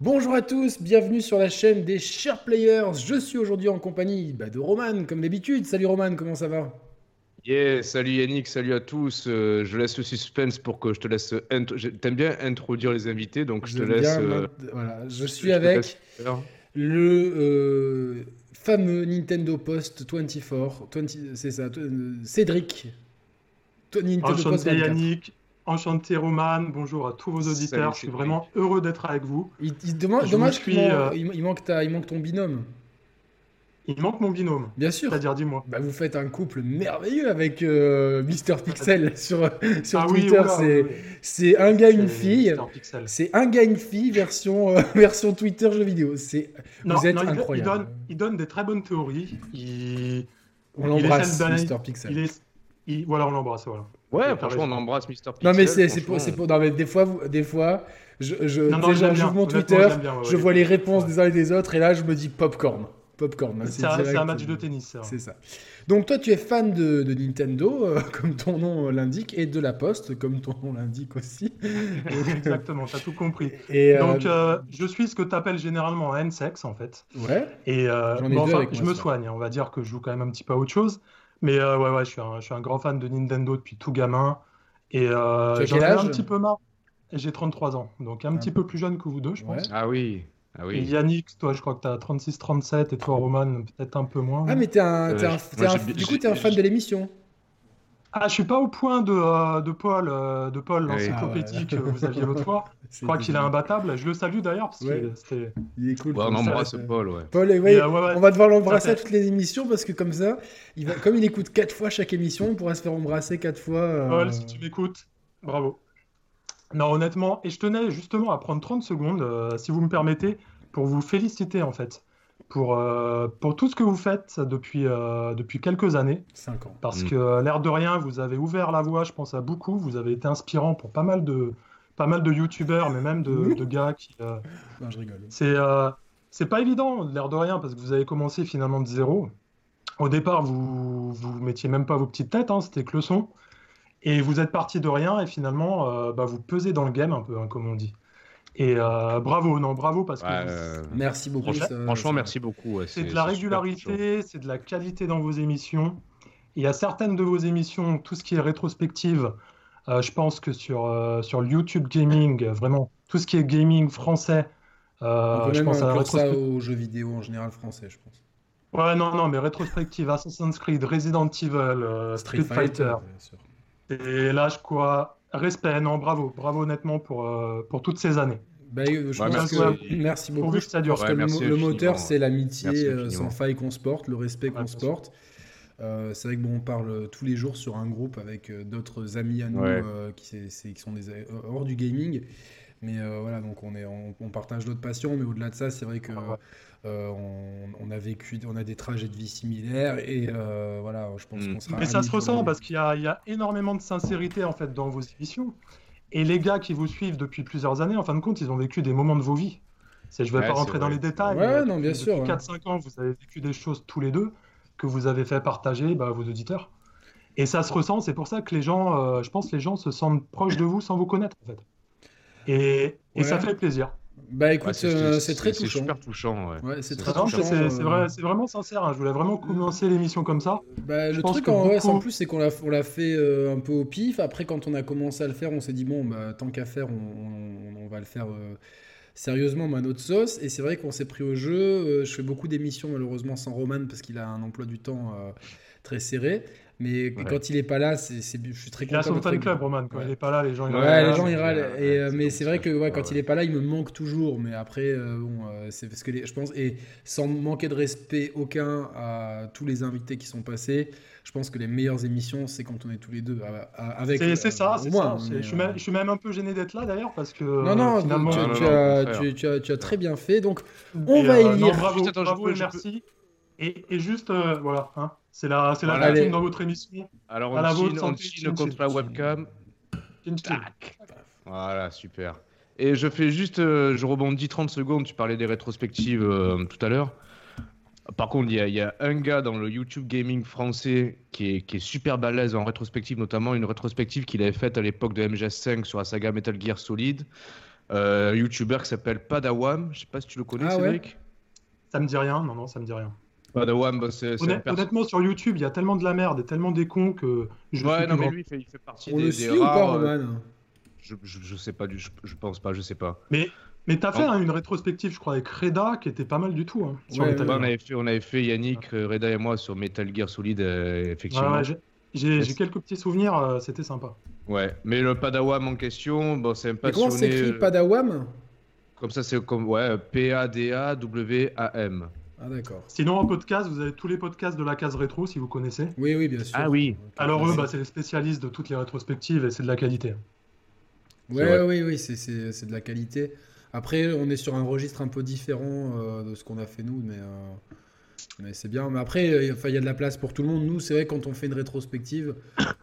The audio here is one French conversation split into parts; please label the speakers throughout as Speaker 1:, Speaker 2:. Speaker 1: Bonjour à tous, bienvenue sur la chaîne des Share Players. Je suis aujourd'hui en compagnie bah, de Roman, comme d'habitude. Salut Roman, comment ça va
Speaker 2: Yeah, salut Yannick, salut à tous. Euh, je laisse le suspense pour que je te laisse. int- j'ai- T'aimes bien introduire les invités, donc je te
Speaker 1: J'aime bien
Speaker 2: laisse.
Speaker 1: ma-
Speaker 2: euh,
Speaker 1: voilà, je
Speaker 2: je
Speaker 1: suis
Speaker 2: te
Speaker 1: avec
Speaker 2: laisse faire.
Speaker 1: le euh, fameux Nintendo Post 24, 20 c'est ça, t- euh, Cédric. Toi, Nintendo Post
Speaker 3: Enchanté
Speaker 1: 24.
Speaker 3: Yannick, enchanté Roman, bonjour à tous vos auditeurs,
Speaker 2: Salut,
Speaker 3: je suis
Speaker 2: Cédric.
Speaker 3: vraiment heureux d'être avec vous.
Speaker 1: Il, il- dommage
Speaker 3: Je
Speaker 1: dommage
Speaker 3: me suis,
Speaker 1: qu'il man-
Speaker 3: euh,
Speaker 1: il, il manque ta- il manque ton binôme.
Speaker 3: Il manque mon binôme,
Speaker 1: Bien sûr.
Speaker 3: c'est-à-dire dis-moi.
Speaker 1: Bah, vous faites un couple merveilleux avec euh, Mister Pixel sur, sur
Speaker 3: Ah oui,
Speaker 1: Twitter.
Speaker 3: oula,
Speaker 1: c'est,
Speaker 3: oui,
Speaker 1: c'est un gars,
Speaker 3: oui.
Speaker 1: une
Speaker 3: C'est
Speaker 1: fille.
Speaker 3: Mr. Pixel.
Speaker 1: C'est un gars, une fille version, euh, version Twitter jeux vidéo. C'est,
Speaker 3: Non,
Speaker 1: êtes
Speaker 3: non, il do- il
Speaker 1: incroyable.
Speaker 3: donne- Il, donne des très bonnes théories. Il,
Speaker 1: on
Speaker 3: Il
Speaker 1: l'embrasse,
Speaker 3: essaie de balayer.
Speaker 1: Mr. Pixel.
Speaker 3: il est, il- voilà, on l'embrasse. Voilà.
Speaker 2: Ouais,
Speaker 3: t'as
Speaker 2: franchement, on
Speaker 3: raison.
Speaker 2: embrasse Mr. Pixel.
Speaker 1: Non, mais c'est, c'est pour,
Speaker 2: franchement.
Speaker 1: c'est pour- non, mais des fois, vous- des fois, je, je, tu
Speaker 3: Non, non,
Speaker 1: sais,
Speaker 3: je
Speaker 1: genre, Euh,
Speaker 3: l'aime bien.
Speaker 1: j'ouvre mon
Speaker 3: Honnêtement,
Speaker 1: Twitter,
Speaker 3: je l'aime bien, ouais,
Speaker 1: je
Speaker 3: ouais.
Speaker 1: vois les réponses
Speaker 3: Ouais.
Speaker 1: des uns et des autres, et là, je me dis popcorn. Popcorn. là,
Speaker 3: C'est un, c'est
Speaker 1: direct,
Speaker 3: un match de
Speaker 1: euh,
Speaker 3: tennis. hein. ça.
Speaker 1: C'est ça. Donc toi, tu es fan de, de Nintendo, euh, comme ton nom euh, l'indique, et de La Poste, comme ton nom l'indique aussi.
Speaker 3: Exactement, t'as tout compris.
Speaker 1: Et, euh,
Speaker 3: Donc, euh, je suis ce que t'appelles généralement un sexe en fait.
Speaker 1: ouais.
Speaker 3: Et euh,
Speaker 1: J'en ai
Speaker 3: bon,
Speaker 1: deux
Speaker 3: enfin,
Speaker 1: avec
Speaker 3: je
Speaker 1: moi,
Speaker 3: me
Speaker 1: ça.
Speaker 3: soigne, hein. on va dire que je joue quand même un petit peu à autre chose. Mais euh, ouais, ouais, je suis un, je suis un grand fan de Nintendo depuis tout gamin. Et euh,
Speaker 1: Tu as
Speaker 3: j'en
Speaker 1: quel
Speaker 3: ai
Speaker 1: âge
Speaker 3: un petit peu marre. Et J'ai 33 ans, donc un
Speaker 1: Ah.
Speaker 3: petit peu plus jeune que vous deux, je
Speaker 1: Ouais.
Speaker 3: pense.
Speaker 2: Ah oui, ah
Speaker 3: Et
Speaker 2: oui.
Speaker 3: Yannick, toi, je crois que tu as 36-37 et toi, Roman, peut-être un peu moins.
Speaker 1: Ah mais t'es un, t'es
Speaker 2: Euh,
Speaker 1: un-
Speaker 2: j'ai-
Speaker 1: t'es
Speaker 2: moi,
Speaker 1: un-
Speaker 2: j'ai-
Speaker 1: du coup,
Speaker 2: j'ai-
Speaker 1: t'es un fan de l'émission.
Speaker 3: Ah, je suis pas au point de, euh, de Paul, euh, de Paul,
Speaker 2: Ah oui.
Speaker 3: l'encyclopédie
Speaker 1: Ah ouais.
Speaker 3: que vous aviez l'autre fois. Je crois qu'il est imbattable. Je le salue d'ailleurs parce
Speaker 1: Ouais.
Speaker 3: que c'était.
Speaker 1: Il est cool.
Speaker 2: Ouais, on
Speaker 1: Paul.
Speaker 2: embrasse
Speaker 1: Ouais.
Speaker 2: Paul, ouais.
Speaker 1: Paul, et ouais,
Speaker 3: Mais, euh, ouais, ouais.
Speaker 1: on va devoir l'embrasser à
Speaker 3: Tout à
Speaker 1: toutes les émissions parce que comme ça, il va, comme il écoute quatre fois chaque émission, il pourra se faire embrasser quatre fois. euh,
Speaker 3: Paul, si tu m'écoutes, bravo. Non, honnêtement, et je tenais justement à prendre 30 secondes, euh, si vous me permettez, pour vous féliciter en fait, pour, euh, pour tout ce que vous faites depuis, euh, depuis quelques années,
Speaker 1: cinq ans.
Speaker 3: parce
Speaker 2: Mm.
Speaker 3: que euh, l'air de rien, vous avez ouvert la voie, je pense à beaucoup, vous avez été inspirant pour pas mal de, pas mal de youtubeurs, mais même de,
Speaker 1: Oui.
Speaker 3: de gars qui... euh,
Speaker 1: Non, je rigole.
Speaker 3: c'est euh, c'est pas évident, l'air de rien, parce que vous avez commencé finalement de zéro. Au départ, vous vous mettiez même pas vos petites têtes, hein, c'était que le son. Et vous êtes parti de rien et finalement, euh, bah, vous pesez dans le game un peu, hein, comme on dit. Et euh, bravo, non, bravo, parce que
Speaker 2: Ouais,
Speaker 3: vous-
Speaker 2: euh,
Speaker 1: Merci beaucoup.
Speaker 2: franchement,
Speaker 1: ça-
Speaker 2: franchement,
Speaker 1: ça-
Speaker 2: merci beaucoup. ouais,
Speaker 3: c'est de la
Speaker 2: c'est super chaud.
Speaker 3: régularité, c'est de la qualité dans vos émissions. Il y a certaines de vos émissions, tout ce qui est rétrospective, euh, je pense que sur, euh, sur le YouTube Gaming, euh, vraiment, tout ce qui est gaming français,
Speaker 1: On
Speaker 3: euh,
Speaker 1: peut
Speaker 3: je
Speaker 1: même
Speaker 3: pense à la
Speaker 1: inclure ça
Speaker 3: rétrospective.
Speaker 1: aux jeux vidéo en général français, je pense.
Speaker 3: Ouais, non, non, mais rétrospective, Assassin's Creed, Resident Evil, euh, Street, Fighter.
Speaker 1: bien sûr.
Speaker 3: Et là, je crois, respect, non, bravo, bravo honnêtement pour, euh, pour toutes ces années.
Speaker 1: Bah, euh, je
Speaker 2: Ouais,
Speaker 1: pense
Speaker 3: merci.
Speaker 1: que merci beaucoup.
Speaker 3: Pourvu que ça
Speaker 1: Je
Speaker 3: dure.
Speaker 1: pense
Speaker 2: Ouais,
Speaker 1: que le,
Speaker 2: merci
Speaker 1: mo- le moteur,
Speaker 2: infiniment.
Speaker 1: c'est
Speaker 2: Merci
Speaker 1: l'amitié euh, sans
Speaker 2: infiniment.
Speaker 1: faille qu'on se porte, le respect qu'on
Speaker 3: Ouais,
Speaker 1: se
Speaker 3: bien sûr.
Speaker 1: porte. Euh, c'est vrai que bon, on parle tous les jours sur un groupe avec euh, d'autres amis à nous
Speaker 2: Ouais.
Speaker 1: euh, qui, c'est- c'est- qui sont des, euh, hors du gaming. Mais euh, voilà, donc on, est, on, on partage d'autres passions, mais au-delà de ça, c'est vrai que
Speaker 3: Ouais.
Speaker 1: euh, on, on a vécu, on a des trajets de vie similaires et euh, voilà, je pense
Speaker 2: Mm.
Speaker 1: qu'on sera.
Speaker 3: Mais ça
Speaker 1: amis
Speaker 3: se
Speaker 1: pour
Speaker 3: ressent
Speaker 1: la-
Speaker 3: parce qu'il y a, il y a énormément de sincérité en fait dans vos émissions. Et les gars qui vous suivent depuis plusieurs années, en fin de compte, ils ont vécu des moments de vos vies. C'est, je ne vais
Speaker 2: Ouais,
Speaker 3: pas
Speaker 2: c'est
Speaker 3: rentrer dans
Speaker 2: vrai.
Speaker 3: les détails.
Speaker 1: Ouais,
Speaker 3: mais
Speaker 1: non, bien
Speaker 3: depuis
Speaker 1: sûr, ouais.
Speaker 3: 4-5 ans, vous avez vécu des choses tous les deux que vous avez fait partager bah, à vos auditeurs. Et ça se ressent, c'est pour ça que les gens, euh, je pense, que les gens se sentent proches de vous sans vous connaître en fait. Et, et
Speaker 1: Ouais.
Speaker 3: ça fait plaisir.
Speaker 1: Bah
Speaker 2: Ouais,
Speaker 1: écoute, euh, c'est très
Speaker 2: c'est
Speaker 1: touchant.
Speaker 2: super touchant, ouais.
Speaker 1: Ouais, c'est très
Speaker 3: Non, non,
Speaker 1: touchant.
Speaker 3: c'est, c'est- c'est
Speaker 1: euh,
Speaker 3: vrai- c'est vraiment sincère. hein. Je voulais vraiment commencer l'émission comme ça.
Speaker 1: Bah, le
Speaker 3: pense
Speaker 1: truc
Speaker 3: que
Speaker 1: en, ouais,
Speaker 3: beaucoup-
Speaker 1: en plus, c'est qu'on l'a, on l'a fait euh, un peu au pif. Après, quand on a commencé à le faire, on s'est dit, bon, bah, tant qu'à faire, on, on- on va le faire euh, sérieusement, mais à notre sauce. Et c'est vrai qu'on s'est pris au jeu. Euh, je fais beaucoup d'émissions, malheureusement, sans Roman, parce qu'il a un emploi du temps euh, très serré. Mais
Speaker 2: Ouais.
Speaker 1: quand il est pas là, c'est, c'est- je suis très
Speaker 3: Il a
Speaker 1: content.
Speaker 3: son
Speaker 1: d'être
Speaker 3: fan
Speaker 1: avec
Speaker 3: club,
Speaker 1: lui.
Speaker 3: Roman. Quand
Speaker 1: Ouais.
Speaker 3: il n'est pas là, les gens ils
Speaker 1: Ouais,
Speaker 3: râlent.
Speaker 1: les gens ils
Speaker 2: c'est
Speaker 1: râlent.
Speaker 2: vrai,
Speaker 1: Et, euh,
Speaker 2: c'est
Speaker 1: mais
Speaker 2: donc
Speaker 1: c'est vrai
Speaker 2: ça.
Speaker 1: que ouais,
Speaker 2: Ouais,
Speaker 1: quand
Speaker 2: ouais.
Speaker 1: il est pas là, il me manque toujours. Mais après, euh, bon, euh, c'est parce que les- je pense, et sans manquer de respect aucun à tous les invités qui sont passés, je pense que les meilleures émissions, c'est quand on est tous les deux. à- à- avec,
Speaker 3: C'est c'est
Speaker 1: euh,
Speaker 3: ça,
Speaker 1: au
Speaker 3: c'est
Speaker 1: moins,
Speaker 3: ça. c'est-
Speaker 1: mais,
Speaker 3: Je suis,
Speaker 1: euh,
Speaker 3: même, je suis même un peu gêné d'être là d'ailleurs parce que
Speaker 1: Non, non,
Speaker 3: euh, finalement.
Speaker 1: tu,
Speaker 2: Non, non,
Speaker 1: tu
Speaker 2: non,
Speaker 1: as,
Speaker 2: au contraire.
Speaker 1: tu, tu as, tu as très bien fait. Donc,
Speaker 3: et,
Speaker 1: on va
Speaker 3: euh,
Speaker 1: élire.
Speaker 3: non, bravo,
Speaker 2: Juste, attends, je
Speaker 3: bravo
Speaker 2: peux-
Speaker 3: et
Speaker 2: je peux-
Speaker 3: merci. Et, et juste, euh, voilà, hein, c'est la, c'est la
Speaker 2: Voilà.
Speaker 3: routine
Speaker 1: Allez.
Speaker 3: dans votre émission.
Speaker 2: Alors,
Speaker 3: À la
Speaker 2: on chine,
Speaker 3: vôtre,
Speaker 2: on
Speaker 3: santé,
Speaker 2: chine
Speaker 3: chine,
Speaker 2: contre
Speaker 3: chine,
Speaker 2: la
Speaker 3: chine.
Speaker 2: webcam.
Speaker 3: Chin, chin.
Speaker 2: Ah. Voilà, super. Et je fais juste, euh, je rebondis 30 secondes, tu parlais des rétrospectives euh, tout à l'heure. Par contre, il y, a- il y a un gars dans le YouTube gaming français qui est, qui est super balèze en rétrospective, notamment une rétrospective qu'il avait faite à l'époque de MGS5 sur la saga Metal Gear Solid. euh, youtubeur qui s'appelle Padawan. Je sais pas si tu le connais,
Speaker 1: Ah ouais
Speaker 2: Cédric.
Speaker 3: Ça me dit rien, non, non, ça me dit rien.
Speaker 2: Padawan, bah, c'est c'est
Speaker 3: Honnêt-
Speaker 2: un perso-
Speaker 3: Honnêtement, sur YouTube, il y a tellement de la merde et tellement des cons que je
Speaker 2: Ouais,
Speaker 3: suis
Speaker 2: non,
Speaker 3: plus
Speaker 2: mais
Speaker 3: grand.
Speaker 2: lui, il fait, il fait partie
Speaker 1: On
Speaker 2: des,
Speaker 1: le
Speaker 2: des
Speaker 1: suit ou pas,
Speaker 2: rares, euh,
Speaker 1: Roman
Speaker 2: je, je, je sais pas, du, je, je pense pas, je sais pas.
Speaker 3: Mais t'as fait hein, une rétrospective, je crois, avec Reda, qui était pas mal du tout. hein, sur
Speaker 1: Ouais,
Speaker 3: Metal
Speaker 2: Ouais, Bah, on,
Speaker 3: Gear.
Speaker 2: avait fait, on avait fait Yannick, euh, Reda et moi sur Metal Gear Solid, euh, effectivement. Ouais,
Speaker 3: Ouais, ouais, j'ai- j'ai
Speaker 2: Mais
Speaker 3: j'ai
Speaker 2: c'est-
Speaker 3: quelques petits souvenirs, euh, c'était sympa.
Speaker 2: mais le Padawan en question, bon, c'est un
Speaker 1: Et comment
Speaker 2: passionné.
Speaker 1: s'écrit
Speaker 2: euh,
Speaker 1: Padawam
Speaker 2: Comme ça, c'est comme ouais, P-A-D-A-W-A-M.
Speaker 1: Ah d'accord.
Speaker 3: Sinon, en podcast, vous avez tous les podcasts de la case rétro, si vous connaissez.
Speaker 1: Oui, oui, bien sûr.
Speaker 2: oui.
Speaker 3: Alors eux,
Speaker 1: Ouais,
Speaker 3: bah, c'est les spécialistes de toutes les rétrospectives et c'est de la qualité.
Speaker 1: Ouais,
Speaker 2: C'est vrai.
Speaker 1: oui, oui, c'est- c'est c'est de la qualité. Après, on est sur un registre un peu différent euh, de ce qu'on a fait nous, mais, euh, mais c'est bien. Mais après, euh, enfin, il y a de la place pour tout le monde. Nous, c'est vrai, quand on fait une rétrospective,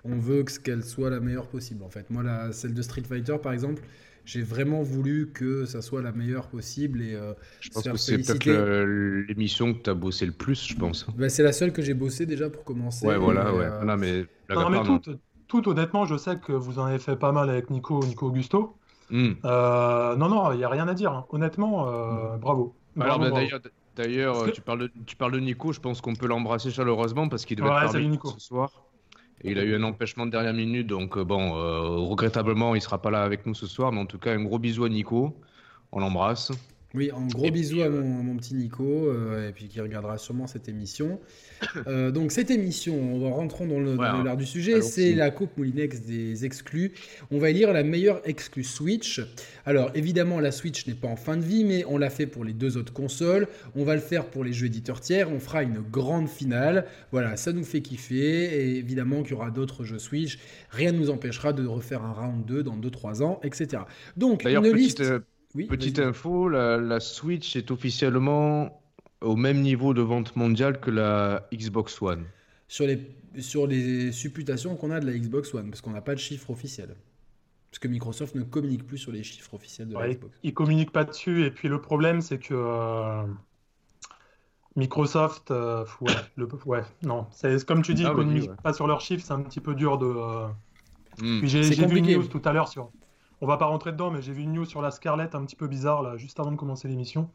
Speaker 1: on veut que ce- qu'elle soit la meilleure possible. En fait, moi, la, celle de Street Fighter, par exemple, j'ai vraiment voulu que ça soit la meilleure possible. Et euh,
Speaker 2: Je pense
Speaker 1: se faire
Speaker 2: que c'est peut-être
Speaker 1: féliciter.
Speaker 2: le- l'émission que tu as bossé le plus, je pense.
Speaker 1: bah, c'est la seule que j'ai bossée déjà pour commencer.
Speaker 2: Ouais, voilà,
Speaker 1: Et,
Speaker 2: ouais. Ah
Speaker 1: euh,
Speaker 2: Non, mais blague
Speaker 3: Non,
Speaker 2: à
Speaker 3: mais
Speaker 2: part, non.
Speaker 3: tout, tout honnêtement, je sais que vous en avez fait pas mal avec Nico, Nico Augusto.
Speaker 2: Hmm.
Speaker 3: Euh, non, non, il n'y a rien à dire. hein. Honnêtement, euh, bravo.
Speaker 2: Alors,
Speaker 3: Bravo,
Speaker 2: bah,
Speaker 3: bravo.
Speaker 2: d'ailleurs, d'ailleurs, euh,
Speaker 3: Parce que-
Speaker 2: tu, parles de, tu parles de Nico, je pense qu'on peut l'embrasser chaleureusement parce qu'il devait
Speaker 3: Ouais,
Speaker 2: être
Speaker 3: salut,
Speaker 2: parmi nous
Speaker 3: Nico.
Speaker 2: ce soir. Et il a eu un empêchement de dernière minute, donc euh, bon, euh, regrettablement, il sera pas là avec nous ce soir, mais en tout cas, un gros bisou à Nico. On l'embrasse.
Speaker 1: Oui, un gros
Speaker 2: Et puis, euh,
Speaker 1: bisou à mon, à mon petit Nico, euh, et puis qui regardera sûrement cette émission. Euh, donc cette émission, on va rentrer dans le dans
Speaker 2: Ouais,
Speaker 1: le lard du sujet,
Speaker 2: allons-y.
Speaker 1: c'est la Coupe Moulinex des exclus. On va élire la meilleure exclue Switch. Alors évidemment, la Switch n'est pas en fin de vie, mais on l'a fait pour les deux autres consoles. On va le faire pour les jeux éditeurs tiers. On fera une grande finale. Voilà, ça nous fait kiffer. Et évidemment qu'il y aura d'autres jeux Switch. Rien ne nous empêchera de refaire un round 2 dans 2-3 ans, etc. Donc
Speaker 2: D'ailleurs,
Speaker 1: une
Speaker 2: petite,
Speaker 1: liste...
Speaker 2: euh,
Speaker 1: Oui,
Speaker 2: petite
Speaker 1: vas-y.
Speaker 2: info, la, la Switch est officiellement au même niveau de vente mondiale que la Xbox One.
Speaker 1: sur les, sur les supputations qu'on a de la Xbox One, parce qu'on n'a pas de chiffre officiel. Parce que Microsoft ne communique plus sur les chiffres officiels de la
Speaker 3: Ouais,
Speaker 1: Xbox.
Speaker 3: Ils communiquent pas dessus. Et puis le problème, c'est que euh, Microsoft, euh, ouais, le- ouais, non, c'est comme tu dis,
Speaker 2: Ah,
Speaker 3: ils
Speaker 2: oui,
Speaker 3: communiquent
Speaker 2: ouais.
Speaker 3: pas sur leurs chiffres, c'est un petit peu dur de. euh,
Speaker 2: Hmm.
Speaker 3: Puis j'ai
Speaker 1: C'est
Speaker 3: j'ai vu une
Speaker 1: compliqué.
Speaker 3: news tout à l'heure sur. On va pas rentrer dedans, mais j'ai vu une news sur la Scarlett un petit peu bizarre là, juste avant de commencer l'émission.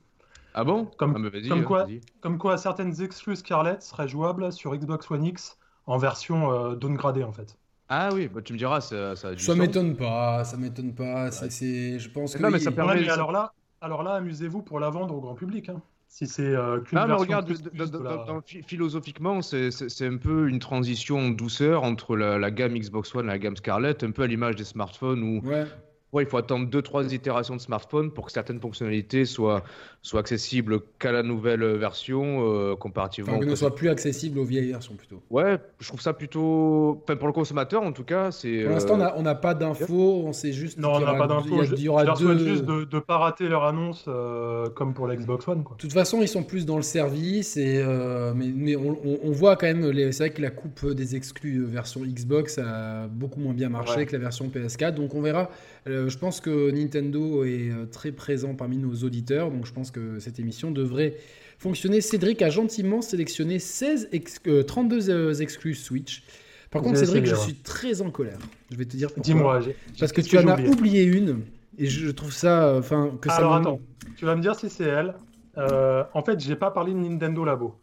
Speaker 2: Ah bon
Speaker 3: Comme-
Speaker 2: Ah, bah, vas-y,
Speaker 3: comme
Speaker 2: hein,
Speaker 3: quoi-
Speaker 2: vas-y.
Speaker 3: Comme quoi, certaines exclus Scarlett seraient jouables sur Xbox One X en version euh, downgradée en fait.
Speaker 2: Ah oui, bah, tu me diras, ça, ça a du
Speaker 1: Ça
Speaker 2: sens.
Speaker 1: m'étonne pas, ça m'étonne pas. c'est- c'est- je pense que
Speaker 2: Non, mais
Speaker 1: oui,
Speaker 2: ça permet-
Speaker 3: Ouais, mais
Speaker 2: ça-
Speaker 3: alors là, alors là, amusez-vous pour la vendre au grand public. hein. Si c'est euh, qu'une
Speaker 2: Non, mais
Speaker 3: version
Speaker 2: regarde,
Speaker 3: plus-
Speaker 2: dans-
Speaker 3: plus de
Speaker 2: dans-
Speaker 3: la-
Speaker 2: dans- dans- phi- philosophiquement, c'est- c'est c'est un peu une transition en douceur entre la, la gamme Xbox One et la gamme Scarlett, un peu à l'image des smartphones où
Speaker 1: Ouais.
Speaker 2: ouais, il faut attendre 2-3 itérations de smartphone pour que certaines fonctionnalités soient, soient accessibles qu'à la nouvelle version euh, comparativement.
Speaker 1: Enfin, que
Speaker 2: au
Speaker 1: ne soit plus accessible aux vieilles versions plutôt.
Speaker 2: Ouais, je trouve ça plutôt. Enfin, pour le consommateur en tout cas, c'est.
Speaker 1: Pour
Speaker 2: euh,
Speaker 1: l'instant, on n'a- on n'a pas d'infos, on sait juste
Speaker 3: Non, on
Speaker 1: qu'il y
Speaker 3: n'a
Speaker 1: aura-
Speaker 3: pas
Speaker 1: il y
Speaker 3: d'infos.
Speaker 1: a-
Speaker 3: Je,
Speaker 1: il y
Speaker 3: je
Speaker 1: aura
Speaker 3: leur
Speaker 1: deux...
Speaker 3: souhaite juste de ne pas rater leur annonce euh, comme pour la Xbox One. Quoi.
Speaker 1: De toute façon, ils sont plus dans le service, et, euh, mais, mais on, on- on voit quand même, les, c'est vrai que la coupe des exclus euh, version Xbox a beaucoup moins bien marché
Speaker 3: Ouais.
Speaker 1: que la version PS4, donc on verra. Euh, je pense que Nintendo est euh, très présent parmi nos auditeurs, donc je pense que cette émission devrait fonctionner. Cédric a gentiment sélectionné 16 ex- euh, 32 euh, exclus Switch. Par contre,
Speaker 3: J'ai
Speaker 1: Cédric,
Speaker 3: essayé,
Speaker 1: je
Speaker 3: ouais.
Speaker 1: suis très en colère. Je vais te dire pourquoi.
Speaker 3: Dis-moi, j'ai-
Speaker 1: Parce que
Speaker 3: qu'est-ce
Speaker 1: tu
Speaker 3: que
Speaker 1: en as
Speaker 3: j'ai
Speaker 1: oublié. une, et je, je trouve ça, euh, enfin, que ça.
Speaker 3: Alors,
Speaker 1: me-
Speaker 3: attends. tu vas me dire si c'est elle. Euh, en fait, j'ai pas parlé de Nintendo Labo.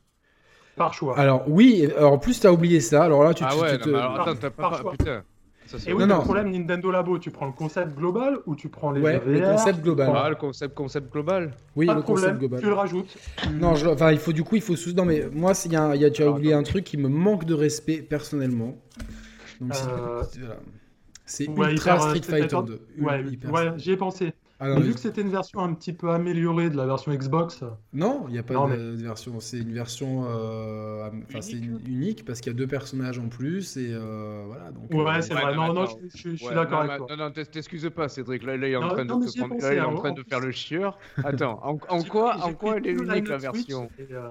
Speaker 3: Par choix.
Speaker 1: Alors oui, et- alors, en plus t'as oublié ça. Alors là, tu,
Speaker 2: Ah
Speaker 1: tu-
Speaker 2: ouais,
Speaker 1: tu
Speaker 2: non,
Speaker 1: te-
Speaker 2: mais alors, attends,
Speaker 3: Par-
Speaker 2: t'as pas.
Speaker 3: par choix.
Speaker 2: Putain. Ça, c'est-
Speaker 3: Et oui,
Speaker 1: Non,
Speaker 3: le
Speaker 1: non.
Speaker 3: problème Nintendo Labo, tu prends le concept global ou tu prends les
Speaker 1: Ouais,
Speaker 3: jeux
Speaker 1: le
Speaker 3: VR,
Speaker 1: concept global.
Speaker 2: Ah, le concept, concept global.
Speaker 1: Oui,
Speaker 3: pas
Speaker 1: le
Speaker 3: de problème,
Speaker 1: concept
Speaker 3: tu le
Speaker 1: global.
Speaker 3: rajoutes. Tu-
Speaker 1: Non, je- enfin, il faut du coup, il faut sous. Non, mais moi, s'il y a un- il y a- tu as
Speaker 2: Alors,
Speaker 1: oublié un truc qui me manque de respect personnellement. Donc, c'est-
Speaker 3: Euh,
Speaker 1: voilà. c'est
Speaker 3: ouais,
Speaker 1: Ultra
Speaker 3: hyper, euh,
Speaker 1: Street
Speaker 3: Street
Speaker 1: Fighter
Speaker 3: Fighter-
Speaker 1: 2.
Speaker 3: Ouais,
Speaker 1: Hyper-
Speaker 3: ouais, j'y ai pensé.
Speaker 1: Ah,
Speaker 3: Mais
Speaker 1: non,
Speaker 3: vu que c'était une version un petit peu améliorée de la version Xbox,
Speaker 1: Non, il n'y a pas
Speaker 3: Non,
Speaker 1: de, de version. C'est une version euh, am- enfin, c'est une- unique parce qu'il y a deux personnages en plus et euh, voilà. Donc,
Speaker 3: ouais,
Speaker 1: euh,
Speaker 3: c'est
Speaker 2: ouais,
Speaker 3: vrai.
Speaker 2: non,
Speaker 3: Non, non,
Speaker 2: attends.
Speaker 3: je, je- je suis
Speaker 2: Ouais,
Speaker 3: d'accord
Speaker 2: non,
Speaker 3: avec
Speaker 2: mais-
Speaker 3: toi.
Speaker 2: Non, non, t'es- t'excuses pas, Cédric. Là, là, il est en
Speaker 3: Non,
Speaker 2: train
Speaker 3: non,
Speaker 2: de,
Speaker 3: mais
Speaker 2: te
Speaker 3: j'y ai
Speaker 2: prendre-
Speaker 3: pensé,
Speaker 2: là, il est en
Speaker 3: hein,
Speaker 2: train
Speaker 3: en
Speaker 2: de
Speaker 3: plus.
Speaker 2: faire le chieur. Attends, en, en quoi, en
Speaker 3: J'ai
Speaker 2: quoi
Speaker 3: pris
Speaker 2: elle est
Speaker 3: tout le
Speaker 2: unique la
Speaker 3: line-up Switch,
Speaker 2: version
Speaker 3: et, euh,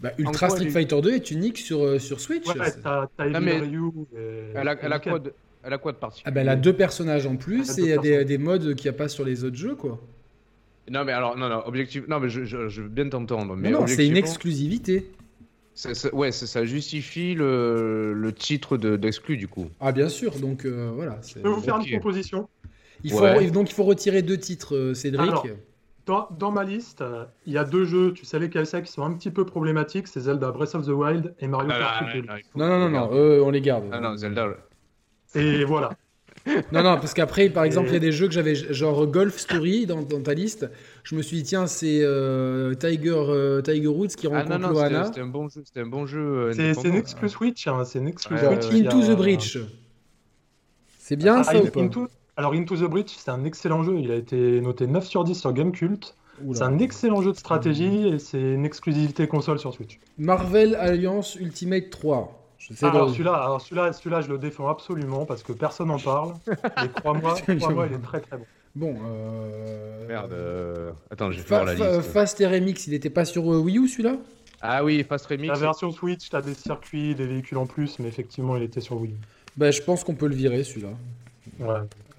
Speaker 1: bah,
Speaker 2: en
Speaker 1: Ultra
Speaker 2: quoi
Speaker 1: Street
Speaker 2: les-
Speaker 1: Fighter 2 est unique sur, euh, sur Switch.
Speaker 3: Ouais,
Speaker 1: C'est-
Speaker 3: t'as t'as
Speaker 2: Non,
Speaker 3: Evil
Speaker 2: mais-
Speaker 3: Ryu. et-
Speaker 2: elle a,
Speaker 3: et
Speaker 2: elle, a
Speaker 3: nickel.
Speaker 2: quoi de, elle a quoi de particulier
Speaker 1: Ah bah, elle a deux personnages en plus
Speaker 3: Elle a
Speaker 1: et
Speaker 3: Ah, deux
Speaker 1: des,
Speaker 3: personnages.
Speaker 1: des modes qu'il n'y a pas sur les autres jeux quoi.
Speaker 2: Non, mais alors, non, non, objectif. Non, mais je, je, je veux bien t'entendre. Mais
Speaker 1: non, non, c'est une
Speaker 2: objectivement,
Speaker 1: exclusivité.
Speaker 2: ça- ça- ouais, ça, ça justifie le, le titre de- d'exclu, du coup.
Speaker 1: Ah bien sûr, donc euh, voilà. c'est-
Speaker 3: Je peux vous faire
Speaker 2: Ok.
Speaker 3: une proposition.
Speaker 1: Il faut,
Speaker 2: Ouais.
Speaker 1: Donc il faut retirer deux titres, euh, Cédric.
Speaker 3: Alors, Dans, dans ma liste, euh, il y a deux jeux, tu sais lesquels c'est, qui sont un petit peu problématiques, c'est Zelda Breath of the Wild et Mario
Speaker 2: Non, non,
Speaker 3: Kart
Speaker 2: non,
Speaker 3: Football.
Speaker 2: non, il faut-
Speaker 1: non, non, non, non, euh, on les garde.
Speaker 2: Ah non, Zelda. ouais.
Speaker 3: Et voilà.
Speaker 1: Non, non, parce qu'après, par exemple, il y a
Speaker 3: Et-
Speaker 1: des jeux que j'avais, genre Golf Story dans, dans ta liste. Je me suis dit, tiens, c'est euh, Tiger, euh, Tiger Woods qui
Speaker 2: Ah
Speaker 1: rencontre
Speaker 2: non, non, c'était-
Speaker 1: Loana.
Speaker 2: c'était un bon jeu. C'était un bon jeu. euh,
Speaker 3: C'est c'est
Speaker 2: indépendant,
Speaker 3: une
Speaker 2: hein.
Speaker 3: exclu Switch, hein, c'est une exclu
Speaker 2: Ouais,
Speaker 1: Donc,
Speaker 3: Switch. Il y a-
Speaker 1: Into the Breach. C'est bien
Speaker 3: Ah,
Speaker 1: ça ou
Speaker 3: In-
Speaker 1: pas
Speaker 3: Into- Alors Into the Breach, c'est un excellent jeu, il a été noté 9 sur 10 sur Gamecult.
Speaker 1: Oula.
Speaker 3: C'est un excellent jeu de stratégie et c'est une exclusivité console sur Switch.
Speaker 1: Marvel Alliance Ultimate 3. Je sais
Speaker 3: Ah, Alors
Speaker 1: pas.
Speaker 3: celui-là, alors celui-là, celui-là, je le défends absolument parce que personne n'en parle. Et crois-moi, crois-moi, il est très très bon.
Speaker 1: Bon. euh,
Speaker 2: Merde. euh, Attends, j'ai
Speaker 1: Fa-
Speaker 2: fait la
Speaker 1: Fa-
Speaker 2: liste.
Speaker 1: Fast RMX, il était pas sur euh, Wii U celui-là
Speaker 2: Ah oui, Fast Remix.
Speaker 3: La version Switch, t'as des circuits, des véhicules en plus, mais effectivement, il était sur Wii.
Speaker 1: Bah, je pense qu'on peut le virer celui-là.
Speaker 3: Ouais.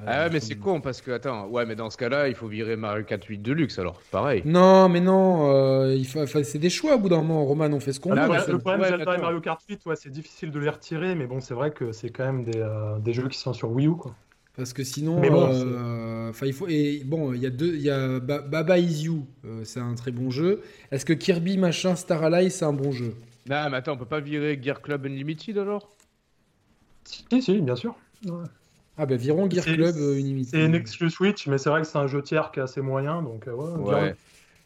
Speaker 2: Ah
Speaker 1: Euh,
Speaker 2: ouais, mais c'est con parce que, attends, ouais, mais dans ce cas-là, il faut virer Mario Kart 8 Deluxe alors, pareil.
Speaker 1: Non, mais non, euh, il fa- fa- c'est des choix au bout d'un moment. Roman, on fait ce qu'on
Speaker 3: Ah,
Speaker 1: veut.
Speaker 2: Là,
Speaker 3: le
Speaker 2: mais
Speaker 1: dans
Speaker 3: problème-
Speaker 2: c'est-
Speaker 1: ce-
Speaker 3: le problème
Speaker 2: ouais,
Speaker 3: Zelda et
Speaker 2: d'accord.
Speaker 3: Mario Kart 8, ouais, c'est difficile de les retirer, mais bon, c'est vrai que c'est quand même des, euh, des jeux qui sont sur Wii U. Quoi.
Speaker 1: Parce que sinon,
Speaker 3: Mais bon,
Speaker 1: euh, enfin, il faut. Et bon, il y a deux. Il y a Ba- Baba Is You, euh, c'est un très bon jeu. Est-ce que Kirby machin Star Allies, c'est un bon jeu
Speaker 2: Non, mais attends, on peut pas virer Gear Club Unlimited alors
Speaker 3: Si, si, bien sûr.
Speaker 1: Ah bah virons Gear
Speaker 3: C'est-
Speaker 1: Club euh, Unlimited.
Speaker 3: C'est une exclu Switch, mais c'est vrai que c'est un jeu tiers qui est assez moyen, donc euh, ouais. bien.
Speaker 2: Ouais.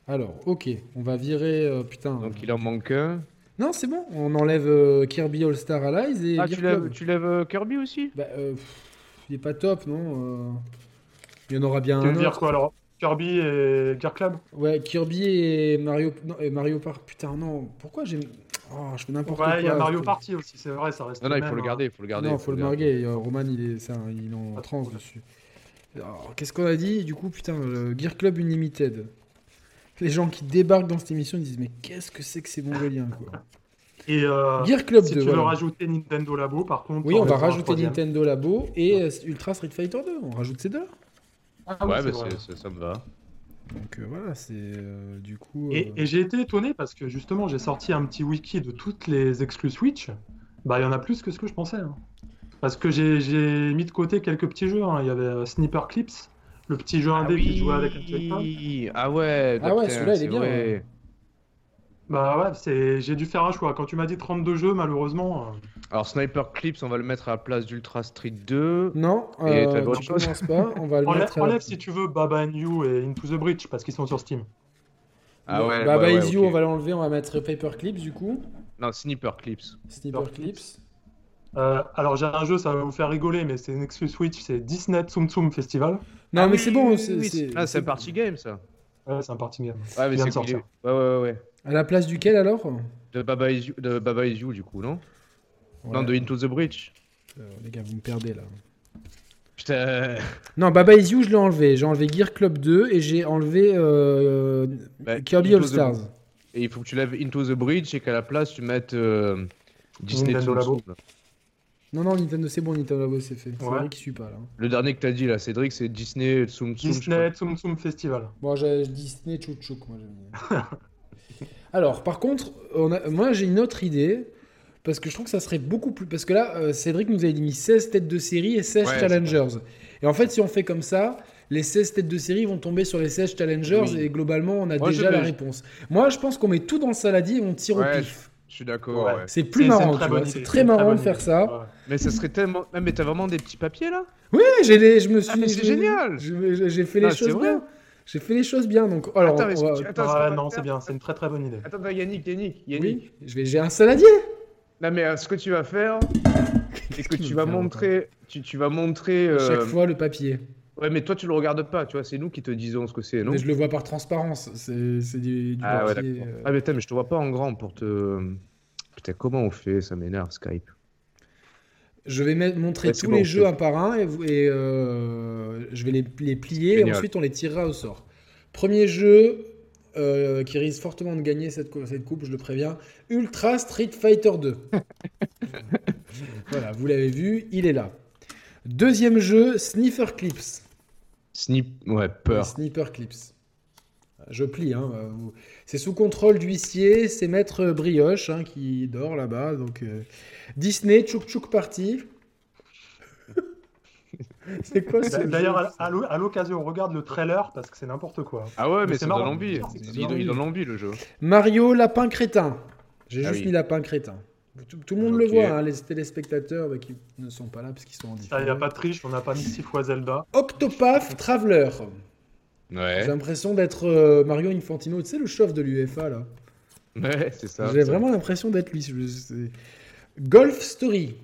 Speaker 1: Alors, ok, on va virer. euh, putain.
Speaker 2: Donc il en manque un.
Speaker 1: Non, c'est bon. On enlève euh, Kirby All Star Allies et
Speaker 2: Ah,
Speaker 1: Gear
Speaker 2: tu lèves,
Speaker 1: Club.
Speaker 2: tu lèves euh, Kirby aussi
Speaker 1: Bah, euh, pff, il est pas top, non euh, Il y en aura bien
Speaker 3: Tu
Speaker 1: un.
Speaker 3: veux dire
Speaker 1: autre.
Speaker 3: quoi alors Kirby et Gear Club
Speaker 1: Ouais, Kirby et Mario, non, et Mario Park. Putain, non. Pourquoi j'ai. Oh, je fais n'importe quoi.
Speaker 3: Ouais, il y a Mario
Speaker 1: ce-
Speaker 3: Party aussi, c'est vrai, ça reste.
Speaker 2: Non, non,
Speaker 3: le
Speaker 2: il faut
Speaker 3: même,
Speaker 2: le
Speaker 3: hein.
Speaker 2: garder, il faut le garder.
Speaker 1: non, faut le
Speaker 2: garder.
Speaker 1: marguer. euh, Roman, il est, ça, il est en transe dessus. Alors, Qu'est-ce qu'on a dit Du coup, putain, le Gear Club Unlimited. Les gens qui débarquent dans cette émission ils disent Mais qu'est-ce que c'est que ces mongoliens quoi
Speaker 3: Et euh,
Speaker 1: Gear Club
Speaker 3: si
Speaker 1: 2.
Speaker 3: tu veux
Speaker 1: voilà.
Speaker 3: rajouter Nintendo Labo, par contre.
Speaker 1: Oui, on va
Speaker 3: mettra un
Speaker 1: rajouter
Speaker 3: troisième.
Speaker 1: Nintendo Labo et euh, Ultra Street Fighter 2. On rajoute ces deux.
Speaker 3: Ah oui,
Speaker 2: Ouais,
Speaker 3: c'est
Speaker 2: bah,
Speaker 3: vrai.
Speaker 2: c'est- c'est- ça me va.
Speaker 1: Donc euh, voilà, c'est euh, du coup.
Speaker 3: Et,
Speaker 1: euh,
Speaker 3: et j'ai été étonné parce que justement, j'ai sorti un petit wiki de toutes les exclus Switch. Bah, il y en a plus que ce que je pensais. hein. Parce que j'ai- j'ai mis de côté quelques petits jeux. hein. Il y avait euh, Sniper Clips, le petit jeu indé qui se jouait avec un joypad.
Speaker 2: Ah ouais,
Speaker 1: Ah ouais,
Speaker 2: putain,
Speaker 1: celui-là, il est
Speaker 2: c'est
Speaker 1: bien,
Speaker 2: vrai.
Speaker 1: ouais.
Speaker 3: Bah ouais, c'est- j'ai dû faire un choix. Quand tu m'as dit 32 jeux, malheureusement. euh,
Speaker 2: Alors Sniper Clips, on va le mettre à la place d'Ultra Street 2.
Speaker 1: Non,
Speaker 2: Et t'as
Speaker 1: euh,
Speaker 2: d'autres
Speaker 1: tu
Speaker 2: choses
Speaker 1: commences pas. On va le
Speaker 3: Enlève,
Speaker 1: mettre. euh, à la-
Speaker 3: enlève, si tu veux Baba and You et Into the Breach parce qu'ils sont sur Steam.
Speaker 2: Ah ouais,
Speaker 1: Bah,
Speaker 2: ouais,
Speaker 1: bah,
Speaker 2: ouais,
Speaker 1: Is You,
Speaker 2: ok.
Speaker 1: on va l'enlever. On va mettre Paper Clips du coup.
Speaker 2: Non, Sniper Clips.
Speaker 1: Sniper
Speaker 3: Paper
Speaker 1: Clips.
Speaker 3: Euh, alors j'ai un jeu, ça va vous faire rigoler, mais c'est une exclus Switch, c'est Disney Tsum Tsum Festival.
Speaker 1: Non,
Speaker 2: Ah
Speaker 1: mais
Speaker 2: oui,
Speaker 1: c'est bon.
Speaker 2: oui,
Speaker 1: c'est-
Speaker 2: oui,
Speaker 1: c'est-
Speaker 2: Ah, c'est un party game ça.
Speaker 3: Ouais, c'est un party game.
Speaker 2: Ouais, mais c'est
Speaker 3: Vient de
Speaker 2: cool.
Speaker 3: sortir.
Speaker 2: Ouais, ouais, ouais.
Speaker 1: À la place duquel alors
Speaker 2: De Baba Is You, de Baba Is You, du coup, non Non,
Speaker 1: Ouais,
Speaker 2: de Into the Breach.
Speaker 1: euh, les gars, vous me perdez là.
Speaker 2: Putain.
Speaker 1: Non, Baba Is You, je l'ai enlevé. J'ai enlevé Gear Club 2 et j'ai enlevé euh,
Speaker 2: Bah,
Speaker 1: Kirby
Speaker 2: Into
Speaker 1: All
Speaker 2: the-
Speaker 1: Stars.
Speaker 2: Et il faut que tu lèves Into the Bridge et qu'à la place tu mettes euh, Disney
Speaker 3: Nintendo
Speaker 2: Tsum
Speaker 3: Labo.
Speaker 2: Tsum.
Speaker 1: Non, non, Nintendo, c'est bon, Nintendo Labo, c'est fait. C'est
Speaker 3: Ouais.
Speaker 1: vrai qui suit pas là.
Speaker 2: Le dernier que t'as dit là, Cédric, c'est Disney Tsum Tsum. je
Speaker 3: Disney Tsum Tsum Festival.
Speaker 1: Bon, j'ai Disney Chouchouk, moi j'aime bien. Alors, par contre, on a- moi j'ai une autre idée. Parce que je trouve que ça serait beaucoup plus. Parce que là, euh, Cédric nous avait mis 16 têtes de série et 16
Speaker 2: Ouais, c'est
Speaker 1: challengers. Et en fait, si on fait comme ça, les 16 têtes de série vont tomber sur les 16 challengers
Speaker 2: Oui.
Speaker 1: et globalement, on a
Speaker 2: Moi, je
Speaker 1: déjà la
Speaker 2: vais-
Speaker 1: réponse. Moi, je pense qu'on met tout dans le saladier et on tire au
Speaker 2: Ouais,
Speaker 1: pif.
Speaker 2: Je suis d'accord. Ouais.
Speaker 3: Ouais.
Speaker 1: C'est plus
Speaker 3: C'est- c'est une
Speaker 1: marrant,
Speaker 3: très
Speaker 1: tu
Speaker 3: bonne
Speaker 1: vois.
Speaker 3: idée,
Speaker 1: C'est
Speaker 3: c'est
Speaker 1: très
Speaker 3: une très
Speaker 1: marrant de
Speaker 3: bonne
Speaker 1: faire
Speaker 3: idée.
Speaker 1: ça.
Speaker 3: Ouais.
Speaker 2: Mais ça serait tellement. Ah, mais t'as vraiment des petits papiers là
Speaker 1: Ouais, j'ai les- je me suis.
Speaker 2: Ah, mais c'est
Speaker 1: j'ai-
Speaker 2: génial.
Speaker 1: je- je- J'ai fait
Speaker 2: Non,
Speaker 1: les
Speaker 2: c'est
Speaker 1: choses
Speaker 2: vrai.
Speaker 1: bien. J'ai fait les choses bien. Donc, alors,
Speaker 2: Attends,
Speaker 1: on
Speaker 2: est-ce
Speaker 1: va-
Speaker 2: que tu- attends, est-ce qu'on
Speaker 3: Ouais,
Speaker 2: va
Speaker 3: Ah, non,
Speaker 2: le
Speaker 3: c'est
Speaker 2: faire
Speaker 3: bien, c'est une très très bonne idée.
Speaker 2: Attends, attends, Yannick, Yannick, Yannick.
Speaker 1: Oui, je vais- j'ai un saladier.
Speaker 2: Non mais euh, ce que tu vas faire, c'est que
Speaker 1: qu'il
Speaker 2: tu
Speaker 1: me
Speaker 2: vas
Speaker 1: fait,
Speaker 2: montrer, tu, tu vas montrer. euh,
Speaker 1: Chaque fois, le papier.
Speaker 2: Ouais, mais toi tu le regardes pas, tu vois, c'est nous qui te disons ce que c'est, non
Speaker 1: Mais je le vois par transparence. C'est c'est du, du
Speaker 2: Ah ouais,
Speaker 1: papier,
Speaker 2: d'accord.
Speaker 1: euh.
Speaker 2: Ah mais attends, mais je te vois pas en grand pour te. Putain, comment on fait Ça m'énerve Skype.
Speaker 1: Je vais mettre- montrer
Speaker 2: Ouais, c'est
Speaker 1: tous
Speaker 2: bon,
Speaker 1: les
Speaker 2: je
Speaker 1: jeux
Speaker 2: sais.
Speaker 1: un par un et, vous- et, euh, je vais les, les plier et
Speaker 2: Génial.
Speaker 1: ensuite on les tirera au sort. Premier jeu euh, qui risque fortement de gagner cette, cou- cette coupe, je le préviens, Ultra Street Fighter 2. voilà, vous l'avez vu, il est là. Deuxième jeu, Sniffer Clips.
Speaker 2: Snip, ouais,
Speaker 1: Les
Speaker 2: peur.
Speaker 1: Sniper Clips. Je plie. hein, euh, vous- C'est sous contrôle d'huissier. C'est Maître Brioche hein, qui dort là-bas. Donc euh, Disney, Chouk Chouk Party. C'est quoi ce jeu
Speaker 3: D'ailleurs, à- à l'o- à l'occasion, on regarde le trailer parce que c'est n'importe quoi.
Speaker 2: Ah ouais,
Speaker 3: Mais
Speaker 2: mais,
Speaker 3: c'est
Speaker 2: ça
Speaker 3: marrant.
Speaker 2: donne envie.
Speaker 3: C'est
Speaker 2: Il,
Speaker 3: marrant.
Speaker 2: il donne envie le jeu.
Speaker 1: Mario Lapin Crétin. J'ai
Speaker 2: Ah
Speaker 1: juste
Speaker 2: oui.
Speaker 1: mis Lapin Crétin. Tout, tout le monde le
Speaker 2: Ok.
Speaker 1: voit, hein, les téléspectateurs bah, qui ne sont pas là parce qu'ils sont en
Speaker 3: Il n'y a
Speaker 1: différé.
Speaker 3: pas de triche, on n'a pas mis six fois Zelda.
Speaker 1: Octopath Traveler. J'ai
Speaker 2: Ouais,
Speaker 1: l'impression d'être euh, Mario Infantino, tu sais, le chef de l'UEFA là.
Speaker 2: ouais c'est ça.
Speaker 1: J'ai
Speaker 2: ça.
Speaker 1: vraiment l'impression d'être lui. je- c'est- Golf Story.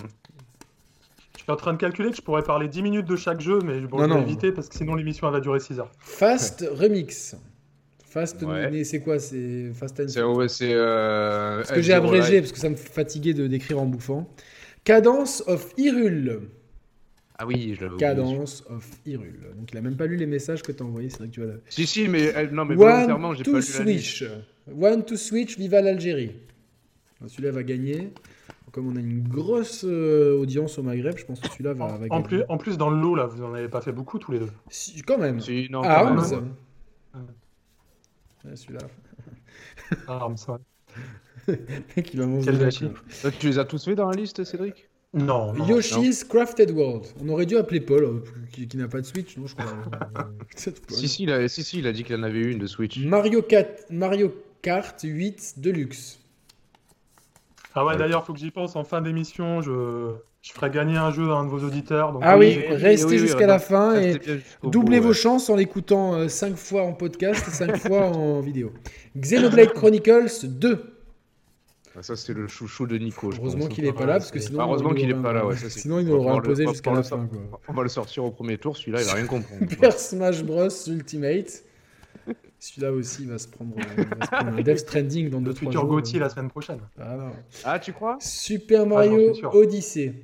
Speaker 3: Je suis en train de calculer que je pourrais parler 10 minutes de chaque jeu, mais bon,
Speaker 1: Non,
Speaker 3: je vais
Speaker 1: non.
Speaker 3: éviter parce que sinon l'émission elle va durer 6 heures.
Speaker 1: Fast Remix. Fast,
Speaker 2: Ouais.
Speaker 1: mais c'est quoi C'est Fast and
Speaker 2: C'est ouais, c'est. Euh,
Speaker 1: Parce que j'ai
Speaker 2: F-Zero
Speaker 1: abrégé,
Speaker 2: Live.
Speaker 1: parce que ça me fatiguait de décrire en bouffant. Cadence of Hyrule.
Speaker 2: Ah oui, je l'avais oublié.
Speaker 1: Cadence of Hyrule. Donc il a même pas lu les messages que t'as envoyés, c'est vrai que tu vas le-
Speaker 2: Si, si, mais, elle- non, mais volontairement,
Speaker 1: One
Speaker 2: j'ai
Speaker 1: to
Speaker 2: pas lu la liste.
Speaker 1: Switch. One to Switch, viva l'Algérie. Bon, Celui-là va gagner. Comme on a une grosse euh, audience au Maghreb, je pense que celui-là va, va
Speaker 3: En, en
Speaker 1: gagner.
Speaker 3: plus, en plus, dans le lot, là, vous n'en avez pas fait beaucoup tous les deux.
Speaker 1: Si- quand même.
Speaker 2: Si, non, quand même.
Speaker 1: Arms.
Speaker 3: Ouais.
Speaker 1: Ah. Ouais, celui-là.
Speaker 3: Ah, mais ça-
Speaker 1: Qui va manger
Speaker 3: Quel
Speaker 1: la
Speaker 3: gâchis.
Speaker 1: couleur.
Speaker 2: Toi, tu les as tous fait dans la liste, Cédric
Speaker 3: Non, non.
Speaker 1: Yoshi's Crafted World. On aurait dû appeler Paul, euh, qui, qui n'a pas de Switch, non, je crois. euh, peut-être Paul.
Speaker 2: si si, il a, si, si, il a dit qu'il en avait une de Switch.
Speaker 1: Mario Kart, Mario Kart 8 Deluxe.
Speaker 3: Ah ouais, d'ailleurs, faut que j'y pense en fin d'émission. Je... je ferai gagner un jeu à un de vos auditeurs. donc-
Speaker 1: Ah oui,
Speaker 2: oui,
Speaker 1: restez
Speaker 2: oui, oui,
Speaker 1: jusqu'à
Speaker 2: oui,
Speaker 1: la
Speaker 2: non,
Speaker 1: fin
Speaker 2: Ah,
Speaker 1: et
Speaker 2: c'était bien jusqu'au
Speaker 1: doublez
Speaker 2: bout,
Speaker 1: vos
Speaker 2: ouais.
Speaker 1: chances en l'écoutant 5 fois en podcast et 5 fois en vidéo. Xenoblade Chronicles 2.
Speaker 2: Ah, Ça, c'est le chouchou de Nico. Oh, je
Speaker 1: Heureusement
Speaker 2: pense.
Speaker 1: qu'il n'est pas là, parce que sinon.
Speaker 2: Ah, heureusement
Speaker 1: il
Speaker 2: qu'il
Speaker 1: aura-
Speaker 2: est pas là, ouais, ça, c'est-
Speaker 1: Sinon, il
Speaker 2: on
Speaker 1: nous
Speaker 2: va
Speaker 1: l'aura
Speaker 2: pouvoir le-
Speaker 1: imposé
Speaker 2: on va
Speaker 1: jusqu'à la
Speaker 2: pouvoir
Speaker 1: fin.
Speaker 2: le
Speaker 1: quoi.
Speaker 2: On va le sortir au premier tour, celui-là, il va rien comprendre.
Speaker 1: Super Smash Bros Ultimate. Celui-là aussi va se prendre, euh, va se prendre un Death Stranding dans
Speaker 3: Le
Speaker 1: 2-3
Speaker 3: futur
Speaker 1: jours.
Speaker 3: Gauthier la semaine prochaine.
Speaker 1: Ah, non.
Speaker 2: Ah, tu crois
Speaker 1: Super
Speaker 3: Ah,
Speaker 1: Mario
Speaker 3: j'en suis sûr.
Speaker 1: Odyssey.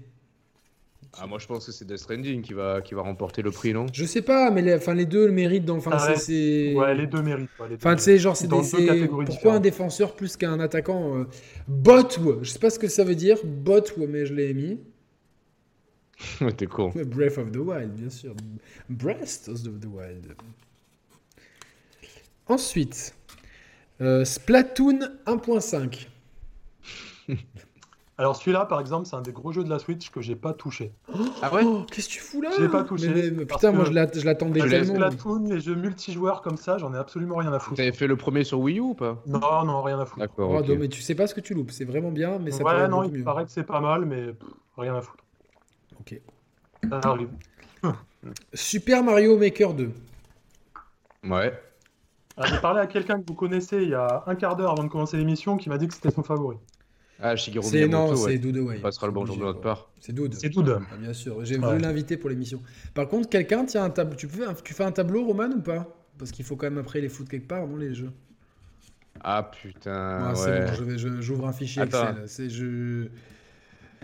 Speaker 2: Ah, moi, je pense que c'est Death Stranding qui va, qui va remporter le prix, non
Speaker 1: Je sais pas, mais les, enfin, les deux le méritent. dans- Enfin,
Speaker 3: Ah
Speaker 1: c'est-
Speaker 3: ouais.
Speaker 1: c'est.
Speaker 3: Ouais, les deux méritent. ouais, les deux
Speaker 1: Enfin, tu sais, genre, c'est
Speaker 3: Dans
Speaker 1: des-
Speaker 3: deux
Speaker 1: c'est-
Speaker 3: catégories
Speaker 1: Pourquoi
Speaker 3: différentes.
Speaker 1: un défenseur plus qu'un attaquant euh, Botw Je sais pas ce que ça veut dire, Botw, mais je l'ai mis.
Speaker 2: T'es con.
Speaker 1: Breath of the Wild, bien sûr. Breath of the Wild. Ensuite, euh, Splatoon 1.5.
Speaker 3: Alors celui-là, par exemple, c'est un des gros jeux de la Switch que j'ai pas touché.
Speaker 2: Ah ouais
Speaker 1: Oh, qu'est-ce que tu fous là
Speaker 3: Je l'ai pas touché,
Speaker 1: Mais- mais-
Speaker 3: parce
Speaker 1: Putain, moi
Speaker 3: que-
Speaker 1: je l'att- je l'attendais
Speaker 2: Je l'ai-
Speaker 1: tellement.
Speaker 3: Splatoon, les jeux multijoueurs comme ça, j'en ai absolument rien à foutre.
Speaker 2: T'avais fait le premier sur Wii U ou pas
Speaker 3: Non, non, rien à foutre.
Speaker 2: D'accord.
Speaker 1: Oh,
Speaker 2: ok.
Speaker 1: non, mais tu sais pas ce que tu loupes, c'est vraiment bien, mais ça peut
Speaker 3: ouais,
Speaker 1: être
Speaker 3: non,
Speaker 1: beaucoup
Speaker 3: il
Speaker 1: mieux.
Speaker 3: paraît que c'est pas mal, mais pff, rien à foutre.
Speaker 1: Ok.
Speaker 3: Ça arrive.
Speaker 1: Super Mario Maker 2.
Speaker 2: Ouais.
Speaker 3: Alors, Ah, J'ai parlé à quelqu'un que vous connaissez il y a un quart d'heure avant de commencer l'émission qui m'a dit que c'était son favori.
Speaker 2: Ah, Shigeru
Speaker 1: C'est
Speaker 2: Miyamoto,
Speaker 1: non, c'est
Speaker 2: ouais.
Speaker 1: Dude Away.
Speaker 2: On passera le bonjour de notre part.
Speaker 1: C'est Dude.
Speaker 3: C'est Doud.
Speaker 1: Ah, bien sûr, j'ai
Speaker 3: Ouais.
Speaker 1: voulu l'inviter pour l'émission. Par contre, quelqu'un tient un tableau. Tu, fais un- tu fais un tableau, Roman, ou pas Parce qu'il faut quand même après les foutre quelque part, non, les jeux.
Speaker 2: Ah putain,
Speaker 1: Ouais,
Speaker 2: ouais.
Speaker 1: C'est bon, je vais- je- j'ouvre un fichier
Speaker 2: Attends.
Speaker 1: Excel. C'est je.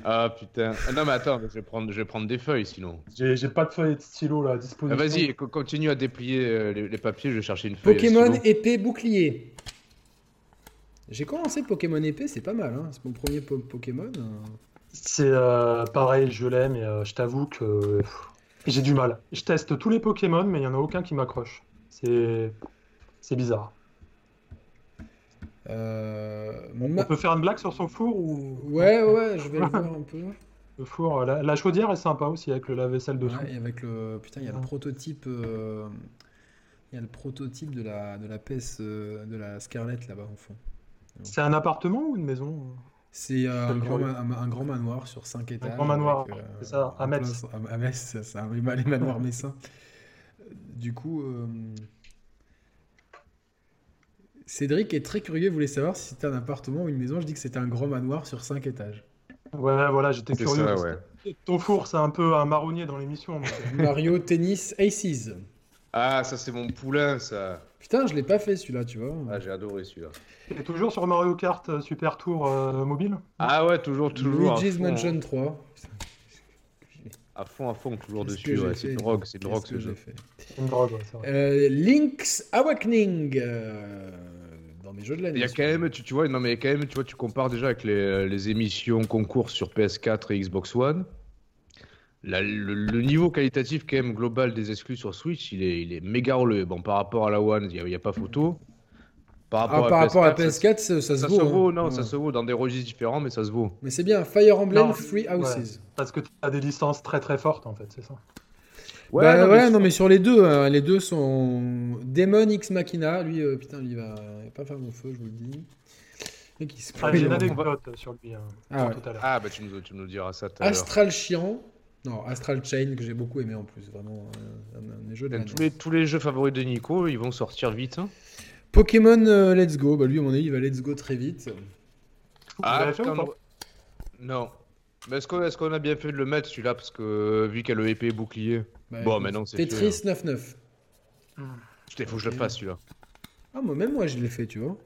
Speaker 2: Ah putain. Ah, Non mais attends, mais je vais prendre, je vais prendre des feuilles sinon.
Speaker 3: J'ai j'ai pas de feuille et de stylo là à
Speaker 2: Ah,
Speaker 3: disposition.
Speaker 2: Vas-y, co- continue à déplier euh, les, les papiers, je vais chercher une feuille.
Speaker 1: Pokémon
Speaker 2: sinon-
Speaker 1: épée bouclier. J'ai commencé Pokémon épée, c'est pas mal. hein. C'est mon premier po- Pokémon. euh.
Speaker 3: C'est euh, pareil, je l'aime et euh, je t'avoue que euh, pff, j'ai du mal. Je teste tous les Pokémon, mais il y en a aucun qui m'accroche. C'est c'est bizarre.
Speaker 1: Euh, mon
Speaker 3: On
Speaker 1: ma-
Speaker 3: peut faire une blague sur son four ou
Speaker 1: Ouais, ouais, je vais le voir un peu.
Speaker 3: le four euh, la, la chaudière est sympa aussi avec le lave-vaisselle dessous.
Speaker 1: Ouais, et avec le putain, il y a le
Speaker 3: Ouais.
Speaker 1: prototype, euh, il y a le prototype de la de la PS euh, de la Scarlett là-bas en fond.
Speaker 3: C'est un appartement ou une maison
Speaker 1: C'est euh, un,
Speaker 3: Quel
Speaker 1: grand,
Speaker 3: curieux.
Speaker 1: ma- un, un grand manoir sur 5 étages.
Speaker 3: grand manoir,
Speaker 1: avec,
Speaker 3: c'est ça, à
Speaker 1: en plein
Speaker 3: Metz.
Speaker 1: cent- à- à Metz, c'est ça, les ma- les manoirs messins. Du coup, euh, Cédric est très curieux, voulait savoir si c'était un appartement ou une maison. Je dis que c'était un grand manoir sur 5 étages.
Speaker 3: Ouais, voilà, j'étais
Speaker 2: C'est
Speaker 3: curieux.
Speaker 2: ça,
Speaker 3: parce
Speaker 2: ouais.
Speaker 3: que Ton four, c'est un peu un marronnier dans l'émission. donc, euh,
Speaker 1: Mario Tennis Aces.
Speaker 2: Ah, ça c'est mon poulain, ça.
Speaker 1: Putain, je l'ai pas fait celui-là, tu vois.
Speaker 2: Ah, j'ai adoré celui-là.
Speaker 3: T'es toujours sur Mario Kart euh, Super Tour euh, mobile
Speaker 2: Ah ouais, toujours, toujours.
Speaker 1: Luigi's
Speaker 2: à fond,
Speaker 1: Mansion 3.
Speaker 2: À fond, à fond, toujours
Speaker 1: Qu'est-ce
Speaker 2: dessus.
Speaker 1: que
Speaker 2: ouais,
Speaker 1: j'ai
Speaker 2: C'est
Speaker 1: fait
Speaker 2: de rock, c'est de rock
Speaker 1: Qu'est-ce que
Speaker 2: ce
Speaker 1: j'ai
Speaker 2: jeu.
Speaker 1: fait
Speaker 3: C'est une drogue, ouais, c'est vrai.
Speaker 1: Euh, Link's Awakening euh, dans mes jeux de E l'année.
Speaker 2: Il y a quand
Speaker 1: celui-là.
Speaker 2: même, tu, tu vois, non mais il y a quand même, tu vois, tu compares déjà avec les, euh, les émissions concours sur PS4 et Xbox One. La- le, le niveau qualitatif quand même global des exclus sur Switch, il est, il est méga relevé. Bon, par rapport à la One, il n'y a, il y a pas photo. Par
Speaker 1: Ah,
Speaker 2: rapport,
Speaker 1: par
Speaker 2: à,
Speaker 1: rapport à
Speaker 2: PS4, ça-
Speaker 1: PS4, ça, ça
Speaker 2: ça,
Speaker 1: se vaut.
Speaker 2: se
Speaker 1: hein.
Speaker 2: vaut, non,
Speaker 1: Ouais.
Speaker 2: ça se vaut dans des registres différents, mais ça se vaut.
Speaker 1: Mais c'est bien, Fire Emblem
Speaker 3: Non,
Speaker 1: Free
Speaker 3: ouais.
Speaker 1: Houses.
Speaker 3: Parce que tu as des licences très très fortes en fait, c'est ça.
Speaker 1: Ouais, bah, ouais, non, mais sur les deux, hein, les deux sont. Demon X Machina, lui, euh, putain, lui, il va... il va pas faire mon feu, je vous le dis. Le Mec, il se
Speaker 3: Ah,
Speaker 1: prend-
Speaker 3: J'ai une anecdote sur lui hein,
Speaker 1: Ah ouais.
Speaker 3: tout à l'heure.
Speaker 2: Ah, bah tu nous, tu nous diras ça tout à l'heure.
Speaker 1: Astral Chiant. Non, Astral Chain, que j'ai beaucoup aimé en plus, vraiment, euh, un, un des jeux de la
Speaker 2: Tous
Speaker 1: NES.
Speaker 2: les, tous les jeux favoris de Nico, ils vont sortir vite. hein.
Speaker 1: Pokémon euh, Let's Go, bah lui, à mon avis, il va Let's Go très vite.
Speaker 3: Vous
Speaker 2: Ah,
Speaker 3: l'avez fait ou
Speaker 2: quand-
Speaker 3: pas
Speaker 2: Non. Mais est-ce qu'on est-ce qu'on a bien fait de le mettre celui-là Parce que euh, vu qu'elle a le épée et bouclier,
Speaker 1: Bah,
Speaker 2: Bon,
Speaker 1: écoute,
Speaker 2: maintenant, c'est
Speaker 1: Tetris 99.
Speaker 2: putain, faut que je le
Speaker 1: Ok.
Speaker 2: fasse celui-là.
Speaker 1: Ah, moi, même moi, je l'ai fait, tu vois.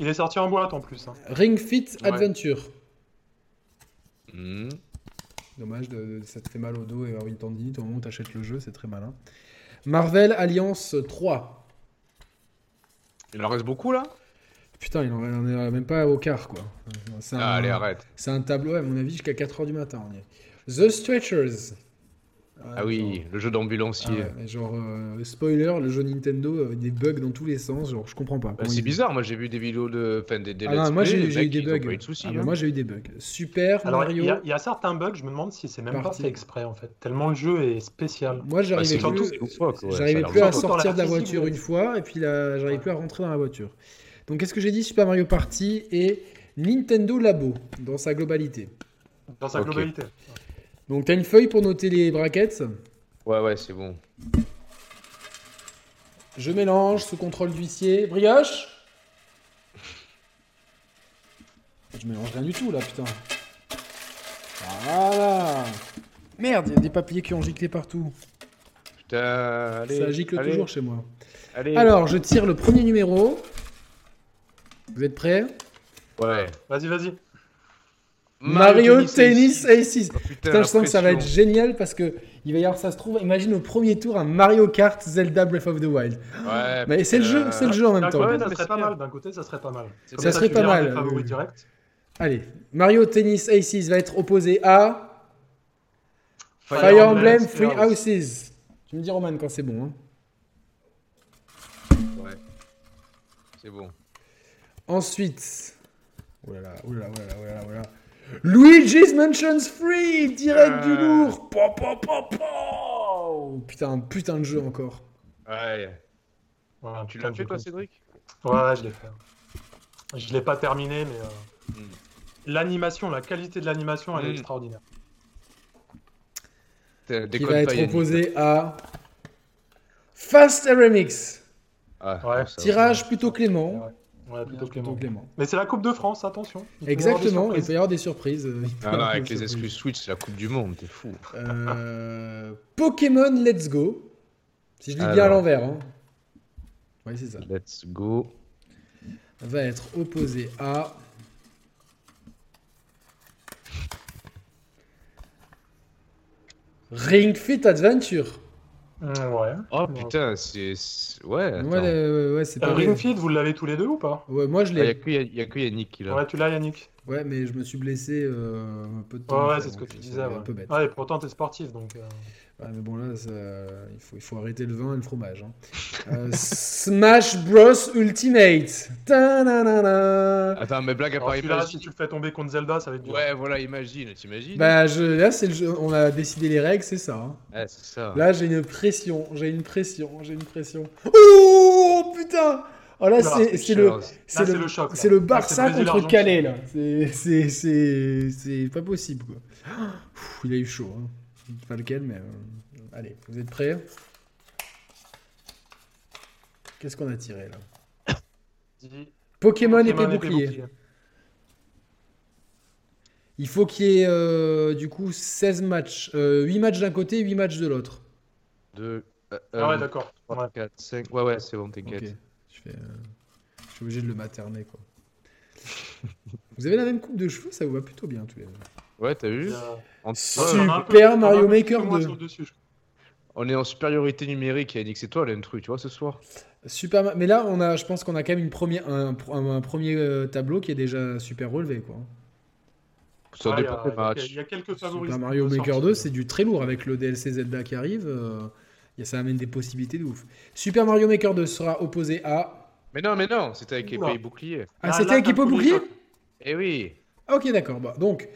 Speaker 3: Il est sorti en boîte en plus. hein.
Speaker 1: Ring Fit
Speaker 2: Ouais.
Speaker 1: Adventure.
Speaker 2: Hmm.
Speaker 1: Dommage, de- de- ça te fait mal au dos et avoir une tendinite au moment où t'achètes le jeu, c'est très malin. Marvel Alliance 3.
Speaker 2: Il en reste beaucoup là
Speaker 1: Putain, il en il en est même pas au quart, quoi. C'est un,
Speaker 2: Ah, Allez, arrête.
Speaker 1: c'est un tableau, à mon avis, jusqu'à 4h du matin. On y est. The Stretchers.
Speaker 2: Ah oui, le jeu d'ambulancier.
Speaker 1: Ah ouais, mais genre, euh, spoiler, le jeu Nintendo avec des bugs dans tous les sens, genre, je comprends pas.
Speaker 2: Bah,
Speaker 1: Comment
Speaker 2: c'est
Speaker 1: ils-
Speaker 2: bizarre, moi j'ai vu des vidéos de. Enfin, des, des
Speaker 1: Ah
Speaker 2: let's
Speaker 1: non, moi,
Speaker 2: play,
Speaker 1: j'ai
Speaker 2: les
Speaker 1: j'ai eu
Speaker 2: mecs,
Speaker 1: des
Speaker 2: ils ont
Speaker 1: bugs.
Speaker 2: pas eu de soucis,
Speaker 1: Ah,
Speaker 2: hein.
Speaker 1: bah, moi, j'ai eu des bugs. Super
Speaker 3: Alors il
Speaker 1: Mario.
Speaker 3: y, a- il y a certains bugs, je me demande si c'est même
Speaker 1: Parti.
Speaker 3: pas fait exprès en fait. Tellement le jeu est spécial.
Speaker 1: Moi,
Speaker 2: Bah,
Speaker 1: j'arrivais
Speaker 2: c'est
Speaker 3: surtout-
Speaker 1: plus...
Speaker 2: c'est loufoque, ouais, ça a
Speaker 1: J'arrivais
Speaker 2: l'air
Speaker 1: plus à
Speaker 2: loufoque.
Speaker 3: Surtout dans la
Speaker 1: sortir de la
Speaker 3: physique,
Speaker 1: voiture
Speaker 3: ouais.
Speaker 1: une fois, et puis là, j'arrivais
Speaker 3: Ouais.
Speaker 1: plus à rentrer dans la voiture. Donc, qu'est-ce que j'ai dit Super Mario Party et Nintendo Labo, dans sa globalité.
Speaker 3: Dans sa
Speaker 2: Ok.
Speaker 3: globalité.
Speaker 1: Donc, t'as une feuille pour noter les brackets.
Speaker 2: Ouais, ouais, c'est bon.
Speaker 1: Je mélange sous contrôle d'huissier. Brioche Je mélange rien du tout, là, putain. Voilà Merde, il y a des papiers qui ont giclé partout.
Speaker 2: Putain, allez.
Speaker 1: Ça gicle
Speaker 2: allez,
Speaker 1: toujours chez moi.
Speaker 2: Allez.
Speaker 1: Alors, je tire le premier numéro. Vous êtes prêts
Speaker 2: Ouais.
Speaker 3: Vas-y, vas-y.
Speaker 1: Mario, Tennis
Speaker 2: Tennis
Speaker 1: Aces.
Speaker 2: Oh,
Speaker 1: Putain,
Speaker 2: la
Speaker 1: je sens que ça va être
Speaker 2: pression.
Speaker 1: génial parce que il va y avoir, ça se trouve, imagine au premier tour un Mario Kart Zelda Breath of the Wild.
Speaker 2: Ouais,
Speaker 1: Mais c'est le
Speaker 2: putain.
Speaker 1: jeu, c'est le jeu en même
Speaker 3: D'un
Speaker 1: temps.
Speaker 3: côté,
Speaker 2: Ouais,
Speaker 3: ça
Speaker 2: mais
Speaker 3: serait
Speaker 2: c'est
Speaker 3: pas
Speaker 2: bien.
Speaker 3: mal. D'un côté, ça serait pas mal.
Speaker 2: C'est
Speaker 3: Comme
Speaker 1: Ça serait
Speaker 3: tu
Speaker 1: pas
Speaker 3: verras
Speaker 1: mal,
Speaker 3: tes favoris
Speaker 1: euh,
Speaker 3: directs.
Speaker 1: Allez, Mario Tennis Aces va être opposé à
Speaker 2: Fire
Speaker 1: Fire,
Speaker 3: Emblem
Speaker 1: Emblem Free
Speaker 3: Free
Speaker 1: Houses. Tu me dis Roman quand c'est bon. hein.
Speaker 2: Ouais. C'est bon.
Speaker 1: Ensuite, oh là là, oh là là, oh là là, oh là là, oh là là. Luigi's Mansions Free, direct du
Speaker 2: Euh.
Speaker 1: lourd. Po, po, po, po. Putain, un putain de jeu encore.
Speaker 2: Ouais.
Speaker 3: Voilà,
Speaker 2: Tu
Speaker 3: putain,
Speaker 2: l'as fait
Speaker 3: je
Speaker 2: toi,
Speaker 3: l'ai
Speaker 2: Cédric
Speaker 3: Ouais, ouais, je l'ai fait. Je l'ai pas terminé, mais euh,
Speaker 2: Mm.
Speaker 3: l'animation, la qualité de l'animation, elle est
Speaker 2: Mm.
Speaker 3: extraordinaire.
Speaker 2: Putain,
Speaker 1: qui
Speaker 2: euh, déconne
Speaker 1: va
Speaker 2: pas,
Speaker 1: être
Speaker 2: Yannick.
Speaker 1: opposé à Fast Remix.
Speaker 2: Ah,
Speaker 3: Ouais.
Speaker 2: ça va.
Speaker 1: Tirage plutôt clément.
Speaker 3: Ouais, plutôt Clément.
Speaker 1: Plutôt clément.
Speaker 3: Mais c'est la Coupe de France, attention. Il peut y avoir des
Speaker 1: Exactement, il
Speaker 3: surprises.
Speaker 1: peut y avoir des surprises. euh, il peut y
Speaker 2: Ah non,
Speaker 1: avoir
Speaker 2: avec
Speaker 1: des
Speaker 2: les exclus
Speaker 1: surprises.
Speaker 2: Switch, c'est la Coupe du Monde, t'es fou.
Speaker 1: Euh, Pokémon Let's Go. Si je lis bien à
Speaker 2: Alors.
Speaker 1: l'envers. Hein. Ouais, c'est ça.
Speaker 2: Let's go.
Speaker 1: Va être opposé à. Ring Fit Adventure.
Speaker 3: Mm, Ouais.
Speaker 2: Oh
Speaker 3: Ouais.
Speaker 2: putain, c'est. c'est- Ouais, attends.
Speaker 1: Ouais, euh, ouais, c'est
Speaker 3: Euh,
Speaker 1: pas
Speaker 3: Ring Fit, vous l'avez tous les deux ou pas
Speaker 1: Ouais, moi je
Speaker 2: Il n'y a,
Speaker 1: l'ai.
Speaker 2: que- Ah, y a- y a que Yannick qui l'a.
Speaker 3: Ouais, tu l'as, Yannick.
Speaker 1: Ouais, mais je me suis blessé euh, un peu de temps.
Speaker 3: Ouais, ouais,
Speaker 1: après,
Speaker 3: c'est ce que
Speaker 1: donc
Speaker 3: tu
Speaker 1: c'est
Speaker 3: disais. Ouais.
Speaker 1: Un peu bête.
Speaker 3: Ouais, et pourtant, t'es sportif, donc. euh,
Speaker 1: Ouais, mais bon, là, ça- il, faut, il faut arrêter le vin et le fromage. hein. Euh, Smash Bros Ultimate. Ta-na-na-na.
Speaker 3: Ah,
Speaker 2: Attends, mais blague à
Speaker 3: alors
Speaker 2: part,
Speaker 3: celui-là,
Speaker 2: imagine.
Speaker 3: si tu le fais tomber contre Zelda, ça va être dur.
Speaker 2: Ouais, voilà, imagine, t'imagines
Speaker 1: Bah, je, là, c'est le jeu- on a décidé les règles, c'est ça. hein.
Speaker 2: Ouais, Eh, c'est
Speaker 3: Ah.
Speaker 2: ça.
Speaker 1: Là, j'ai une pression, j'ai une pression, j'ai une pression. Oh putain Oh là,
Speaker 3: Oula,
Speaker 1: c'est c'est le,
Speaker 3: Là,
Speaker 1: c'est le,
Speaker 3: choc. là.
Speaker 1: c'est le
Speaker 3: Là,
Speaker 1: Barça
Speaker 3: Brésil,
Speaker 1: contre
Speaker 3: Argentine.
Speaker 1: Calais, là. C'est- C'est c'est- c'est pas possible, quoi. Pff, il a eu chaud. Hein. Je sais Pas lequel, mais. euh, Allez, vous êtes prêts Qu'est-ce qu'on a tiré, là
Speaker 3: Dis-
Speaker 1: Pokémon,
Speaker 3: Pokémon
Speaker 1: épée
Speaker 3: épée
Speaker 1: bouclier.
Speaker 3: bouclier.
Speaker 1: Il faut qu'il y ait, euh, du coup, 16 matchs. Euh, 8 matchs d'un côté, 8 matchs de l'autre.
Speaker 2: 2,
Speaker 3: Ah ouais, d'accord. Ouais.
Speaker 2: 4, 5. Ouais, ouais, c'est bon, t'inquiète.
Speaker 1: Ok. Je, fais, euh, je suis obligé de le materner, quoi. Vous avez la même coupe de cheveux, ça vous va plutôt bien, tous les deux.
Speaker 2: Ouais, t'as vu
Speaker 3: Euh,
Speaker 2: on,
Speaker 1: Super
Speaker 3: on a un peu- on a un
Speaker 1: Mario
Speaker 3: peu plus
Speaker 1: Maker
Speaker 3: que moi
Speaker 1: 2.
Speaker 3: sur le dessus, je crois.
Speaker 2: on est en supériorité numérique, Yannick, c'est toi l'intrus, tu vois, ce soir.
Speaker 1: Super, Ma- mais là, on a, je pense qu'on a quand même une première, un, un- un premier euh, tableau qui est déjà super relevé, quoi.
Speaker 2: Ça
Speaker 3: Ouais, il y a-
Speaker 2: dépend des matchs.
Speaker 3: Il y a quelques favoris.
Speaker 1: Super Mario
Speaker 3: de
Speaker 1: Maker
Speaker 3: sortie,
Speaker 1: 2, c'est du très lourd avec le DLC Zelda qui arrive. euh, y a- ça amène des possibilités de ouf. Super Mario Maker 2 sera opposé à
Speaker 2: Mais non, mais non, c'était avec épée
Speaker 3: Oula.
Speaker 2: et bouclier.
Speaker 1: Ah,
Speaker 3: Là,
Speaker 1: c'était
Speaker 3: là,
Speaker 1: avec
Speaker 3: t'as
Speaker 1: Hippo
Speaker 3: tout
Speaker 1: Bouclier
Speaker 3: mis,
Speaker 2: Eh oui,
Speaker 1: Ah, Ok, d'accord. Bah, donc,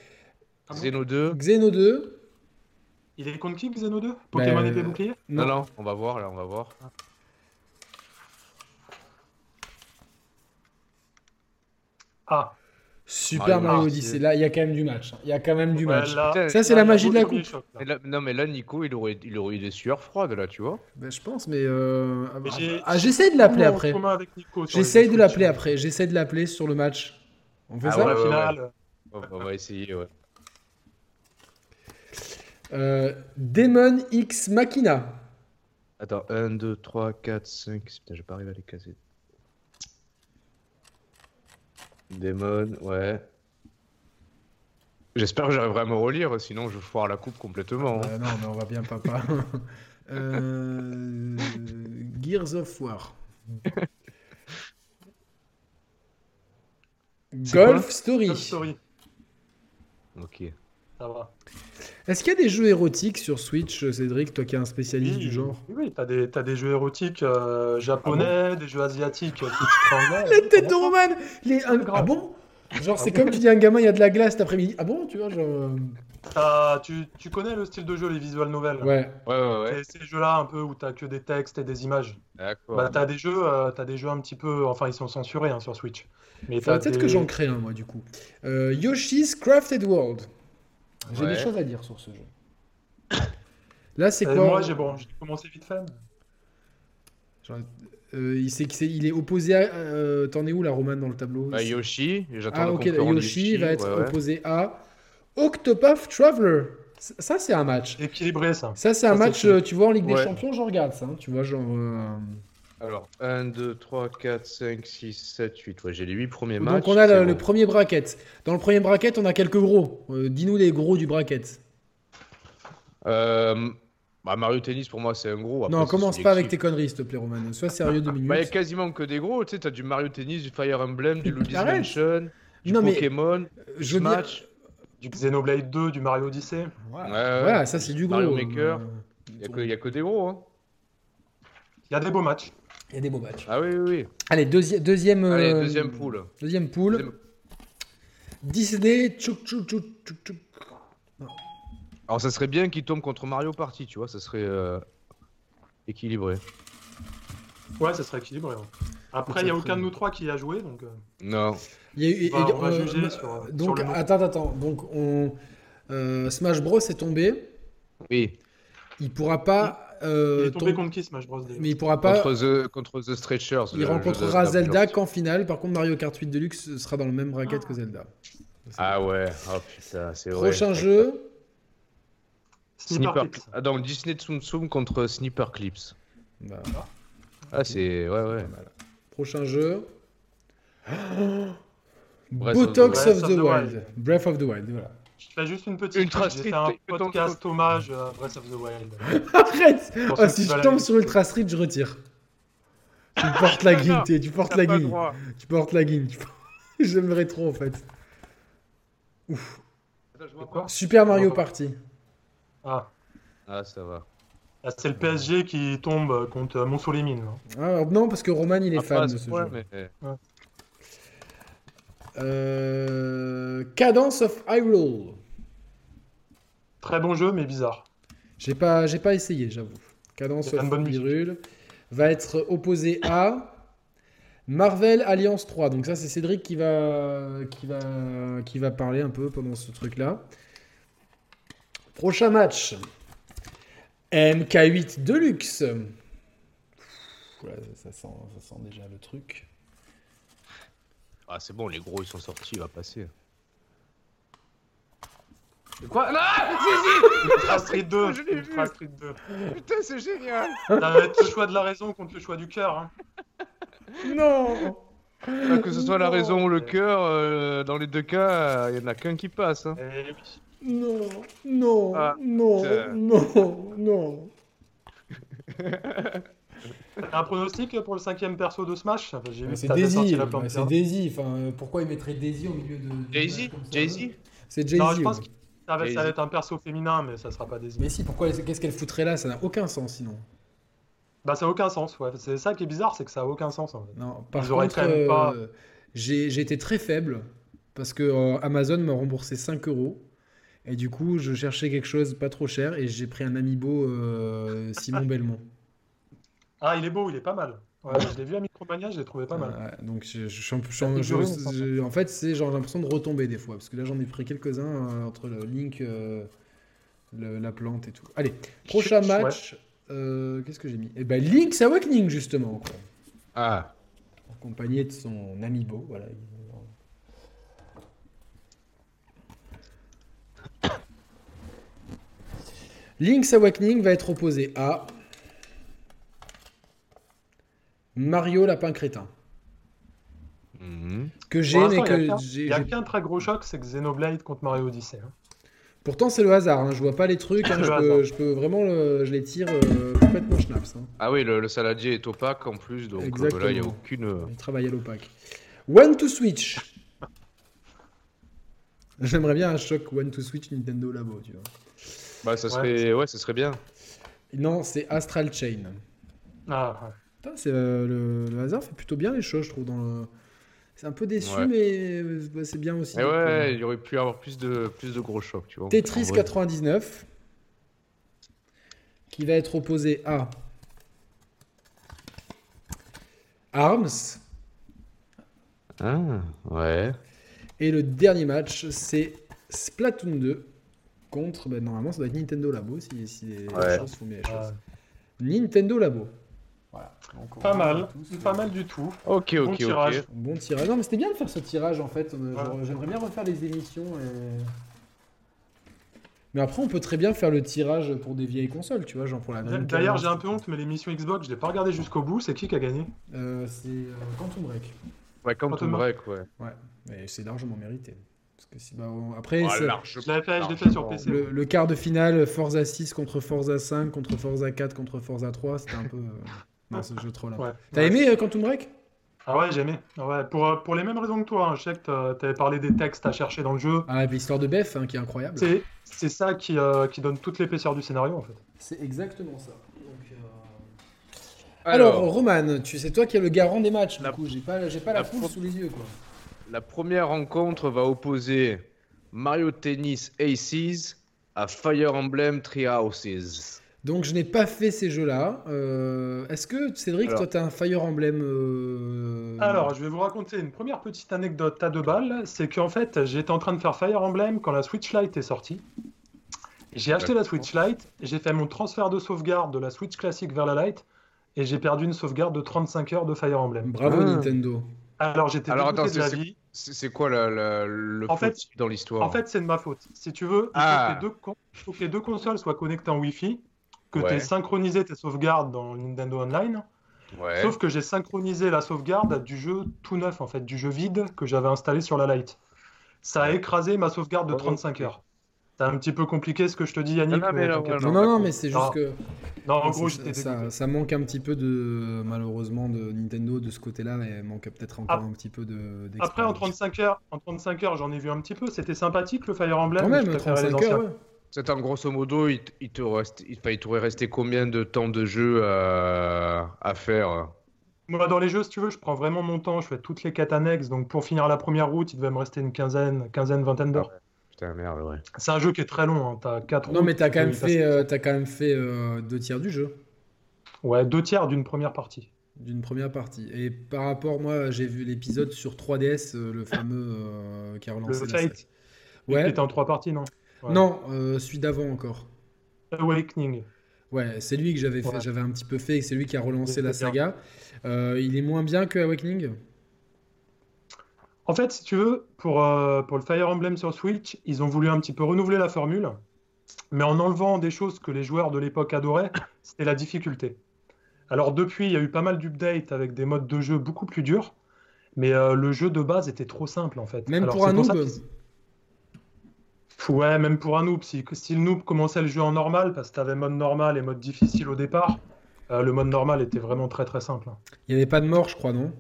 Speaker 3: Ah bon
Speaker 2: Xeno 2.
Speaker 1: Xeno 2.
Speaker 3: Il est contre qui, Xeno 2 Pokémon
Speaker 1: euh,
Speaker 3: épée bouclier
Speaker 2: Non. non, on va voir, là, on va voir.
Speaker 3: Ah,
Speaker 1: Super
Speaker 2: Mario
Speaker 1: Mario
Speaker 2: Kart,
Speaker 1: Odyssey.
Speaker 2: c'est-
Speaker 1: Là, il y a quand même du match. hein. Il y a quand même du
Speaker 3: ouais,
Speaker 1: match.
Speaker 3: là-
Speaker 2: Putain,
Speaker 1: Ça, c'est la
Speaker 3: là, il y a
Speaker 1: magie de la
Speaker 3: beaucoup
Speaker 1: coupe.
Speaker 3: chocs, là.
Speaker 2: mais là- non, mais là, Nico, il aurait, il aurait eu des sueurs froides, là, tu vois.
Speaker 1: Bah, je pense, mais. euh,
Speaker 3: Mais
Speaker 1: ah,
Speaker 3: j'ai-
Speaker 1: ah, j'essaie de l'appeler
Speaker 3: Beaucoup en
Speaker 1: après.
Speaker 3: commun avec Nico sur les
Speaker 1: J'essaye de
Speaker 3: discussions.
Speaker 1: l'appeler après. J'essaie de l'appeler sur le match. On fait
Speaker 2: Ah
Speaker 1: ça
Speaker 3: Sur
Speaker 2: ouais,
Speaker 3: la
Speaker 2: ouais,
Speaker 3: finale.
Speaker 2: On va, on va essayer, ouais.
Speaker 1: Euh, Demon X Machina.
Speaker 2: Attends, 1, 2, 3, 4, 5. Putain, j'ai pas arrivé à les casser. Demon, ouais. J'espère que j'arriverai à me relire, sinon je foire la coupe complètement. hein.
Speaker 1: Euh, non, mais on va bien papa. euh... Gears of War.
Speaker 2: C'est quoi
Speaker 1: Golf Story.
Speaker 3: Love Story.
Speaker 2: Ok.
Speaker 3: Ça va.
Speaker 1: Est-ce qu'il y a des jeux érotiques sur Switch, Cédric, toi qui es un spécialiste du genre
Speaker 3: Oui, oui, t'as des, t'as des jeux érotiques euh, japonais, des jeux asiatiques. euh, tout ce triangle.
Speaker 1: La tête de Roman les... Ah
Speaker 3: Grave. Ah
Speaker 1: bon Genre, c'est comme tu dis à un gamin, il y a de la glace cet après-midi. Ah bon, tu vois, genre. euh,
Speaker 3: T'as- tu, tu connais le style de jeu, les visual novels.
Speaker 1: Ouais.
Speaker 2: Ouais, ouais, ouais.
Speaker 3: C'est ces jeux-là un peu où t'as que des textes et des images.
Speaker 2: D'accord.
Speaker 3: Bah, t'as des jeux, euh, t'as des jeux un petit peu, enfin ils sont censurés hein, sur Switch. Mais t'as
Speaker 1: Faudrait peut-être
Speaker 3: des-
Speaker 1: que j'en crée un, moi, du coup. Euh, Yoshi's Crafted World. J'ai
Speaker 2: Ouais.
Speaker 1: des choses à dire sur ce jeu. Là, c'est
Speaker 3: Et
Speaker 1: quoi
Speaker 3: Euh, Moi j'ai bon, j'ai commencé vite fait.
Speaker 1: Genre, euh, il, c'est- c'est- il est opposé à. euh, T'en es où là, Roman, dans le tableau
Speaker 2: Bah, Yoshi, j'attends
Speaker 1: Ah,
Speaker 2: le
Speaker 1: ok,
Speaker 2: concurrent de
Speaker 1: Yoshi va être
Speaker 2: ouais, ouais.
Speaker 1: opposé à Octopath Traveler. C- Ça, c'est un match.
Speaker 3: C'est équilibré ça.
Speaker 1: Ça, c'est un
Speaker 3: c'est
Speaker 1: match,
Speaker 3: cool.
Speaker 1: euh, tu vois, en Ligue des
Speaker 2: Ouais.
Speaker 1: Champions, je regarde ça. hein, tu vois, genre. euh,
Speaker 2: Alors, 1, 2, 3, 4, 5, 6, 7, 8. Ouais, j'ai les 8 premiers matchs.
Speaker 1: Donc, on a
Speaker 2: c'est
Speaker 1: le, le
Speaker 2: bon.
Speaker 1: premier bracket. Dans le premier bracket, on a quelques gros. Euh, Dis-nous les gros du bracket.
Speaker 2: Euh, bah, Mario Tennis, pour moi, c'est un gros. Après,
Speaker 1: non,
Speaker 2: c'est
Speaker 1: commence pas avec
Speaker 2: subjectif.
Speaker 1: tes conneries, s'il te plaît, Roman. Sois sérieux deux minutes.
Speaker 2: Bah, il y a quasiment que des gros. Tu sais, t'as du Mario Tennis, du Fire Emblem, du Luigi's
Speaker 1: Arrête.
Speaker 2: Mansion, du
Speaker 1: Non, mais-
Speaker 2: Pokémon,
Speaker 1: Je
Speaker 2: du
Speaker 1: veux dire-
Speaker 2: Smash.
Speaker 3: Du Xenoblade 2, du Mario Odyssey.
Speaker 1: Voilà,
Speaker 2: Ouais,
Speaker 1: Voilà,
Speaker 2: ouais.
Speaker 1: ça c'est du gros.
Speaker 2: Mario Maker.
Speaker 1: Euh,
Speaker 2: Il n'y a, que des gros. Hein.
Speaker 3: Il y a des beaux matchs.
Speaker 1: Il y a des beaux matchs.
Speaker 2: Ah oui, oui, oui.
Speaker 1: Allez, deuxi- deuxième.
Speaker 2: Allez,
Speaker 1: euh,
Speaker 2: deuxième poule.
Speaker 1: Deuxième pool.
Speaker 2: Deuxième-
Speaker 1: Disney. Tchouk, tchouk, tchouk, tchouk, tchouk.
Speaker 2: Alors, ça serait bien qu'il tombe contre Mario Party, tu vois. Ça serait euh, équilibré.
Speaker 3: Ouais, ça serait équilibré. ouais.
Speaker 1: Ça
Speaker 3: Après, il y a
Speaker 1: serait-
Speaker 3: aucun de nous trois qui y a joué, donc euh,
Speaker 2: Non.
Speaker 1: Il y a eu. et-
Speaker 3: on va- on va
Speaker 1: euh,
Speaker 3: juger
Speaker 1: euh,
Speaker 3: sur, sur
Speaker 1: donc,
Speaker 3: le nom.
Speaker 1: attends, attends. Donc, on, euh, Smash Bros est tombé.
Speaker 2: Oui.
Speaker 1: Il pourra pas.
Speaker 3: Il
Speaker 1: euh,
Speaker 3: est tombé
Speaker 1: tom-
Speaker 3: contre qui Smash Bros. d'ailleurs
Speaker 1: Mais il pourra pas.
Speaker 2: Contre, the, contre The Stretchers. le
Speaker 1: Il
Speaker 2: jeu
Speaker 1: rencontrera
Speaker 2: de- de la
Speaker 1: Zelda
Speaker 2: pilote.
Speaker 1: qu'en finale. Par contre, Mario Kart 8 Deluxe sera dans le même bracket que Zelda.
Speaker 2: Ah ouais. Oh putain, c'est vrai.
Speaker 1: Prochain jeu.
Speaker 3: Sniper
Speaker 2: Sniper.
Speaker 3: Clips.
Speaker 2: Ah, donc, Disney Tsum Tsum contre Sniper Clips.
Speaker 1: Bah,
Speaker 2: Ah, c'est. Ouais, ouais.
Speaker 1: Prochain jeu.
Speaker 2: Breath of the
Speaker 1: Botox
Speaker 3: Wild.
Speaker 1: of the, Wild. Breath of the Wild, voilà.
Speaker 3: Je fais juste une petite.
Speaker 2: Ultra
Speaker 3: J'ai
Speaker 2: Street
Speaker 3: fait un
Speaker 2: Fighter.
Speaker 3: podcast hommage à Breath of the Wild.
Speaker 1: Arrête
Speaker 3: Pour
Speaker 1: Oh,
Speaker 3: ceux
Speaker 1: si
Speaker 3: qui
Speaker 1: je
Speaker 3: veulent
Speaker 1: tombe
Speaker 3: aller-
Speaker 1: sur Ultra Street, je retire. Tu portes la guine, t'es- tu portes la guine. Tu portes la guine. tu portes- J'aimerais trop en fait.
Speaker 3: Quoi
Speaker 1: Super Mario
Speaker 3: Oh.
Speaker 1: Party.
Speaker 3: Ah,
Speaker 2: Ah, ça va.
Speaker 3: là, Ah, c'est le PSG qui tombe contre hein. Montsolémine. là.
Speaker 1: Ah, non, parce que Roman il est
Speaker 2: Ah, pas à
Speaker 1: fan de
Speaker 2: ce
Speaker 1: ce
Speaker 2: point,
Speaker 1: jeu.
Speaker 2: mais- eh.
Speaker 1: Euh, Cadence of Hyrule.
Speaker 3: Très bon jeu, mais bizarre.
Speaker 1: J'ai pas, j'ai pas essayé, j'avoue. Cadence
Speaker 3: Il y a
Speaker 1: of
Speaker 3: plein de bonnes musiques.
Speaker 1: Hyrule va être opposé à Marvel Alliance 3. Donc ça, c'est Cédric qui va, qui va, qui va parler un peu pendant ce truc-là. Prochain match. MK8 Deluxe. Oula, ça, sent, ça sent déjà le truc.
Speaker 2: Ah, c'est bon, les gros, ils sont sortis, il va passer.
Speaker 3: Quoi Ultra Street 2
Speaker 2: Je l'ai vu.
Speaker 3: Ultra Street 2.
Speaker 2: Putain, c'est génial
Speaker 3: Ça va être le choix de la raison contre le choix du cœur. hein.
Speaker 1: Non
Speaker 2: Ah, Que ce soit la
Speaker 3: Non.
Speaker 2: raison ou le cœur, euh, dans les deux cas, il y en a qu'un qui passe. hein.
Speaker 3: Eh oui.
Speaker 1: Non Non
Speaker 2: Ah,
Speaker 1: Non
Speaker 2: putain.
Speaker 1: Non Non
Speaker 3: T'as un pronostic pour le cinquième perso de Smash Enfin, J'ai vu
Speaker 1: C'est
Speaker 3: que t'avais sorti
Speaker 1: Daisy,
Speaker 3: la plante hein.
Speaker 1: bah, c'est
Speaker 3: verte.
Speaker 1: Daisy. Enfin, euh, pourquoi il mettrait Daisy au milieu de. du match
Speaker 2: Jay-Z
Speaker 1: comme ça
Speaker 2: Jay-Z
Speaker 1: C'est Jay-Z.
Speaker 3: Non, je pense
Speaker 1: ouais.
Speaker 3: que ça va, ça va
Speaker 2: Daisy.
Speaker 3: être un perso féminin, mais ça sera pas Daisy.
Speaker 1: Mais si, pourquoi qu'est-ce qu'elle foutrait là Ça n'a aucun sens sinon.
Speaker 3: Bah, ça n'a aucun sens. Ouais. C'est ça qui est bizarre, c'est que ça n'a aucun sens. En fait.
Speaker 1: Non, par
Speaker 3: Ils auraient
Speaker 1: contre,
Speaker 3: quand même
Speaker 1: euh,
Speaker 3: pas-
Speaker 1: j'ai j'ai été très faible parce que euh, Amazon m'a remboursé 5 euros. Et du coup, je cherchais quelque chose pas trop cher et j'ai pris un amiibo euh, Simon Belmont.
Speaker 3: Ah, il est beau, il est pas mal. Ouais, je l'ai vu à Micromania, je l'ai trouvé pas mal.
Speaker 1: Ouais, Euh, donc, je, je- je- je-
Speaker 3: figurine,
Speaker 1: je-
Speaker 3: enfin.
Speaker 1: je- en fait, c'est genre j'ai l'impression de retomber des fois. Parce que là, j'en ai pris quelques-uns euh, entre le Link, euh, le- la plante et tout. Allez, prochain
Speaker 3: Ouais.
Speaker 1: match. euh, Qu'est-ce que j'ai mis Eh ben, Link's Awakening, justement. quoi.
Speaker 2: Ah,
Speaker 1: accompagné de son ami Beau. Voilà. Link's Awakening va être opposé à Mario Lapin Crétin.
Speaker 2: mhm.
Speaker 1: Que
Speaker 3: Pour
Speaker 1: j'ai, mais
Speaker 3: l'instant, il
Speaker 1: que
Speaker 3: y a qu'un-
Speaker 1: j'ai.
Speaker 3: Il n'y a
Speaker 1: j'ai-
Speaker 3: qu'un très gros choc, c'est Xenoblade contre Mario Odyssey. hein.
Speaker 1: Pourtant, c'est le hasard. hein, Je vois pas les trucs. hein,
Speaker 3: C'est le
Speaker 1: je,
Speaker 3: hasard.
Speaker 1: peux, je peux vraiment. le- Je les tire euh, complètement schnaps. hein.
Speaker 2: ah oui, le, le saladier est opaque en plus, donc euh, là, il n'y a
Speaker 1: Exactement.
Speaker 2: aucune.
Speaker 1: Il travaille à l'opaque. One to Switch. J'aimerais bien un choc One to Switch Nintendo Labo, tu vois.
Speaker 2: Bah, ça
Speaker 3: Ouais.
Speaker 2: serait, ouais, ça serait bien.
Speaker 1: Non, c'est Astral Chain.
Speaker 3: Ah, ouais.
Speaker 1: Putain, c'est, euh, le, le hasard fait plutôt bien les choses, je trouve. Dans le... C'est un peu déçu,
Speaker 2: Ouais.
Speaker 1: mais euh, bah, c'est bien aussi.
Speaker 2: Et ouais, il aurait pu avoir plus de, plus de gros chocs, tu vois.
Speaker 1: Tetris
Speaker 2: En vrai.
Speaker 1: 99, qui va être opposé à Arms.
Speaker 2: Ah, ouais.
Speaker 1: Et le dernier match, c'est Splatoon 2 contre, bah, normalement, ça doit être Nintendo Labo, si, si les
Speaker 2: Ouais.
Speaker 1: choses font bien les
Speaker 3: Ouais.
Speaker 1: choses. Nintendo Labo.
Speaker 4: Voilà. Donc, on
Speaker 3: Pas
Speaker 4: remercie
Speaker 3: mal,
Speaker 4: tous,
Speaker 3: pas
Speaker 4: euh,
Speaker 3: mal du tout.
Speaker 2: Ok, ok,
Speaker 3: Bon
Speaker 2: ok.
Speaker 3: tirage.
Speaker 1: Bon tirage. Non, mais c'était bien de faire ce tirage en fait. Euh,
Speaker 3: Ouais.
Speaker 1: j'aurais- J'aimerais bien refaire les émissions. et- Mais après, on peut très bien faire le tirage pour des vieilles consoles, tu vois, genre pour la Dreamcast.
Speaker 2: euh,
Speaker 3: D'ailleurs, j'ai un peu honte, mais l'émission Xbox, je l'ai pas regardé jusqu'au bout. C'est qui qui a gagné
Speaker 1: Euh, c'est euh, Quantum Break.
Speaker 2: Ouais, Quantum
Speaker 3: Quantum
Speaker 2: Break, ouais.
Speaker 1: Mais c'est largement mérité. Parce que si, bah, on- Après,
Speaker 2: Ah,
Speaker 1: c'est-
Speaker 2: large-
Speaker 3: Je l'ai fait, je l'ai fait
Speaker 2: largement.
Speaker 3: sur PC.
Speaker 1: le, le quart de finale, Forza 6 contre Forza 5, contre Forza 4, contre Forza 3, c'était un peu. euh, Non, ce jeu trop là.
Speaker 3: Ouais.
Speaker 1: T'as
Speaker 3: Ouais.
Speaker 1: aimé euh, Quantum Break
Speaker 3: Ah ouais, j'ai aimé. Ah Ouais, pour, euh, pour les mêmes raisons que toi, hein. je sais que t'a- t'avais parlé des textes à chercher dans le jeu.
Speaker 1: Ah, et puis l'histoire de Beth, hein, qui est incroyable.
Speaker 3: C'est c'est ça qui, euh, qui donne toute l'épaisseur du scénario en fait.
Speaker 1: C'est exactement ça. Donc, euh, Alors,
Speaker 2: Alors,
Speaker 1: Roman, tu c'est toi qui es le garant des matchs. Du
Speaker 2: La-
Speaker 1: coup, j'ai pas, j'ai pas la,
Speaker 2: la
Speaker 1: poule
Speaker 2: pro-
Speaker 1: sous les yeux, quoi.
Speaker 2: la première rencontre va opposer Mario Tennis Aces à Fire Emblem Three Houses.
Speaker 1: Donc, je n'ai pas fait ces jeux-là. Euh, Est-ce que Cédric,
Speaker 2: Alors.
Speaker 1: toi, t'as un Fire Emblem
Speaker 2: Mm.
Speaker 1: euh,
Speaker 3: Alors, je vais vous raconter une première petite anecdote à deux balles. C'est qu'en fait, j'étais en train de faire Fire Emblem quand la Switch Lite est sortie. J'ai acheté la Switch Lite, j'ai fait mon transfert de sauvegarde de la Switch classique vers la Lite, et j'ai perdu une sauvegarde de 35 heures de Fire Emblem.
Speaker 1: Bravo
Speaker 2: Ah.
Speaker 1: Nintendo.
Speaker 3: Alors j'étais
Speaker 2: Alors,
Speaker 3: dégoûté
Speaker 2: attends,
Speaker 3: de la
Speaker 2: c'est-
Speaker 3: vie.
Speaker 2: C'est c'est quoi la- la- le
Speaker 3: En
Speaker 2: faux
Speaker 3: fait-
Speaker 2: type dans l'histoire
Speaker 3: En fait, c'est de ma faute. Si tu veux, il faut,
Speaker 2: Ah.
Speaker 3: que, les deux con- il faut que les deux consoles soient connectées en Wi-Fi, que
Speaker 2: Ouais.
Speaker 3: tu aies synchronisé tes sauvegardes dans Nintendo Online.
Speaker 2: Ouais.
Speaker 3: Sauf que j'ai synchronisé la sauvegarde du jeu tout neuf, en fait, du jeu vide que j'avais installé sur la Lite. Ça a écrasé ma sauvegarde de
Speaker 2: Ouais,
Speaker 3: 35 heures. C'est un petit peu compliqué ce que je te dis, Yannick.
Speaker 2: Non, non, mais là,
Speaker 3: t'inquiète.
Speaker 1: Non,
Speaker 2: Non,
Speaker 1: non, non,
Speaker 2: d'accord.
Speaker 1: mais c'est juste
Speaker 3: Ah.
Speaker 1: que
Speaker 3: Non, en gros,
Speaker 1: ça,
Speaker 3: j'étais
Speaker 1: ça,
Speaker 3: dégoûté.
Speaker 1: ça manque un petit peu de malheureusement de Nintendo de ce côté-là et manque peut-être encore
Speaker 3: Ah.
Speaker 1: un petit peu de. d'expérience.
Speaker 3: Après, en 35 heures, en 35 heures, j'en ai vu un petit peu. C'était sympathique le Fire Emblem.
Speaker 1: quand
Speaker 3: mais
Speaker 1: même
Speaker 3: je préférais les
Speaker 1: 35
Speaker 3: anciens.
Speaker 1: heures. ouais.
Speaker 2: C'est en grosso modo, il, te- il te reste, il, enfin, il t'aurait resté combien de temps de jeu à, à faire
Speaker 3: Moi, dans les jeux, si tu veux, je prends vraiment mon temps. Je fais toutes les quêtes annexes. Donc, pour finir la première route, il devait me rester une quinzaine, quinzaine, vingtaine d'heures.
Speaker 2: Putain, merde, ouais.
Speaker 3: C'est un jeu qui est très long. Hein. T'as quatre
Speaker 1: Non,
Speaker 3: routes,
Speaker 1: mais t'as
Speaker 3: tu
Speaker 1: quand
Speaker 3: peux
Speaker 1: même
Speaker 3: y passer-
Speaker 1: fait, euh, t'as quand même fait euh, deux tiers du jeu.
Speaker 3: Ouais, deux tiers d'une première partie.
Speaker 1: d'une première partie. Et par rapport, moi, j'ai vu l'épisode sur 3DS, euh, le fameux euh, qui a
Speaker 3: Le
Speaker 1: relancé la série.
Speaker 3: Fate, qui
Speaker 1: Ouais.
Speaker 3: était en trois parties, non ouais.
Speaker 1: Non, euh, celui d'avant encore.
Speaker 3: Awakening.
Speaker 1: Ouais, c'est lui que j'avais fait,
Speaker 3: Ouais.
Speaker 1: j'avais un petit peu fait, et c'est lui qui a relancé
Speaker 3: Il
Speaker 1: la
Speaker 3: était bien.
Speaker 1: saga. Euh, il est moins bien que Awakening.
Speaker 3: En fait, si tu veux, pour, euh, pour le Fire Emblem sur Switch, ils ont voulu un petit peu renouveler la formule, mais en enlevant des choses que les joueurs de l'époque adoraient, c'était la difficulté. Alors depuis, il y a eu pas mal d'updates avec des modes de jeu beaucoup plus durs, mais euh, le jeu de base était trop simple en fait.
Speaker 1: Même
Speaker 3: Alors,
Speaker 1: pour
Speaker 3: c'est
Speaker 1: un
Speaker 3: ça
Speaker 1: noob.
Speaker 3: qu'ils- Ouais, même pour un noob. Si, si le noob commençait le jeu en normal, parce que t'avais mode normal et mode difficile au départ, euh, le mode normal était vraiment très très simple.
Speaker 1: Il n'y avait pas de mort, je crois, non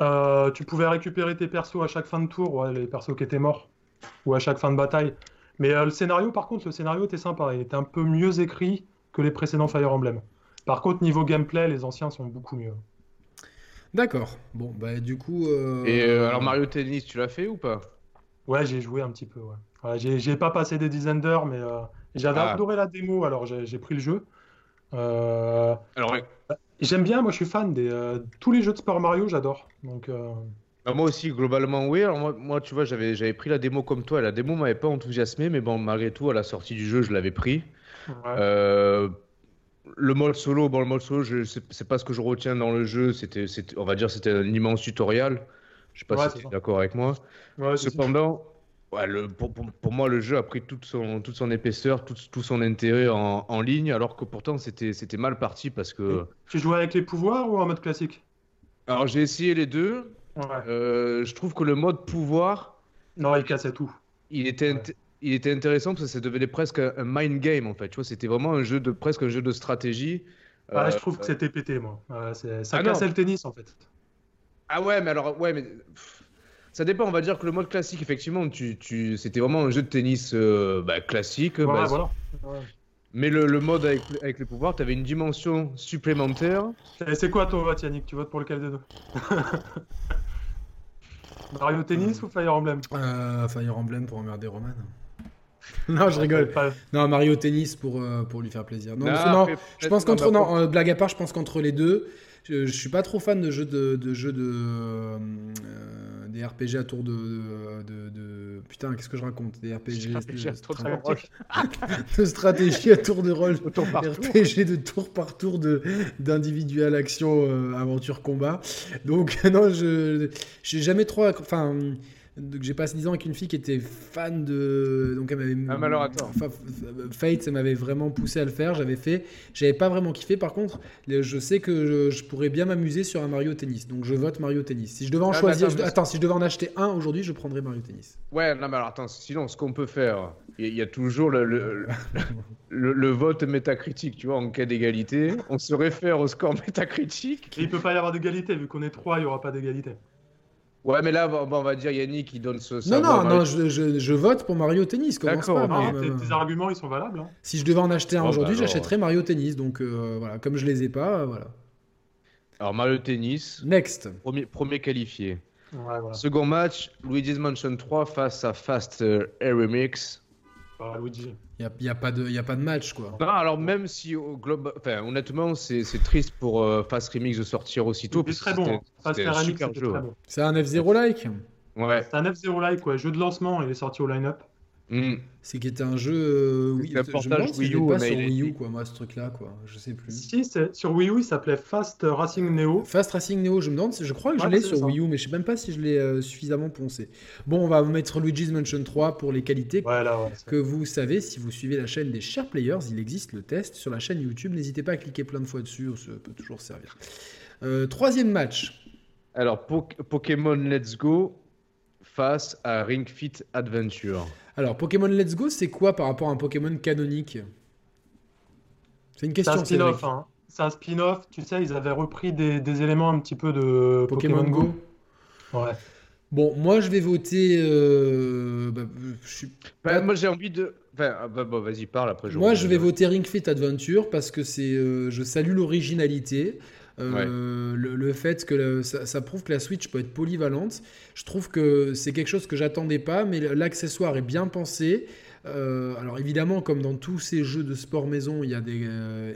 Speaker 3: Euh, tu pouvais récupérer tes persos à chaque fin de tour, ouais, les persos qui étaient morts, ou à chaque fin de bataille. Mais euh, le scénario, par contre, le scénario était sympa. Il était un peu mieux écrit que les précédents Fire Emblem. Par contre, niveau gameplay, les anciens sont beaucoup mieux.
Speaker 1: D'accord. Bon, bah du coup. euh,
Speaker 2: Et euh, alors Mario Tennis, tu l'as fait ou pas
Speaker 3: Ouais, j'ai joué un petit peu. Ouais. Ouais, j'ai, j'ai pas passé des dizaines d'heures, mais euh, j'avais
Speaker 2: Ah.
Speaker 3: adoré la démo, alors j'ai, j'ai pris le jeu. Euh,
Speaker 2: Alors
Speaker 3: j'aime bien, moi je suis fan des euh, tous les jeux de Super Mario, j'adore. Donc euh,
Speaker 2: Bah, moi aussi, globalement, oui. Alors, moi, moi, tu vois, j'avais, j'avais pris la démo comme toi. et La démo m'avait pas enthousiasmé, mais bon, malgré tout, à la sortie du jeu, je l'avais pris.
Speaker 3: ouais.
Speaker 2: Euh, le mode solo, bon, le mode solo, je, c'est, c'est pas ce que je retiens dans le jeu. C'était, c'était- on va dire, c'était un immense tutoriel. Je sais pas
Speaker 3: Ouais,
Speaker 2: si
Speaker 3: c'est
Speaker 2: tu es
Speaker 3: ça.
Speaker 2: d'accord avec moi.
Speaker 3: Ouais, c'est-
Speaker 2: Cependant, ouais, le, pour, pour- pour moi, le jeu a pris toute son, toute son épaisseur, tout, tout son intérêt en, en ligne, alors que pourtant, c'était, c'était mal parti parce que.
Speaker 3: Tu jouais avec les pouvoirs ou en mode classique
Speaker 2: Alors, j'ai essayé les deux.
Speaker 3: Ouais.
Speaker 2: Euh, je trouve que le mode pouvoir.
Speaker 3: Non, il cassait tout.
Speaker 2: il était,
Speaker 3: Ouais.
Speaker 2: int- il était intéressant parce que ça devenait presque un un mind game en fait. Tu vois, c'était vraiment un jeu de presque un jeu de stratégie.
Speaker 3: Ah,
Speaker 2: Euh,
Speaker 3: je trouve que c'était pété, moi. Ouais, c'est- ça
Speaker 2: Ah non.
Speaker 3: cassait le tennis, en fait.
Speaker 2: Ah ouais, mais alors ouais, mais pff, ça dépend. On va dire que le mode classique, effectivement, tu, tu, c'était vraiment un jeu de tennis euh, bah, classique.
Speaker 3: Voilà,
Speaker 2: bah,
Speaker 3: voilà. Ouais.
Speaker 2: Mais le, le mode avec, avec les pouvoirs, tu avais une dimension supplémentaire. Ah,
Speaker 3: Et C'est quoi ton vote, Yannick Tu votes pour lequel des deux Mario
Speaker 2: Hmm.
Speaker 3: Tennis ou Fire Emblem
Speaker 1: euh, Fire Emblem pour emmerder Roman. non, je rigole.
Speaker 3: Pas-
Speaker 1: Non, Mario Tennis pour, euh, pour lui faire plaisir. Non,
Speaker 2: Non,
Speaker 1: parce que non,
Speaker 2: après,
Speaker 1: je pense
Speaker 2: non, bah,
Speaker 1: qu'entre.
Speaker 2: mais
Speaker 1: Non, euh, blague à part, je pense qu'entre les deux, je, je suis pas trop fan de jeux de. de, jeux de euh, euh, des RPG à tour de. de, de- putain, qu'est-ce que je raconte Des RPG. de-
Speaker 2: Stratégie à tour de
Speaker 1: stra-
Speaker 2: rôle.
Speaker 1: de stratégie à tour de rôle.
Speaker 2: Autour par tour.
Speaker 1: RPG de tour par tour de d'individual action euh, aventure combat. Donc non, je j'ai jamais trop acc- enfin donc, j'ai passé 10 ans avec une fille qui était fan de donc elle m'avait
Speaker 2: Ah, mais alors, attends.
Speaker 1: Fa- Fa- Fate ça m'avait vraiment poussé à le faire, j'avais fait, j'avais pas vraiment kiffé par contre, le- je sais que je, je pourrais bien m'amuser sur un Mario Tennis. Donc je vote Mario Tennis. Si je devais en
Speaker 2: Ah, bah,
Speaker 1: choisir
Speaker 2: attends,
Speaker 1: je-
Speaker 2: mais-
Speaker 1: attends, si je devais en acheter un aujourd'hui, je prendrais Mario Tennis.
Speaker 2: Ouais, non, mais alors attends, sinon, ce qu'on peut faire, il y, a- il y a toujours le, le, le- le vote métacritique, tu vois, en cas d'égalité. On se réfère au score métacritique.
Speaker 3: Et il peut pas y avoir d'égalité, vu qu'on est trois, il y aura pas d'égalité.
Speaker 2: Ouais, mais là, on va- on va dire Yannick, il donne ce.
Speaker 1: Non
Speaker 2: sa voix
Speaker 1: non,
Speaker 2: dans
Speaker 1: non,
Speaker 2: les-
Speaker 1: je, je- je vote pour Mario Tennis, commence
Speaker 2: D'accord,
Speaker 1: pas.
Speaker 2: ok.
Speaker 1: mais-
Speaker 3: Ah,
Speaker 2: bah,
Speaker 3: tes, tes arguments, ils sont valables. hein.
Speaker 1: Si je devais en acheter un
Speaker 2: Oh, bah
Speaker 1: aujourd'hui,
Speaker 2: alors,
Speaker 1: j'achèterais Mario Tennis. Donc euh, voilà, comme je les ai pas, euh, voilà.
Speaker 2: Alors, Mario Tennis,
Speaker 1: Next.
Speaker 2: premier, premier qualifié.
Speaker 3: Ouais, voilà.
Speaker 2: Second match, Luigi's Mansion 3 face à Fast euh, Air Remix.
Speaker 3: Bah, Luigi.
Speaker 1: Il n'y a, pas de- y a pas de match, quoi.
Speaker 2: Non, alors même si au globe, enfin, honnêtement, c'est c'est triste pour euh, Fast Remix de sortir aussitôt.
Speaker 3: Il est
Speaker 2: parce que
Speaker 3: très bon.
Speaker 2: c'était-
Speaker 3: hein. Fast
Speaker 2: c'était un
Speaker 3: Air Remix,
Speaker 2: super
Speaker 3: c'était
Speaker 2: jeu.
Speaker 3: très bon.
Speaker 1: C'est un F0 like.
Speaker 2: Ouais.
Speaker 3: C'est un F0 like, ouais. Jeu de lancement, il est sorti au line-up.
Speaker 2: Mm.
Speaker 1: C'est qui était un jeu. euh, Wii-
Speaker 2: C'était un
Speaker 1: je me
Speaker 2: portage
Speaker 1: demande si
Speaker 2: Wii
Speaker 1: c'était
Speaker 2: U,
Speaker 1: pas
Speaker 2: mais
Speaker 1: sur
Speaker 2: il est-
Speaker 1: Wii U, quoi, moi, ce truc-là, quoi. Je sais
Speaker 2: Hmm.
Speaker 1: plus.
Speaker 3: Si, c'est- sur Wii U, il s'appelait Fast Racing Neo.
Speaker 1: Fast Racing Neo, je me demande, si- je crois que je
Speaker 3: Ouais,
Speaker 1: l'ai
Speaker 3: c'est
Speaker 1: sur
Speaker 3: ça.
Speaker 1: Wii U, mais je sais même pas si je l'ai euh, suffisamment poncé. Bon, on va mettre Luigi's Mansion 3 pour les qualités
Speaker 3: Ouais, là, ouais. c'est-
Speaker 1: que vous savez si vous suivez la chaîne des Share Players, il existe le test sur la chaîne YouTube. N'hésitez pas à cliquer plein de fois dessus, ça peut toujours servir. Euh, troisième match,
Speaker 2: Alors, Pok- Pokémon Let's Go face à Ring Fit Adventure.
Speaker 1: Alors, Pokémon Let's Go, c'est quoi par rapport à un Pokémon canonique C'est une
Speaker 3: C'est un
Speaker 1: question,
Speaker 3: spin-off.
Speaker 1: Cédric.
Speaker 3: hein. C'est un spin-off. Tu sais, ils avaient repris des, des éléments un petit peu de
Speaker 1: Pokémon, Go.
Speaker 3: Ouais.
Speaker 1: Bon, moi, je vais voter. euh, bah, je suis-
Speaker 2: Enfin,
Speaker 1: Pas-
Speaker 2: Ben, Moi, j'ai envie de. Enfin, ah, bah, bah, vas-y, parle après.
Speaker 1: Moi, je vais voter Ring Fit Adventure parce que c'est, euh, je salue l'originalité. Euh, le, le fait que la- ça, ça prouve que la Switch peut être polyvalente. Je trouve que c'est quelque chose que j'attendais pas, mais l'accessoire est bien pensé. Euh, alors évidemment, comme dans tous ces jeux de sport maison, il y a des, euh,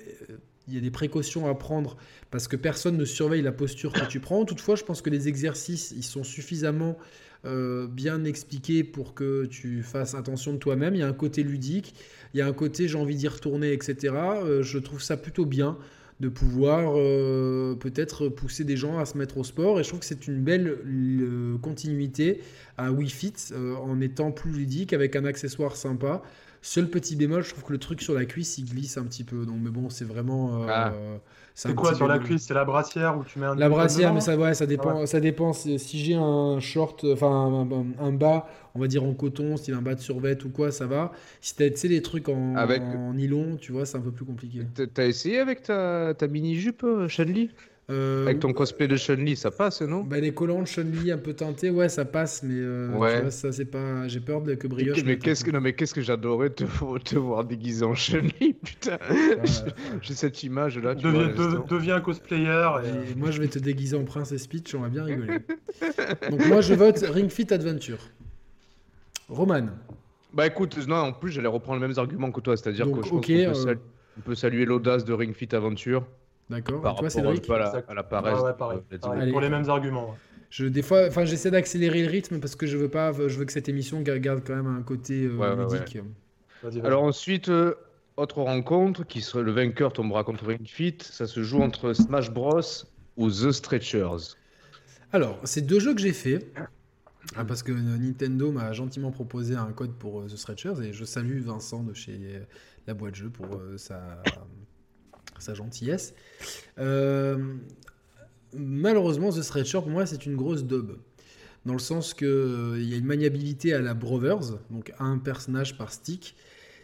Speaker 1: il y a des précautions à prendre parce que personne ne surveille la posture que tu prends. Toutefois, je pense que les exercices, ils sont suffisamment euh, bien expliqués pour que tu fasses attention de toi-même. Il y a un côté ludique, il y a un côté j'ai envie d'y retourner, etc. Euh, je trouve ça plutôt bien de pouvoir euh, peut-être pousser des gens à se mettre au sport. Et je trouve que c'est une belle euh, continuité à Wii Fit euh, en étant plus ludique avec un accessoire sympa. Seul petit bémol, je trouve que le truc sur la cuisse il glisse un petit peu. Donc, mais bon, c'est vraiment. euh,
Speaker 2: Ah.
Speaker 1: un
Speaker 3: C'est quoi
Speaker 1: petit
Speaker 3: sur la
Speaker 1: bémol.
Speaker 3: cuisse C'est la brassière où tu mets un.
Speaker 1: La brassière,
Speaker 3: dedans
Speaker 1: mais ça, ouais, ça dépend. Ça dépend si, si j'ai un short, enfin un, un- un bas, on va dire en coton, style un bas de survêt ou quoi, ça va. Si t'as, tu sais, les trucs en,
Speaker 2: Avec-
Speaker 1: en nylon, tu vois, c'est un peu plus compliqué.
Speaker 2: T'as essayé avec ta, ta mini-jupe, euh, Chun-Li
Speaker 1: Euh,
Speaker 2: Avec ton cosplay de Chun-Li, ça passe, non
Speaker 1: bah, les collants de Chun-Li un peu teintés, ouais, ça passe, mais euh, tu
Speaker 2: Ouais.
Speaker 1: vois, ça, c'est pas. J'ai peur de que Brioche.
Speaker 2: mais
Speaker 1: mette un
Speaker 2: qu'est-ce que
Speaker 1: peu-
Speaker 2: non mais qu'est-ce que j'adorais te, te voir déguisé en Chun-Li putain
Speaker 1: Voilà.
Speaker 2: j'ai cette image là tu vois,
Speaker 3: Deviens,
Speaker 2: à
Speaker 3: de-
Speaker 2: l'instant.
Speaker 3: deviens cosplayer. et, euh,
Speaker 1: Et moi, je vais te déguiser en Princess Peach, on va bien rigoler. Donc, moi, je vote Ring Fit Adventure. Roman.
Speaker 2: bah écoute non en plus j'allais reprendre les mêmes arguments que toi c'est-à-dire
Speaker 1: Donc,
Speaker 2: que je pense
Speaker 1: ok,
Speaker 2: qu'on peut
Speaker 1: euh,
Speaker 2: sal- on peut saluer l'audace de Ring Fit Aventure
Speaker 1: d'accord.
Speaker 2: par
Speaker 1: Et toi,
Speaker 2: rapport
Speaker 1: Cédric
Speaker 2: euh, à la,
Speaker 3: Exact.
Speaker 2: à la paresse.
Speaker 3: ouais, ouais, pareil,
Speaker 2: de- de-
Speaker 3: pareil,
Speaker 1: Allez.
Speaker 3: pour les mêmes arguments. ouais.
Speaker 1: je, Des fois, enfin, j'essaie d'accélérer le rythme parce que je veux pas, je veux que cette émission garde quand même un côté euh,
Speaker 2: Ouais, ouais, ouais.
Speaker 1: ludique.
Speaker 3: Vas-y, vas-y.
Speaker 2: Alors ensuite, euh, autre rencontre qui serait le vainqueur tombera contre Ring Fit. Ça se joue entre Smash Bros ou The Stretchers.
Speaker 1: Alors, c'est deux jeux que j'ai fait. Ah, parce que euh, Nintendo m'a gentiment proposé un code pour euh, The Stretchers et je salue Vincent de chez euh, la boîte jeu pour euh, sa, sa gentillesse. Euh, malheureusement, The Stretcher pour moi c'est une grosse dub. Dans le sens que euh, il y a une maniabilité à la Brothers, donc un personnage par stick.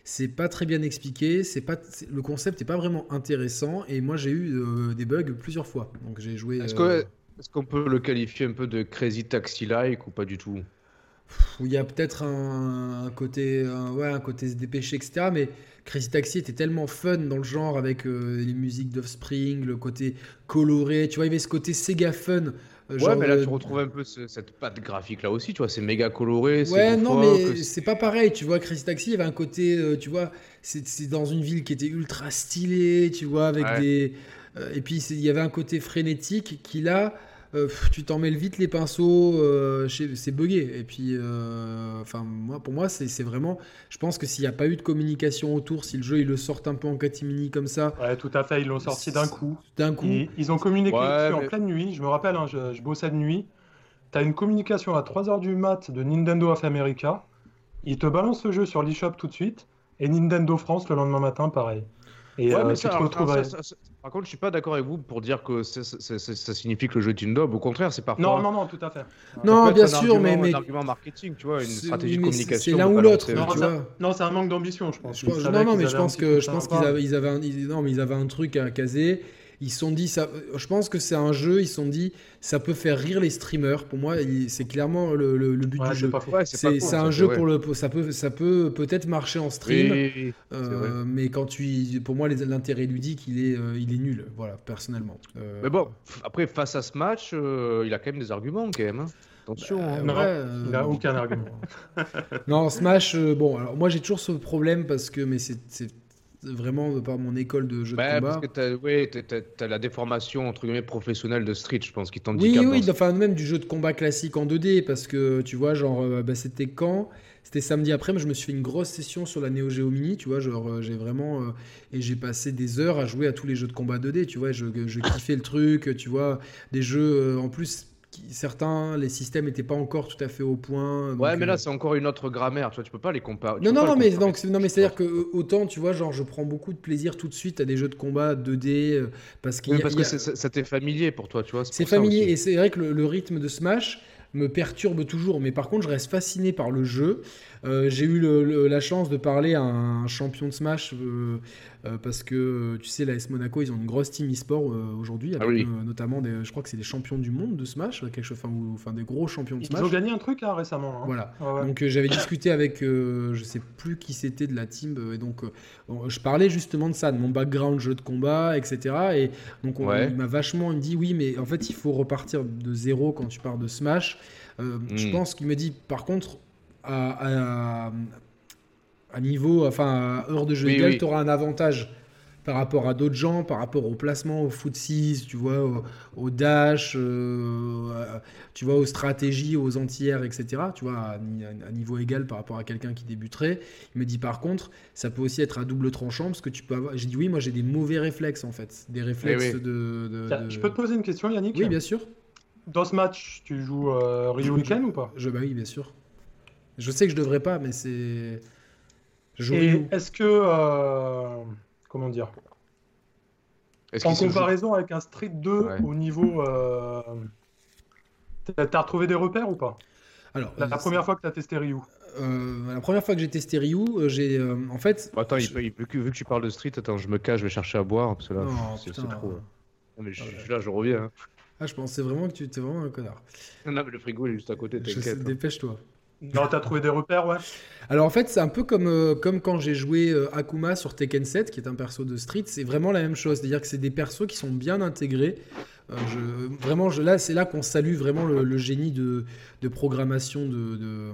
Speaker 1: C'est pas très bien expliqué, c'est pas c'est- le concept n'est pas vraiment intéressant et moi j'ai eu euh, des bugs plusieurs fois. Donc j'ai joué.
Speaker 2: Est-ce
Speaker 1: euh,
Speaker 2: que- est-ce qu'on peut le qualifier un peu de Crazy Taxi like ou pas du tout
Speaker 1: où il y a peut-être un, un côté un, ouais, un côté se dépêcher, etc. Mais Crazy Taxi était tellement fun dans le genre avec euh, les musiques d'Offspring, le côté coloré. Tu vois, il y avait ce côté Sega fun. euh,
Speaker 2: Ouais,
Speaker 1: genre,
Speaker 2: mais là
Speaker 1: euh,
Speaker 2: tu retrouves un peu ce- cette patte graphique là aussi, tu vois, c'est méga coloré. c'est
Speaker 1: Ouais, non,
Speaker 2: loufoque,
Speaker 1: mais
Speaker 2: c'est-
Speaker 1: c'est pas pareil. Tu vois, Crazy Taxi, il y avait un côté, euh, tu vois, c'est c'est dans une ville qui était ultra stylée, tu vois, avec
Speaker 2: Ouais.
Speaker 1: des. euh, et puis, c'est- il y avait un côté frénétique qui, là, euh, pff, tu t'en mêles vite les pinceaux, euh, chez- c'est buggé. Et puis, euh, enfin, moi, pour moi, c'est c'est vraiment. Je pense que s'il n'y a pas eu de communication autour, si le jeu, ils le sortent un peu en catimini comme ça,
Speaker 3: Ouais, tout à fait, ils l'ont sorti d'un coup.
Speaker 1: d'un coup.
Speaker 2: Mmh.
Speaker 3: Ils, ils ont communiqué
Speaker 2: Ouais,
Speaker 3: dessus
Speaker 2: mais-
Speaker 3: en pleine nuit. Je me rappelle, hein, je, je bossais de nuit. T'as une communication à 3h du mat de Nintendo of America. Ils te balancent ce jeu sur l'eShop tout de suite. Et Nintendo France le lendemain matin, pareil. Et
Speaker 2: Ouais,
Speaker 3: euh,
Speaker 2: mais
Speaker 3: tu
Speaker 2: ça,
Speaker 3: te
Speaker 2: alors, alors,
Speaker 3: retrouverais.
Speaker 2: ça- ça- ça- par contre, je suis pas d'accord avec vous pour dire que c'est- c'est- c'est- c'est- ça signifie que le jeu est une dobe. Au contraire, c'est parfois.
Speaker 3: Non, non, non, tout à fait.
Speaker 1: Non,
Speaker 2: peut être
Speaker 1: bien
Speaker 2: un
Speaker 1: sûr, mais-
Speaker 2: argument-
Speaker 1: mais-
Speaker 2: Un argument marketing, tu vois, une
Speaker 1: C'est-
Speaker 2: stratégie de
Speaker 1: mais c'est-
Speaker 2: communication.
Speaker 1: C'est l'un
Speaker 2: pour
Speaker 1: ou l'autre,
Speaker 2: balancer-
Speaker 1: tu
Speaker 3: Non, ça-
Speaker 1: vois.
Speaker 3: Non, c'est un manque d'ambition, je pense.
Speaker 1: Je
Speaker 3: Ils
Speaker 1: pense-
Speaker 3: savaient
Speaker 1: non, non,
Speaker 3: qu'ils
Speaker 1: mais je
Speaker 3: avaient
Speaker 1: pense
Speaker 3: un petit
Speaker 1: que
Speaker 3: peu
Speaker 1: je
Speaker 3: ça
Speaker 1: pense
Speaker 3: à
Speaker 1: qu'ils
Speaker 3: part.
Speaker 1: avaient, ils avaient un, ils- non, mais ils avaient un truc à caser. Ils se sont dit ça. Je pense que c'est un jeu. Ils se sont dit ça peut faire rire les streamers. Pour moi, il- c'est clairement le, le- le but
Speaker 3: Ouais,
Speaker 1: du
Speaker 3: c'est
Speaker 1: jeu.
Speaker 3: pas faux.
Speaker 2: Ouais, pas
Speaker 1: C'est
Speaker 2: con,
Speaker 1: c'est un
Speaker 2: ça,
Speaker 1: jeu
Speaker 2: ouais.
Speaker 1: pour le. pour- Ça peut, ça peut peut-être marcher en stream.
Speaker 2: Oui, oui, oui, c'est vrai.
Speaker 1: euh, mais quand tu, y- pour moi, les- l'intérêt ludique, il est, euh, il est nul. Voilà, personnellement. Euh,
Speaker 2: Mais bon, f- après, face à ce match, euh, il a quand même des arguments, quand même. hein. Attention. hein.
Speaker 1: euh,
Speaker 3: Non,
Speaker 1: ouais, euh,
Speaker 3: il a aucun argument.
Speaker 1: Non, Smash, euh, bon, alors moi j'ai toujours ce problème parce que, mais c'est c'est vraiment de par mon école de jeu de
Speaker 2: Ouais,
Speaker 1: Bah, combat.
Speaker 2: parce que t'as ouais, t'as- t'as- t'as la déformation, entre guillemets, professionnelle de Street, je pense, qui
Speaker 1: Oui,
Speaker 2: t'handicape.
Speaker 1: oui,
Speaker 2: dans-
Speaker 1: enfin même du jeu de combat classique en 2D, parce que tu vois, genre, euh, bah, c'était quand C'était samedi après, mais je me suis fait une grosse session sur la Neo Geo Mini, tu vois, genre, euh, j'ai vraiment... euh, et j'ai passé des heures à jouer à tous les jeux de combat 2D, tu vois, je, je kiffais le truc, tu vois, des jeux, euh, en plus, qui- certains, les systèmes n'étaient pas encore tout à fait au point. donc,
Speaker 2: Ouais, mais
Speaker 1: euh,
Speaker 2: là, c'est encore une autre grammaire, tu vois, tu peux pas les comparer. tu
Speaker 1: non,
Speaker 2: peux
Speaker 1: non,
Speaker 2: pas
Speaker 1: non,
Speaker 2: les
Speaker 1: mais,
Speaker 2: comparer.
Speaker 1: donc, c'est- non, mais c'est-à-dire que euh, autant, tu vois, genre, je prends beaucoup de plaisir tout de suite à des jeux de combat 2D, euh, parce qu'il
Speaker 2: Oui,
Speaker 1: y a-
Speaker 2: parce
Speaker 1: il
Speaker 2: que
Speaker 1: y a-
Speaker 2: c'est- ça ça t'est familier pour toi, tu vois.
Speaker 1: C'est
Speaker 2: pour ça
Speaker 1: familier
Speaker 2: aussi.
Speaker 1: et c'est vrai que le, le rythme de Smash me perturbe toujours, mais par contre je reste fasciné par le jeu. Euh, J'ai eu le- le- la chance de parler à un champion de Smash euh, euh, parce que tu sais, la S Monaco, ils ont une grosse team e-sport euh, aujourd'hui, avec
Speaker 2: Ah oui.
Speaker 1: euh, notamment des, je crois que c'est des champions du monde de Smash, quelque chose, enfin, ou- enfin des gros champions de
Speaker 3: Ils
Speaker 1: Smash.
Speaker 3: ont gagné un truc hein, récemment. hein.
Speaker 1: Voilà.
Speaker 3: Ouais, ouais.
Speaker 1: Donc euh, j'avais discuté avec, euh, je sais plus qui c'était de la team, euh, et donc euh, on- je parlais justement de ça, de mon background jeu de combat, etc. Et donc on,
Speaker 2: Ouais.
Speaker 1: il m'a vachement, il me dit oui, mais en fait il faut repartir de zéro quand tu pars de Smash. Euh, Je
Speaker 2: Hmm.
Speaker 1: pense qu'il me dit par contre à, à- à niveau, enfin à heure de jeu
Speaker 2: Oui,
Speaker 1: égal,
Speaker 2: oui.
Speaker 1: tu auras un avantage par rapport à d'autres gens, par rapport au placement, au foot 6, tu vois, au, au dash, euh, à- tu vois, aux stratégies, aux entières, etc. Tu vois, à, ni- à niveau égal par rapport à quelqu'un qui débuterait. Il me dit par contre, ça peut aussi être à double tranchant parce que tu peux avoir. J'ai dit oui, moi j'ai des mauvais réflexes en fait, des réflexes
Speaker 2: oui.
Speaker 1: de, de-
Speaker 3: Tiens,
Speaker 1: de-
Speaker 3: Je peux te poser une question, Yannick
Speaker 1: euh, Oui, bien sûr.
Speaker 3: Dans ce match, tu joues euh, Ryu Weekend ou pas
Speaker 1: Je bah oui, bien sûr. Je sais que je devrais pas, mais c'est. Jouer
Speaker 3: Et est-ce que. euh, comment dire
Speaker 2: Est-ce
Speaker 3: En
Speaker 2: qu'il se joue-
Speaker 3: comparaison avec un Street 2
Speaker 2: Ouais.
Speaker 3: au niveau. euh, t'as- T'as retrouvé des repères ou pas
Speaker 1: Alors,
Speaker 3: la, la
Speaker 1: euh,
Speaker 3: première fois que t'as testé Ryu.
Speaker 1: euh, la première fois que j'ai testé Ryu, euh, j'ai euh, en fait.
Speaker 2: Attends, il
Speaker 1: je-
Speaker 2: peut- il- vu, que, vu que tu parles de street, attends, je me cache, je vais chercher à boire, parce que là,
Speaker 1: Non, Ah
Speaker 2: pff, Ah, c'est
Speaker 1: putain.
Speaker 2: c'est trop. hein. Non, mais je, je suis là, je reviens. hein.
Speaker 1: Ah, je pensais vraiment que tu étais vraiment un connard.
Speaker 2: Non, mais le frigo est juste à côté,
Speaker 1: Je sais,
Speaker 2: t'inquiète. hein.
Speaker 1: Dépêche-toi.
Speaker 3: Non, t'as trouvé des repères, ouais.
Speaker 1: Alors en fait, c'est un peu comme, euh, comme quand j'ai joué euh, Akuma sur Tekken 7, qui est un perso de Street, c'est vraiment la même chose. C'est-à-dire que c'est des persos qui sont bien intégrés. Euh, je- vraiment, je- là, c'est là qu'on salue vraiment le, le génie de, de programmation de, de-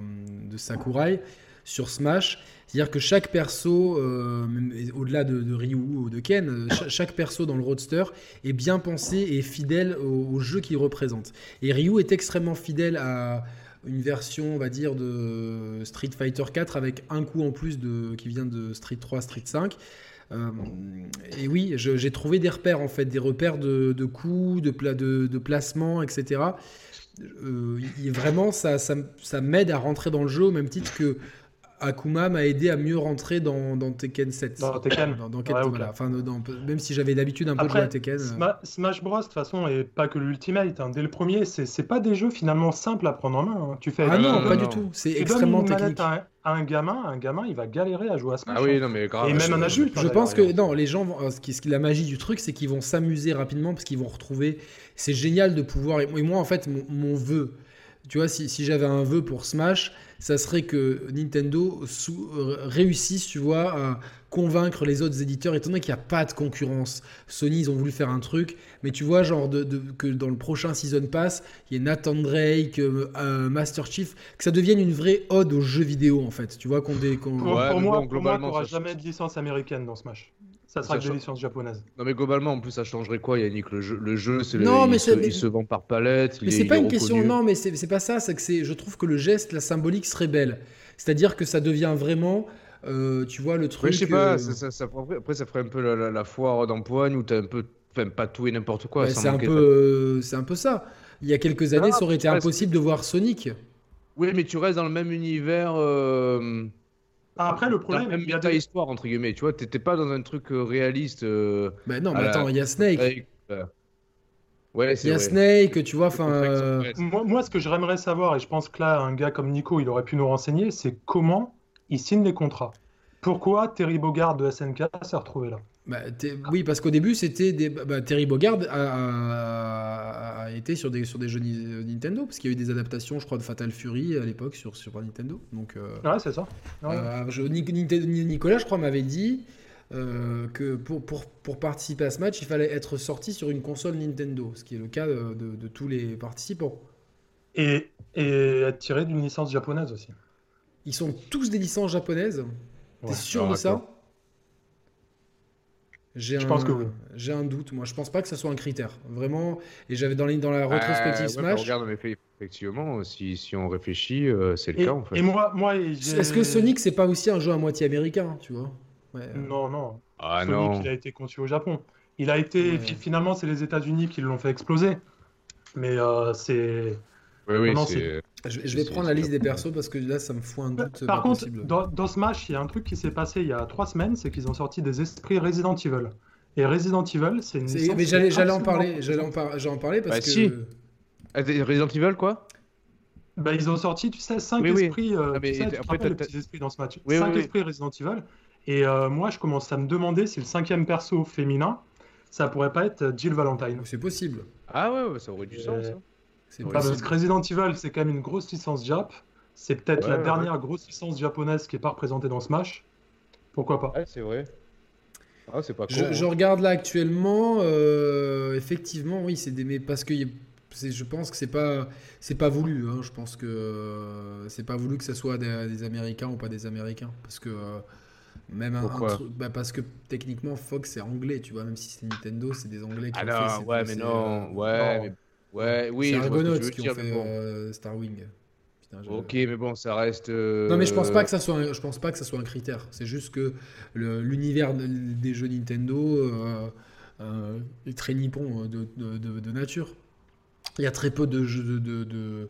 Speaker 1: de Sakurai sur Smash. C'est-à-dire que chaque perso, euh, même- et au-delà de, de Ryu ou de Ken, euh, cha- chaque perso dans le roadster est bien pensé et fidèle au, au jeu qu'il représente. Et Ryu est extrêmement fidèle à, une version, on va dire, de Street Fighter 4 avec un coup en plus de, qui vient de Street 3, Street 5. Euh, et oui, je- j'ai trouvé des repères en fait, des repères de, de coups, de, pla- de, de placements, etc. Euh, il- vraiment, ça, ça, m- ça m'aide à rentrer dans le jeu au même titre que Akuma m'a aidé à mieux rentrer dans, dans Tekken 7.
Speaker 3: Dans Tekken.
Speaker 1: Dans- dans Tekken,
Speaker 3: Ouais, ok.
Speaker 1: voilà. Enfin, dans- même si j'avais d'habitude un peu
Speaker 3: Après,
Speaker 1: joué à Tekken. euh,
Speaker 3: Sma- Smash Bros, de toute façon, et pas que l'Ultimate. hein. Dès le premier, c'est c'est pas des jeux finalement simples à prendre en main. hein. Tu fais.
Speaker 1: Ah non,
Speaker 2: Euh,
Speaker 1: pas
Speaker 2: non.
Speaker 1: du tout. C'est
Speaker 3: tu donnes
Speaker 1: extrêmement
Speaker 3: une manette
Speaker 1: technique.
Speaker 3: à un, à un gamin, un gamin, il va galérer à jouer à Smash.
Speaker 2: Ah
Speaker 3: hein.
Speaker 2: oui, non, mais grave.
Speaker 3: Et même un adulte,
Speaker 1: Je pense que non, les gens vont. euh, Ce qui, ce qui- la magie du truc, c'est qu'ils vont s'amuser rapidement parce qu'ils vont retrouver. C'est génial de pouvoir. Et moi, et moi, en fait, mon, mon vœu, tu vois, si, si j'avais un vœu pour Smash, ça serait que Nintendo sou- euh, réussisse, tu vois, à convaincre les autres éditeurs, étant donné qu'il n'y a pas de concurrence. Sony, ils ont voulu faire un truc, mais tu vois, genre, de, de- que dans le prochain Season Pass, il y ait Nathan Drake, euh, euh, Master Chief, que ça devienne une vraie ode aux jeux vidéo, en fait. Tu vois, qu'on dé- qu'on-
Speaker 3: Pour,
Speaker 2: Ouais,
Speaker 3: pour
Speaker 2: mais
Speaker 3: moi,
Speaker 2: bon,
Speaker 3: pour moi,
Speaker 2: globalement,
Speaker 3: t'auras
Speaker 2: ça-
Speaker 3: jamais de licence américaine dans Smash. Ça
Speaker 2: Ça
Speaker 3: sera que des
Speaker 2: change-
Speaker 3: licences japonaises.
Speaker 2: Non, mais globalement, en plus, ça changerait quoi, Yannick Le jeu, le jeu c'est le-
Speaker 1: Non,
Speaker 2: il,
Speaker 1: mais
Speaker 2: se,
Speaker 1: c'est-
Speaker 2: il se vend par palette. il
Speaker 1: Mais
Speaker 2: est-
Speaker 1: c'est
Speaker 2: il
Speaker 1: pas
Speaker 2: est
Speaker 1: une question,
Speaker 2: reconnu.
Speaker 1: non, mais c'est c'est pas ça, c'est que c'est, je trouve que le geste, la symbolique serait belle. C'est-à-dire que ça devient vraiment, euh, tu vois, le truc.
Speaker 2: Ouais, je sais pas,
Speaker 1: euh,
Speaker 2: ça- ça- ça ferait- après, ça ferait un peu la, la- la foire d'empoigne où t'as un peu. Enfin, pas tout et n'importe quoi.
Speaker 1: bah,
Speaker 2: sans
Speaker 1: c'est un
Speaker 2: manquer-
Speaker 1: peu, euh, c'est un peu ça. Il y a quelques années, ça aurait été
Speaker 2: ouais, c'est-
Speaker 1: impossible de voir Sonic.
Speaker 2: Oui, mais tu restes dans le même univers. euh,
Speaker 3: Après, le
Speaker 2: dans la
Speaker 3: problème,
Speaker 2: même
Speaker 3: il y a
Speaker 2: méta
Speaker 3: des-
Speaker 2: histoire, entre guillemets. Tu vois, t'étais pas dans un truc euh, réaliste. euh,
Speaker 1: Bah non,
Speaker 2: Ah,
Speaker 1: mais
Speaker 2: là.
Speaker 1: attends, il y a Snake,
Speaker 2: avec, euh, Ouais,
Speaker 1: il
Speaker 2: c'est
Speaker 1: y a
Speaker 2: vrai.
Speaker 1: Snake, tu vois, enfin. euh,
Speaker 2: Ouais,
Speaker 3: moi, moi, ce que j'aimerais savoir, et je pense que là, un gars comme Nico, il aurait pu nous renseigner, c'est comment il signe les contrats. Pourquoi Terry Bogard de SNK s'est retrouvé là
Speaker 1: bah, t'es- oui, parce qu'au début, c'était des. bah, Terry Bogard a, a- a été sur des, sur des jeux Ni- Nintendo, parce qu'il y a eu des adaptations, je crois, de Fatal Fury à l'époque sur, sur Nintendo. Donc. euh,
Speaker 3: Ouais, c'est ça.
Speaker 2: Ah
Speaker 3: Ouais.
Speaker 1: Euh, je- Nic- Nic- Nicolas, je crois, m'avait dit euh, que pour, pour, pour participer à ce match, il fallait être sorti sur une console Nintendo, ce qui est le cas de, de- de tous les participants.
Speaker 3: Et, et être tiré d'une licence japonaise aussi.
Speaker 1: Ils sont tous des licences japonaises. T'es
Speaker 3: Ouais.
Speaker 1: sûr
Speaker 2: Ah,
Speaker 1: de ça j'ai
Speaker 3: Je
Speaker 1: un,
Speaker 3: pense que oui.
Speaker 1: J'ai un doute, moi. Je pense pas que ça soit un critère. Vraiment. Et j'avais dans, les- dans la
Speaker 2: Euh,
Speaker 1: rétrospective
Speaker 2: ouais, bah,
Speaker 1: Smash.
Speaker 2: regarde, en effet, effectivement, si, si on réfléchit, euh, c'est le
Speaker 3: Et,
Speaker 2: cas en fait.
Speaker 3: et moi, moi et j'ai-
Speaker 1: Est-ce que Sonic, c'est pas aussi un jeu à moitié américain, tu vois Ouais, euh,
Speaker 3: Non, non.
Speaker 2: Ah
Speaker 3: Sonic,
Speaker 2: non.
Speaker 3: il a été conçu au Japon. Il a été.
Speaker 1: Ouais.
Speaker 3: fi- Finalement, c'est les États-Unis qui l'ont fait exploser. Mais euh, c'est.
Speaker 2: Oui, oui,
Speaker 3: Non, non,
Speaker 2: c'est.
Speaker 1: Je, je vais
Speaker 2: C'est-
Speaker 1: prendre la
Speaker 2: c'est
Speaker 1: liste
Speaker 2: pas
Speaker 1: des persos parce que là, ça me fout un doute. euh,
Speaker 3: Par
Speaker 1: pas
Speaker 3: contre,
Speaker 1: possible.
Speaker 3: dans, dans Smash, il y a un truc qui s'est passé il y a trois semaines, c'est qu'ils ont sorti des esprits Resident Evil. Et Resident Evil, c'est une.
Speaker 1: C'est-
Speaker 3: licence
Speaker 1: mais
Speaker 3: qui
Speaker 1: j'allais
Speaker 3: est
Speaker 1: j'allais en
Speaker 3: absolument
Speaker 1: parler,
Speaker 3: pas
Speaker 1: j'allais en, par- j'allais en parler parce
Speaker 2: Bah
Speaker 1: que
Speaker 2: si. Ah, t'es- Resident Evil, quoi
Speaker 3: Bah, ils ont sorti, tu sais, 5
Speaker 2: Oui, oui.
Speaker 3: esprits. euh,
Speaker 2: Ah, mais
Speaker 3: tu sais,
Speaker 2: et-
Speaker 3: tu te
Speaker 2: après,
Speaker 3: rappelles
Speaker 2: t'as-
Speaker 3: les
Speaker 2: t'as-
Speaker 3: petits esprits dans ce match.
Speaker 2: Oui,
Speaker 3: 5
Speaker 2: oui, oui.
Speaker 3: esprits Resident Evil. Et euh, moi, je commence à me demander si le cinquième perso féminin, ça pourrait pas être Jill Valentine.
Speaker 1: c'est possible.
Speaker 2: Ah ouais, ouais, ça aurait du
Speaker 3: Euh,
Speaker 2: sens. hein.
Speaker 1: C'est
Speaker 2: Ouais,
Speaker 3: Bah, parce
Speaker 1: possible.
Speaker 3: que Resident Evil, c'est quand même une grosse licence Jap. C'est peut-être
Speaker 2: Ouais,
Speaker 3: la
Speaker 2: ouais.
Speaker 3: dernière grosse licence japonaise qui est pas représentée dans Smash. Pourquoi pas
Speaker 2: Ouais, c'est vrai. Ah, c'est pas con.
Speaker 1: Je,
Speaker 2: hein.
Speaker 1: je regarde là actuellement, euh, effectivement, oui, c'est des. Mais parce que y a- c'est- je pense que c'est pas, c'est pas voulu. hein, je pense que euh, c'est pas voulu que ça soit des, des Américains ou pas des Américains. Parce que. euh, même un- un,
Speaker 2: Pourquoi
Speaker 1: truc- bah, parce que techniquement Fox c'est anglais, tu vois, même si c'est Nintendo, c'est des anglais qui
Speaker 2: Ah
Speaker 1: ont fait,
Speaker 2: non,
Speaker 1: c'est-
Speaker 2: ouais, mais
Speaker 1: c'est,
Speaker 2: non.
Speaker 1: euh,
Speaker 2: Ouais,
Speaker 3: non.
Speaker 2: mais. Ouais, oui,
Speaker 1: c'est
Speaker 2: je vois ce que
Speaker 1: Argonauts
Speaker 2: tu veux
Speaker 1: qui
Speaker 2: dire,
Speaker 1: ont
Speaker 2: mais
Speaker 1: fait
Speaker 2: bon.
Speaker 1: euh, Star Wing. Putain, je-
Speaker 2: Ok, mais bon, ça reste. euh,
Speaker 1: Non mais je pense pas que ça soit un, je pense pas que ça soit un critère. C'est juste que le- l'univers de- des jeux Nintendo euh, euh, est très nippon euh, de, de- de- de nature. Il y a très peu de jeux de, de- de-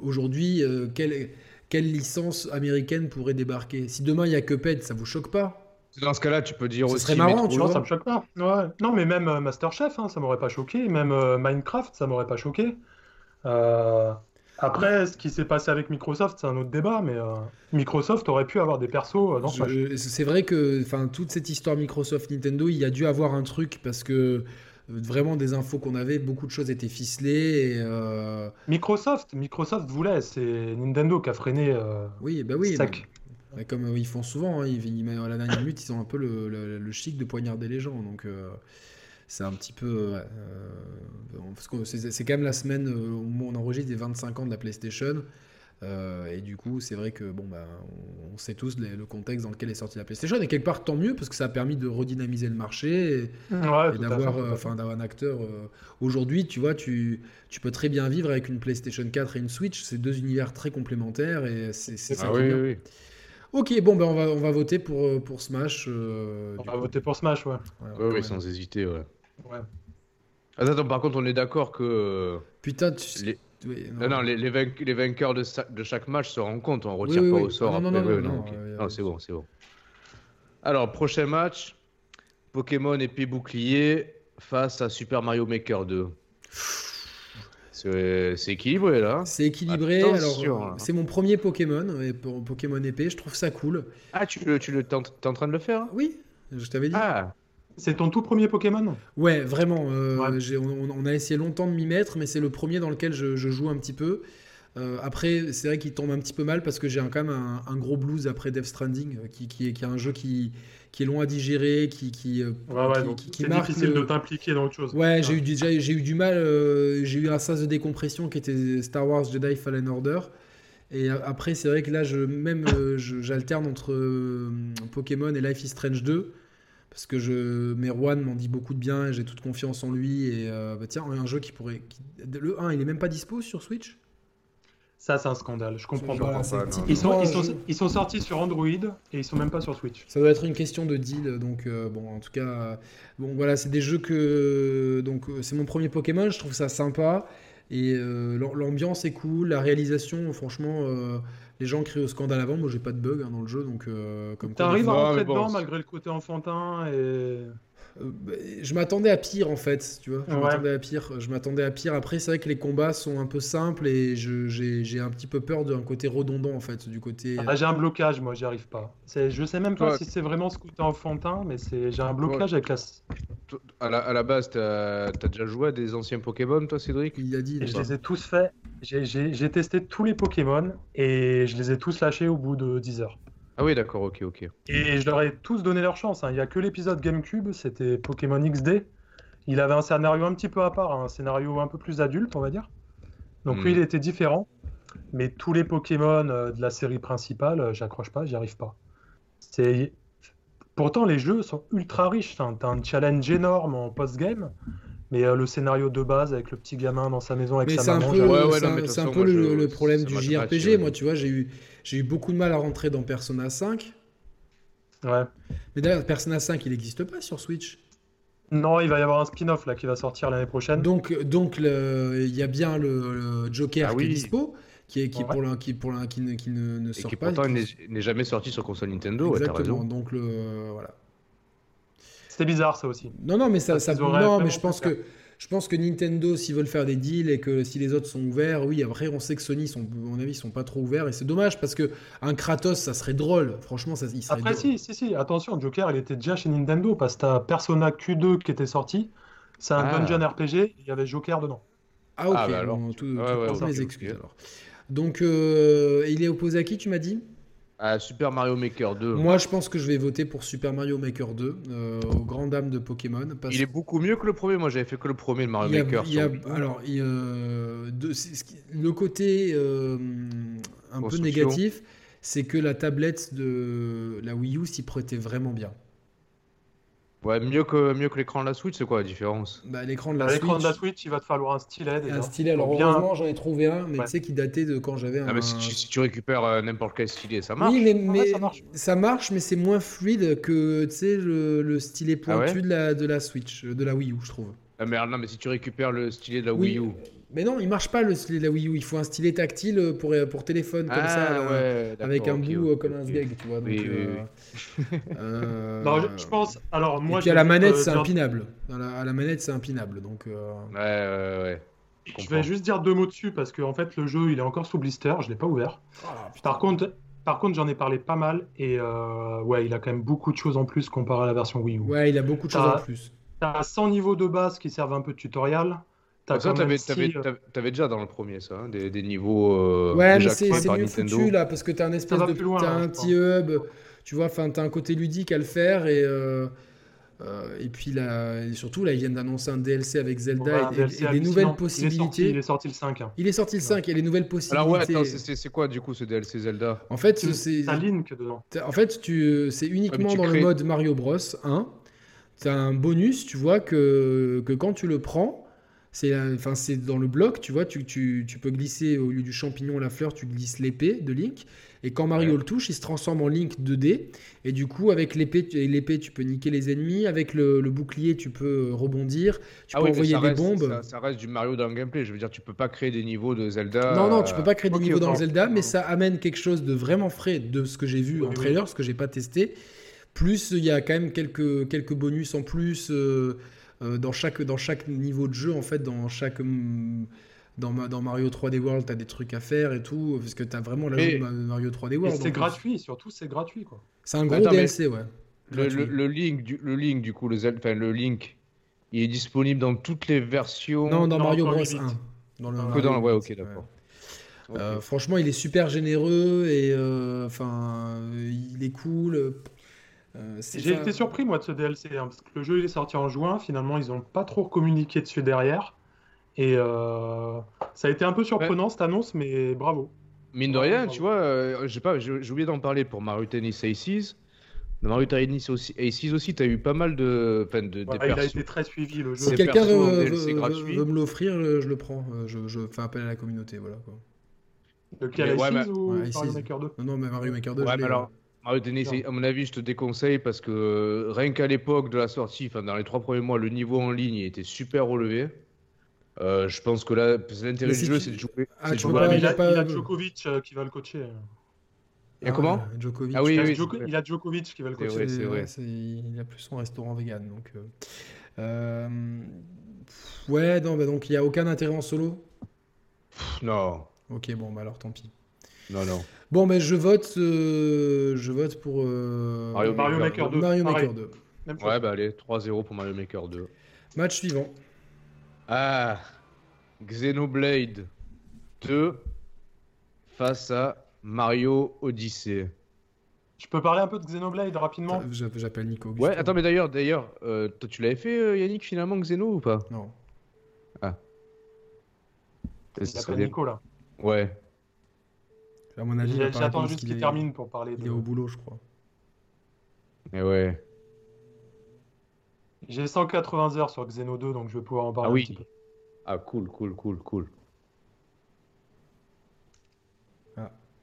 Speaker 1: aujourd'hui euh, quelle quelle licence américaine pourrait débarquer Si demain il y a Cuphead, ça vous choque pas
Speaker 2: Dans ce cas-là, tu peux dire
Speaker 1: Ce
Speaker 2: aussi.
Speaker 1: serait marrant,
Speaker 2: mais-
Speaker 1: tu
Speaker 3: Non,
Speaker 1: vois.
Speaker 3: ça me choque pas. Ouais. Non, mais même euh, Masterchef, hein, ça m'aurait pas choqué. Même euh, Minecraft, ça m'aurait pas choqué. Euh, Après, ce qui s'est passé avec Microsoft, c'est un autre débat, mais euh, Microsoft aurait pu avoir des persos euh, dans Smash.
Speaker 1: Je- C'est vrai que enfin toute cette histoire Microsoft Nintendo, il y a dû avoir un truc parce que vraiment des infos qu'on avait, beaucoup de choses étaient ficelées. Et, euh,
Speaker 3: Microsoft, Microsoft voulait, c'est Nintendo qui a freiné euh,
Speaker 1: Oui, bah oui.
Speaker 3: Sac.
Speaker 1: mais- mais Comme euh, ils font souvent, hein, ils, ils mettent- à la dernière minute, ils ont un peu le, le- le chic de poignarder les gens. Donc euh, c'est un petit peu. ouais, euh, bon, parce que c'est c'est quand même la semaine euh, au moment où on enregistre des 25 ans de la PlayStation. Euh, et du coup, c'est vrai que bon, bah, on, on sait tous les- le contexte dans lequel est sortie la PlayStation. Et quelque part, tant mieux, parce que ça a permis de redynamiser le marché. et-
Speaker 3: Ouais,
Speaker 1: et
Speaker 3: tout à
Speaker 1: d'avoir
Speaker 3: fait,
Speaker 1: euh,
Speaker 3: tout à fait.
Speaker 1: enfin d'avoir un acteur euh, aujourd'hui tu vois tu tu peux très bien vivre avec une PlayStation 4 et une Switch c'est deux univers très complémentaires et c'est c'est ça
Speaker 2: Ah
Speaker 1: qui est
Speaker 2: oui,
Speaker 1: bien.
Speaker 2: oui, oui.
Speaker 1: ok bon ben on va on va voter pour euh, pour Smash euh,
Speaker 3: On
Speaker 1: du
Speaker 3: va
Speaker 1: coup.
Speaker 3: voter pour Smash, ouais.
Speaker 1: Ouais,
Speaker 2: Ouais,
Speaker 1: quand
Speaker 2: ouais,
Speaker 1: même.
Speaker 2: sans hésiter, ouais.
Speaker 3: Ouais.
Speaker 2: Attends, attends, par contre, on est d'accord que euh,
Speaker 1: putain tu...
Speaker 2: les,
Speaker 1: ouais,
Speaker 2: Ah non, non, les, les vainc- les vainqueurs de, sa- de chaque match se rencontrent, on
Speaker 1: Oui,
Speaker 2: retire
Speaker 1: oui,
Speaker 2: pas
Speaker 1: oui. Ah
Speaker 2: au sort.
Speaker 1: Non, non,
Speaker 2: après,
Speaker 1: non,
Speaker 2: ouais,
Speaker 1: non,
Speaker 2: non,
Speaker 1: non,
Speaker 2: ok.
Speaker 1: euh,
Speaker 2: Non, c'est bon, c'est bon. Alors, prochain match, Pokémon épée bouclier face à Super Mario Maker 2. C'est c'est équilibré là. hein.
Speaker 1: c'est équilibré
Speaker 2: Attention,
Speaker 1: alors euh,
Speaker 2: hein.
Speaker 1: c'est mon premier Pokémon et pour Pokémon épée je trouve ça cool Ah
Speaker 2: Ah, tu le, tu le, t'es en t'es en train de le faire hein?
Speaker 1: oui je t'avais dit
Speaker 2: Ah,
Speaker 3: C'est ton tout premier Pokémon
Speaker 1: Ouais, vraiment. euh,
Speaker 3: Ouais.
Speaker 1: j'ai- on, on- on a essayé longtemps de m'y mettre, mais c'est le premier dans lequel je, je joue un petit peu. Euh, après, c'est vrai qu'il tombe un petit peu mal parce que j'ai un- quand même un, un gros blues après Death Stranding, euh, qui, qui est, qui est un jeu qui, qui est long à digérer, qui, qui, euh,
Speaker 3: Ouais, ouais,
Speaker 1: qui-
Speaker 3: donc
Speaker 1: qui- qui
Speaker 3: c'est
Speaker 1: marque
Speaker 3: difficile
Speaker 1: le-
Speaker 3: de t'impliquer dans autre chose.
Speaker 1: Ouais, j'ai eu du- déjà j'ai eu du mal. euh, j'ai eu un sas de décompression qui était Star Wars Jedi Fallen Order. Et a- après, c'est vrai que là, je, même euh, je- j'alterne entre euh, Pokémon et Life is Strange 2. Parce que je, Merwan m'en dit beaucoup de bien et j'ai toute confiance en lui. Et euh, bah tiens, un jeu qui pourrait. qui- le 1, il est même pas dispo sur Switch
Speaker 3: Ça, c'est un scandale, je comprends
Speaker 1: Voilà,
Speaker 3: pas.
Speaker 1: c'est
Speaker 2: pas,
Speaker 1: le
Speaker 2: non.
Speaker 1: petit
Speaker 3: Ils sont,
Speaker 1: point,
Speaker 3: ils, sont,
Speaker 1: jeu.
Speaker 3: ils sont sortis sur Android et ils sont même pas sur Switch.
Speaker 1: Ça doit être une question de deal, donc euh, bon, en tout cas, euh, bon voilà, c'est des jeux que donc euh, c'est mon premier Pokémon, je trouve ça sympa et euh, l'am- l'ambiance est cool, la réalisation, franchement, euh, les gens crient au scandale avant, moi j'ai pas de bug hein, dans le jeu, donc euh, comme quoi, des
Speaker 3: T'arrives hein.
Speaker 1: fois-
Speaker 3: à
Speaker 2: Non, mais
Speaker 3: rentrer
Speaker 2: bon,
Speaker 3: dedans
Speaker 2: c'est-
Speaker 3: malgré le côté enfantin et.
Speaker 1: Euh, bah, je m'attendais à pire en fait, tu vois, je
Speaker 3: Ouais.
Speaker 1: m'attendais à pire, je m'attendais à pire. Après c'est vrai que les combats sont un peu simples et je- j'ai j'ai un petit peu peur d'un côté redondant en fait, du côté. euh,
Speaker 3: Ah, j'ai un blocage, moi, j'y arrive pas. C'est- Je sais même pas
Speaker 2: Ouais.
Speaker 3: si c'est vraiment ce côté enfantin, mais c'est j'ai un blocage avec la.
Speaker 2: to- à la, à la base, t'as as déjà joué à des anciens Pokémon, toi, Cédric
Speaker 1: Il a dit.
Speaker 3: Et je
Speaker 1: déjà.
Speaker 3: les ai tous faits. J'ai- J'ai j'ai testé tous les Pokémon et je les ai tous lâchés au bout de 10 heures.
Speaker 2: Ah oui, d'accord, ok, ok.
Speaker 3: Et je leur ai tous donné leur chance. hein. Il y a que l'épisode GameCube, c'était Pokémon XD. Il avait un scénario un petit peu à part, hein, un scénario un peu plus adulte, on va dire. Donc
Speaker 2: Hmm.
Speaker 3: lui, il était différent. Mais tous les Pokémon euh, de la série principale, euh, j'accroche pas, j'y arrive pas. C'est pourtant les jeux sont ultra riches. hein. T'as t'as un challenge énorme en post-game, mais euh, le scénario de base avec le petit gamin dans sa maison avec
Speaker 1: Mais c'est
Speaker 3: sa
Speaker 1: un
Speaker 3: maman,
Speaker 1: peu,
Speaker 3: j'arrive-
Speaker 2: ouais, ouais,
Speaker 1: c'est
Speaker 2: non,
Speaker 1: un-
Speaker 2: mais de toute
Speaker 1: c'est un
Speaker 2: façon,
Speaker 1: peu
Speaker 2: moi,
Speaker 1: le,
Speaker 2: je-
Speaker 1: le problème
Speaker 2: ça
Speaker 1: du
Speaker 2: m'a pas
Speaker 1: JRPG.
Speaker 2: attiré.
Speaker 1: Moi, tu vois, j'ai eu, j'ai eu beaucoup de mal à rentrer dans Persona 5.
Speaker 3: Ouais.
Speaker 1: Mais d'ailleurs, Persona 5, il n'existe pas sur Switch.
Speaker 3: Non, il va y avoir un spin-off là qui va sortir l'année prochaine.
Speaker 1: Donc, donc le- il y a bien le, le Joker
Speaker 2: Ah
Speaker 1: qui est
Speaker 2: oui.
Speaker 1: dispo, qui, est, qui, est
Speaker 3: Ouais.
Speaker 1: pour l'un- qui, pour l'un- qui ne, qui ne, ne
Speaker 2: Et
Speaker 1: sort
Speaker 2: qui
Speaker 1: pas.
Speaker 2: pourtant n'est n'est jamais sorti sur console Nintendo, ouais, t'as
Speaker 1: Exactement.
Speaker 2: raison.
Speaker 1: donc, le, voilà.
Speaker 3: C'est bizarre ça aussi.
Speaker 1: Non, non, mais ça,
Speaker 3: Parce
Speaker 1: ça
Speaker 3: qu'ils auraient
Speaker 1: non, mais
Speaker 3: vraiment
Speaker 1: je pense
Speaker 3: pu
Speaker 1: que je pense que Nintendo, s'ils veulent faire des deals et que si les autres sont ouverts, oui. Après, on sait que Sony, sont, à mon avis, ils sont pas trop ouverts et c'est dommage parce que un Kratos, ça serait drôle. Franchement, ça, il serait
Speaker 3: Après,
Speaker 1: drôle.
Speaker 3: si, si, si, attention, Joker, il était déjà chez Nintendo parce que t'as Persona Q2 qui était sorti. C'est un
Speaker 2: Ah.
Speaker 3: dungeon RPG, il y avait Joker dedans.
Speaker 1: Ah ok,
Speaker 2: Ah, bah alors,
Speaker 1: bon,
Speaker 2: tu-
Speaker 1: tout,
Speaker 2: ouais,
Speaker 1: toutes
Speaker 2: ouais,
Speaker 1: mes
Speaker 2: ok, ok.
Speaker 1: excuses alors. Donc, euh, il est opposé à qui, tu m'as dit
Speaker 2: Ah, Super Mario Maker 2.
Speaker 1: Moi, je pense que je vais voter pour Super Mario Maker 2, euh, aux grandes dames de Pokémon. Parce
Speaker 2: Il est beaucoup mieux que le premier. Moi, j'avais fait que le premier de Mario
Speaker 1: il y a-
Speaker 2: Maker.
Speaker 1: il y a-
Speaker 2: sur Wii.
Speaker 1: alors, il y a, euh, de- c'est ce qui- le côté euh, un peu
Speaker 2: Construction.
Speaker 1: négatif, c'est que la tablette de la Wii U s'y prêtait vraiment bien.
Speaker 2: Ouais, mieux que, mieux que l'écran de la Switch, c'est quoi la différence
Speaker 1: Bah, L'écran de
Speaker 3: À
Speaker 1: la
Speaker 3: Ah, l'écran
Speaker 1: Switch,
Speaker 3: de la Switch, il va te falloir un stylet déjà.
Speaker 1: un stylet. Alors,
Speaker 3: Bien.
Speaker 1: heureusement, j'en ai trouvé un, mais
Speaker 3: Ouais.
Speaker 1: tu sais, qui datait de quand j'avais un.
Speaker 2: Ah, mais si tu, si tu récupères euh, n'importe quel stylet, ça marche.
Speaker 1: Oui, mais,
Speaker 3: Ouais,
Speaker 1: mais-
Speaker 3: ça marche.
Speaker 1: ça marche, mais c'est moins fluide que tu sais, le, le stylet
Speaker 2: Ah
Speaker 1: pointu
Speaker 2: ouais
Speaker 1: de, la, de la Switch, euh, de la Wii U, je trouve.
Speaker 2: Ah, merde, non, mais si tu récupères le stylet de la
Speaker 1: Oui,
Speaker 2: Wii U.
Speaker 1: Mais non, il marche pas le stylet de la Wii U. Il faut un stylet tactile euh, pour, pour téléphone, comme
Speaker 2: ah,
Speaker 1: ça, euh,
Speaker 2: ouais,
Speaker 1: avec un
Speaker 2: d'accord, ok,
Speaker 1: bout
Speaker 2: ok,
Speaker 1: euh, comme un
Speaker 2: ok.
Speaker 1: sgeg, tu vois. Donc,
Speaker 2: Oui, oui,
Speaker 1: euh, euh,
Speaker 3: Non, je, je pense. Alors, moi,
Speaker 1: et puis à
Speaker 3: je
Speaker 1: la
Speaker 3: vais,
Speaker 1: manette,
Speaker 3: euh,
Speaker 1: c'est
Speaker 3: dire-
Speaker 1: impinable. À la, à la manette, c'est impinable. Donc, euh,
Speaker 2: Ouais, ouais, ouais.
Speaker 3: je vais juste dire deux mots dessus parce que en fait, le jeu, il est encore sous blister, je l'ai pas ouvert.
Speaker 1: ah, putain.
Speaker 3: Par contre, par contre, j'en ai parlé pas mal et euh, ouais, il a quand même beaucoup de choses en plus comparé à la version Wii U.
Speaker 1: ouais, il a beaucoup de choses
Speaker 3: t'as-
Speaker 1: en plus.
Speaker 3: T'as 100 niveaux de base qui servent un peu de tutoriel. T'as
Speaker 2: Bah, ça,
Speaker 3: quand même
Speaker 2: t'avais,
Speaker 3: six,
Speaker 2: t'avais-
Speaker 3: euh,
Speaker 2: t'avais- t'avais déjà dans le premier, ça, hein, des, des niveaux euh,
Speaker 1: Ouais, mais
Speaker 2: déjà
Speaker 1: c'est
Speaker 2: créés
Speaker 1: c'est
Speaker 2: par
Speaker 1: mieux
Speaker 2: Nintendo.
Speaker 1: foutu là, parce que t'as un espèce
Speaker 3: va
Speaker 1: de.
Speaker 3: plus loin,
Speaker 1: t'as
Speaker 3: là,
Speaker 1: un
Speaker 3: je
Speaker 1: petit hub, tu vois, enfin, t'as un côté ludique à le faire et. euh, euh, et puis là, et surtout, là, ils viennent d'annoncer un DLC avec
Speaker 3: on a
Speaker 1: Zelda
Speaker 3: un
Speaker 1: et- et-
Speaker 3: DLC
Speaker 1: et, des nouvelles
Speaker 3: hallucinant. Il est sorti-
Speaker 1: possibilités.
Speaker 3: Il est sorti, le 5. hein.
Speaker 1: le 5 et les nouvelles possibilités.
Speaker 2: Alors ouais, attends, c'est- c'est c'est quoi du coup ce DLC Zelda
Speaker 1: En fait, euh,
Speaker 3: Tu-
Speaker 1: c'est
Speaker 3: T'as Link dedans.
Speaker 1: T'as- En fait, tu, c'est uniquement
Speaker 2: Ouais, mais tu
Speaker 1: dans le
Speaker 2: crées-
Speaker 1: mode Mario Bros 1. Tu as un bonus, tu vois, que, que quand tu le prends, c'est la- enfin, c'est dans le bloc, tu vois, tu, tu- tu peux glisser au lieu du champignon, la fleur, tu glisses l'épée de Link. Et quand Mario
Speaker 2: Ouais.
Speaker 1: le touche, il se transforme en Link 2D. Et du coup, avec l'épée, tu, et l'épée, tu peux niquer les ennemis. Avec le, le bouclier, tu peux rebondir. Tu peux
Speaker 2: oui, Ah mais
Speaker 1: envoyer
Speaker 2: ça
Speaker 1: des
Speaker 2: reste-
Speaker 1: bombes.
Speaker 2: Ça, ça reste du Mario dans le gameplay. Je veux dire, tu peux pas créer des niveaux de Zelda.
Speaker 1: Non, non, tu peux pas créer des
Speaker 3: ok,
Speaker 1: niveaux dans
Speaker 3: autant.
Speaker 1: Zelda, mais ça amène quelque chose de vraiment frais de ce que j'ai vu
Speaker 3: Oui,
Speaker 1: en
Speaker 3: oui.
Speaker 1: trailer, ce que j'ai pas testé. Plus il y a quand même quelques, quelques bonus en plus euh, euh, dans, chaque, dans chaque niveau de jeu, en fait, dans chaque. hum, Dans, ma- dans Mario 3D World, t'as des trucs à faire et tout, parce que t'as vraiment l'ajout
Speaker 2: Et-
Speaker 1: de Ma- Mario 3D
Speaker 3: Et
Speaker 1: World.
Speaker 3: c'est
Speaker 1: en plus.
Speaker 3: gratuit, surtout c'est gratuit quoi.
Speaker 1: C'est un gros
Speaker 2: Attends, mais-
Speaker 1: DLC, ouais.
Speaker 2: Le, le,
Speaker 1: Gratuit.
Speaker 2: le Link, du, le Link, du coup, le, Zelda, enfin, le Link, il est disponible dans toutes les versions.
Speaker 1: Non, dans
Speaker 3: Non,
Speaker 1: Mario
Speaker 3: pas
Speaker 1: Bros 1.
Speaker 3: 8.
Speaker 1: Dans le
Speaker 3: Que
Speaker 2: Que
Speaker 1: Mario
Speaker 2: dans... Ouais,
Speaker 1: Bros,
Speaker 2: ok, d'accord. Ok.
Speaker 1: Euh, franchement, il est super généreux et euh, enfin, euh, il est cool. Euh, c'est-
Speaker 3: J'ai
Speaker 1: enfin,
Speaker 3: été surpris moi de ce DLC hein, parce que le jeu il est sorti en juin, finalement ils n'ont pas trop communiqué dessus derrière. Et euh, ça a été un peu surprenant cette annonce, mais bravo.
Speaker 2: Mine de
Speaker 3: Ouais,
Speaker 2: rien,
Speaker 3: bravo.
Speaker 2: tu vois, euh, j'ai pas, j'ai j'ai oublié d'en parler pour Mario Tennis Aces. Dans Mario Tennis aussi- Aces aussi, t'as eu pas mal de, enfin, de,
Speaker 3: Voilà,
Speaker 2: des
Speaker 3: il a
Speaker 2: persos.
Speaker 3: été très suivi le
Speaker 1: Si
Speaker 3: jeu.
Speaker 2: C'est-
Speaker 1: quelqu'un
Speaker 2: perso,
Speaker 1: veut,
Speaker 2: mais
Speaker 1: veut-
Speaker 2: c'est
Speaker 1: veut-
Speaker 2: gratuit.
Speaker 1: veut me l'offrir, euh, je le prends. Euh, Je, je fais appel à la communauté, voilà. quoi.
Speaker 3: De quel
Speaker 2: Mais ouais, bah,
Speaker 3: Aces ou
Speaker 1: ouais,
Speaker 3: Mario
Speaker 1: Aces.
Speaker 3: Maker 2
Speaker 1: Non, non, mais Mario Maker 2,
Speaker 2: Ouais,
Speaker 1: je l'ai,
Speaker 2: mais alors, Mario Tennis,
Speaker 3: Genre.
Speaker 2: à mon avis, je te déconseille parce que euh, rien qu'à l'époque de la sortie, enfin, dans les trois premiers mois, le niveau en ligne il était super relevé. Euh, je pense que là, parce que l'intérêt
Speaker 1: Mais
Speaker 2: du
Speaker 1: si
Speaker 2: jeu,
Speaker 1: tu-
Speaker 2: c'est de jouer.
Speaker 1: Ah,
Speaker 2: c'est de
Speaker 1: tu
Speaker 2: jouer
Speaker 1: peux
Speaker 3: Ouais,
Speaker 1: pas-
Speaker 2: à
Speaker 3: mais
Speaker 1: il
Speaker 3: il,
Speaker 1: a
Speaker 3: a,
Speaker 1: pas- Ah,
Speaker 3: il a Djokovic euh, qui va le coacher.
Speaker 2: Et comment
Speaker 1: ouais, Djokovic.
Speaker 2: Ah oui,
Speaker 3: il, a
Speaker 2: oui,
Speaker 3: Djoko-
Speaker 2: c'est vrai.
Speaker 3: il a Djokovic qui va le
Speaker 2: C'est
Speaker 3: coacher.
Speaker 2: vrai, c'est
Speaker 1: ouais,
Speaker 2: vrai.
Speaker 1: c'est- il a plus son restaurant vegan. Donc, euh, euh, pff, ouais, non, bah, donc il n'y a aucun intérêt en solo.
Speaker 2: Pff, non,
Speaker 1: Ok, bon, bah, alors tant pis.
Speaker 2: non, non.
Speaker 1: Bon, mais je vote, euh, je vote pour euh,
Speaker 2: Mario
Speaker 3: Mario
Speaker 2: Maker
Speaker 3: Maker 2.
Speaker 1: Mario
Speaker 3: pareil,
Speaker 1: Maker 2.
Speaker 3: même chose.
Speaker 2: Ouais, bah allez, 3-0 pour Mario Maker 2.
Speaker 1: Match suivant.
Speaker 2: Ah, Xenoblade 2 face à Mario Odyssey.
Speaker 3: Je peux parler un peu de Xenoblade rapidement
Speaker 1: Euh, J'a- J'appelle Nico.
Speaker 2: Ouais,
Speaker 1: Augusto.
Speaker 2: attends, mais d'ailleurs, d'ailleurs, euh, toi, tu l'avais fait, euh, Yannick, finalement, Xeno ou pas
Speaker 1: Non.
Speaker 3: Il
Speaker 2: Ça
Speaker 3: y a
Speaker 2: serait
Speaker 3: pas
Speaker 2: bien.
Speaker 3: Nico là.
Speaker 2: Ouais.
Speaker 1: À mon avis, il va pas
Speaker 3: J'attends
Speaker 1: répondre
Speaker 3: juste
Speaker 1: parce
Speaker 3: qu'il
Speaker 1: est-
Speaker 3: termine pour parler.
Speaker 1: Il
Speaker 3: de-
Speaker 1: est au boulot, je crois.
Speaker 2: Et ouais.
Speaker 3: J'ai 180 heures sur Xeno 2, donc je vais pouvoir en parler
Speaker 2: Ah
Speaker 3: un
Speaker 2: oui.
Speaker 3: petit peu.
Speaker 2: Ah, cool, cool, cool, cool.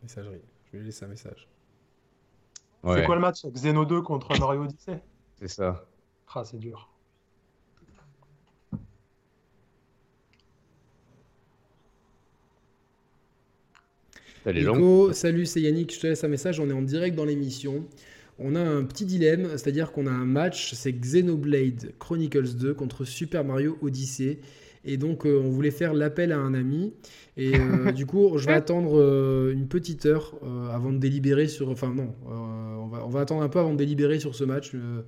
Speaker 1: Messagerie. Je lui laisse un message.
Speaker 2: Ouais,
Speaker 3: C'est quoi le match Xeno 2 contre Mario Odyssey
Speaker 2: c'est ça.
Speaker 3: Ah, c'est dur.
Speaker 2: Elle est longue.
Speaker 1: Nico, salut, c'est Yannick. Je te laisse un message. On est en direct dans l'émission. On a un petit dilemme, c'est-à-dire qu'on a un match, c'est Xenoblade Chronicles 2 contre Super Mario Odyssey. Et donc, euh, on voulait faire l'appel à un ami. Et euh, du coup, je vais attendre euh, une petite heure euh, avant de délibérer sur. Enfin, non, euh, on, va, on va attendre un peu avant de délibérer sur ce match. euh,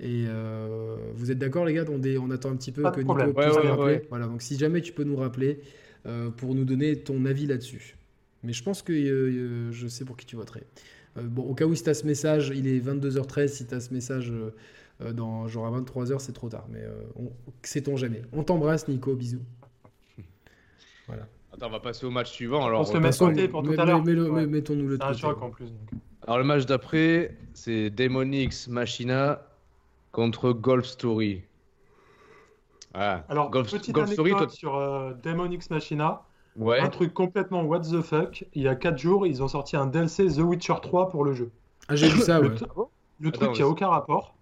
Speaker 1: et euh, vous êtes d'accord, les gars on, dé- on attend un petit peu
Speaker 3: Pas de
Speaker 1: que Nico
Speaker 3: problème.
Speaker 1: puisse
Speaker 2: Ouais,
Speaker 1: nous
Speaker 2: ouais,
Speaker 1: rappeler.
Speaker 2: ouais.
Speaker 1: Voilà, donc si jamais tu peux nous rappeler euh, pour nous donner ton avis là-dessus. Mais je pense que euh, euh, je sais pour qui tu voterais. Euh, bon, au cas où, si tu as ce message, il est 22h13. Si tu as ce message euh, euh, dans genre à 23h, c'est trop tard. Mais euh, on- sait-on jamais. On t'embrasse, Nico. Bisous.
Speaker 2: Attends, on va passer au match suivant. Alors,
Speaker 3: se
Speaker 2: on
Speaker 3: met
Speaker 2: va
Speaker 3: sur
Speaker 2: parler-
Speaker 3: le côté. pour tout
Speaker 1: Bah, Mais-
Speaker 3: à l'heure.
Speaker 1: mais- mais-
Speaker 3: Ouais.
Speaker 1: Mettons-nous le
Speaker 3: C'est un
Speaker 1: côté,
Speaker 3: choc
Speaker 1: ouais.
Speaker 3: en plus. donc.
Speaker 2: Alors, le match d'après, c'est Demonix Machina contre Golf Story. Ah,
Speaker 3: Alors,
Speaker 2: Golf,
Speaker 3: petite
Speaker 2: Golf Story,
Speaker 3: anecdote
Speaker 2: toi.
Speaker 3: sur euh, Demon X Machina.
Speaker 2: Ouais.
Speaker 3: Un truc complètement what the fuck. Il y a 4 jours, ils ont sorti un DLC The Witcher 3 pour le jeu.
Speaker 1: Ah, j'ai vu ça,
Speaker 3: Le
Speaker 1: ouais.
Speaker 3: tru- Le
Speaker 2: Attends,
Speaker 3: truc qui a
Speaker 2: vas-y.
Speaker 3: aucun rapport.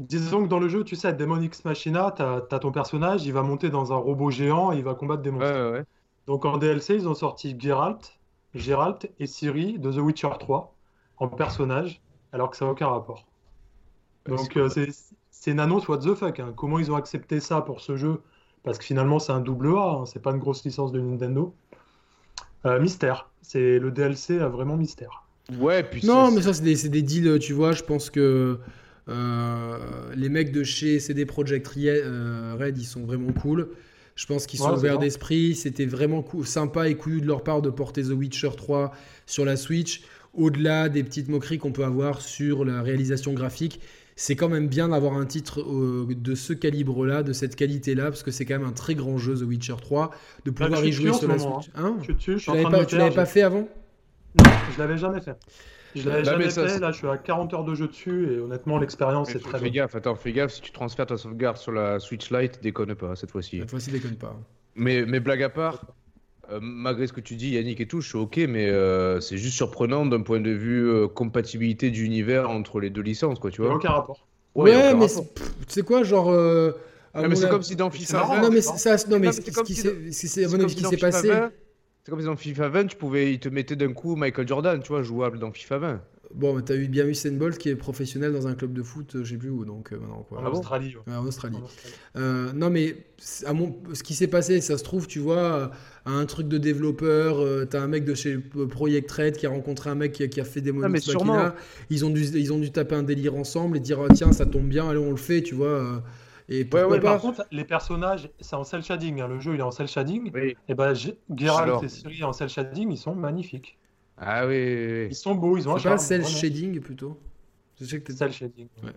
Speaker 3: Disons que dans le jeu, tu sais, à Demon X Machina, t'as t'as ton personnage, il va monter dans un robot géant et il va combattre des
Speaker 2: Ouais,
Speaker 3: monstres.
Speaker 2: ouais, ouais.
Speaker 3: Donc en DLC, ils ont sorti Geralt, Geralt et Ciri de The Witcher 3 en personnage, alors que ça n'a aucun rapport.
Speaker 2: Ouais,
Speaker 3: Donc
Speaker 2: c'est
Speaker 3: euh, c'est c'est une annonce what the fuck. hein. Comment ils ont accepté ça pour ce jeu Parce que finalement, c'est un double A, hein, c'est pas une grosse licence de Nintendo. Euh, mystère. C'est le DLC a vraiment mystère.
Speaker 2: Ouais, puis
Speaker 1: Non,
Speaker 2: c'est-
Speaker 1: mais ça, c'est des, c'est des deals, tu vois. Je pense que Euh, les mecs de chez CD Projekt euh, Red, ils sont vraiment cool. Je pense qu'ils sont
Speaker 3: Ouais, c'est
Speaker 1: ouverts
Speaker 3: ça.
Speaker 1: d'esprit. C'était vraiment cou- sympa et couillu de leur part de porter The Witcher 3 sur la Switch. Au-delà des petites moqueries qu'on peut avoir sur la réalisation graphique, c'est quand même bien d'avoir un titre euh, de ce calibre-là, de cette qualité-là, parce que c'est quand même un très grand jeu, The Witcher 3, de pouvoir
Speaker 3: je
Speaker 1: y
Speaker 3: suis
Speaker 1: jouer
Speaker 3: dessus en
Speaker 1: sur
Speaker 3: ce
Speaker 1: la
Speaker 3: moment,
Speaker 1: Switch. Hein
Speaker 3: Tu, tu, je suis
Speaker 1: tu
Speaker 3: en
Speaker 1: l'avais
Speaker 3: train de
Speaker 1: pas,
Speaker 3: le
Speaker 1: tu
Speaker 3: faire,
Speaker 1: l'avais pas fait avant
Speaker 3: Non, je l'avais jamais fait. Je l'avais
Speaker 2: Bah,
Speaker 3: jamais
Speaker 2: mais ça,
Speaker 3: fait.
Speaker 2: c'est-
Speaker 3: Là, je suis à 40 heures de jeu dessus et honnêtement, l'expérience
Speaker 2: Mais
Speaker 3: est
Speaker 2: fais-
Speaker 3: très
Speaker 2: fais
Speaker 3: bonne.
Speaker 2: gaffe, attends, fais gaffe, si tu transfères ta sauvegarde sur la Switch Lite, déconne pas cette fois-ci.
Speaker 1: Cette fois-ci, déconne pas. hein.
Speaker 2: Mais, mais blague à part, euh, malgré ce que tu dis, Yannick et tout, je suis ok, mais euh, c'est juste surprenant d'un point de vue euh, compatibilité d'univers entre les deux licences, quoi, tu
Speaker 3: Il n'y a
Speaker 2: vois.
Speaker 3: aucun rapport.
Speaker 1: Ouais,
Speaker 2: y a aucun
Speaker 1: mais
Speaker 2: rapport.
Speaker 1: c'est- pff, tu sais quoi, genre. euh, à
Speaker 2: Ah,
Speaker 1: mon
Speaker 2: mais c'est
Speaker 1: av-
Speaker 2: comme si dans FIFA
Speaker 3: marrant,
Speaker 2: 20,
Speaker 1: Non, mais
Speaker 3: tu vois.
Speaker 1: c'est ça, non, mais
Speaker 2: Non, mais
Speaker 1: ce qui
Speaker 2: c'est comme
Speaker 1: ce qui
Speaker 2: si
Speaker 1: s'est- ce qui s'est- à
Speaker 2: c'est
Speaker 1: mon
Speaker 2: comme
Speaker 1: avis, ce
Speaker 2: si
Speaker 1: qui
Speaker 2: dans
Speaker 1: s'est
Speaker 2: FIFA
Speaker 1: passé.
Speaker 2: 20, C'est comme si dans FIFA 20, tu pouvais, ils te mettaient d'un coup Michael Jordan, tu vois, jouable dans FIFA 20.
Speaker 1: Bon, bah, t'as eu bien Usain Bolt qui est professionnel dans un club de foot, euh, je sais plus où, donc euh, maintenant quoi.
Speaker 3: En
Speaker 2: Ah bon
Speaker 3: Australie. ouais.
Speaker 1: Ouais, en Australie.
Speaker 3: En Australie.
Speaker 1: Euh, non, mais c'est- à mon... ce qui s'est passé, ça se trouve, tu vois, euh, à un truc de développeur, euh, t'as un mec de chez euh, Project Red qui a rencontré un mec qui, qui a fait des
Speaker 2: Ah, mais
Speaker 1: Mons Machina.
Speaker 2: sûrement.
Speaker 1: Ils ont, dû, ils ont dû taper un délire ensemble et dire ah, tiens, ça tombe bien, allez, on le fait, tu vois. euh, et pourquoi
Speaker 2: ouais,
Speaker 3: Ouais,
Speaker 1: pas
Speaker 3: par contre, les personnages, c'est en cel shading. hein. Le jeu, il est en cel shading.
Speaker 2: Oui.
Speaker 3: Et ben, G- Geralt
Speaker 2: Alors.
Speaker 3: et Ciri en cel shading, ils sont magnifiques.
Speaker 2: Ah oui, oui,
Speaker 3: Ils
Speaker 2: oui.
Speaker 3: sont beaux, ils ont un
Speaker 1: C'est pas
Speaker 3: charme.
Speaker 1: cel
Speaker 3: vraiment.
Speaker 1: shading plutôt Je sais que t'es.
Speaker 3: Cel shading.
Speaker 1: Ouais.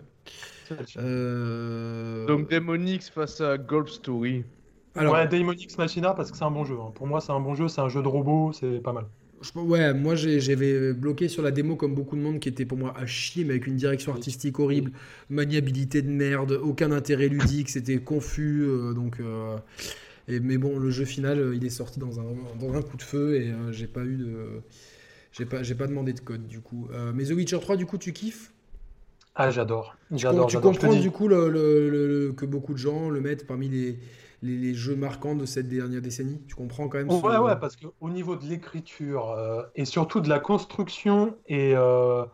Speaker 3: Cel shading.
Speaker 1: Euh,
Speaker 2: Donc Demonix face à Golf Story.
Speaker 1: Alors,
Speaker 3: Ouais, Daemon X Machina parce que c'est un bon jeu. hein. Pour moi, c'est un bon jeu, c'est un jeu de robot, c'est pas mal.
Speaker 1: Je- ouais, moi j'ai- j'avais bloqué sur la démo comme beaucoup de monde qui était pour moi à chier, mais avec une direction artistique horrible, maniabilité de merde, aucun intérêt ludique, c'était confus. euh, donc, euh, et, mais bon, le jeu final, euh, il est sorti dans un, dans un coup de feu et euh, j'ai pas eu de. J'ai pas, j'ai pas demandé de code du coup. Euh, mais The Witcher 3, du coup, tu kiffes
Speaker 3: Ah, j'adore.
Speaker 1: Com-
Speaker 3: J'adore.
Speaker 1: Tu
Speaker 3: j'adore, je te
Speaker 1: comprends
Speaker 3: dis.
Speaker 1: du coup le- le- le- le- que beaucoup de gens le mettent parmi les, les, les jeux marquants de cette dernière décennie Tu comprends quand même ce-
Speaker 3: Ouais, ouais, parce qu'au niveau de l'écriture euh, et surtout de la construction et euh,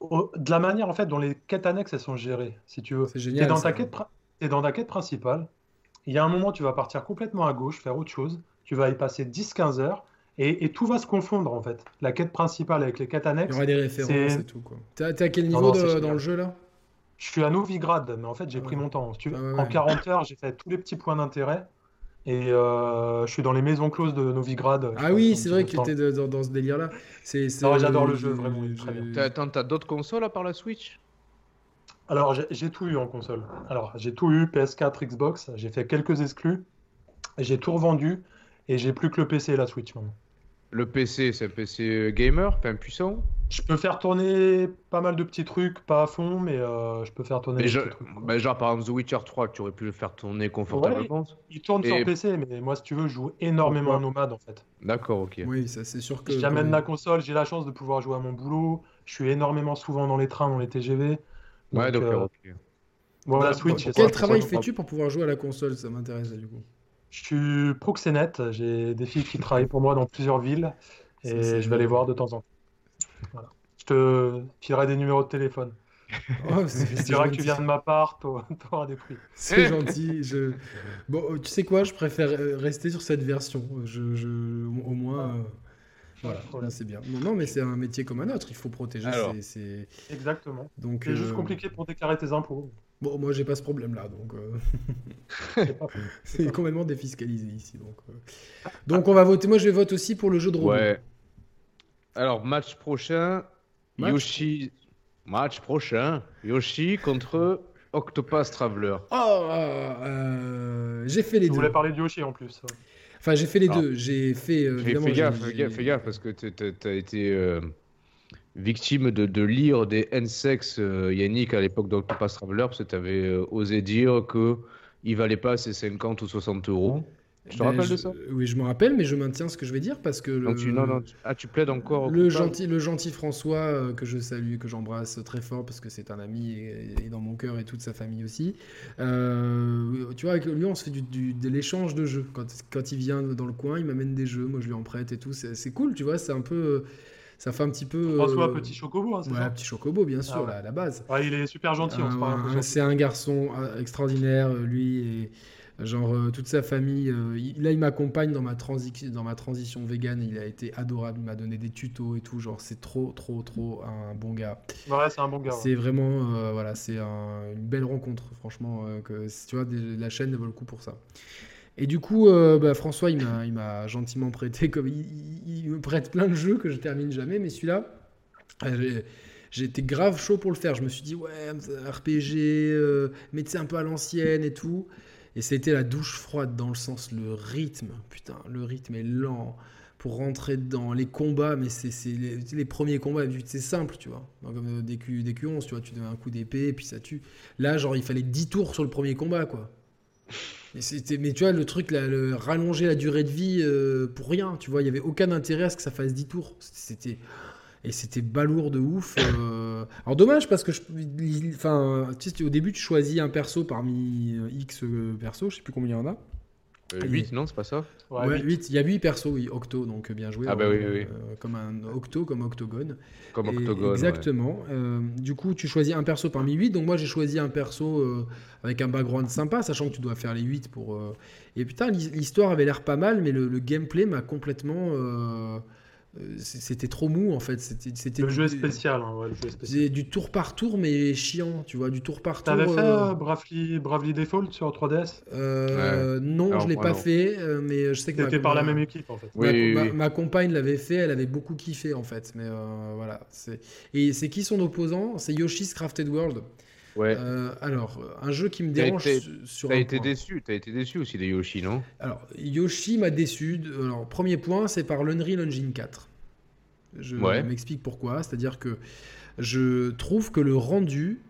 Speaker 3: au- de la manière en fait dont les quêtes annexes elles sont gérées, si tu veux.
Speaker 1: C'est
Speaker 3: T'es
Speaker 1: génial.
Speaker 3: dans,
Speaker 1: ça.
Speaker 3: ta quête, pri- t'es dans ta quête principale. Il y a un moment, tu vas partir complètement à gauche, faire autre chose. Tu vas y passer 10-15 heures et, et tout va se confondre en fait. La quête principale avec les quêtes
Speaker 1: Il y
Speaker 3: annexes.
Speaker 1: aura des références
Speaker 3: C'est-
Speaker 1: et tout quoi. T'es à t'es à quel
Speaker 3: Non,
Speaker 1: niveau
Speaker 3: non,
Speaker 1: de-
Speaker 3: c'est génial.
Speaker 1: dans le jeu là
Speaker 3: Je suis à Novigrad, mais en fait, j'ai
Speaker 1: Ah
Speaker 3: pris
Speaker 1: ouais.
Speaker 3: mon temps. Si tu veux,
Speaker 1: Ah ouais,
Speaker 3: En
Speaker 1: ouais.
Speaker 3: 40 heures, j'ai fait tous les petits points d'intérêt. Et euh, je suis dans les maisons closes de Novigrad.
Speaker 1: Ah oui, c'est vrai que
Speaker 3: tu
Speaker 1: tu étais dans, dans ce délire là. C'est, euh, c'est-
Speaker 3: Non, j'adore le jeu, vraiment, il est très
Speaker 1: j'ai-
Speaker 2: T'as- Attends, t'as d'autres consoles à part la Switch
Speaker 3: Alors, j'ai- j'ai tout eu en console. Alors, j'ai tout eu, PS4, Xbox. J'ai fait quelques exclus. J'ai tout revendu. Et j'ai plus que le PC et la Switch maintenant.
Speaker 2: Le PC, c'est un PC gamer, enfin puissant.
Speaker 3: Je peux faire tourner pas mal de petits trucs, pas à fond, mais euh, je peux faire tourner
Speaker 2: Mais
Speaker 3: des
Speaker 2: je-
Speaker 3: petits trucs. quoi.
Speaker 2: bah, genre par exemple The Witcher 3, que tu aurais pu le faire tourner confortablement.
Speaker 3: Il tourne
Speaker 2: Et-
Speaker 3: sur PC, mais moi, si tu veux, je joue énormément en nomade en fait.
Speaker 2: D'accord, ok.
Speaker 1: Oui, ça c'est sûr que.
Speaker 3: J'amène la console, j'ai la chance de pouvoir jouer à mon boulot. Je suis énormément souvent dans les trains, dans les TGV.
Speaker 2: Ouais,
Speaker 3: Donc,
Speaker 2: d'accord,
Speaker 3: euh,
Speaker 2: ok.
Speaker 3: Voilà,
Speaker 2: Ouais,
Speaker 3: Switch.
Speaker 2: pour-
Speaker 3: c'est
Speaker 1: Quel
Speaker 3: ça.
Speaker 1: travail
Speaker 2: console,
Speaker 1: fais-tu pour pouvoir jouer à la console Ça m'intéresse là, du coup.
Speaker 3: Je suis proxénète, j'ai des filles qui travaillent pour moi dans plusieurs villes
Speaker 1: Ça, c'est
Speaker 3: et je vais les voir de temps en temps. Voilà. Je te filerai des numéros de téléphone.
Speaker 1: Oh, c'est,
Speaker 3: Tu
Speaker 1: c'est
Speaker 3: diras que tu
Speaker 1: gentil.
Speaker 3: viens de ma part, t'auras t'auras des prix.
Speaker 1: C'est gentil. Je... Bon, euh, tu sais quoi Je préfère euh, rester sur cette version. Je, je- Au au moins. euh, Voilà,
Speaker 3: problème.
Speaker 1: là, c'est bien. Non, non, mais c'est un métier comme un autre. Il faut protéger.
Speaker 2: Alors.
Speaker 1: ses- ses-
Speaker 3: Exactement.
Speaker 1: Donc,
Speaker 3: C'est juste
Speaker 1: euh,
Speaker 3: compliqué pour déclarer tes impôts.
Speaker 1: Bon, moi, j'ai pas ce problème-là, donc. euh,
Speaker 3: C'est pas faux.
Speaker 1: C'est complètement défiscalisé ici. Donc, euh. donc on va voter. Moi, je vote aussi pour le jeu de robot.
Speaker 2: Ouais. Alors, match prochain,
Speaker 1: Match
Speaker 2: Yoshi. Match prochain, Yoshi contre Octopus Traveler.
Speaker 1: Oh, euh, j'ai fait les
Speaker 3: Je
Speaker 1: deux.
Speaker 3: voulais parler de Yoshi en plus.
Speaker 1: Enfin, j'ai fait les
Speaker 2: Ah.
Speaker 1: deux. J'ai fait. euh,
Speaker 2: Fais-
Speaker 1: évidemment,
Speaker 2: fais
Speaker 1: j'ai-
Speaker 2: gaffe,
Speaker 1: j'ai-
Speaker 2: fais gaffe, fais gaffe, parce que t'es- t'es- t'as été euh, victime de, de lire des N-Sex euh, Yannick à l'époque d'Octopus Traveler, parce que t'avais euh, osé dire que il valait pas ses 50 ou 60 euros. Je te
Speaker 1: Ben,
Speaker 2: rappelle
Speaker 1: je-
Speaker 2: de ça
Speaker 1: Oui, je me rappelle, mais je maintiens ce que je vais dire parce que le,
Speaker 2: Donc tu, non, non, tu- ah, tu plaides encore
Speaker 1: le
Speaker 2: coupable
Speaker 1: gentil, le gentil François euh, que je salue, que j'embrasse très fort parce que c'est un ami et, et dans mon cœur et toute sa famille aussi. euh, tu vois, avec lui, on se fait du, du- de l'échange de jeux. Quand, quand il vient dans le coin, il m'amène des jeux, moi je lui en prête et tout. C'est c'est cool, tu vois. C'est un peu, ça fait un petit peu.
Speaker 3: François
Speaker 1: euh,
Speaker 3: Petit Chocobo, hein, c'est
Speaker 1: Ouais,
Speaker 3: ça
Speaker 1: petit Ah, chocobo, bien sûr,
Speaker 3: Ah ouais.
Speaker 1: là, à la base.
Speaker 3: Ouais, Il est super gentil, on se
Speaker 1: Un-
Speaker 3: parle un peu
Speaker 1: Euh, un-
Speaker 3: gentil.
Speaker 1: c'est un garçon euh, extraordinaire, euh, lui, et Genre, euh, toute sa famille. euh, il- là, il m'accompagne dans, ma transi- dans ma transition vegan. Il a été adorable. Il m'a donné des tutos et tout. Genre, c'est trop, trop, trop un bon gars.
Speaker 3: Ouais, c'est un bon gars. ouais.
Speaker 1: C'est vraiment. euh, voilà, c'est un- une belle rencontre, franchement. euh, que, si tu vois, des- la chaîne vaut le coup pour ça. Et du coup, euh, bah, François, il m'a- il m'a gentiment prêté. Comme, il, il- il me prête plein de jeux que je termine jamais. Mais celui-là, euh, j'ai- j'ai été grave chaud pour le faire. Je me suis dit, ouais, RPG, euh, mais tu sais, un peu à l'ancienne et tout. Et c'était la douche froide dans le sens, le rythme, putain, le rythme est lent pour rentrer dedans. Les combats, mais c'est c'est les, les premiers combats, d'habitude, c'est simple, tu vois. Genre Comme euh, des, Q, des Q11, tu vois, tu donnes un coup d'épée et puis ça tue. Là, genre, il fallait 10 tours sur le premier combat, quoi. Et c'était, mais tu vois, le truc, là, le- rallonger la durée de vie euh, pour rien, tu vois, il n'y avait aucun intérêt à ce que ça fasse 10 tours. C'était. Et c'était balourd de ouf. euh. Alors dommage parce que je, il- enfin, tu sais, tu- au début tu choisis un perso parmi euh, X euh, persos, je sais plus combien il y en a.
Speaker 2: Euh, 8, non, c'est pas ça
Speaker 3: Ouais,
Speaker 1: Ouais,
Speaker 3: lui,
Speaker 1: huit. Il y a 8 persos, oui, Octo, donc euh, bien joué.
Speaker 2: Ah bah
Speaker 1: euh,
Speaker 2: oui, oui, oui.
Speaker 1: euh, comme un Octo, comme Octogone.
Speaker 2: Comme
Speaker 1: Et-
Speaker 2: Octogone. ouais.
Speaker 1: Exactement. Euh, du coup, tu choisis un perso parmi 8. Donc, moi, j'ai choisi un perso euh, avec un background sympa, sachant que tu dois faire les 8 pour. euh, Et putain, l'hi- l'histoire avait l'air pas mal, mais le, le gameplay m'a complètement. euh, euh, c- C'était trop mou, en fait. C'était c'était
Speaker 3: le
Speaker 1: du-
Speaker 3: jeu est spécial. hein, ouais, le jeu est spécial.
Speaker 1: c'est du tour par tour, mais chiant, tu vois, du tour par tour.
Speaker 3: T'avais fait
Speaker 1: euh,
Speaker 3: euh, Bravely, Bravely Default sur 3DS
Speaker 1: euh, Non,
Speaker 2: Alors,
Speaker 1: je l'ai
Speaker 2: moi,
Speaker 1: pas
Speaker 2: non.
Speaker 1: fait, euh, mais je sais que.
Speaker 3: C'était
Speaker 1: ma-
Speaker 3: par la
Speaker 1: ma-
Speaker 3: même équipe en fait.
Speaker 2: Oui,
Speaker 1: ma,
Speaker 2: oui,
Speaker 1: ma-
Speaker 2: oui.
Speaker 1: ma compagne l'avait fait, elle avait beaucoup kiffé en fait. Mais euh, voilà. c'est- Et c'est qui son opposant C'est Yoshi's Crafted World.
Speaker 2: Ouais.
Speaker 1: Euh, alors, un jeu qui me
Speaker 2: T'as
Speaker 1: dérange
Speaker 2: été-
Speaker 1: su- sur
Speaker 2: T'as
Speaker 1: un
Speaker 2: été
Speaker 1: point.
Speaker 2: déçu, t'as été déçu aussi des Yoshi, non
Speaker 1: Alors, Yoshi m'a déçu. de- Alors, premier point, c'est par l'Unreal Engine 4. Je
Speaker 2: Ouais.
Speaker 1: m'explique pourquoi. C'est-à-dire que je trouve que le rendu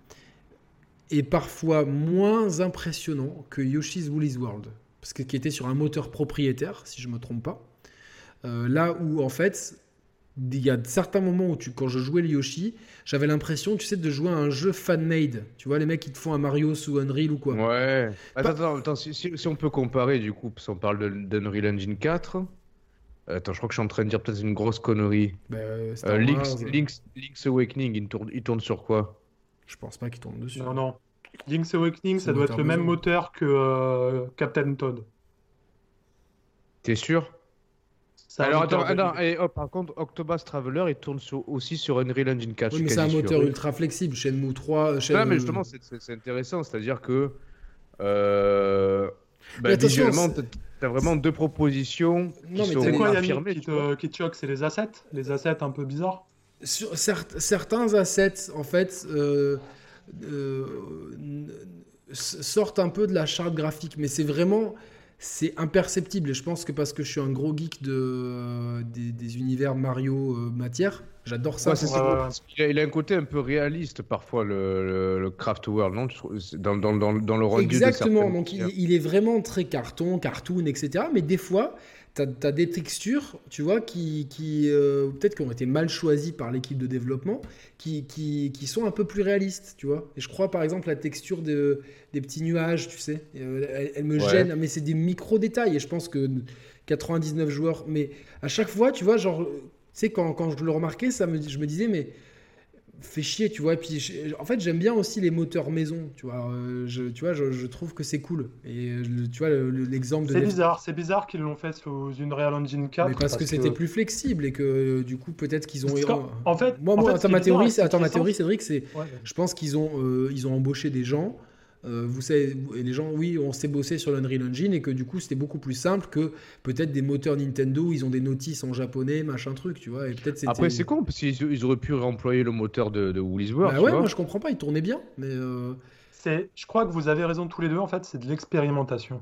Speaker 1: est parfois moins impressionnant que Yoshi's Woolly's World. Parce que qui était sur un moteur propriétaire, si je me trompe pas. Euh, là où, en fait, il y a certains moments où, tu, quand je jouais le Yoshi, j'avais l'impression, tu sais, de jouer à un jeu fan-made. Tu vois, les mecs qui te font un Mario sous Unreal ou quoi.
Speaker 2: Ouais. Attends, attends, attends, si, si- si on peut comparer, du coup, parce qu'on parle de- d'Unreal Engine 4. Attends, je crois que je suis en train de dire peut-être une grosse connerie.
Speaker 1: Ben, euh, Star
Speaker 2: Euh, Link's,
Speaker 1: Wars, euh,
Speaker 2: Link's- Link's Awakening, il tourne, il tourne sur quoi
Speaker 1: Je pense pas qu'ils tombent dessus.
Speaker 3: Non, non. Link's Awakening,
Speaker 1: C'est
Speaker 3: ça doit
Speaker 1: moteur
Speaker 3: être le même
Speaker 1: besoin.
Speaker 3: moteur que euh, Captain Todd.
Speaker 2: T'es sûr
Speaker 3: C'est un
Speaker 2: Alors
Speaker 3: moteur
Speaker 2: attends,
Speaker 3: de-
Speaker 2: attends, et, hop, par contre, Octobus Traveler, il tourne sur- aussi sur Unreal Engine 4.
Speaker 1: Oui,
Speaker 2: je
Speaker 1: mais
Speaker 2: suis
Speaker 1: c'est un
Speaker 2: quasi sûr.
Speaker 1: moteur ultra flexible. Shenmue 3, Shen-
Speaker 2: Non, mais justement, c'est- c'est c'est intéressant, c'est-à-dire que euh,
Speaker 1: Mais
Speaker 2: bah,
Speaker 1: attention,
Speaker 2: visuellement,
Speaker 1: c'est-
Speaker 2: t'as- t'as vraiment deux propositions qui
Speaker 1: Non, mais
Speaker 2: sont
Speaker 1: t'es
Speaker 3: C'est quoi Yannick
Speaker 2: affirmées.
Speaker 3: qui
Speaker 2: tu vois.
Speaker 3: te, qui te choque C'est les assets Les assets un peu bizarres
Speaker 1: Sur certes- certains assets, en fait, euh, euh, n- s- sortent un peu de la charte graphique, mais c'est vraiment. C'est imperceptible, et je pense que parce que je suis un gros geek de, euh, des, des univers Mario euh, matière, j'adore ça.
Speaker 2: Ouais, c'est
Speaker 1: pour- euh,
Speaker 2: ça.
Speaker 3: Ouais, ouais.
Speaker 2: Il a, il a un côté un peu réaliste parfois le, le, le Craft World, non tu trouves- c'est dans, dans, dans, dans le rendu de
Speaker 1: Exactement,
Speaker 2: certaines
Speaker 1: donc il,
Speaker 2: manières.
Speaker 1: il est vraiment très carton, cartoon, etc. Mais des fois, tu as, des textures, tu vois, qui, qui euh, peut-être qui ont été mal choisies par l'équipe de développement, qui, qui, qui sont un peu plus réalistes, tu vois. Et je crois par exemple la texture de- des petits nuages, tu sais, euh, elle, elle me
Speaker 2: Ouais.
Speaker 1: gêne, mais c'est des micro-détails. Et je pense que 99 joueurs, mais à chaque fois, tu vois, genre, tu sais, quand, quand je le remarquais, ça me, je me disais, mais fait chier, tu vois. Et puis, je- en fait, j'aime bien aussi les moteurs maison, tu vois. Euh, je, tu vois, je, je trouve que c'est cool. Et euh, le- tu vois, le- le- l'exemple de
Speaker 3: C'est
Speaker 1: Nef-
Speaker 3: bizarre, c'est bizarre qu'ils l'ont fait sous Unreal Engine 4.
Speaker 1: mais parce, que, c'était plus flexible et que euh, du coup, peut-être qu'ils ont.
Speaker 3: Parce qu'en- En fait,
Speaker 1: moi,
Speaker 3: en
Speaker 1: moi
Speaker 3: fait,
Speaker 1: attends,
Speaker 3: ce qui est
Speaker 1: ma
Speaker 3: bizarre
Speaker 1: théorie,
Speaker 3: avec
Speaker 1: c'est- attends,
Speaker 3: cette
Speaker 1: ma théorie,
Speaker 3: licence-
Speaker 1: Cédric, c'est
Speaker 3: Ouais.
Speaker 1: je pense qu'ils ont, euh, ils ont embauché des gens. euh, vous savez, vous- et les gens, oui, on s'est bossé sur l'Unreal Engine et que du coup, c'était beaucoup plus simple que peut-être des moteurs Nintendo où ils ont des notices en japonais, machin truc, tu vois. Et peut-être c'était.
Speaker 2: Après c'est con parce qu'ils ils auraient pu réemployer le moteur de, de Woolly's World.
Speaker 1: Bah
Speaker 2: tu
Speaker 1: ouais,
Speaker 2: vois.
Speaker 1: moi je comprends pas, ils tournaient bien, mais euh,
Speaker 3: C'est, je crois que vous avez raison tous les deux, en fait, c'est de l'expérimentation.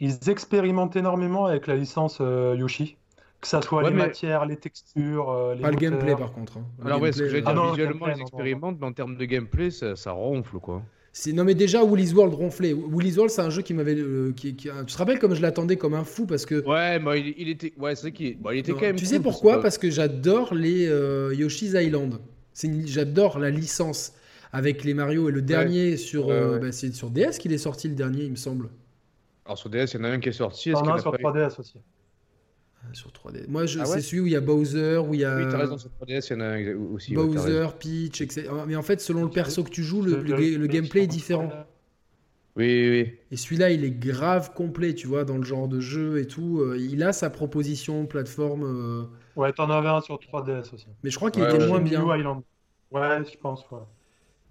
Speaker 3: Ils expérimentent énormément avec la licence euh, Yoshi, que ça soit
Speaker 2: Ouais,
Speaker 3: les
Speaker 2: mais-
Speaker 3: matières, les textures, euh, les
Speaker 1: pas le
Speaker 3: moteurs.
Speaker 1: gameplay par contre. hein. Le
Speaker 2: Alors ouais, ce que
Speaker 1: gameplay,
Speaker 2: je veux
Speaker 1: euh,
Speaker 2: dire,
Speaker 3: Ah non,
Speaker 2: visuellement
Speaker 3: gameplay,
Speaker 2: ils
Speaker 3: non, non,
Speaker 2: expérimentent, mais en termes de gameplay ça, ça ronfle quoi.
Speaker 1: C'est- non mais déjà Woolly's World ronflait. Woolly's World c'est un jeu qui m'avait, euh, qui, qui- tu te rappelles comme je l'attendais comme un fou parce que
Speaker 2: Ouais, mais il, il était, ouais c'est vrai qu'il bon, il était
Speaker 1: Non,
Speaker 2: quand même.
Speaker 1: tu sais
Speaker 2: cool,
Speaker 1: pourquoi
Speaker 2: parce
Speaker 1: Parce que j'adore les euh, Yoshi's Island. C'est une- J'adore la licence avec les Mario et le dernier sur,
Speaker 2: Ouais,
Speaker 1: euh,
Speaker 2: ouais.
Speaker 1: bah, c'est sur DS qu'il est sorti le dernier il me semble
Speaker 2: que- Alors sur DS il y en a un qui est sorti. est-ce
Speaker 3: T'en
Speaker 2: qu'il y
Speaker 3: as un
Speaker 2: en a
Speaker 3: sur
Speaker 2: pas eu
Speaker 3: 3DS aussi.
Speaker 1: Euh, sur 3D. Moi je,
Speaker 2: Ah ouais
Speaker 1: c'est celui où il y a Bowser où il y a
Speaker 2: Oui, t'as raison, sur 3DS il y en a un aussi. ouais, t'as raison.
Speaker 1: Bowser, Peach, etc. Mais en fait selon le perso que tu joues le,
Speaker 3: Le-
Speaker 1: le- le gameplay est différent.
Speaker 2: Oui, oui.
Speaker 1: Et celui-là, il est grave complet, tu vois, dans le genre de jeu et tout. Euh, il a sa proposition plateforme, euh,
Speaker 3: Ouais, t'en avais un sur 3DS aussi.
Speaker 1: mais je crois qu'il
Speaker 2: Ouais,
Speaker 1: était
Speaker 2: ouais.
Speaker 1: Ah moins
Speaker 3: New
Speaker 1: bien.
Speaker 3: Island. Ouais, je pense. ouais.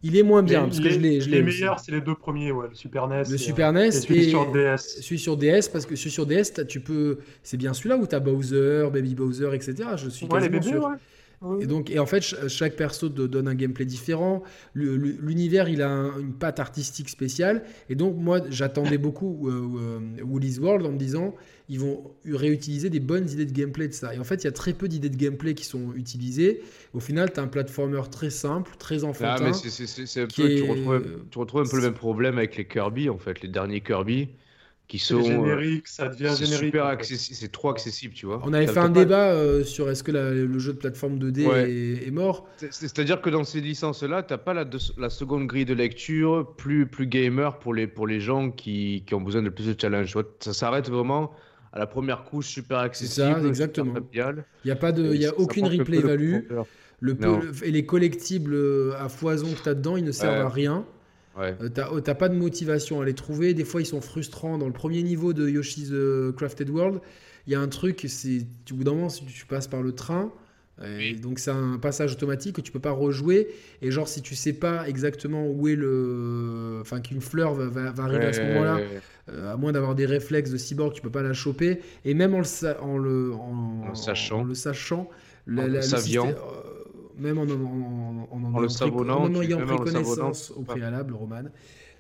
Speaker 1: Il est moins bien,
Speaker 3: Les-
Speaker 1: parce que
Speaker 3: les,
Speaker 1: je l'ai. je
Speaker 3: les
Speaker 1: l'ai aussi.
Speaker 3: meilleurs, c'est les deux premiers, ouais, le Super NES.
Speaker 1: Le
Speaker 3: et,
Speaker 1: Super
Speaker 3: euh,
Speaker 1: NES
Speaker 3: et celui
Speaker 1: et
Speaker 3: sur DS.
Speaker 1: celui sur DS, parce que celui sur DS, t'as- tu peux. C'est bien celui-là où t'as Bowser, Baby Bowser, etc. Je suis
Speaker 3: Ouais, les
Speaker 1: quasiment
Speaker 3: bébés,
Speaker 1: E sûr.
Speaker 3: ouais. Ouais.
Speaker 1: Et donc, et en fait, ch- chaque perso te donne un gameplay différent. Le- le- L'univers, il a un- une patte artistique spéciale. Et donc, moi, j'attendais beaucoup euh, euh, Woolly's World en me disant, ils vont réutiliser des bonnes idées de gameplay de ça. Et en fait, il y a très peu d'idées de gameplay qui sont utilisées. Au final, tu as un platformer très simple, très enfantin.
Speaker 2: Ah, mais c'est- c'est- c'est c'est un
Speaker 1: qui
Speaker 2: peu. Tu
Speaker 1: est-
Speaker 2: retrouves, tu retrouves un peu le même problème avec les Kirby, en fait, les derniers Kirby, qui
Speaker 3: C'est
Speaker 2: sont. euh,
Speaker 3: générique, ça devient
Speaker 2: c'est
Speaker 3: générique.
Speaker 2: super
Speaker 3: en fait.
Speaker 2: accessi- c'est trop accessible, tu vois.
Speaker 1: On avait
Speaker 2: T'as-
Speaker 1: fait un
Speaker 2: t'as pas-
Speaker 1: débat euh, sur est-ce que la- le jeu de plateforme 2D
Speaker 2: Ouais.
Speaker 1: est, est mort.
Speaker 2: c'est- c'est- C'est-à-dire que dans ces licences-là, t'as pas la, deux- la seconde grille de lecture plus, plus gamer pour les, pour les gens qui, qui ont besoin de plus de challenge. tu vois. Ça s'arrête vraiment à la première couche super accessible, super
Speaker 1: exactement.
Speaker 2: familiale.
Speaker 1: Il n'y a, pas de- il y
Speaker 2: Et
Speaker 1: a
Speaker 2: ça
Speaker 1: aucune
Speaker 2: manque un peu
Speaker 1: replay
Speaker 2: de
Speaker 1: value.
Speaker 2: profondeur.
Speaker 1: Le peu-
Speaker 2: Non.
Speaker 1: le- et les collectibles euh, à foison que tu as dedans, ils ne servent
Speaker 2: Ouais.
Speaker 1: à rien.
Speaker 2: Ouais.
Speaker 1: Euh, T'as oh, t'as pas de motivation à les trouver. Des fois, ils sont frustrants. Dans le premier niveau de Yoshi's euh, Crafted World, il y a un truc, c'est au bout d'un moment, si tu passes par le train. euh,
Speaker 2: Oui.
Speaker 1: Donc c'est un passage automatique que tu peux pas rejouer et genre si tu sais pas exactement où est le, enfin qu'une fleur va, va- va arriver à ce
Speaker 2: Ouais, Ah,
Speaker 1: moment-là,
Speaker 2: ouais, ouais.
Speaker 1: euh, à moins d'avoir des réflexes de cyborg, tu peux pas la choper. Et même en le, sa- en le, en,
Speaker 2: En le sachant.
Speaker 1: en le sachant,
Speaker 2: En le
Speaker 1: le
Speaker 2: saviant.
Speaker 1: système- euh, même en, en, en- en- en- en-
Speaker 2: le
Speaker 1: en-
Speaker 2: savonnant,
Speaker 1: en en
Speaker 2: tu-
Speaker 1: ayant
Speaker 2: même
Speaker 1: pris
Speaker 2: en le
Speaker 1: connaissance
Speaker 2: savonnant,
Speaker 1: au
Speaker 2: pas.
Speaker 1: préalable, Roman,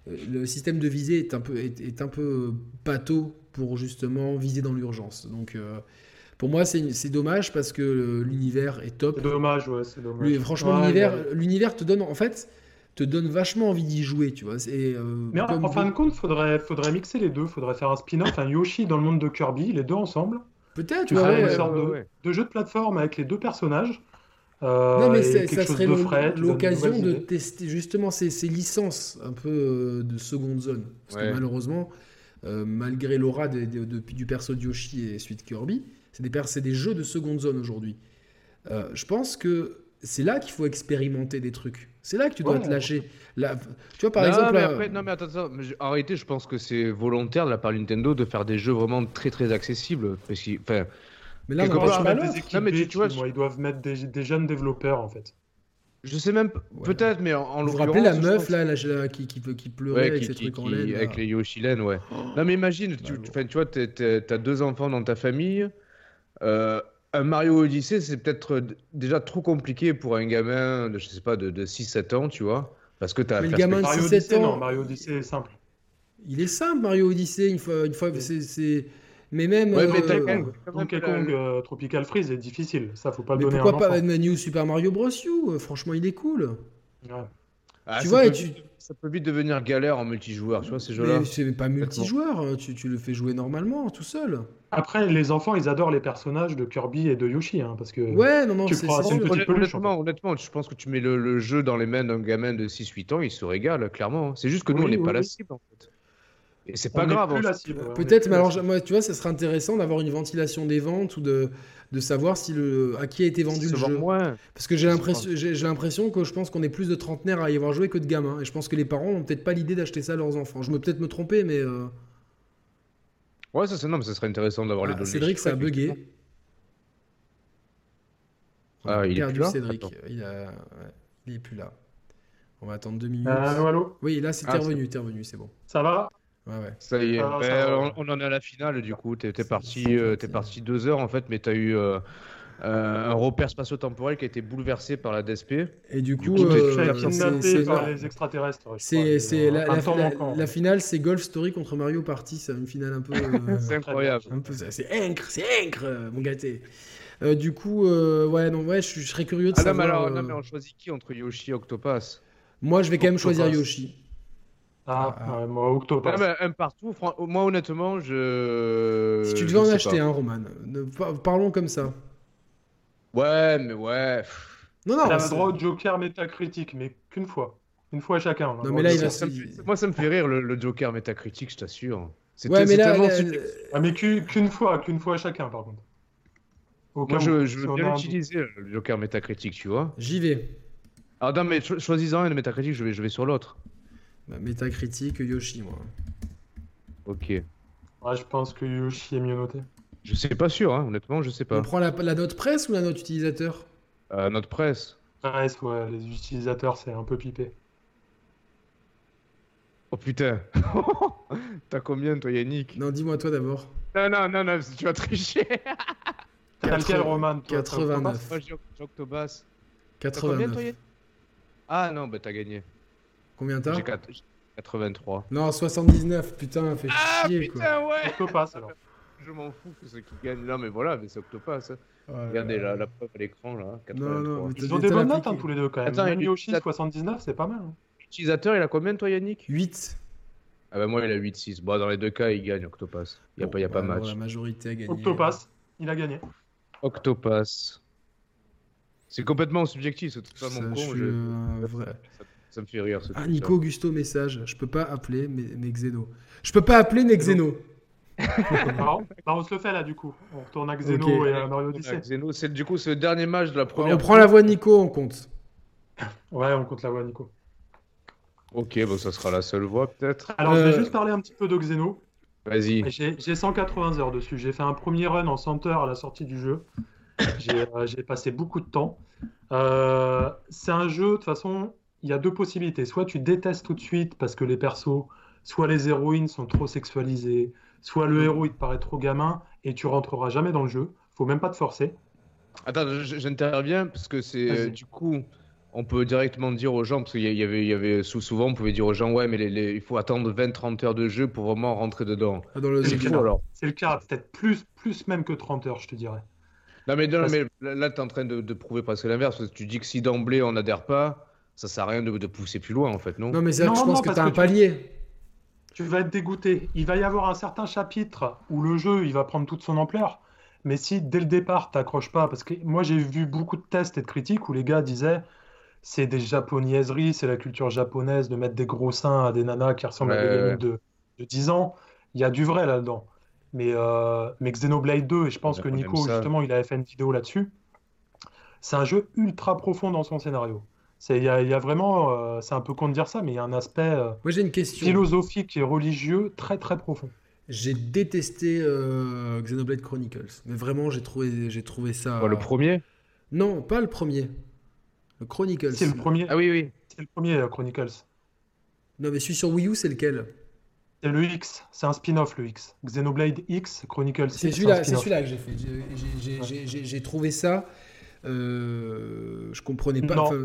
Speaker 1: euh, le système de visée est un peu, est, est un peu bateau pour justement viser dans l'urgence. Donc euh, pour moi, c'est c'est dommage parce que euh, l'univers est top.
Speaker 3: C'est dommage, ouais, c'est dommage.
Speaker 1: Lui, franchement,
Speaker 3: Ouais,
Speaker 1: l'univers,
Speaker 3: ouais.
Speaker 1: l'univers te donne en fait te donne vachement envie d'y jouer, tu vois. C'est euh,
Speaker 3: Mais en,
Speaker 1: comme-
Speaker 3: en fin de compte, faudrait, faudrait mixer les deux. Faudrait faire un spin-off, un Yoshi dans le monde de Kirby, les deux ensemble.
Speaker 1: peut-être.
Speaker 3: Tu
Speaker 1: ouais,
Speaker 3: ferais
Speaker 1: ouais, euh,
Speaker 3: une
Speaker 1: ouais.
Speaker 3: sorte de,
Speaker 2: ouais, ouais.
Speaker 3: de jeu de plateforme avec les deux personnages. Euh,
Speaker 1: Non, mais
Speaker 3: et
Speaker 1: c'est-
Speaker 3: quelque
Speaker 1: ça
Speaker 3: chose
Speaker 1: serait
Speaker 3: de
Speaker 1: l'o-
Speaker 3: frais, tu donnes
Speaker 1: l'occasion
Speaker 3: nouvelles
Speaker 1: de
Speaker 3: idées.
Speaker 1: tester justement ces, ces licences un peu euh, de seconde zone. Parce
Speaker 2: Ouais.
Speaker 1: que malheureusement, euh, malgré l'aura des- des- de- du perso de Yoshi et suite Kirby, c'est des, per- c'est des jeux de seconde zone aujourd'hui. Euh, je pense que c'est là qu'il faut expérimenter des trucs. C'est là que tu dois
Speaker 3: Ouais.
Speaker 1: te lâcher. Là, tu vois, par
Speaker 2: non,
Speaker 1: exemple, euh,
Speaker 2: mais
Speaker 1: là,
Speaker 2: après- non, mais attends, attends, mais je- en réalité, je pense que c'est volontaire de la part de Nintendo de faire des jeux vraiment très très accessibles. Parce qu'il- enfin,
Speaker 1: mais là, on
Speaker 2: quelque
Speaker 1: en
Speaker 3: Ils
Speaker 1: parle
Speaker 2: part,
Speaker 3: doivent
Speaker 1: pas
Speaker 3: mettre
Speaker 1: là.
Speaker 3: des
Speaker 2: Non, mais tu-
Speaker 3: équipés,
Speaker 2: tu vois,
Speaker 3: qui- ils doivent mettre des, des jeunes développeurs en fait.
Speaker 2: je sais même p-
Speaker 1: Ouais.
Speaker 2: peut-être, mais en, en
Speaker 1: Vous vous
Speaker 2: l'occurrence,
Speaker 1: rappelez la
Speaker 2: je
Speaker 1: meuf
Speaker 2: pense-
Speaker 1: là, là, là, qui, qui, peut- qui pleurait
Speaker 2: Ouais,
Speaker 1: avec
Speaker 2: qui-
Speaker 1: ses
Speaker 2: qui-
Speaker 1: trucs en
Speaker 2: qui-
Speaker 1: laine là. Oh.
Speaker 2: avec les Yoshilen, ouais. Non, mais imagine, tu,
Speaker 1: lourd.
Speaker 2: tu, enfin, tu vois, t'es- t'es- t'as deux enfants dans ta famille. euh, un Mario Odyssey, c'est peut-être d- déjà trop compliqué pour un gamin de, je sais pas, de, de 6-7 ans, tu vois. Parce que t'as
Speaker 1: Mais
Speaker 2: la
Speaker 1: le gamin de
Speaker 2: perspective-
Speaker 3: Mario
Speaker 1: 17
Speaker 3: Odyssey,
Speaker 1: ans.
Speaker 3: non, Mario Odyssey est simple.
Speaker 1: Il est simple, Mario Odyssey. Une fois, une fois c'est- c'est. Mais même.
Speaker 2: Ouais, mais t'as
Speaker 1: euh,
Speaker 2: quand même-
Speaker 3: Donkey
Speaker 2: quand même
Speaker 3: Kong euh, Tropical Freeze est difficile, ça faut pas le
Speaker 1: Mais
Speaker 3: donner à un
Speaker 1: pourquoi pas
Speaker 3: enfant.
Speaker 1: Batman New Super Mario Bros. U euh, Franchement, il est cool.
Speaker 3: Ouais.
Speaker 2: Ah,
Speaker 1: tu
Speaker 2: ça
Speaker 1: vois,
Speaker 2: peut
Speaker 1: et tu-
Speaker 2: vite- ça peut vite devenir galère en multijoueur, tu vois, ces jeux-là.
Speaker 1: Mais c'est pas multijoueur, hein, tu, tu le fais jouer normalement, tout seul.
Speaker 3: Après, les enfants, ils adorent les personnages de Kirby et de Yoshi, hein, parce que
Speaker 1: Ouais, non, non,
Speaker 3: tu
Speaker 1: c'est
Speaker 3: prends
Speaker 1: c'est
Speaker 3: un
Speaker 1: sûr.
Speaker 3: petit-
Speaker 2: Honnêtement,
Speaker 3: peluche, en
Speaker 2: honnêtement, honnêtement, je pense que tu mets le, le jeu dans les mains d'un gamin de 6-8 ans, il se régale, clairement. hein. C'est juste que nous,
Speaker 3: Oui,
Speaker 2: on n'est
Speaker 3: oui,
Speaker 2: pas la
Speaker 3: oui.
Speaker 2: cible, en fait. Et c'est
Speaker 3: on
Speaker 2: pas
Speaker 3: n'est
Speaker 2: grave. hein.
Speaker 3: plus
Speaker 2: en
Speaker 3: la
Speaker 2: fait.
Speaker 3: cible, ouais, on n'est
Speaker 1: Peut-être,
Speaker 3: plus
Speaker 1: mais
Speaker 3: la
Speaker 1: alors,
Speaker 3: cible.
Speaker 1: moi, tu vois, ça serait intéressant d'avoir une ventilation des ventes ou de, de savoir si le, à qui a été vendu
Speaker 2: Ça
Speaker 1: le
Speaker 2: vend
Speaker 1: jeu.
Speaker 2: moins.
Speaker 1: Parce que j'ai
Speaker 2: Ça
Speaker 1: l'impression- j'ai j'ai l'impression que je pense qu'on est plus de trentenaires à y avoir joué que de gamins. Et je pense que les parents n'ont peut-être pas l'idée d'acheter ça à leurs enfants. Je me peut-être me tromper, mais. euh,
Speaker 2: Ouais, ça, c'est- non, mais ça serait intéressant d'avoir les
Speaker 1: ah,
Speaker 2: deux. les
Speaker 1: Cédric,
Speaker 2: chiffres,
Speaker 1: ça a
Speaker 2: effectivement.
Speaker 1: bugué. On a
Speaker 2: Ah, il est
Speaker 1: perdu
Speaker 2: plus là
Speaker 1: Cédric.
Speaker 2: Attends.
Speaker 1: Il, a... ouais, il est plus là. On va attendre deux minutes.
Speaker 3: Euh, Allô, allô,
Speaker 1: Oui, là, c'est
Speaker 2: Ah,
Speaker 1: revenu, t'es revenu, c'est bon.
Speaker 3: ça va?
Speaker 1: Ouais, ouais.
Speaker 2: Ça y est,
Speaker 3: Ah,
Speaker 2: Ben,
Speaker 3: ça va, ouais.
Speaker 2: on, on en est à la finale du coup. T'es t'es
Speaker 1: C'est-
Speaker 2: parti,
Speaker 1: c'est
Speaker 2: euh,
Speaker 1: gentil.
Speaker 2: t'es parti deux heures en fait, mais t'as eu euh, euh, un repère spatio-temporel qui a été bouleversé par la DSP.
Speaker 1: Et du coup,
Speaker 2: coup, t'es-
Speaker 1: euh,
Speaker 3: Je suis
Speaker 1: c'est-
Speaker 3: kidnappé
Speaker 1: c'est-
Speaker 3: par
Speaker 1: non,
Speaker 3: les extraterrestres. ouais, je
Speaker 1: c'est-
Speaker 3: crois, mais,
Speaker 1: c'est
Speaker 3: euh,
Speaker 1: la,
Speaker 3: un
Speaker 1: la-
Speaker 3: temps
Speaker 1: la-
Speaker 3: manquant,
Speaker 1: la
Speaker 3: ouais.
Speaker 1: finale, c'est Golf Story contre Mario Party. C'est une finale un peu. euh,
Speaker 2: C'est incroyable.
Speaker 1: un peu ça. C'est incre, c'est incre, euh, mon gâté. Euh, du coup, euh, ouais, non, ouais, je, suis- je serais curieux de
Speaker 2: Ah non, mais
Speaker 1: savoir.
Speaker 2: alors,
Speaker 1: euh,
Speaker 2: non, mais on choisit qui entre Yoshi et Octopass
Speaker 1: Moi, je vais quand même choisir
Speaker 3: Octopus.
Speaker 1: Yoshi.
Speaker 3: Ah,
Speaker 1: Ah.
Speaker 3: ouais, moi, Octopass.
Speaker 2: Ah, ben, Un partout, fran- moi honnêtement, je.
Speaker 1: Si tu
Speaker 2: Euh, je
Speaker 1: devais en
Speaker 2: sais
Speaker 1: acheter
Speaker 2: pas.
Speaker 1: un, Roman, ne- par- parlons comme ça.
Speaker 2: Ouais, mais ouais. pff.
Speaker 1: Non, non,
Speaker 3: T'as
Speaker 1: c'est-
Speaker 3: le droit au Joker métacritique, mais qu'une fois. Une fois chacun. hein.
Speaker 1: Non, mais là, il va se-
Speaker 2: Ça, me fait- Moi, ça me fait rire le, le Joker métacritique, je t'assure. C'est
Speaker 1: Ouais, mais
Speaker 2: c'est
Speaker 1: là, euh,
Speaker 2: tellement
Speaker 1: là,
Speaker 2: subjectif.
Speaker 3: Ah, mais qu'u- qu'une fois, qu'une fois chacun, par contre. Au
Speaker 2: Moi,
Speaker 3: cas
Speaker 2: je,
Speaker 3: où,
Speaker 2: je
Speaker 3: si
Speaker 2: veux
Speaker 3: on a
Speaker 2: bien
Speaker 3: un-
Speaker 2: l'utiliser, le Joker métacritique, tu vois.
Speaker 1: j'y vais.
Speaker 2: Ah, Alors, non, mais cho- choisis-en un, le métacritique, je vais, je vais sur l'autre.
Speaker 1: Bah, Metacritic, Yoshi, moi.
Speaker 2: Ok.
Speaker 3: Ouais, je pense que Yoshi est mieux noté.
Speaker 2: Je sais pas sûr, hein, honnêtement, je sais pas.
Speaker 1: On prend la, la note presse ou la note utilisateur
Speaker 2: Euh, notre presse.
Speaker 3: Reste, ouais, les utilisateurs, c'est un peu pipé.
Speaker 2: Oh putain. T'as combien toi Yannick
Speaker 1: Non, dis-moi toi d'abord.
Speaker 2: Non, non, non, non, tu vas tricher.
Speaker 3: T'as
Speaker 1: Quatre-
Speaker 3: lequel, Roman toi, t'as le Roman
Speaker 1: 89.
Speaker 2: Moi j'ai j'ai Octobas. T'as combien toi
Speaker 1: 89.
Speaker 2: Yannick Ah non, bah t'as gagné.
Speaker 1: Combien t'as
Speaker 2: J'ai quatre- j'ai 83.
Speaker 1: Non, 79, putain, fait
Speaker 2: Ah
Speaker 1: chier quoi.
Speaker 2: putain, ouais
Speaker 3: Octopass, alors.
Speaker 2: Je m'en fous que ceux qui gagnent là, mais voilà, mais c'est Octopass. hein.
Speaker 1: Ouais.
Speaker 2: Regardez la, la preuve à l'écran là. hein, 83.
Speaker 1: Euh, Non, non, mais
Speaker 3: Ils ont
Speaker 1: t'as-
Speaker 3: des
Speaker 1: t'as
Speaker 3: bonnes
Speaker 1: la
Speaker 3: notes hein,
Speaker 1: pique.
Speaker 3: tous les deux quand même.
Speaker 2: Attends,
Speaker 3: Même
Speaker 2: et-
Speaker 3: Yoshi
Speaker 2: t'as-
Speaker 3: 79, c'est pas mal. hein.
Speaker 2: L'utilisateur il a combien toi Yannick
Speaker 1: 8.
Speaker 2: Ah bah moi il a 8-6. Bon, dans les deux cas il gagne Octopass. Il n'y a
Speaker 1: Bon, bah,
Speaker 2: pas, y a pas
Speaker 1: ouais, bon,
Speaker 2: match.
Speaker 1: La majorité a gagné. hein.
Speaker 3: Octopass, il a gagné.
Speaker 2: Octopass. C'est complètement subjectif, c'est
Speaker 1: Ça,
Speaker 2: totalement
Speaker 1: je
Speaker 2: con.
Speaker 1: suis,
Speaker 2: je-
Speaker 1: euh, vrai.
Speaker 2: ça, ça me fait rire ce
Speaker 1: Ah,
Speaker 2: truc-là.
Speaker 1: Nico Augusto, message. Je peux pas appeler mes- mes Xeno. Je peux pas appeler Nexeno.
Speaker 3: Alors, bah, on se le fait là du coup. On retourne à Xeno
Speaker 1: Ok.
Speaker 3: et à Mario
Speaker 2: Ouais,
Speaker 3: Odyssey.
Speaker 2: Xeno, c'est du coup c'est le dernier match de la première.
Speaker 1: On prend la voix de Nico, on compte.
Speaker 3: Ouais, on compte la voix, Nico.
Speaker 2: Ok, bon, ça sera la seule voix peut-être.
Speaker 3: Alors, je vais
Speaker 1: Euh,
Speaker 3: juste parler un petit peu de Xeno.
Speaker 2: Vas-y.
Speaker 3: J'ai j'ai 180 heures dessus. J'ai fait un premier run en 100 heures à la sortie du jeu. J'ai euh, j'ai passé beaucoup de temps. Euh, c'est un jeu, de toute façon, il y a deux possibilités. Soit tu détestes tout de suite parce que les persos, soit les héroïnes sont trop sexualisées, soit le héros il te paraît trop gamin et tu rentreras jamais dans le jeu. Faut même pas te forcer.
Speaker 2: Attends, je- j'interviens parce que c'est
Speaker 3: Vas-y.
Speaker 2: euh, du coup, on peut directement dire aux gens, parce qu'il y, a- il y avait, il y avait sou- souvent, on pouvait dire aux gens, ouais, mais les- les- il faut attendre 20-30 heures de jeu pour vraiment rentrer dedans.
Speaker 1: Ah, Dans le
Speaker 2: C'est
Speaker 3: clair.
Speaker 2: fou alors.
Speaker 3: C'est le cas, peut-être plus, plus même que 30 heures, je te dirais.
Speaker 2: Non, mais, non,
Speaker 3: Parce-
Speaker 2: mais là, là, t'es en train de, de prouver presque l'inverse. parce que Tu dis que si d'emblée on n'adhère pas, ça sert à rien de, de pousser plus loin en fait, non,
Speaker 1: Non, mais c'est vrai que
Speaker 3: Non,
Speaker 1: je pense
Speaker 3: non,
Speaker 1: que
Speaker 3: parce
Speaker 1: t'as
Speaker 3: que
Speaker 1: un
Speaker 3: tu-
Speaker 1: palier.
Speaker 3: Tu vas être dégoûté. Il va y avoir un certain chapitre où le jeu, il va prendre toute son ampleur. Mais si dès le départ, t'accroches pas, parce que moi j'ai vu beaucoup de tests et de critiques où les gars disaient c'est des japonaiseries, c'est la culture japonaise de mettre des gros seins à des nanas qui ressemblent à
Speaker 2: Ouais,
Speaker 3: des
Speaker 2: ouais.
Speaker 3: gamines de, de 10 ans. Il y a du vrai là-dedans. Mais, euh, mais Xenoblade 2, et je pense
Speaker 2: Ouais,
Speaker 3: que
Speaker 2: on aime
Speaker 3: Nico,
Speaker 2: ça.
Speaker 3: justement, il avait fait une vidéo là-dessus, c'est un jeu ultra profond dans son scénario. C'est- Il y a, il y a vraiment, euh, c'est un peu con de dire ça, mais il y a un aspect. euh,
Speaker 1: Moi, j'ai une question.
Speaker 3: philosophique et religieux très très profond.
Speaker 1: J'ai détesté euh, Xenoblade Chronicles. Mais vraiment, j'ai trouvé, j'ai trouvé ça.
Speaker 2: Quoi, Bah, Le premier
Speaker 1: Non, pas le premier. Le Chronicles.
Speaker 3: C'est le premier,
Speaker 2: Ah oui, oui.
Speaker 3: c'est le premier euh, Chronicles.
Speaker 1: Non, mais celui sur Wii U, c'est lequel
Speaker 3: C'est le X, c'est un spin-off le X. Xenoblade X, Chronicles
Speaker 1: C'est
Speaker 3: X, un
Speaker 1: celui-là, c'est
Speaker 3: spin-off.
Speaker 1: celui-là que j'ai fait. J'ai- j'ai- j'ai- j'ai- J'ai trouvé ça. euh, je comprenais pas.
Speaker 3: Non.
Speaker 1: enfin,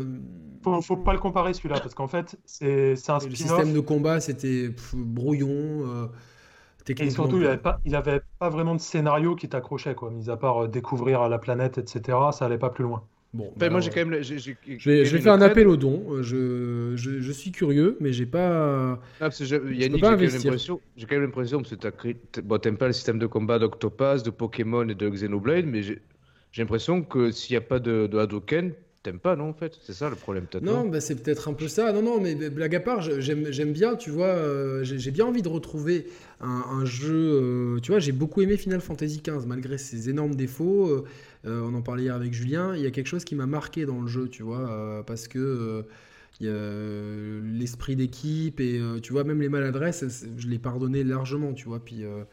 Speaker 3: Faut, faut pas le comparer celui-là parce qu'en fait c'est c'est un
Speaker 1: le
Speaker 3: spin-off
Speaker 1: système de combat, c'était pff, brouillon. euh,
Speaker 3: et
Speaker 1: techniquement,
Speaker 3: surtout il
Speaker 1: quoi.
Speaker 3: avait pas il avait pas vraiment de scénario qui t'accrochait quoi, mis à part euh, découvrir la planète etc. Ça allait pas plus loin.
Speaker 1: Bon,
Speaker 2: Enfin,
Speaker 3: Ben,
Speaker 1: bah,
Speaker 2: moi
Speaker 1: alors,
Speaker 2: j'ai quand même. le- j'ai- j'ai-
Speaker 1: Je vais,
Speaker 2: j'ai
Speaker 1: je vais
Speaker 2: une
Speaker 1: faire un
Speaker 2: crête.
Speaker 1: appel au don. euh, Je, je, je suis curieux, mais j'ai pas.
Speaker 2: Ah, parce que j'ai- Yannick, j'ai
Speaker 1: pas
Speaker 2: quand, même
Speaker 1: investir.
Speaker 2: l'impression- j'ai quand même l'impression, parce que t'as cri- t- bon, t'aimes pas le système de combat d'Octopass, de Pokémon et de Xenoblade, mais j'ai j'ai l'impression que s'il n'y a pas de, de Hadoken, t'aimes pas, non, en fait C'est ça le problème, peut-être
Speaker 1: Non, bah, c'est peut-être un peu ça. Non, non, mais blague à part, je- j'aime j'aime bien, tu vois. euh, j'ai j'ai bien envie de retrouver un, un jeu. euh, tu vois, j'ai beaucoup aimé Final Fantasy XV, malgré ses énormes défauts. euh, euh, on en parlait hier avec Julien. Il y a quelque chose qui m'a marqué dans le jeu, tu vois, euh, parce que. euh, il y a euh, l'esprit d'équipe et euh, tu vois même les maladresses c'est- je les pardonnais largement tu vois puis euh,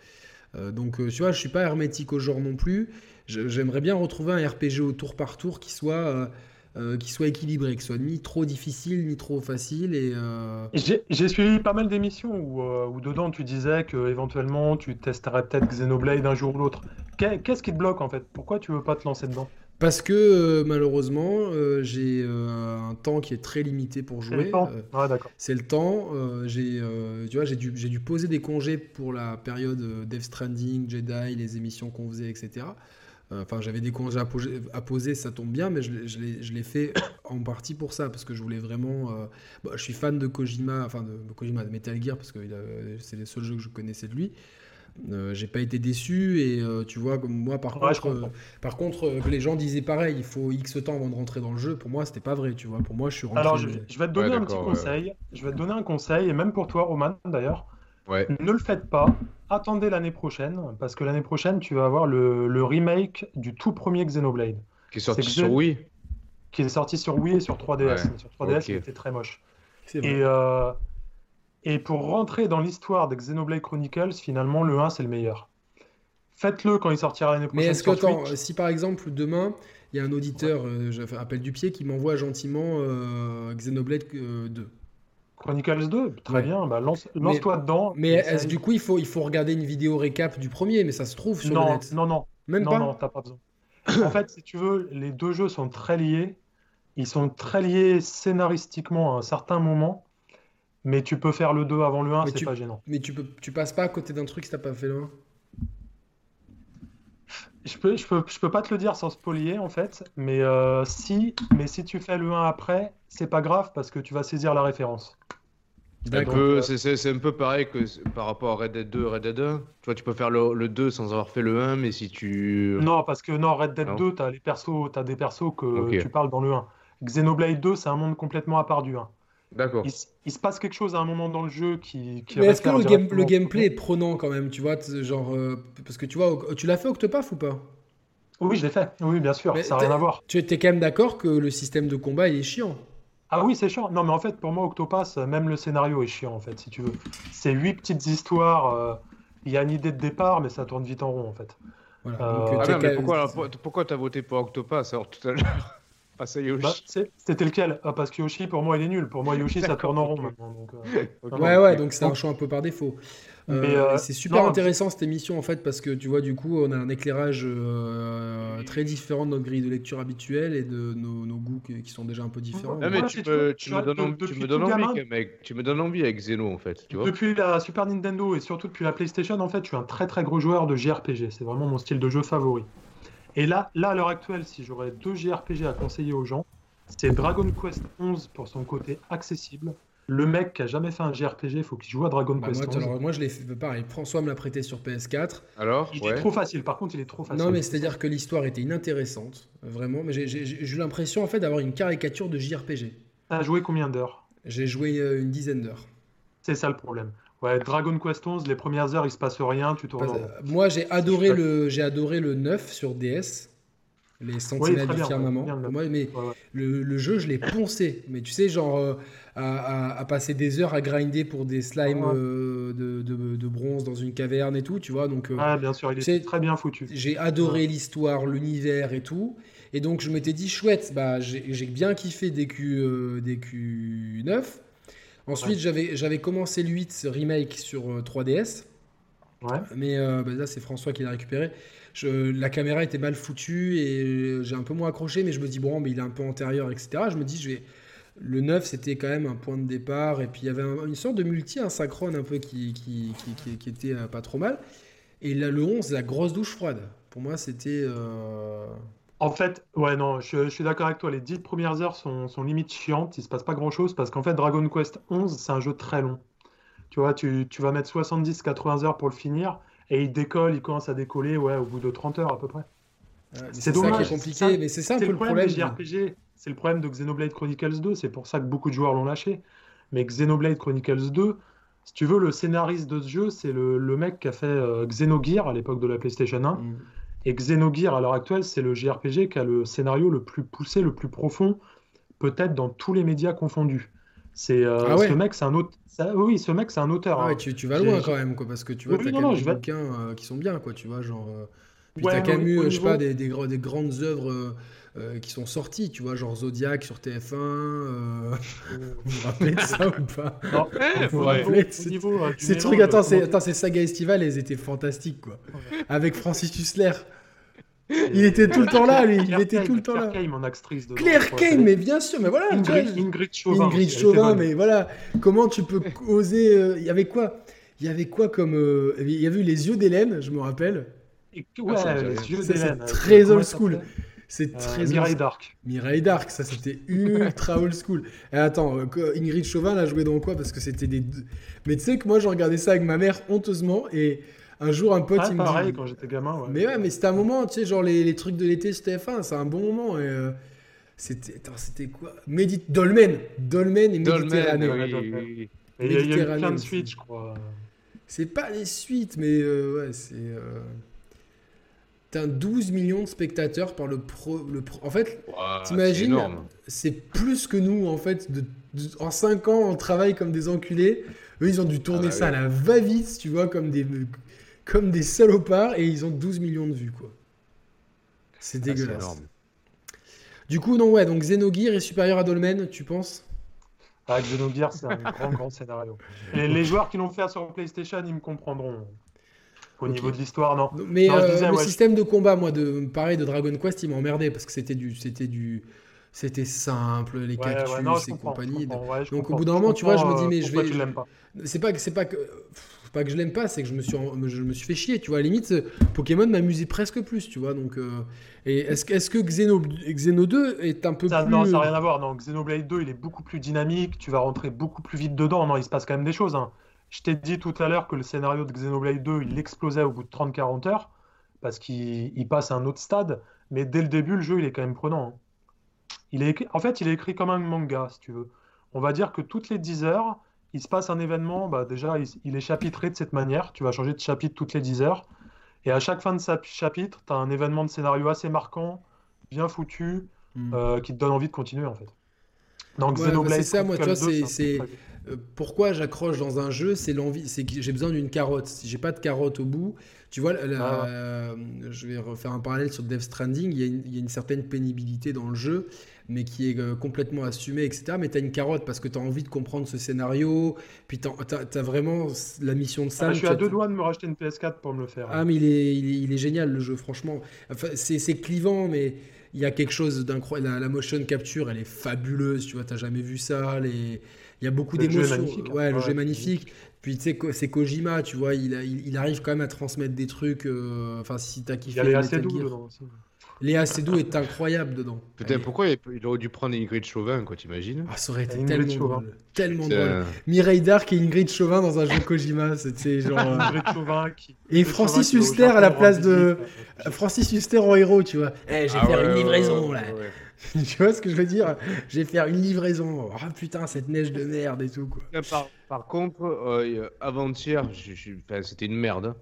Speaker 1: euh, donc euh, tu vois je suis pas hermétique au genre non plus Je- j'aimerais bien retrouver un RPG au tour par tour qui soit euh, euh, qui soit équilibré, qui soit ni trop difficile ni trop facile et euh,
Speaker 3: Et J'ai j'ai suivi pas mal d'émissions où, euh, où dedans tu disais que éventuellement tu testerais peut-être Xenoblade un jour ou l'autre. Qu'est- Qu'est-ce qui te bloque en fait? Pourquoi tu veux pas te lancer dedans?
Speaker 1: parce que euh, malheureusement euh, j'ai euh, un temps qui est très limité pour
Speaker 3: C'est le
Speaker 1: jouer.
Speaker 3: temps.
Speaker 1: Euh,
Speaker 3: Ouais, d'accord.
Speaker 1: C'est le temps. euh, j'ai, euh, tu vois, j'ai dû, j'ai dû poser des congés pour la période euh, Death Stranding, Jedi, les émissions qu'on faisait, etc. Euh, Enfin, j'avais des congés à poser, à poser, ça tombe bien, mais je, l'ai- je l'ai- je l'ai fait en partie pour ça, parce que je voulais vraiment. euh, bah, je suis fan de Kojima, enfin de, de Kojima, de Metal Gear, parce que il a- c'est les seuls jeux que je connaissais de lui. Euh, j'ai pas été déçu, et euh, tu vois, comme moi, par
Speaker 3: Ouais, je
Speaker 1: contre, euh,
Speaker 3: comprends.
Speaker 1: par contre, euh, que les gens disaient pareil, il faut X temps avant de rentrer dans le jeu. Pour moi, c'était pas vrai, tu vois. Pour moi, je suis rentré.
Speaker 3: Alors, je, je vais te donner
Speaker 2: Ouais,
Speaker 3: un petit
Speaker 2: d'accord, ouais.
Speaker 3: conseil. Je vais te donner un conseil, et même pour toi, Roman, d'ailleurs.
Speaker 2: Ouais.
Speaker 3: Ne le faites pas. Attendez l'année prochaine, parce que l'année prochaine, tu vas avoir le, le remake du tout premier Xenoblade,
Speaker 2: Qui est sorti
Speaker 3: C'est que
Speaker 2: sur
Speaker 3: j'ai-
Speaker 2: Wii
Speaker 3: qui est sorti sur Wii et sur 3DS.
Speaker 2: Ouais,
Speaker 3: Mais Sur 3DS,
Speaker 2: ok.
Speaker 3: il était très moche.
Speaker 1: C'est vrai.
Speaker 3: Et euh, Et pour rentrer dans l'histoire des Xenoblade Chronicles, finalement, le 1, c'est le meilleur. Faites-le quand il sortira l'année prochaine.
Speaker 1: Mais est-ce que,
Speaker 3: sur
Speaker 1: attends,
Speaker 3: Switch.
Speaker 1: si par exemple demain, il y a un auditeur, euh, je fais appel du pied, qui m'envoie gentiment euh, Xenoblade euh, 2.
Speaker 3: Chronicles 2, très
Speaker 1: Ouais.
Speaker 3: bien, bah, lance- lance-toi dedans.
Speaker 1: Mais
Speaker 3: Essaye.
Speaker 1: est-ce du coup, il faut, il faut regarder une vidéo récap du premier, mais ça se trouve sur le
Speaker 3: Non,
Speaker 1: net
Speaker 3: non, non,
Speaker 1: Même
Speaker 3: non,
Speaker 1: pas
Speaker 3: non, t'as pas besoin. en fait, si tu veux, les deux jeux sont très liés. Ils sont très liés scénaristiquement à un certain moment. Mais tu peux faire le 2 avant le 1,
Speaker 1: Mais
Speaker 3: c'est
Speaker 1: tu-
Speaker 3: pas gênant.
Speaker 1: Mais tu, peux, tu passes pas à côté d'un truc si t'as pas fait le 1.
Speaker 3: Je peux, je peux, je peux pas te le dire sans spolier, en fait. Mais, euh, si, mais si tu fais le 1 après, c'est pas grave parce que tu vas saisir la référence. Ah
Speaker 2: Un
Speaker 1: D'accord.
Speaker 2: peu- C'est c'est- c'est un peu pareil que c- par rapport à Red Dead 2, Red Dead 1. Tu vois, tu peux faire le, le 2 sans avoir fait le 1, mais si tu.
Speaker 3: Non, parce que non, Red Dead
Speaker 2: Non.
Speaker 3: 2, t'as les persos, t'as des persos que
Speaker 2: Ok.
Speaker 3: tu parles dans le 1. Xenoblade 2, c'est un monde complètement à part du 1.
Speaker 2: D'accord.
Speaker 3: Il, s- il se passe quelque chose à un moment dans le jeu qui. qui
Speaker 1: Mais est-ce que
Speaker 3: réfère
Speaker 1: le, game- le
Speaker 3: directement au
Speaker 1: gameplay est prenant quand même, tu vois, t- genre, euh, parce que tu vois, au- tu l'as fait Octopath ou pas
Speaker 3: Oui, je l'ai fait. Oui, bien sûr,
Speaker 1: Mais
Speaker 3: ça n'a rien
Speaker 1: t'es-
Speaker 3: à voir.
Speaker 1: Tu étais quand même d'accord que le système de combat il est chiant.
Speaker 3: Ah oui, c'est chiant. Non, mais en fait, pour moi, Octopass, euh, même le scénario est chiant, en fait, si tu veux. C'est huit petites histoires. euh, Il y a une idée de départ, mais ça tourne vite en rond, en fait.
Speaker 1: Voilà.
Speaker 3: Euh,
Speaker 1: Donc,
Speaker 2: Ah
Speaker 1: t'es
Speaker 2: non, mais
Speaker 1: quand-
Speaker 2: pourquoi alors, pour- pourquoi t'as voté pour Octopass alors tout à l'heure Ah, ça y est,
Speaker 3: Bah,
Speaker 2: Yoshi.
Speaker 3: c'est- C'était lequel? Ah, parce que Yoshi, pour moi, il est nul. Pour moi, Yoshi, ça tourne en rond maintenant. donc, euh,
Speaker 2: Ok.
Speaker 1: Ouais, ouais, donc c'est un choix un peu par défaut. Euh,
Speaker 3: Mais, euh,
Speaker 1: c'est super
Speaker 3: non,
Speaker 1: intéressant cette émission en fait parce que tu vois du coup on a un éclairage euh, très différent de notre grille de lecture habituelle et de nos, nos goûts qui qui sont déjà un peu différents.
Speaker 2: Ah, mais
Speaker 3: Moi,
Speaker 2: tu,
Speaker 3: si tu
Speaker 2: me,
Speaker 3: veux,
Speaker 2: tu
Speaker 3: je
Speaker 2: me
Speaker 3: reste
Speaker 2: donnes, envie- tu
Speaker 3: depuis
Speaker 2: me
Speaker 3: tout
Speaker 2: donnes
Speaker 3: gamin.
Speaker 2: envie, quand même. Tu me donnes envie avec Xeno, en fait. Tu vois
Speaker 3: Depuis la Super Nintendo et surtout depuis la PlayStation, en fait, je suis un très très gros joueur de JRPG. C'est vraiment mon style de jeu favori. Et là, là à l'heure actuelle, si j'aurais deux JRPG à conseiller aux gens, c'est Dragon Quest 11 pour son côté accessible. Le mec qui a jamais fait un JRPG, il faut qu'il joue à Dragon
Speaker 1: Bah,
Speaker 3: Quest
Speaker 1: moi,
Speaker 3: 11.
Speaker 1: alors, moi je l'ai fait pareil. François me l'a prêté sur PS4.
Speaker 2: Alors
Speaker 3: Il est
Speaker 2: ouais.
Speaker 3: trop facile. Par contre, il est trop facile.
Speaker 1: Non, mais c'est-à-dire que l'histoire était inintéressante, vraiment. Mais j'ai- j'ai j'ai- j'ai eu l'impression en fait d'avoir une caricature de JRPG.
Speaker 3: T'as joué combien d'heures?
Speaker 1: J'ai joué euh, une dizaine d'heures.
Speaker 3: C'est ça le problème. Ouais, Dragon Quest 11, les premières heures, il se passe rien, tu tournes. en
Speaker 1: Parce-
Speaker 3: rond.
Speaker 1: Moi, j'ai adoré
Speaker 2: pas-
Speaker 1: le, j'ai adoré le 9 sur DS, les
Speaker 3: très
Speaker 1: Sentinelles du
Speaker 3: bien, ouais,
Speaker 1: firmament.
Speaker 3: bien le
Speaker 1: Pour moi, mais
Speaker 3: Ouais, ouais.
Speaker 1: le, le jeu, je l'ai poncé. Mais tu sais, genre euh, à, à- à passer des heures à grinder pour des slimes
Speaker 3: Ouais.
Speaker 1: euh, de, de- de bronze dans une caverne et tout, tu vois. Donc euh,
Speaker 3: Ouais, bien sûr, il
Speaker 1: C'est-
Speaker 3: est très bien foutu.
Speaker 1: j'ai adoré l'histoire, l'univers et tout. Et donc je m'étais dit chouette, bah j'ai j'ai bien kiffé DQ, euh, DQ9. Ensuite
Speaker 3: Ouais.
Speaker 1: j'avais j'avais commencé le 8 ce remake sur euh, 3DS.
Speaker 3: Ouais.
Speaker 1: Mais euh, bah, là c'est François qui l'a récupéré. Je- la caméra était mal foutue et euh, j'ai un peu moins accroché, mais je me dis bon mais il est un peu antérieur etc. Je me dis je vais le 9 c'était quand même un point de départ et puis il y avait un- une sorte de multi asynchrone un peu qui, qui, qui, qui- qui était euh, pas trop mal. Et là, le 11, la grosse douche froide. Pour moi, c'était. euh,
Speaker 3: En fait, ouais, non, je, je suis d'accord avec toi. Les 10 premières heures sont, sont limite chiantes. Il se passe pas grand-chose parce qu'en fait, Dragon Quest 11, c'est un jeu très long. Tu vois, tu, tu vas mettre 70-80 heures pour le finir et il décolle, il commence à décoller, ouais, au bout de 30 heures à peu près.
Speaker 1: euh,
Speaker 3: C'est
Speaker 1: C'est ça qui
Speaker 3: dommage,
Speaker 1: est compliqué,
Speaker 3: c'est ça-
Speaker 1: mais c'est ça un
Speaker 3: C'est
Speaker 1: peu
Speaker 3: le
Speaker 1: le
Speaker 3: problème
Speaker 1: problème. hein.
Speaker 3: des JRPG. C'est le problème de Xenoblade Chronicles 2. C'est pour ça que beaucoup de joueurs l'ont lâché. Mais Xenoblade Chronicles 2, si tu veux, le scénariste de ce jeu, c'est le, le mec qui a fait euh, Xenogears à l'époque de la PlayStation 1.
Speaker 1: Mm.
Speaker 3: Et Xenogears, à l'heure actuelle, c'est le JRPG qui a le scénario le plus poussé, le plus profond, peut-être dans tous les médias confondus. C'est euh,
Speaker 1: Ah ouais
Speaker 3: ce mec, c'est un autre. ça- oui, ce mec, c'est un auteur.
Speaker 1: Ah ouais,
Speaker 3: hein.
Speaker 1: tu, tu vas
Speaker 3: J'ai-
Speaker 1: loin
Speaker 3: j'ai-
Speaker 1: quand même, quoi, parce que tu vois,
Speaker 3: Oui,
Speaker 1: t'as
Speaker 3: non,
Speaker 1: quand
Speaker 3: non,
Speaker 1: même des
Speaker 3: je vais-
Speaker 1: bouquins euh, qui sont bien, quoi, tu vois, genre. euh, Puis
Speaker 3: Ouais,
Speaker 1: t'as
Speaker 3: au-
Speaker 1: quand même eu,
Speaker 3: au
Speaker 1: euh, je sais pas,
Speaker 3: niveau-
Speaker 1: des, des, gros- des grandes œuvres euh, euh, qui sont sorties, tu vois, genre Zodiac sur TF1. euh, Vous vous rappelez de ça ou pas
Speaker 3: Non,
Speaker 2: Eh,
Speaker 3: au
Speaker 2: ouais.
Speaker 1: Ouais.
Speaker 3: niveau- au niveau, euh, du
Speaker 1: Ces trucs,
Speaker 3: mélange,
Speaker 1: attends, c'est-
Speaker 3: comment-
Speaker 1: attends, ces sagas estivales, elles étaient fantastiques, quoi. Avec Francis Hussler.
Speaker 3: c'est-
Speaker 1: Il était tout le temps là, lui, il
Speaker 3: Claire
Speaker 1: était tout le
Speaker 3: Kane,
Speaker 1: temps là.
Speaker 3: Claire Kane en actrice dedans, je
Speaker 1: Claire
Speaker 3: crois,
Speaker 1: Kane,
Speaker 3: c'est-
Speaker 1: mais bien sûr, mais voilà, tu vois,
Speaker 3: Ingrid, Ingrid Chauvin.
Speaker 1: Ingrid
Speaker 3: aussi, elle était
Speaker 1: Chauvin,
Speaker 3: bonne.
Speaker 1: mais voilà, comment tu peux oser. euh, Il y avait quoi Il y avait quoi comme. euh, Il y avait eu les yeux d'Hélène, je me rappelle.
Speaker 3: Et-
Speaker 2: Ah, ça me
Speaker 3: Ouais,
Speaker 2: dit
Speaker 3: les
Speaker 2: rien.
Speaker 3: yeux
Speaker 1: Ça, c'est
Speaker 3: d'Hélène, euh,
Speaker 1: très
Speaker 3: comment
Speaker 1: old
Speaker 3: elle
Speaker 1: school.
Speaker 3: s'appelait
Speaker 1: C'est
Speaker 3: Euh,
Speaker 1: très.
Speaker 3: Mireille Dark.
Speaker 1: Mireille Dark, ça c'était ultra old school. Et attends, euh, que- Ingrid Chauvin, elle a joué dans quoi Parce que c'était des. deux- Mais tu sais que moi, je regardais ça avec ma mère honteusement, et un jour, un pote,
Speaker 3: Ah,
Speaker 1: il me dit.
Speaker 3: pareil, quand j'étais gamin. ouais.
Speaker 1: Mais ouais, mais c'était un moment, tu sais, genre les, les trucs de l'été sur TF1, c'est un bon moment. Et, euh, c'était, attends, c'était quoi Médit Dolmen Dolmen et Méditerranée.
Speaker 2: Dolmen,
Speaker 3: ouais,
Speaker 2: oui,
Speaker 3: Dolmen.
Speaker 2: oui, oui.
Speaker 3: Et Il y a- il y a eu
Speaker 1: Méditerranée
Speaker 3: plein de
Speaker 1: aussi.
Speaker 3: suites, je crois.
Speaker 1: C'est pas les suites, mais euh, ouais, c'est. euh, T'as 12 millions de spectateurs par le pro. Le pro- En fait,
Speaker 2: Ouah, c'est
Speaker 1: T'imagines
Speaker 2: énorme.
Speaker 1: c'est plus que nous, en fait, de en 5 ans, on travaille comme des enculés. Eux, ils ont dû tourner
Speaker 2: Ah bah
Speaker 1: ça
Speaker 2: oui.
Speaker 1: à la va-vite, tu vois, comme des, comme des salopards, et ils ont 12 millions de vues, quoi. C'est
Speaker 2: Ah, c'est
Speaker 1: dégueulasse.
Speaker 2: énorme.
Speaker 1: du coup, non, ouais, donc Xenogear est supérieur à Dolmen, tu penses
Speaker 3: Ah, Xenogears, c'est un grand, grand scénario. Et les joueurs qui l'ont fait sur PlayStation, ils me comprendront. Au
Speaker 1: Ok.
Speaker 3: niveau de l'histoire, non.
Speaker 1: Non, Mais
Speaker 3: Non, je
Speaker 1: euh,
Speaker 3: disais,
Speaker 1: le
Speaker 3: ouais, je-
Speaker 1: système de combat, moi, de pareil de Dragon Quest, il m'a emmerdé parce que c'était du, c'était du, c'était simple, les
Speaker 3: Ouais,
Speaker 1: cactus
Speaker 3: ouais, non, je
Speaker 1: et
Speaker 3: comprends,
Speaker 1: compagnie.
Speaker 3: je comprends, ouais, je
Speaker 1: Donc, au
Speaker 3: comprends.
Speaker 1: bout d'un moment, tu vois, je me
Speaker 3: comprends,
Speaker 1: dis,
Speaker 3: euh,
Speaker 1: mais je
Speaker 3: pourquoi
Speaker 1: vais-
Speaker 3: tu l'aimes pas.
Speaker 1: C'est pas que c'est pas que pff, pas que je l'aime pas, c'est que je me suis en- je me suis fait chier, tu vois. À la limite, euh, Pokémon m'amusait presque plus, tu vois. Donc, euh, et est-ce que- est-ce que Xeno, Xeno 2 est un peu
Speaker 3: Ça,
Speaker 1: plus euh,
Speaker 3: Non, ça n'a rien à voir. Non, Xenoblade 2, il est beaucoup plus dynamique. Tu vas rentrer beaucoup plus vite dedans. Non, il se passe quand même des choses. hein. Je t'ai dit tout à l'heure que le scénario de Xenoblade 2, il explosait au bout de 30-40 heures parce qu'il il passe à un autre stade. Mais dès le début, le jeu, il est quand même prenant. hein. Il est écrit- En fait, il est écrit comme un manga, si tu veux. On va dire que toutes les 10 heures, il se passe un événement. Bah, déjà, il, il est chapitré de cette manière. Tu vas changer de chapitre toutes les 10 heures. Et à chaque fin de sa- chapitre, tu as un événement de scénario assez marquant, bien foutu
Speaker 1: Hmm.
Speaker 3: euh, qui te donne envie de continuer en fait. Donc
Speaker 1: Ouais,
Speaker 3: Xenoblade
Speaker 1: bah, c'est ça, moi, tu vois,
Speaker 3: Chronicle 2,
Speaker 1: c'est-
Speaker 3: un-
Speaker 1: Euh, pourquoi j'accroche dans un jeu, c'est l'envie, c'est que j'ai besoin d'une carotte. Si j'ai pas de carotte au bout, tu vois, la-
Speaker 3: Ah.
Speaker 1: la- je vais refaire un parallèle sur Death Stranding, il y, a une, il y a une certaine pénibilité dans le jeu, mais qui est euh, complètement assumée, etc. Mais tu as une carotte parce que tu as envie de comprendre ce scénario, puis tu as, vraiment la mission de
Speaker 3: Ah,
Speaker 1: Sam.
Speaker 3: je suis
Speaker 1: tu
Speaker 3: à
Speaker 1: as-
Speaker 3: deux doigts de me racheter une PS4 pour me le faire.
Speaker 1: ah, mais il est, il est- il est génial le jeu, franchement. Enfin, c'est c'est clivant, mais il y a quelque chose d'incroyable. La, la motion capture, elle est fabuleuse, tu vois, t'as jamais vu ça. Les... Il y a beaucoup
Speaker 3: Le jeu est
Speaker 1: d'émotions.
Speaker 3: magnifique, hein.
Speaker 1: Ouais, le
Speaker 3: Ouais,
Speaker 1: jeu
Speaker 3: c'est
Speaker 1: est magnifique. Puis tu sais, Ko- c'est Kojima, tu vois, il, a- il, il arrive quand même à transmettre des trucs. euh, Enfin, si t'as
Speaker 3: Il
Speaker 1: kiffé.
Speaker 3: y a les
Speaker 1: Metal
Speaker 3: assez doux
Speaker 1: Gear.
Speaker 3: dedans aussi.
Speaker 1: Léa Seydoux est incroyable dedans. Elle
Speaker 2: Putain,
Speaker 1: est-
Speaker 2: pourquoi il, il aurait dû prendre Ingrid Chauvin, quoi, t'imagines
Speaker 1: Ah, ça aurait été
Speaker 3: Ingrid
Speaker 1: tellement
Speaker 3: Chauvin.
Speaker 1: drôle. Tellement
Speaker 2: C'est,
Speaker 1: drôle.
Speaker 2: euh,
Speaker 1: Mireille Dark et Ingrid Chauvin dans un jeu Kojima, c'était genre. euh,
Speaker 3: Ingrid Chauvin qui-
Speaker 1: Et
Speaker 3: Ingrid Chauvin
Speaker 1: Francis
Speaker 3: qui va au
Speaker 1: Huster à la
Speaker 3: Japon Euh,
Speaker 1: place
Speaker 3: rendre
Speaker 1: de.
Speaker 3: visite.
Speaker 1: Francis Huster en héros, tu vois. Eh, je vais
Speaker 2: ah
Speaker 1: faire
Speaker 2: ouais,
Speaker 1: une
Speaker 2: ouais,
Speaker 1: livraison,
Speaker 2: ouais,
Speaker 1: là.
Speaker 2: ouais, ouais.
Speaker 1: tu vois ce que je veux dire Je vais faire une livraison. Ah putain, cette neige de merde et tout, quoi.
Speaker 2: Tiens, Par, par contre, euh, avant-hier, je- je- enfin, c'était une merde. hein.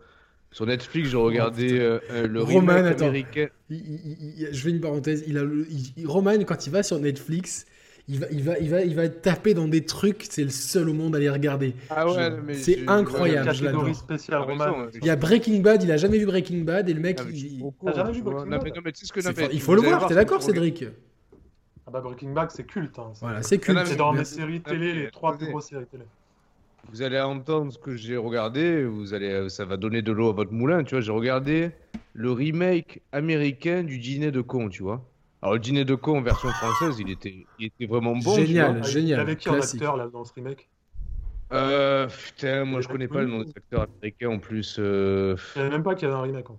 Speaker 2: Sur Netflix, j'ai regardé euh, euh, le
Speaker 1: Roman,
Speaker 2: remake
Speaker 1: attends.
Speaker 2: américain.
Speaker 1: Il- il- il- il- je fais une parenthèse. Il a le- il- il- Roman, quand il va sur Netflix, il va, il va, il va, il va taper dans des trucs. C'est le seul au monde à les regarder.
Speaker 2: Ah
Speaker 1: ouais, Je- mais c'est j'ai- incroyable. je l'adore.
Speaker 3: Catégorie spéciale romane.
Speaker 1: Il y a Breaking Bad. Il a jamais vu Breaking Bad et le mec,
Speaker 2: hein. Ah, mais
Speaker 1: il-
Speaker 2: je suis au
Speaker 1: il,
Speaker 2: courant,
Speaker 3: T'as jamais
Speaker 2: tu
Speaker 3: vu
Speaker 2: vois.
Speaker 3: Breaking
Speaker 2: Non,
Speaker 3: Bad
Speaker 2: mais- non, mais tu sais ce que- non,
Speaker 1: c'est fort.
Speaker 2: mais
Speaker 1: il faut le
Speaker 2: vous allez
Speaker 1: voir. T'es d'accord,
Speaker 2: c'est trop bien.
Speaker 1: Cédric
Speaker 3: Ah bah Breaking Bad, c'est culte. hein, ça.
Speaker 1: Voilà, c'est Euh, culte.
Speaker 2: non, mais
Speaker 3: C'est dans mes
Speaker 1: Merci.
Speaker 3: séries télé, les
Speaker 2: Attendez.
Speaker 3: trois plus grosses séries télé. Ah,
Speaker 2: Vous allez entendre ce que j'ai regardé. Vous allez, ça va donner de l'eau à votre moulin, tu vois. J'ai regardé le remake américain du Dîner de con, tu vois. Alors le Dîner de con en version française, il était, il était vraiment bon. tu
Speaker 1: Génial.
Speaker 2: vois.
Speaker 3: Avec-
Speaker 1: génial,
Speaker 3: Avec qui en
Speaker 1: classique.
Speaker 3: acteur là dans ce remake
Speaker 2: Euh, putain, moi je connais pas le nom des acteurs américains en plus. euh,
Speaker 3: Je savais même pas qu'il y avait un remake. hein.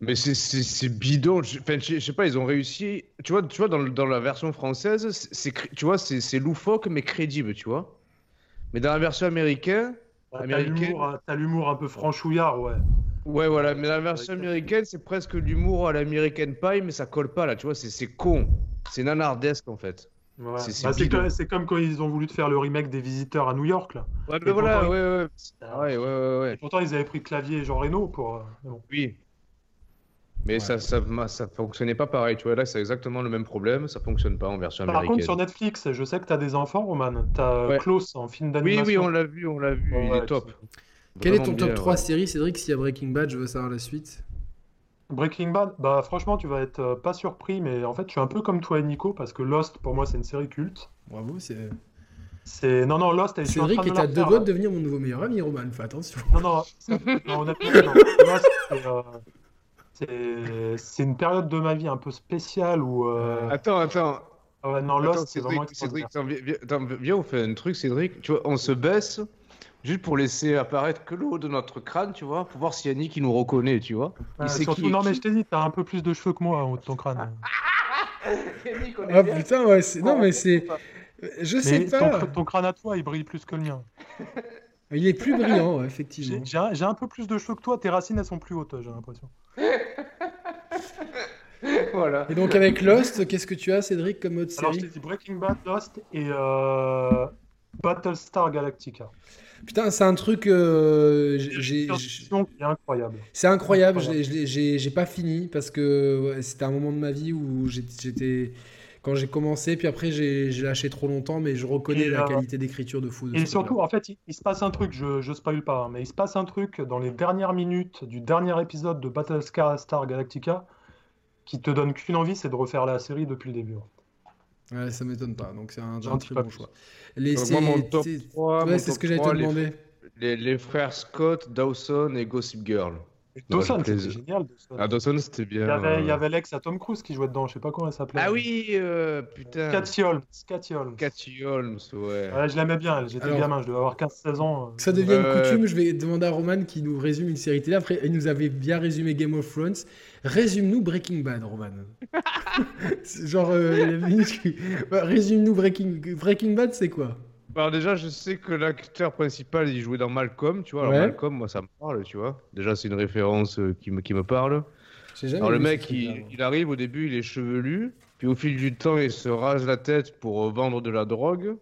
Speaker 2: Mais c'est- c'est c'est bidon. Je- Enfin, je je sais pas, ils ont réussi. Tu vois, tu vois dans, le- dans la version française, c'est- c'est cré- tu vois, c'est c'est loufoque mais crédible, tu vois. Mais dans la version américaine,
Speaker 3: Ah, t'as
Speaker 2: Américaine.
Speaker 3: l'humour, hein, T'as l'humour un peu franchouillard, ouais.
Speaker 2: ouais, voilà. Mais dans la version américaine, c'est presque l'humour à l'American Pie, mais ça colle pas là, tu vois. C'est c'est con. C'est nanardesque en fait.
Speaker 3: Ouais. Bah,
Speaker 2: C'est- c'est
Speaker 3: C'est
Speaker 2: bidon.
Speaker 3: comme- c'est comme quand ils ont voulu te faire le remake des visiteurs à New York là.
Speaker 2: Ouais,
Speaker 3: Et
Speaker 2: mais voilà,
Speaker 3: pourtant,
Speaker 2: ouais, ouais,
Speaker 3: Ah,
Speaker 2: ouais, ouais, ouais, ouais.
Speaker 3: Et pourtant, ils avaient pris Clavier et Jean Reno pour. euh, mais bon.
Speaker 2: Oui. Mais
Speaker 1: Ouais.
Speaker 2: ça, ça, ma- ça fonctionnait pas pareil, tu vois. Là, c'est exactement le même problème. Ça fonctionne pas en version
Speaker 3: Par contre,
Speaker 2: américaine.
Speaker 3: sur Netflix, je sais que t'as des enfants, Roman. T'as euh,
Speaker 2: Ouais.
Speaker 3: Klaus en film
Speaker 2: Oui,
Speaker 3: d'animation.
Speaker 2: oui, on l'a vu, on l'a vu.
Speaker 3: Ouais,
Speaker 2: il
Speaker 3: ouais,
Speaker 2: est top.
Speaker 1: Quel est
Speaker 2: Vraiment
Speaker 1: ton top
Speaker 2: bien,
Speaker 1: 3
Speaker 2: ouais.
Speaker 1: séries, Cédric S'il y a Breaking Bad, je veux savoir la suite.
Speaker 3: Breaking Bad, bah franchement, tu vas être euh, pas surpris, mais en fait, je suis un peu comme toi et Nico parce que Lost, pour moi, c'est une série culte.
Speaker 1: Bravo, c'est.
Speaker 3: C'est non, non, Lost. et je suis en
Speaker 1: Cédric
Speaker 3: train de
Speaker 1: est
Speaker 3: la
Speaker 1: à deux
Speaker 3: refaire,
Speaker 1: doigts de
Speaker 3: là.
Speaker 1: devenir mon nouveau meilleur ami, Roman. Fais attention.
Speaker 3: Non, non, ça- non, honnêtement, non. Lost, c'est, euh, c'est c'est une période de ma vie un peu spéciale où euh,
Speaker 2: Attends, attends.
Speaker 3: ouais, non, Lost,
Speaker 2: attends,
Speaker 3: c'est
Speaker 2: Cédric,
Speaker 3: vraiment
Speaker 2: Cédric,
Speaker 3: extraordinaire.
Speaker 2: attends, vi- vi- attends, vi- viens, on fait un truc, Cédric. Tu vois, on se baisse juste pour laisser apparaître que le haut de notre crâne, tu vois, pour voir si Yannick il nous reconnaît, tu vois.
Speaker 3: Ouais,
Speaker 2: c'est
Speaker 3: Euh, surtout,
Speaker 2: qui-
Speaker 3: non, mais
Speaker 2: qui-
Speaker 3: je t'ai dit, t'as un peu plus de cheveux que moi en haut de ton crâne.
Speaker 2: Yannick, on
Speaker 1: Ah putain, ouais, c'est- non, mais c'est. Je sais
Speaker 3: Mais
Speaker 1: pas.
Speaker 3: ton, ton crâne à toi, il brille plus que le mien.
Speaker 1: Il est plus brillant, ouais,
Speaker 3: J'ai
Speaker 1: effectivement.
Speaker 3: j'ai un, j'ai un peu plus de cheveux que toi, tes racines, elles sont plus hautes, j'ai l'impression.
Speaker 2: Voilà.
Speaker 1: Et donc, avec Lost, qu'est-ce que tu as, Cédric, comme autre
Speaker 3: Alors, je t'ai
Speaker 1: série
Speaker 3: dit Breaking Bad, Lost et euh, Battlestar Galactica.
Speaker 1: Putain, c'est un truc. euh, j'ai- j'ai-
Speaker 3: Science-fiction qui est incroyable.
Speaker 1: C'est incroyable, je
Speaker 3: Incroyable.
Speaker 1: l'ai- je l'ai- j'ai j'ai pas fini parce que ouais, c'était un moment de ma vie où j'ai- j'étais quand j'ai commencé, puis après j'ai j'ai lâché trop longtemps, mais je reconnais
Speaker 3: Et,
Speaker 1: la
Speaker 3: euh,
Speaker 1: qualité d'écriture de fou. de
Speaker 3: Et
Speaker 1: ce
Speaker 3: surtout,
Speaker 1: truc-là.
Speaker 3: en fait, il, il se passe un truc, je, je spoil pas, hein, mais il se passe un truc dans les dernières minutes du dernier épisode de Battlestar Star Galactica qui te donne qu'une envie, c'est de refaire la série depuis le début. hein.
Speaker 1: Ouais, ça m'étonne pas, donc c'est un,
Speaker 3: J'en
Speaker 1: un
Speaker 3: dis
Speaker 1: très
Speaker 3: pas
Speaker 1: bon
Speaker 3: plus.
Speaker 1: choix. Les,
Speaker 2: Donc moi,
Speaker 1: c'est-
Speaker 2: mon top
Speaker 1: c'est-
Speaker 2: 3,
Speaker 1: ouais, c'est ce que j'allais te demander.
Speaker 2: Les, les frères Scott, Dawson et Gossip Girl.
Speaker 3: Et
Speaker 2: Non,
Speaker 3: Dawson,
Speaker 2: j'ai
Speaker 3: c'était
Speaker 2: plaisir.
Speaker 3: génial. Dawson.
Speaker 2: Ah, Dawson, c'était bien.
Speaker 3: il, y avait, il y
Speaker 2: euh,
Speaker 3: avait l'ex à Tom Cruise qui jouait dedans, je sais pas comment elle s'appelait.
Speaker 2: Ah oui, euh, putain.
Speaker 3: Cathy Holmes. Cathy Holmes.
Speaker 2: Cathy Holmes, ouais.
Speaker 3: Ouais, je l'aimais bien, elle, j'étais
Speaker 1: Alors-
Speaker 3: gamin, je devais avoir 15-16 ans. euh.
Speaker 1: Que ça devienne
Speaker 2: Euh,
Speaker 1: coutume, je vais demander à Roman qui nous résume une série télé. Après, il nous avait bien résumé Game of Thrones. Résume-nous Breaking Bad, Roman. C'est Genre, euh, la minute que- Bah, résume-nous Breaking... Breaking Bad, c'est quoi
Speaker 2: Alors déjà, je sais que l'acteur principal, il jouait dans Malcolm, tu vois. Alors
Speaker 1: Ouais.
Speaker 2: Malcolm, moi, ça me parle, tu vois. Déjà, c'est une référence euh, qui me, qui me parle.
Speaker 1: J'ai jamais
Speaker 2: Alors le
Speaker 1: vu ce
Speaker 2: mec,
Speaker 1: truc-là,
Speaker 2: il,
Speaker 1: moi.
Speaker 2: il arrive au début, il est chevelu, puis au fil du temps, il se rase la tête pour euh, vendre de la drogue,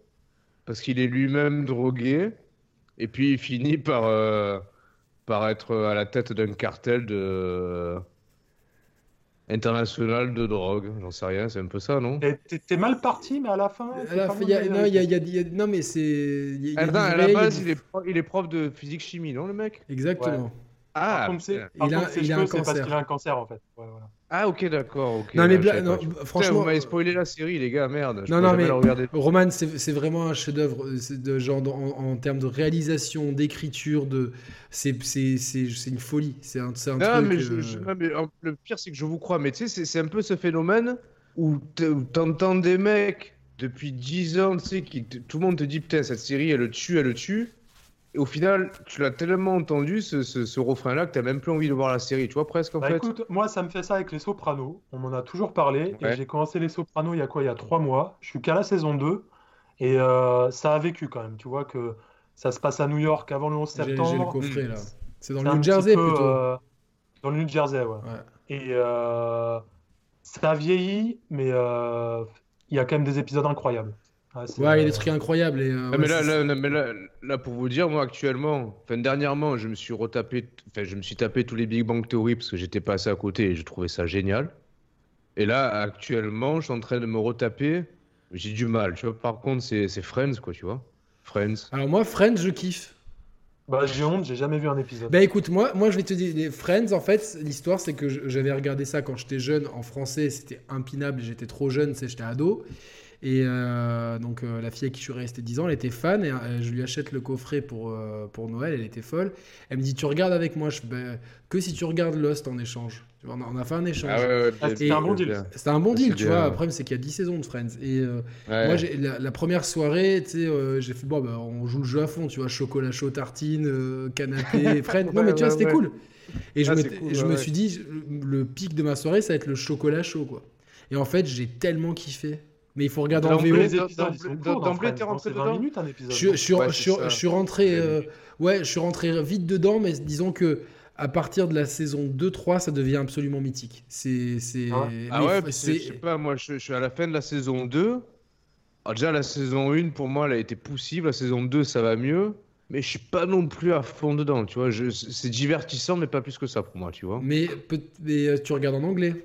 Speaker 2: parce qu'il est lui-même drogué, et puis il finit par, euh, par être à la tête d'un cartel de... euh, international de drogue. J'en sais rien, c'est un peu ça, non
Speaker 3: Et T'es t'es mal parti, mais à la fin.
Speaker 1: À
Speaker 3: c'est
Speaker 1: la
Speaker 3: pas hein,
Speaker 1: fin,
Speaker 3: euh,
Speaker 1: il
Speaker 3: mal
Speaker 1: y a-
Speaker 3: la
Speaker 1: non,
Speaker 3: vérité.
Speaker 1: il y a- il y a- il y a- non, mais c'est. il y a- il y a
Speaker 2: Attends,
Speaker 1: du
Speaker 2: Ah, à la
Speaker 1: vrai, il y a
Speaker 2: base,
Speaker 1: du-
Speaker 2: il est, pro- il est prof de physique-chimie, non, le mec
Speaker 1: Exactement.
Speaker 2: Ah,
Speaker 3: Par contre, c'est-
Speaker 2: putain.
Speaker 3: par
Speaker 1: Il a-
Speaker 3: contre, ses
Speaker 1: il a un
Speaker 3: cheveux, c'est parce
Speaker 1: cancer.
Speaker 3: qu'il a un cancer en fait. Ouais, voilà.
Speaker 2: ah, ok, d'accord. ok.
Speaker 1: Non, mais
Speaker 2: je
Speaker 1: bla-
Speaker 2: savais pas,
Speaker 1: non,
Speaker 2: tu vois. Putain,
Speaker 1: franchement.
Speaker 2: vous m'avez spoilé la série, les gars, merde. Je
Speaker 1: Non,
Speaker 2: pourrais
Speaker 1: non,
Speaker 2: jamais
Speaker 1: mais-
Speaker 2: la regarder.
Speaker 1: Roman, c'est c'est vraiment un chef-d'œuvre euh, c'est de genre en, en termes de réalisation, d'écriture, de c'est c'est- c'est- c'est une folie. C'est un, c'est un
Speaker 2: Non,
Speaker 1: truc.
Speaker 2: mais, je-
Speaker 1: euh,
Speaker 2: je- non, mais, euh, le pire, c'est que je vous crois. Mais tu sais, c'est- c'est un peu ce phénomène où t- où t'entends des mecs depuis 10 ans, tu sais, qui t- tout le monde te dit Putain, cette série, elle le tue, elle le tue. Et au final, tu l'as tellement entendu, ce, ce- ce refrain-là, que t'as même plus envie de voir la série, tu vois, presque en
Speaker 3: Bah
Speaker 2: fait.
Speaker 3: écoute, moi ça me fait ça avec les Sopranos. On m'en a toujours parlé.
Speaker 2: Ouais.
Speaker 3: Et j'ai commencé les Sopranos il y a quoi? Il y a trois mois. Je suis qu'à la saison 2. Et euh, ça a vécu quand même. Tu vois que ça se passe à New York avant le 11
Speaker 1: J'ai j'ai
Speaker 3: septembre.
Speaker 1: le coffret là. C'est dans
Speaker 3: C'est
Speaker 1: le
Speaker 3: un
Speaker 1: New
Speaker 3: petit
Speaker 1: Jersey
Speaker 3: peu,
Speaker 1: plutôt.
Speaker 3: euh, dans le New Jersey, ouais.
Speaker 1: Ouais.
Speaker 3: Et euh, ça a vieilli, mais euh, il y a quand même des épisodes incroyables. Ouais, c'est,
Speaker 1: Ouais, il y a
Speaker 3: euh,
Speaker 1: des trucs incroyables. Et, euh,
Speaker 2: Ah,
Speaker 1: ouais,
Speaker 2: mais, là,
Speaker 1: c'est-
Speaker 2: là, non, mais là, là, pour vous dire, moi, actuellement, enfin, dernièrement, je me suis retapé, enfin, je me suis tapé tous les Big Bang Theory parce que j'étais passé à côté et je trouvais ça génial. Et là, actuellement, je suis en train de me retaper. J'ai du mal, tu vois. Par contre, c'est c'est Friends, quoi, tu vois. Friends.
Speaker 1: Alors moi, Friends, je kiffe.
Speaker 3: Bah j'ai honte, j'ai jamais vu un épisode.
Speaker 1: Bah écoute, moi, moi je vais te dire, les Friends, en fait, l'histoire c'est que je- j'avais regardé ça quand j'étais jeune en français, c'était impinable, j'étais trop jeune, c'est j'étais ado. Et euh, donc euh, la fille à qui je suis resté 10 ans, elle était fan, et euh, je lui achète le coffret pour, euh, pour Noël, elle était folle. Elle me dit, tu regardes avec moi, je fais, Bah, que si tu regardes Lost en échange. Tu vois, on a- on a fait un échange.
Speaker 3: Ah, c'était un bon deal.
Speaker 1: C'était un bon deal,
Speaker 2: C'est
Speaker 1: tu
Speaker 2: bien,
Speaker 1: vois.
Speaker 2: ouais.
Speaker 1: Le problème, c'est qu'il y a 10 saisons de Friends. Et euh,
Speaker 2: Ouais.
Speaker 1: moi, j'ai- la, la première soirée, tu sais, euh, j'ai fait bon, bah, on joue le jeu à fond, tu vois, chocolat chaud, tartine, euh, canapé, Friends. Non,
Speaker 2: Ouais,
Speaker 1: mais tu vois,
Speaker 2: ouais,
Speaker 1: c'était
Speaker 2: ouais.
Speaker 1: cool. Et je,
Speaker 2: Ah,
Speaker 1: me,
Speaker 2: c'est cool,
Speaker 1: et je
Speaker 2: ouais,
Speaker 1: me
Speaker 2: ouais.
Speaker 1: suis dit, je- le pic de ma soirée, ça va être le chocolat chaud, quoi. Et en fait, j'ai tellement kiffé. Mais il faut regarder en
Speaker 2: Dans
Speaker 1: VO.
Speaker 2: les-
Speaker 3: les épisodes, ils sont
Speaker 2: D'emblée,
Speaker 3: courts,
Speaker 2: t'es
Speaker 3: dans Friends,
Speaker 2: rentré
Speaker 3: hein, c'est 20
Speaker 2: dedans
Speaker 3: minutes un épisode.
Speaker 1: Je, suis- je suis-
Speaker 2: Ouais,
Speaker 1: je suis-
Speaker 2: c'est ça.
Speaker 1: je suis rentré, euh, ouais, je suis rentré vite dedans, mais disons que à partir de la saison 2-3, ça devient absolument mythique. C'est, c'est,
Speaker 3: Ah ouais.
Speaker 1: mais
Speaker 2: Ah ouais,
Speaker 1: f-
Speaker 2: parce que je sais pas, moi je, je suis à la fin de la saison 2. Alors déjà la saison 1 pour moi elle a été poussive, la saison 2 ça va mieux, mais je suis pas non plus à fond dedans, tu vois. Je- C'est divertissant mais pas plus que ça pour moi, tu vois.
Speaker 1: Mais, peut- mais, euh, tu regardes en anglais.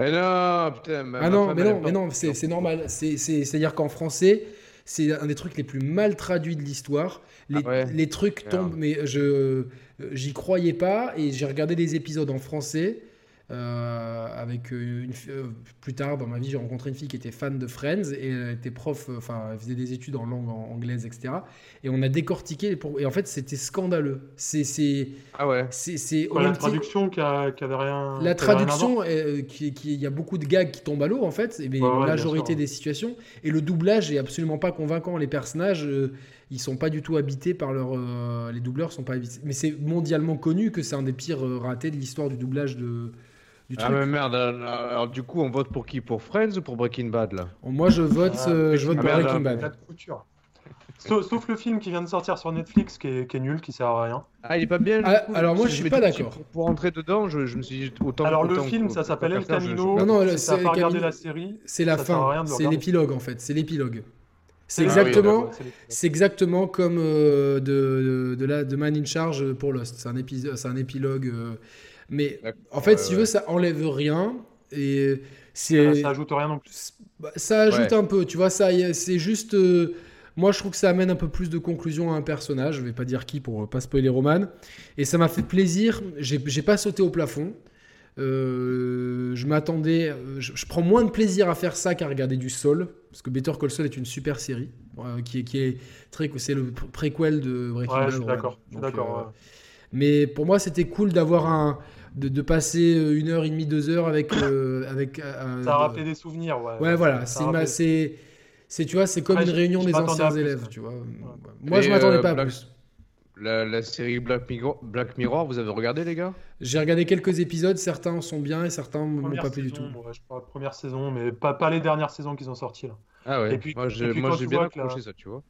Speaker 2: Eh non, putain, ma-
Speaker 1: Ah
Speaker 2: ma
Speaker 1: non, mais
Speaker 2: femme, elle
Speaker 1: non,
Speaker 2: aime
Speaker 1: mais
Speaker 2: pas.
Speaker 1: non, c'est c'est normal. C'est- c'est- C'est-à-dire qu'en français, c'est un des trucs les plus mal traduits de l'histoire. Les,
Speaker 2: Ah ouais.
Speaker 1: les trucs
Speaker 2: Merde.
Speaker 1: tombent, mais je euh, j'y croyais pas et j'ai regardé des épisodes en français. euh, avec euh, une fi- euh, plus tard dans ma vie, j'ai rencontré une fille qui était fan de Friends et elle était prof, euh, enfin, elle faisait des études en langue en- anglaise, etc. Et on a décortiqué les pour- et en fait, c'était scandaleux. C'est c'est
Speaker 2: Ah ouais.
Speaker 1: c'est c'est au
Speaker 3: Quoi, la
Speaker 1: même titre-
Speaker 3: traduction qui, a- qui avait rien.
Speaker 1: la
Speaker 3: qui avait rien à voir.
Speaker 1: traduction, est- euh, qui, qui- il y a beaucoup de gags qui tombent à l'eau en fait, mais
Speaker 3: Ouais, ouais,
Speaker 1: la
Speaker 3: bien
Speaker 1: majorité
Speaker 3: sûr.
Speaker 1: des situations. Et le doublage est absolument pas convaincant. Les personnages, euh, ils sont pas du tout habités par leur. euh, les doubleurs sont pas habités. Mais c'est mondialement connu que c'est un des pires euh, ratés de l'histoire du doublage de, du
Speaker 2: Ah
Speaker 1: truc.
Speaker 2: mais merde, alors, alors, du coup on vote pour qui Pour Friends ou pour Breaking Bad là
Speaker 1: Moi, je vote,
Speaker 3: Ah,
Speaker 1: euh, je vote
Speaker 2: ah,
Speaker 1: pour
Speaker 2: merde,
Speaker 1: Breaking
Speaker 2: là.
Speaker 1: Bad.
Speaker 3: Pas de couture. hein. Sauf, sauf le film qui vient de sortir sur Netflix qui est, qui est nul, qui sert à rien.
Speaker 2: Ah il est pas bien du
Speaker 1: Ah,
Speaker 2: coup,
Speaker 1: alors, moi, je
Speaker 2: parce que
Speaker 1: suis
Speaker 2: m'étais
Speaker 1: pas
Speaker 2: dit,
Speaker 1: d'accord.
Speaker 2: Pour, pour entrer dedans, je, je me suis dit autant.
Speaker 3: Alors le
Speaker 2: autant
Speaker 3: film,
Speaker 2: que-
Speaker 3: ça s'appelle
Speaker 2: tant
Speaker 3: El
Speaker 2: qu'à faire, je- je-
Speaker 3: Camino.
Speaker 1: Non, non, le-
Speaker 3: si
Speaker 1: c'est
Speaker 3: t'as pas
Speaker 1: El
Speaker 3: regardé
Speaker 1: Camino.
Speaker 3: la série,
Speaker 1: C'est la
Speaker 3: Ça sert à rien
Speaker 1: fin,
Speaker 3: de le
Speaker 1: c'est
Speaker 3: regarder.
Speaker 1: l'épilogue en fait, c'est l'épilogue. C'est
Speaker 3: Ah oui,
Speaker 1: exactement,
Speaker 3: d'accord, c'est l'épisode.
Speaker 1: c'est exactement comme euh, de, de, de la, de Man in Charge pour Lost. C'est un, épisode, c'est un épilogue. euh, mais
Speaker 2: D'accord,
Speaker 1: en fait,
Speaker 2: ouais, Ah,
Speaker 1: si tu
Speaker 2: ouais.
Speaker 1: veux, ça enlève rien. Et
Speaker 3: Ça,
Speaker 1: C'est
Speaker 3: ça ajoute rien non plus.
Speaker 1: bah, ça ajoute
Speaker 2: Ouais.
Speaker 1: un peu, tu vois, ça y est, c'est juste euh, moi je trouve que ça amène un peu plus de conclusion à un personnage, je vais pas dire qui pour euh, pas spoiler Roman et ça m'a fait plaisir, j'ai j'ai pas sauté au plafond. Euh, je m'attendais, euh, je, je prends moins de plaisir à faire ça qu'à regarder du Sol, parce que Better Call Saul est une super série, euh, qui, est- qui est très, c'est le pr- préquel de Breaking
Speaker 3: Ouais,
Speaker 1: Bad.
Speaker 3: je suis
Speaker 1: Roman.
Speaker 3: d'accord. je suis
Speaker 1: Donc,
Speaker 3: d'accord,
Speaker 1: euh,
Speaker 3: ouais.
Speaker 1: mais pour moi, c'était cool d'avoir un, de, de passer euh, une heure et demie, deux heures avec, euh, avec. euh,
Speaker 3: Ça a
Speaker 1: de-
Speaker 3: rappelé des souvenirs, ouais.
Speaker 1: Ouais, voilà,
Speaker 3: Euh, Ça
Speaker 1: c'est,
Speaker 3: a
Speaker 1: ma-
Speaker 3: rappelé-
Speaker 1: c'est, c'est- tu vois, c'est comme
Speaker 3: Ouais,
Speaker 1: une
Speaker 3: je-
Speaker 1: réunion
Speaker 3: je
Speaker 1: des
Speaker 3: m'attendais à
Speaker 1: anciens
Speaker 3: plus,
Speaker 1: élèves,
Speaker 3: ouais.
Speaker 1: tu vois. Moi, je
Speaker 2: Et,
Speaker 1: m'attendais
Speaker 2: euh,
Speaker 1: pas à
Speaker 2: Black-
Speaker 1: plus.
Speaker 2: La, la série Black Mirror, Black Mirror, vous avez regardé, les gars
Speaker 1: J'ai regardé quelques épisodes, certains sont bien et certains m'ont
Speaker 3: Première
Speaker 1: pas plu du tout.
Speaker 3: saison, ouais, je crois, première saison, mais pas, pas les dernières saisons qu'ils ont sorties. Là.
Speaker 2: Ah ouais,
Speaker 3: Et puis-
Speaker 2: moi j'ai
Speaker 3: et puis
Speaker 2: moi,
Speaker 3: quand
Speaker 2: j'ai
Speaker 3: tu
Speaker 2: bien
Speaker 3: vois que la-
Speaker 2: accroché ça, tu vois.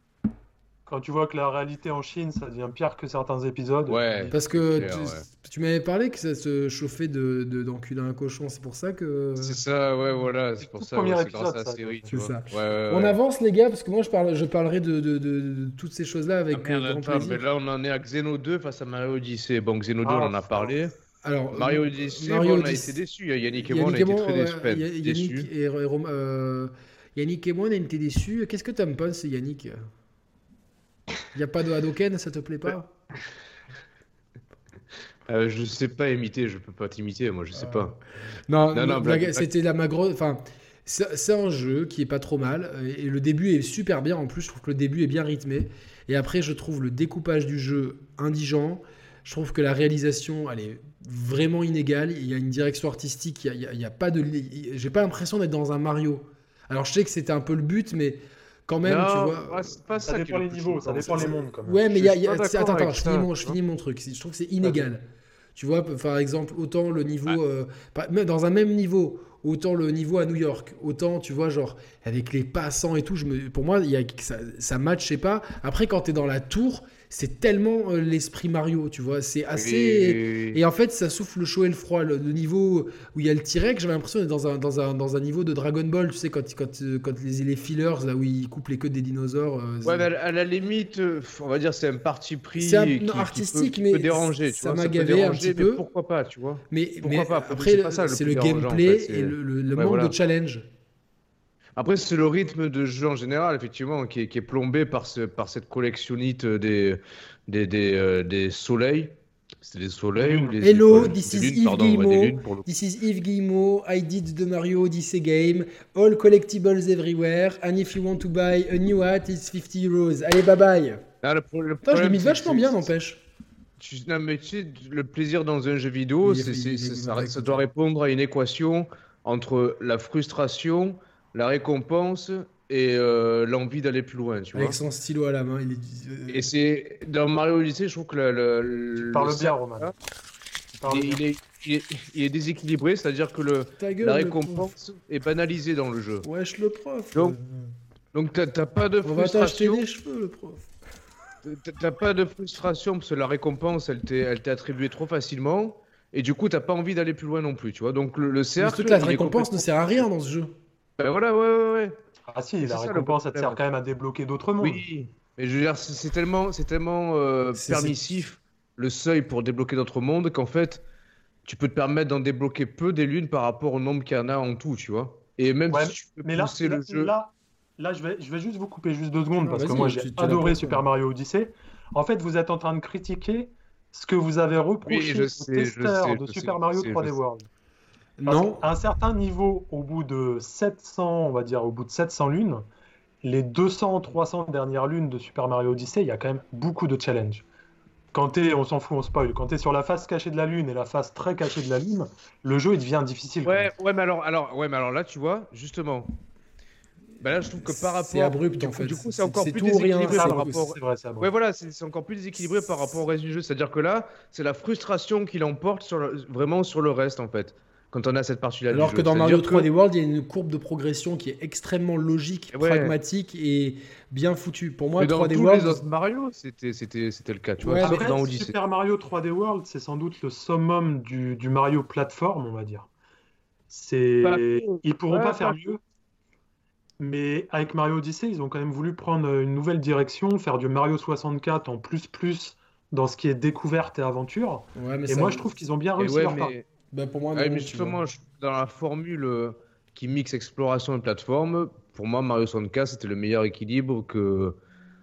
Speaker 3: Quand tu vois que la réalité en Chine, ça devient pire que certains épisodes.
Speaker 2: Ouais.
Speaker 3: tu te dis,
Speaker 1: Parce que
Speaker 2: clair,
Speaker 1: tu,
Speaker 2: ouais.
Speaker 1: tu m'avais parlé que ça se chauffait de, de- d'enculer un cochon, c'est pour ça que.
Speaker 2: C'est ça, ouais, voilà, c'est
Speaker 3: le
Speaker 2: pour
Speaker 3: tout
Speaker 2: ça,
Speaker 3: premier
Speaker 2: ouais, c'est grâce
Speaker 3: épisode,
Speaker 2: à la
Speaker 3: ça,
Speaker 2: série,
Speaker 1: c'est
Speaker 2: tu vois.
Speaker 1: ça.
Speaker 2: Ouais, ouais,
Speaker 1: On
Speaker 2: ouais.
Speaker 1: avance les gars, parce que moi je, parle, je parlerai de, de- de- de toutes ces choses-là
Speaker 2: Ah
Speaker 1: avec euh,
Speaker 2: merde,
Speaker 1: grand
Speaker 2: attends, mais
Speaker 1: plaisir.
Speaker 2: là on en est à Xeno 2 face à Mario Odyssey. Bon, Xeno 2,
Speaker 3: Ah,
Speaker 2: on en a
Speaker 3: putain.
Speaker 2: parlé.
Speaker 1: Alors, euh,
Speaker 2: Mario Odyssey,
Speaker 1: Mario
Speaker 2: bon, on a
Speaker 1: Odyssey-
Speaker 2: été déçus. hein. Yannick et moi, on a
Speaker 1: Yannick
Speaker 2: été
Speaker 1: et moi,
Speaker 2: très
Speaker 1: ouais,
Speaker 2: déçus. enfin,
Speaker 1: Ya-
Speaker 2: déçus.
Speaker 1: Yannick et et Rom- euh, Yannick et moi, on a été déçus. Qu'est-ce que tu me penses, Yannick Il n'y a pas de Hadoken, ça te plaît pas
Speaker 2: Euh, je sais pas imiter, je peux pas t'imiter, moi, je sais
Speaker 1: Euh,
Speaker 2: pas.
Speaker 1: Non,
Speaker 2: Non, non,
Speaker 1: blague-
Speaker 2: blague, blague.
Speaker 1: c'était la ma grosse. Enfin, c'est c'est un jeu qui est pas trop mal euh, et et le début est super bien. En plus, je trouve que le début est bien rythmé. Et après, je trouve le découpage du jeu indigent. Je trouve que la réalisation, elle est vraiment inégale. Il y a une direction artistique. Il y a- il y a, il y a pas de. li- J'ai pas l'impression d'être dans un Mario. Alors, je sais que c'était un peu le but, mais quand même,
Speaker 2: non,
Speaker 1: tu vois.
Speaker 2: ouais, c'est pas
Speaker 3: Ça
Speaker 2: ça qui est
Speaker 3: dépend
Speaker 2: le
Speaker 3: les
Speaker 2: plus
Speaker 3: niveaux, ça
Speaker 2: choquant,
Speaker 3: dépend
Speaker 2: c'est-
Speaker 3: les mondes quand même.
Speaker 1: Ouais, mais il y a,
Speaker 2: suis
Speaker 1: il y a-
Speaker 2: pas
Speaker 1: c'est- attends,
Speaker 2: d'accord
Speaker 1: attends,
Speaker 2: avec
Speaker 1: je
Speaker 2: ça,
Speaker 1: finis, mon,
Speaker 2: tu
Speaker 1: je
Speaker 2: vois.
Speaker 1: finis mon truc. C'est- Je trouve que c'est inégal. Tu vois, p- par exemple, autant le niveau,
Speaker 2: Ah.
Speaker 1: euh, par- même dans un même niveau, autant le niveau à New York, autant, tu vois, genre, avec les passants et tout, je me, pour moi, il y a, ça, ça matchait pas. Après, quand t'es dans la tour, c'est tellement euh, l'esprit Mario, tu vois, c'est assez.
Speaker 2: Et-
Speaker 1: Et en fait, ça souffle le chaud et le froid. Le, le niveau où il y a le T-Rex, j'avais l'impression d'être dans un, dans, un, dans un niveau de Dragon Ball, tu sais, quand, quand, euh, quand les, les fillers, là où ils coupent les queues des dinosaures. euh,
Speaker 2: Ouais,
Speaker 1: c'est-
Speaker 2: mais à la- à la limite, euh, on va dire c'est un parti pris
Speaker 1: C'est un-
Speaker 2: qui- qui,
Speaker 1: non,
Speaker 2: peut-
Speaker 1: artistique,
Speaker 2: qui
Speaker 1: mais
Speaker 2: peut déranger. tu
Speaker 1: ça
Speaker 2: vois,
Speaker 1: m'a
Speaker 2: peut
Speaker 1: gavé un
Speaker 2: déranger,
Speaker 1: petit
Speaker 2: mais
Speaker 1: peu.
Speaker 2: pourquoi pas, tu vois
Speaker 1: Mais,
Speaker 2: Pourquoi
Speaker 1: mais
Speaker 2: pas
Speaker 1: après,
Speaker 2: C'est pas ça le
Speaker 1: c'est
Speaker 2: plus
Speaker 1: le
Speaker 2: dérangeant, en
Speaker 1: gameplay
Speaker 2: fait, c'est-
Speaker 1: et le, le- le
Speaker 2: Ouais,
Speaker 1: manque
Speaker 2: voilà.
Speaker 1: de challenge.
Speaker 2: Après, c'est le rythme de jeu en général, effectivement, qui est, qui est plombé par, ce, par cette collectionnite des, des, des, euh, des soleils. C'était des soleils ou des
Speaker 1: Hello,
Speaker 2: des
Speaker 1: this is
Speaker 2: lunes,
Speaker 1: Yves
Speaker 2: pardon, ouais, des
Speaker 1: Guillemot.
Speaker 2: lunes pour le coup.
Speaker 1: This is Yves Guillemot, I did the Mario Odyssey game, all collectibles everywhere, and if you want to buy a new hat, it's 50 euros. Allez, bye bye.
Speaker 2: Ah, le pro- le
Speaker 1: Putain, je l'ai
Speaker 2: problème,
Speaker 1: mis
Speaker 2: c'est
Speaker 1: vachement
Speaker 2: que
Speaker 1: bien,
Speaker 2: c'est-
Speaker 1: n'empêche.
Speaker 2: Tu, non, mais tu sais, le plaisir dans un jeu vidéo,
Speaker 1: Il y a-
Speaker 2: c'est,
Speaker 1: il y a-
Speaker 2: c'est- c'est-
Speaker 1: il y a-
Speaker 2: ça,
Speaker 1: il y a-
Speaker 2: ça doit répondre à une équation entre la frustration, la récompense et euh, l'envie d'aller plus loin, tu vois.
Speaker 1: Avec son stylo à la main, il est. euh,
Speaker 2: Et c'est dans Mario Odyssey, je trouve que le, le-
Speaker 3: Tu
Speaker 2: le
Speaker 3: parles bien,
Speaker 2: cercle,
Speaker 3: Roman.
Speaker 2: là,
Speaker 3: Tu parles
Speaker 2: il, est, il
Speaker 3: bien.
Speaker 2: est- il est- il est déséquilibré, c'est-à-dire que le,
Speaker 1: Ta gueule,
Speaker 2: la
Speaker 1: le
Speaker 2: récompense est banalisée dans le jeu.
Speaker 1: prof. Wesh, le prof.
Speaker 2: Donc, Donc t'as, t'as pas de
Speaker 1: on va t'acheter
Speaker 2: frustration,
Speaker 1: des cheveux, le prof.
Speaker 2: t'as- t'as pas de frustration parce que la récompense, elle t'est, elle t'est attribuée trop facilement. Et du coup, t'as pas envie d'aller plus loin non plus, tu vois. Donc le, le
Speaker 1: Mais
Speaker 2: cercle,
Speaker 1: toute la
Speaker 2: il est
Speaker 1: récompense ne sert à rien dans ce jeu.
Speaker 2: Ben voilà, ouais, ouais, ouais.
Speaker 3: Ah si,
Speaker 2: c'est
Speaker 3: la
Speaker 2: ça, le
Speaker 3: récompense, elle te
Speaker 2: problème.
Speaker 3: sert quand même à débloquer d'autres mondes.
Speaker 2: Oui. Mais je veux dire, c'est c'est tellement, c'est tellement euh,
Speaker 1: C'est- c'est-
Speaker 2: permissif le seuil pour débloquer d'autres mondes qu'en fait, tu peux te permettre d'en débloquer peu des lunes par rapport au nombre qu'il y en a en tout, tu vois. Et même
Speaker 3: Ouais,
Speaker 2: si tu peux
Speaker 3: Mais là,
Speaker 2: pousser
Speaker 3: là,
Speaker 2: le jeu.
Speaker 3: là, là, je, vais, je vais juste vous couper juste deux secondes
Speaker 1: Ah,
Speaker 3: parce que
Speaker 1: vas-y,
Speaker 3: moi
Speaker 1: tu-
Speaker 3: j'ai
Speaker 1: tu l'as
Speaker 3: adoré
Speaker 1: pas fait.
Speaker 3: Super Mario Odyssey. En fait, vous êtes en train de critiquer ce que vous avez reproché
Speaker 2: Oui, je
Speaker 3: aux
Speaker 2: sais, je
Speaker 3: testeurs
Speaker 2: sais, je
Speaker 3: de
Speaker 2: sais,
Speaker 3: Super
Speaker 2: je
Speaker 3: Mario
Speaker 2: sais, je
Speaker 3: 3D
Speaker 2: sais.
Speaker 3: World. Parce
Speaker 1: Non,
Speaker 3: qu'à un certain niveau, au bout de 700, on va dire, au bout de 700 lunes, les 200, 300 dernières lunes de Super Mario Odyssey, il y a quand même beaucoup de challenges. Quand t'es, on s'en fout, on spoil, quand t'es sur la face cachée de la lune et la face très cachée de la lune, le jeu il devient difficile. quand
Speaker 2: Ouais,
Speaker 3: même.
Speaker 2: ouais, mais alors, alors, ouais, mais alors là, tu vois, justement. Ben là, je trouve que par rapport.
Speaker 1: C'est abrupt,
Speaker 2: du
Speaker 1: en
Speaker 2: coup-
Speaker 1: fait.
Speaker 2: Du coup,
Speaker 1: C'est-
Speaker 2: c'est encore
Speaker 1: c'est
Speaker 2: plus
Speaker 1: tout ou rien,
Speaker 2: déséquilibré
Speaker 1: c'est
Speaker 2: par
Speaker 1: abrupt.
Speaker 2: rapport.
Speaker 3: C'est vrai, c'est abrupt.
Speaker 2: Ouais, voilà, c'est c'est encore plus déséquilibré par rapport au reste du jeu. C'est-à-dire que là, c'est la frustration qui l'emporte sur le- vraiment sur le reste, en fait, quand on a cette partie-là. du
Speaker 1: Alors
Speaker 2: jeu.
Speaker 1: que dans Mario
Speaker 2: C'est-à-dire
Speaker 1: 3D World, il y a une courbe de progression qui est extrêmement logique,
Speaker 2: Et ouais.
Speaker 1: pragmatique et bien foutue. Pour moi,
Speaker 2: Mais dans
Speaker 1: 3D
Speaker 2: tous
Speaker 1: World,
Speaker 2: les autres Mario, c'était c'était- c'était le cas, tu vois.
Speaker 1: Ouais,
Speaker 2: sauf
Speaker 3: Après,
Speaker 2: Ah, dans Odyssey.
Speaker 3: Super Mario 3D World, c'est sans doute le summum du, du Mario plateforme, on va dire. C'est,
Speaker 2: Bah,
Speaker 3: ils pourront
Speaker 2: ouais,
Speaker 3: pas faire
Speaker 2: bah.
Speaker 3: mieux. Mais avec Mario Odyssey, ils ont quand même voulu prendre une nouvelle direction, faire du Mario 64 en plus plus dans ce qui est découverte et aventure.
Speaker 1: ouais, mais
Speaker 3: Et
Speaker 1: ça-
Speaker 3: moi, je trouve qu'ils ont bien
Speaker 2: Et
Speaker 3: réussi
Speaker 2: ouais,
Speaker 3: leur part.
Speaker 2: Ah, mais,
Speaker 1: Bah, pour moi,
Speaker 2: ouais,
Speaker 1: non,
Speaker 2: mais
Speaker 1: tu
Speaker 2: justement,
Speaker 1: vois.
Speaker 2: je- dans la formule, euh, qui mixe exploration et plateforme. Pour moi, Mario 64, c'était le meilleur équilibre que...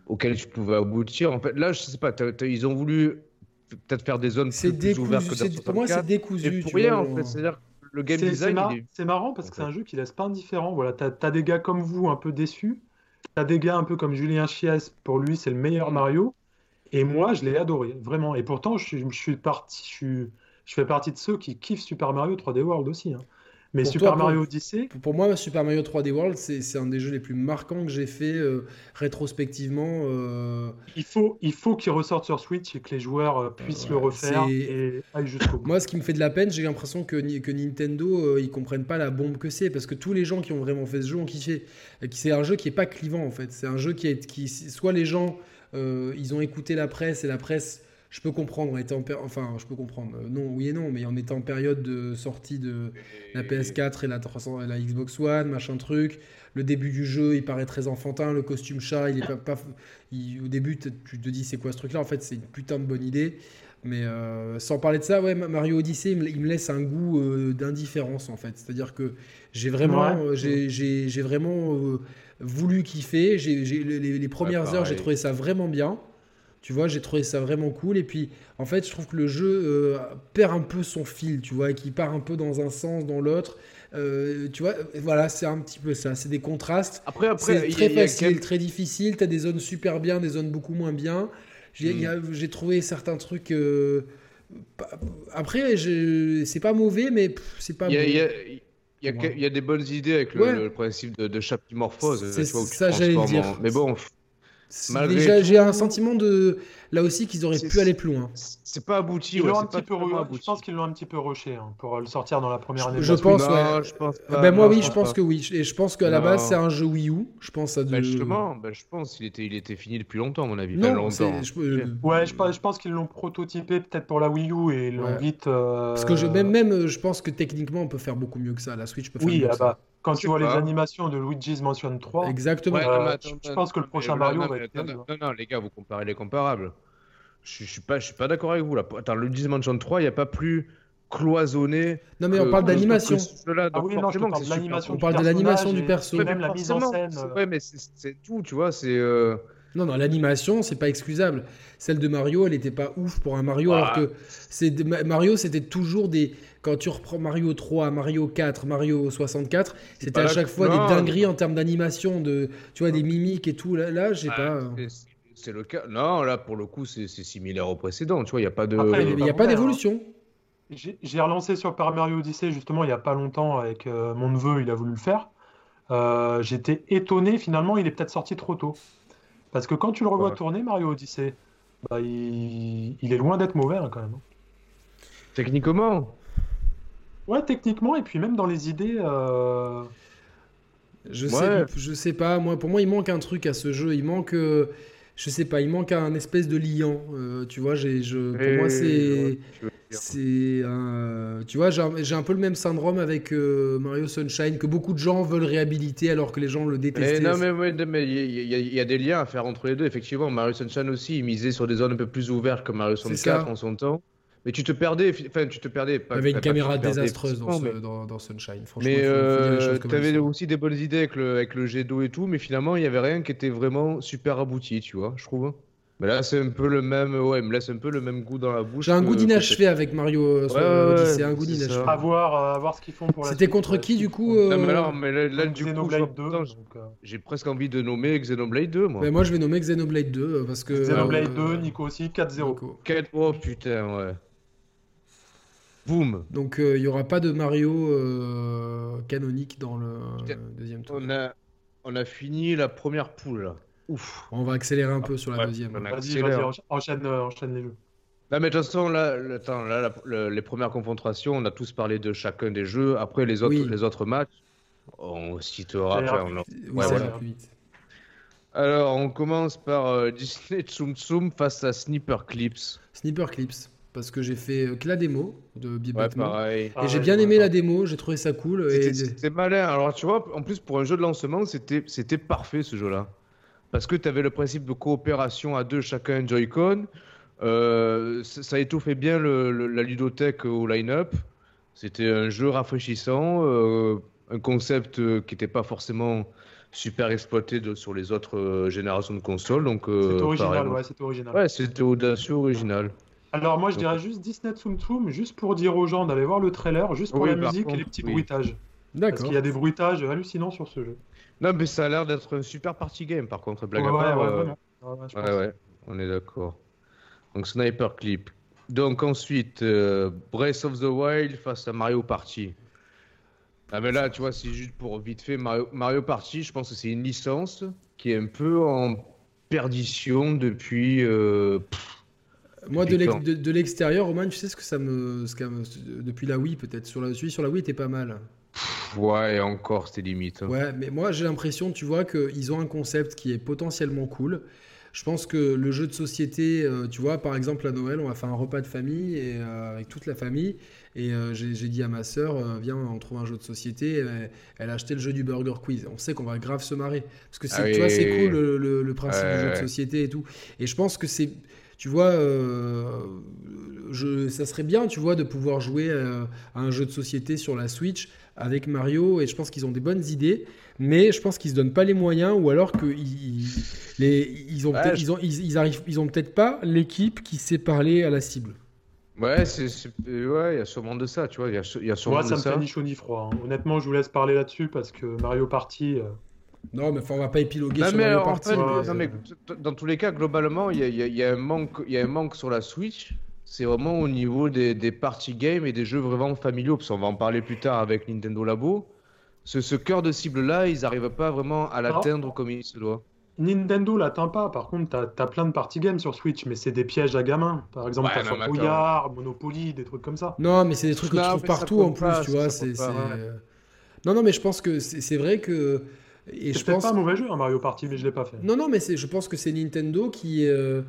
Speaker 2: auquel je pouvais aboutir. En fait, là, je sais pas, t'as- t'as- ils ont voulu peut-être faire des zones
Speaker 1: C'est
Speaker 2: plus, plus ouvertes
Speaker 1: décousu.
Speaker 2: que
Speaker 1: c'est-
Speaker 2: dans
Speaker 1: Pour moi, c'est
Speaker 2: 64.
Speaker 1: décousu.
Speaker 2: Et pour
Speaker 1: tu
Speaker 2: rien,
Speaker 1: vois,
Speaker 2: en fait. C'est-à-dire que le game
Speaker 3: C'est- C'est
Speaker 2: design,
Speaker 3: mar-
Speaker 2: il est-
Speaker 3: c'est marrant parce que
Speaker 2: en
Speaker 3: c'est
Speaker 2: fait.
Speaker 3: un jeu qui laisse pas indifférent. Voilà, t'as as des gars comme vous, un peu déçus. T'as des gars un peu comme Julien Chies, pour lui, c'est le
Speaker 2: Mm.
Speaker 3: meilleur Mario. Et moi, je l'ai adoré, vraiment. Et pourtant, je, suis- je suis parti, je, suis- je fais partie de ceux qui kiffent Super Mario 3D World aussi. hein. Mais
Speaker 1: Pour
Speaker 3: Super
Speaker 1: toi, pour-
Speaker 3: Mario Odyssey,
Speaker 1: Pour- Pour moi, Super Mario 3D World, c'est c'est un des jeux les plus marquants que j'ai fait euh, rétrospectivement. euh,
Speaker 3: il faut, il faut qu'il ressorte sur Switch et que les joueurs euh, puissent le refaire
Speaker 1: c'est-
Speaker 3: et aillent jusqu'au bout.
Speaker 1: Moi, ce qui me fait de la peine, j'ai l'impression que, Ni- que Nintendo, euh, ils comprennent pas la bombe que c'est, parce que tous les gens qui ont vraiment fait ce jeu ont kiffé. Et qui- C'est un jeu qui est pas clivant, en fait. C'est un jeu qui est, qui, soit les gens, euh, ils ont écouté la presse, et la presse, je peux comprendre, était en péri- enfin, je peux comprendre, euh, non, oui et non, mais on était en période de sortie de la PS4 et la, 300 et la Xbox One, machin truc. Le début du jeu, il paraît très enfantin, le costume chat, il est pas, pas- il- au début, t- tu te dis c'est quoi ce truc-là, en fait, c'est une putain de bonne idée. Mais euh, sans parler de ça, ouais, Mario Odyssey, il me, il me laisse un goût euh, d'indifférence en fait. C'est-à-dire que j'ai vraiment,
Speaker 3: Ouais.
Speaker 1: euh, j'ai- j'ai j'ai vraiment euh, voulu kiffer. J'ai- j'ai- les, les- les premières heures, j'ai
Speaker 2: pareil.
Speaker 1: trouvé ça vraiment bien. Tu vois, j'ai trouvé ça vraiment cool. Et puis, en fait, je trouve que le jeu euh, perd un peu son fil, tu vois, qui part un peu dans un sens, dans l'autre. Euh, tu vois, voilà, c'est un petit peu ça. C'est des contrastes.
Speaker 2: Après, après,
Speaker 1: C'est
Speaker 2: il y a-
Speaker 1: très
Speaker 2: il y a
Speaker 1: facile,
Speaker 2: quelques-
Speaker 1: très difficile. T'as des zones super bien, des zones beaucoup moins bien. J'ai
Speaker 2: Mm.
Speaker 1: il y a- j'ai trouvé certains trucs. euh, pas- Après, je- c'est pas mauvais, mais pff, c'est pas.
Speaker 2: Il y a,
Speaker 1: bon.
Speaker 2: il y a- il y a
Speaker 1: Pour
Speaker 2: que-
Speaker 1: moi.
Speaker 2: il y a des bonnes idées avec le,
Speaker 1: Ouais.
Speaker 2: le principe de, de chapimorphose.
Speaker 1: C'est
Speaker 2: tu vois, où tu te
Speaker 1: ça, j'allais le
Speaker 2: transformes
Speaker 1: dire.
Speaker 2: en- Mais bon,
Speaker 1: C'est-
Speaker 2: malgré
Speaker 1: Déjà,
Speaker 2: tout-
Speaker 1: j'ai un sentiment de là aussi qu'ils auraient
Speaker 2: C'est-
Speaker 1: pu aller plus loin.
Speaker 2: c'est pas abouti.
Speaker 3: Ils
Speaker 2: ouais,
Speaker 3: l'ont
Speaker 2: c'est
Speaker 3: un
Speaker 2: pas
Speaker 3: petit peu
Speaker 2: totalement
Speaker 3: re- Je
Speaker 2: abouti.
Speaker 3: pense qu'ils l'ont un petit peu rushé hein, pour euh, le sortir dans la première année. de
Speaker 1: je
Speaker 3: la
Speaker 1: pense,
Speaker 2: Non,
Speaker 1: ouais.
Speaker 2: je pense
Speaker 1: Ah
Speaker 2: pas,
Speaker 1: ben moi,
Speaker 2: Euh, non,
Speaker 1: oui,
Speaker 2: je
Speaker 1: je
Speaker 2: pense
Speaker 1: pense
Speaker 2: pas.
Speaker 1: que oui. Et je pense qu'à la
Speaker 2: Non.
Speaker 1: base, c'est un jeu Wii U. Je pense à.
Speaker 2: Bah,
Speaker 1: de-
Speaker 2: justement, bah, je pense qu'il était, il était fini depuis longtemps, à mon avis. Enfin,
Speaker 1: Non,
Speaker 2: longtemps.
Speaker 1: c'est- je peux-
Speaker 3: Ouais, je, pense- je pense qu'ils l'ont prototypé peut-être pour la Wii U et ils l'ont
Speaker 1: Ouais.
Speaker 3: vite. euh,
Speaker 1: Parce que je, même, même, euh, je pense que techniquement, on peut faire beaucoup mieux que ça. La Switch peut faire
Speaker 3: Oui,
Speaker 1: mieux que
Speaker 3: ah
Speaker 1: ça.
Speaker 3: bah, quand
Speaker 2: Je sais
Speaker 3: tu vois les
Speaker 2: pas.
Speaker 3: animations de Luigi's Mansion 3,
Speaker 1: Exactement.
Speaker 2: bah, oh. Ouais,
Speaker 3: Euh,
Speaker 2: non, mais
Speaker 3: je-
Speaker 2: attends,
Speaker 3: je
Speaker 2: attends,
Speaker 3: pense que le
Speaker 2: mais
Speaker 3: prochain
Speaker 2: voilà,
Speaker 3: Mario
Speaker 2: non,
Speaker 3: va
Speaker 2: mais
Speaker 3: être
Speaker 2: attends,
Speaker 3: terrible.
Speaker 2: Non, non, les gars, vous comparez les comparables. Je, je suis pas, je suis pas d'accord avec vous là. Attends, le Mansion 3, il n'y a pas plus cloisonné.
Speaker 1: Non, mais
Speaker 2: que-
Speaker 1: on parle
Speaker 2: que- que
Speaker 1: d'animation.
Speaker 2: celui-là.
Speaker 3: Ah
Speaker 2: Donc
Speaker 3: oui, non, je te
Speaker 2: forcément que
Speaker 3: parle
Speaker 2: c'est
Speaker 3: de
Speaker 2: super
Speaker 3: l'animation
Speaker 1: On
Speaker 3: du
Speaker 1: parle de l'animation
Speaker 3: personnage
Speaker 1: du perso.
Speaker 3: et- et même la mise en
Speaker 2: Forcément,
Speaker 3: scène.
Speaker 2: c'est-
Speaker 3: euh,
Speaker 2: Ouais, mais c'est- c'est tout, tu vois. C'est. euh,
Speaker 1: Non, non, l'animation, c'est pas excusable. Celle de Mario, elle était pas ouf pour un Mario,
Speaker 2: Ah.
Speaker 1: alors que c'est de- Ma- Mario, c'était toujours des. Quand tu reprends Mario 3, Mario 4, Mario 64, c'était
Speaker 2: pas
Speaker 1: à
Speaker 2: là
Speaker 1: chaque
Speaker 2: que-
Speaker 1: fois
Speaker 2: non.
Speaker 1: des dingueries en termes d'animation, de, tu vois, des mimiques et tout. Là, là j'ai
Speaker 2: Ah,
Speaker 1: pas. euh,
Speaker 2: c'est- c'est- C'est le cas. Non, là, pour le coup, c'est c'est similaire au précédent. Tu vois, il n'y a pas de.
Speaker 3: Après,
Speaker 1: Mais il
Speaker 3: il
Speaker 1: n'y
Speaker 3: est
Speaker 1: a
Speaker 3: pas
Speaker 1: pas
Speaker 3: mauvais, hein.
Speaker 1: d'évolution.
Speaker 3: J'ai j'ai relancé sur Super Mario Odyssey justement il n'y a pas longtemps avec euh, mon neveu, il a voulu le faire. Euh, J'étais étonné finalement, il est peut-être sorti trop tôt. Parce que quand tu le revois
Speaker 2: Ouais.
Speaker 3: tourner, Mario Odyssey, bah, il... il est loin d'être mauvais hein, quand même.
Speaker 2: Techniquement,
Speaker 3: Ouais, techniquement, et puis même dans les idées. euh,
Speaker 1: Je
Speaker 2: Ouais.
Speaker 1: sais, je sais pas. Moi, pour moi, il manque un truc à ce jeu. Il manque, euh, je sais pas, il manque un espèce de liant. euh, tu vois, j'ai, je, pour
Speaker 2: Et-
Speaker 1: moi, c'est.
Speaker 2: tu veux dire.
Speaker 1: C'est un- Tu vois, j'ai un- j'ai un peu le même syndrome avec euh, Mario Sunshine, que beaucoup de gens veulent réhabiliter alors que les gens le
Speaker 2: Mais
Speaker 1: détestaient.
Speaker 2: non, mais ouais, mais il y, y a- y a des liens à faire entre les deux. Effectivement, Mario Sunshine aussi, il misait sur des zones un peu plus ouvertes que Mario
Speaker 1: C'est
Speaker 2: 64
Speaker 1: ça.
Speaker 2: en son temps. Mais tu te perdais, fi- enfin, tu te perdais. Pas,
Speaker 1: Il y avait une
Speaker 2: pas- pas-
Speaker 1: caméra
Speaker 2: tu te perdais
Speaker 1: désastreuse dans, ce-
Speaker 2: physiquement,
Speaker 1: dans- dans Sunshine. Franchement,
Speaker 2: Mais, euh,
Speaker 1: il faut- faut dire les choses comme
Speaker 2: tu avais
Speaker 1: elles sont.
Speaker 2: aussi des bonnes idées avec le, avec le jet d'eau et tout, mais finalement, il n'y avait rien qui était vraiment super abouti, tu vois, je trouve. hein. Mais là, c'est un peu le même. Ouais, il me laisse un peu le même goût dans la bouche.
Speaker 1: J'ai un
Speaker 2: que-
Speaker 1: goût
Speaker 2: que
Speaker 1: d'inachevé avec Mario euh,
Speaker 2: Ouais, ouais,
Speaker 1: Odyssey,
Speaker 2: ouais,
Speaker 1: un goût
Speaker 2: c'est ça.
Speaker 1: d'inachevé.
Speaker 3: à voir, euh, à voir ce qu'ils font pour la
Speaker 1: C'était
Speaker 3: suite,
Speaker 1: contre
Speaker 3: ouais,
Speaker 1: qui,
Speaker 3: ce qu'ils
Speaker 1: du coup,
Speaker 3: font.
Speaker 1: euh,
Speaker 2: Non, mais alors, mais là, là, du coup, je vois-
Speaker 3: Xenoblade 2.
Speaker 2: putain, j-
Speaker 3: donc, euh,
Speaker 2: j'ai presque envie de nommer Xenoblade 2, moi.
Speaker 1: Mais moi, je vais nommer Xenoblade 2 euh, parce que.
Speaker 3: Xenoblade
Speaker 1: euh,
Speaker 3: 2, Nico aussi, 4-0.
Speaker 1: Nico.
Speaker 2: Quel- Oh putain, ouais. Boum.
Speaker 1: Donc, euh, il y n'y aura pas de Mario euh, canonique dans le
Speaker 2: Putain.
Speaker 1: deuxième tour.
Speaker 2: On a, on a fini la première poule. là. Ouf.
Speaker 1: On va accélérer un peu sur la
Speaker 2: Ouais,
Speaker 1: deuxième.
Speaker 2: on a-
Speaker 3: Vas-y,
Speaker 2: accélère.
Speaker 3: vas-y, encha- enchaîne, euh, enchaîne les jeux.
Speaker 2: Non, mais de toute façon, là, le- attends, là, la- le- les premières confrontations, on a tous parlé de chacun des jeux. Après, les autres,
Speaker 1: Oui.
Speaker 2: les autres matchs, on citera.
Speaker 3: Ça ira
Speaker 2: enfin, on en-
Speaker 1: Oui,
Speaker 2: Ouais,
Speaker 1: ça
Speaker 2: voilà.
Speaker 1: va plus vite.
Speaker 2: Alors, on commence par euh, Disney Tsum Tsum face à Sniper Clips.
Speaker 1: Sniper Clips, parce que j'ai fait euh, que la démo de Be
Speaker 2: Ouais,
Speaker 1: Batman.
Speaker 2: pareil.
Speaker 1: et
Speaker 3: Ah
Speaker 1: j'ai
Speaker 3: ouais,
Speaker 1: bien
Speaker 3: ouais,
Speaker 1: aimé
Speaker 3: ouais.
Speaker 1: la démo, j'ai trouvé ça cool. Et...
Speaker 2: C'était- C'était malin. Alors, tu vois, en plus, pour un jeu de lancement, c'était c'était parfait ce jeu-là. Parce que tu avais le principe de coopération à deux, chacun un Joy-Con. Euh, ça ça étoffait bien le- le- la ludothèque au line-up. C'était un jeu rafraîchissant, euh, un concept euh, qui n'était pas forcément super exploité de- sur les autres euh, générations de consoles. Donc, euh,
Speaker 3: C'est original,
Speaker 2: pareil.
Speaker 3: ouais, c'est original.
Speaker 2: Ouais, c'était audacieux, original.
Speaker 3: Alors moi je
Speaker 2: Ok.
Speaker 3: dirais juste Disney Tsum Tsum, juste pour dire aux gens d'aller voir le trailer, juste pour
Speaker 2: Oui,
Speaker 3: la
Speaker 2: par
Speaker 3: musique et
Speaker 2: contre,
Speaker 3: les petits
Speaker 2: oui.
Speaker 3: bruitages. Parce
Speaker 1: D'accord.
Speaker 3: qu'il y a des bruitages hallucinants sur ce jeu.
Speaker 2: Non, mais ça a l'air d'être un super party game, par contre, blague
Speaker 3: ouais,
Speaker 2: à part.
Speaker 3: ouais,
Speaker 2: euh,
Speaker 3: vraiment. Ouais, ouais, je pense.
Speaker 2: Ouais, ouais, on est d'accord. Donc Sniper Clip. Donc ensuite, euh, Breath of the Wild face à Mario Party. Ah mais là, tu vois, c'est juste pour vite fait. Mario, Mario Party, je pense que c'est une licence qui est un peu en perdition depuis... euh, pff,
Speaker 1: Moi, de
Speaker 2: Depuis
Speaker 1: l'ex-
Speaker 2: quand
Speaker 1: de de l'extérieur, Roman, tu sais ce que ça me. ce qu'a me- depuis la Wii, peut-être. Sur la, celui sur la Wii était pas mal.
Speaker 2: ouais, et encore, c'est limite. hein.
Speaker 1: Ouais, mais moi, j'ai l'impression, tu vois, qu'ils ont un concept qui est potentiellement cool. Je pense que le jeu de société, euh, tu vois, par exemple, à Noël, on va faire un repas de famille et, euh, avec toute la famille. Et euh, j'ai j'ai dit à ma sœur, euh, viens, on trouve un jeu de société. Elle, elle a acheté le jeu du Burger Quiz. On sait qu'on va grave se marrer. Parce que c'est,
Speaker 2: Ah
Speaker 1: tu vois,
Speaker 2: oui.
Speaker 1: c'est cool le, le- le principe
Speaker 2: Ouais,
Speaker 1: du jeu de
Speaker 2: ouais.
Speaker 1: société et tout. Et je pense que c'est, tu vois, euh, je, ça serait bien, tu vois, de pouvoir jouer euh, à un jeu de société sur la Switch avec Mario. Et je pense qu'ils ont des bonnes idées, mais je pense qu'ils se donnent pas les moyens, ou alors que ils, ils- les, ils ont,
Speaker 2: Ouais,
Speaker 1: peut-être-
Speaker 2: je-
Speaker 1: ils ont, ils, ils arrivent, ils ont peut-être pas l'équipe qui sait parler à la cible.
Speaker 2: Ouais, c'est- c'est- euh, ouais, il y a sûrement de ça, tu vois. Il y a, su- il y a sûrement
Speaker 3: Moi,
Speaker 2: de
Speaker 3: ça me
Speaker 2: ça.
Speaker 3: fait ni chaud ni froid. hein. Honnêtement, je vous laisse parler là-dessus parce que Mario Party. euh,
Speaker 1: Non, mais enfin, on va pas épiloguer
Speaker 2: Non,
Speaker 1: sur
Speaker 2: Bah, mais
Speaker 1: Mario
Speaker 2: en
Speaker 1: Party.
Speaker 2: fait,
Speaker 1: mais,
Speaker 3: euh,
Speaker 2: non, mais t- t- dans tous les cas, globalement, il y a, il y a- il y a un manque, il y a un manque sur la Switch. C'est vraiment au niveau des, des party games et des jeux vraiment familiaux, parce qu'on va en parler plus tard avec Nintendo Labo. Ce, ce cœur de cible-là, ils n'arrivent pas vraiment à l'atteindre comme il se doit.
Speaker 3: Nintendo l'atteint pas. Par contre, t'as as plein de party games sur Switch, mais c'est des pièges à gamins. Par exemple,
Speaker 2: Ouais,
Speaker 3: t'as
Speaker 2: non, mais
Speaker 3: Fort
Speaker 2: attends.
Speaker 3: Boyard, Monopoly, des trucs comme ça.
Speaker 1: Non, mais c'est des trucs que
Speaker 2: Non,
Speaker 1: tu trouves
Speaker 2: mais ça
Speaker 1: partout en
Speaker 2: compte
Speaker 1: plus,
Speaker 2: pas,
Speaker 1: tu
Speaker 2: ça,
Speaker 1: vois.
Speaker 2: ça
Speaker 1: C'est,
Speaker 2: compte pas,
Speaker 1: c'est- euh, Non, non, mais je pense que c'est, c'est vrai que. Et je
Speaker 3: C'est peut-être
Speaker 1: pense.
Speaker 3: pas un mauvais jeu, hein, Mario Party, mais je l'ai pas fait.
Speaker 1: Non, non, mais c'est, je pense que c'est Nintendo qui. euh,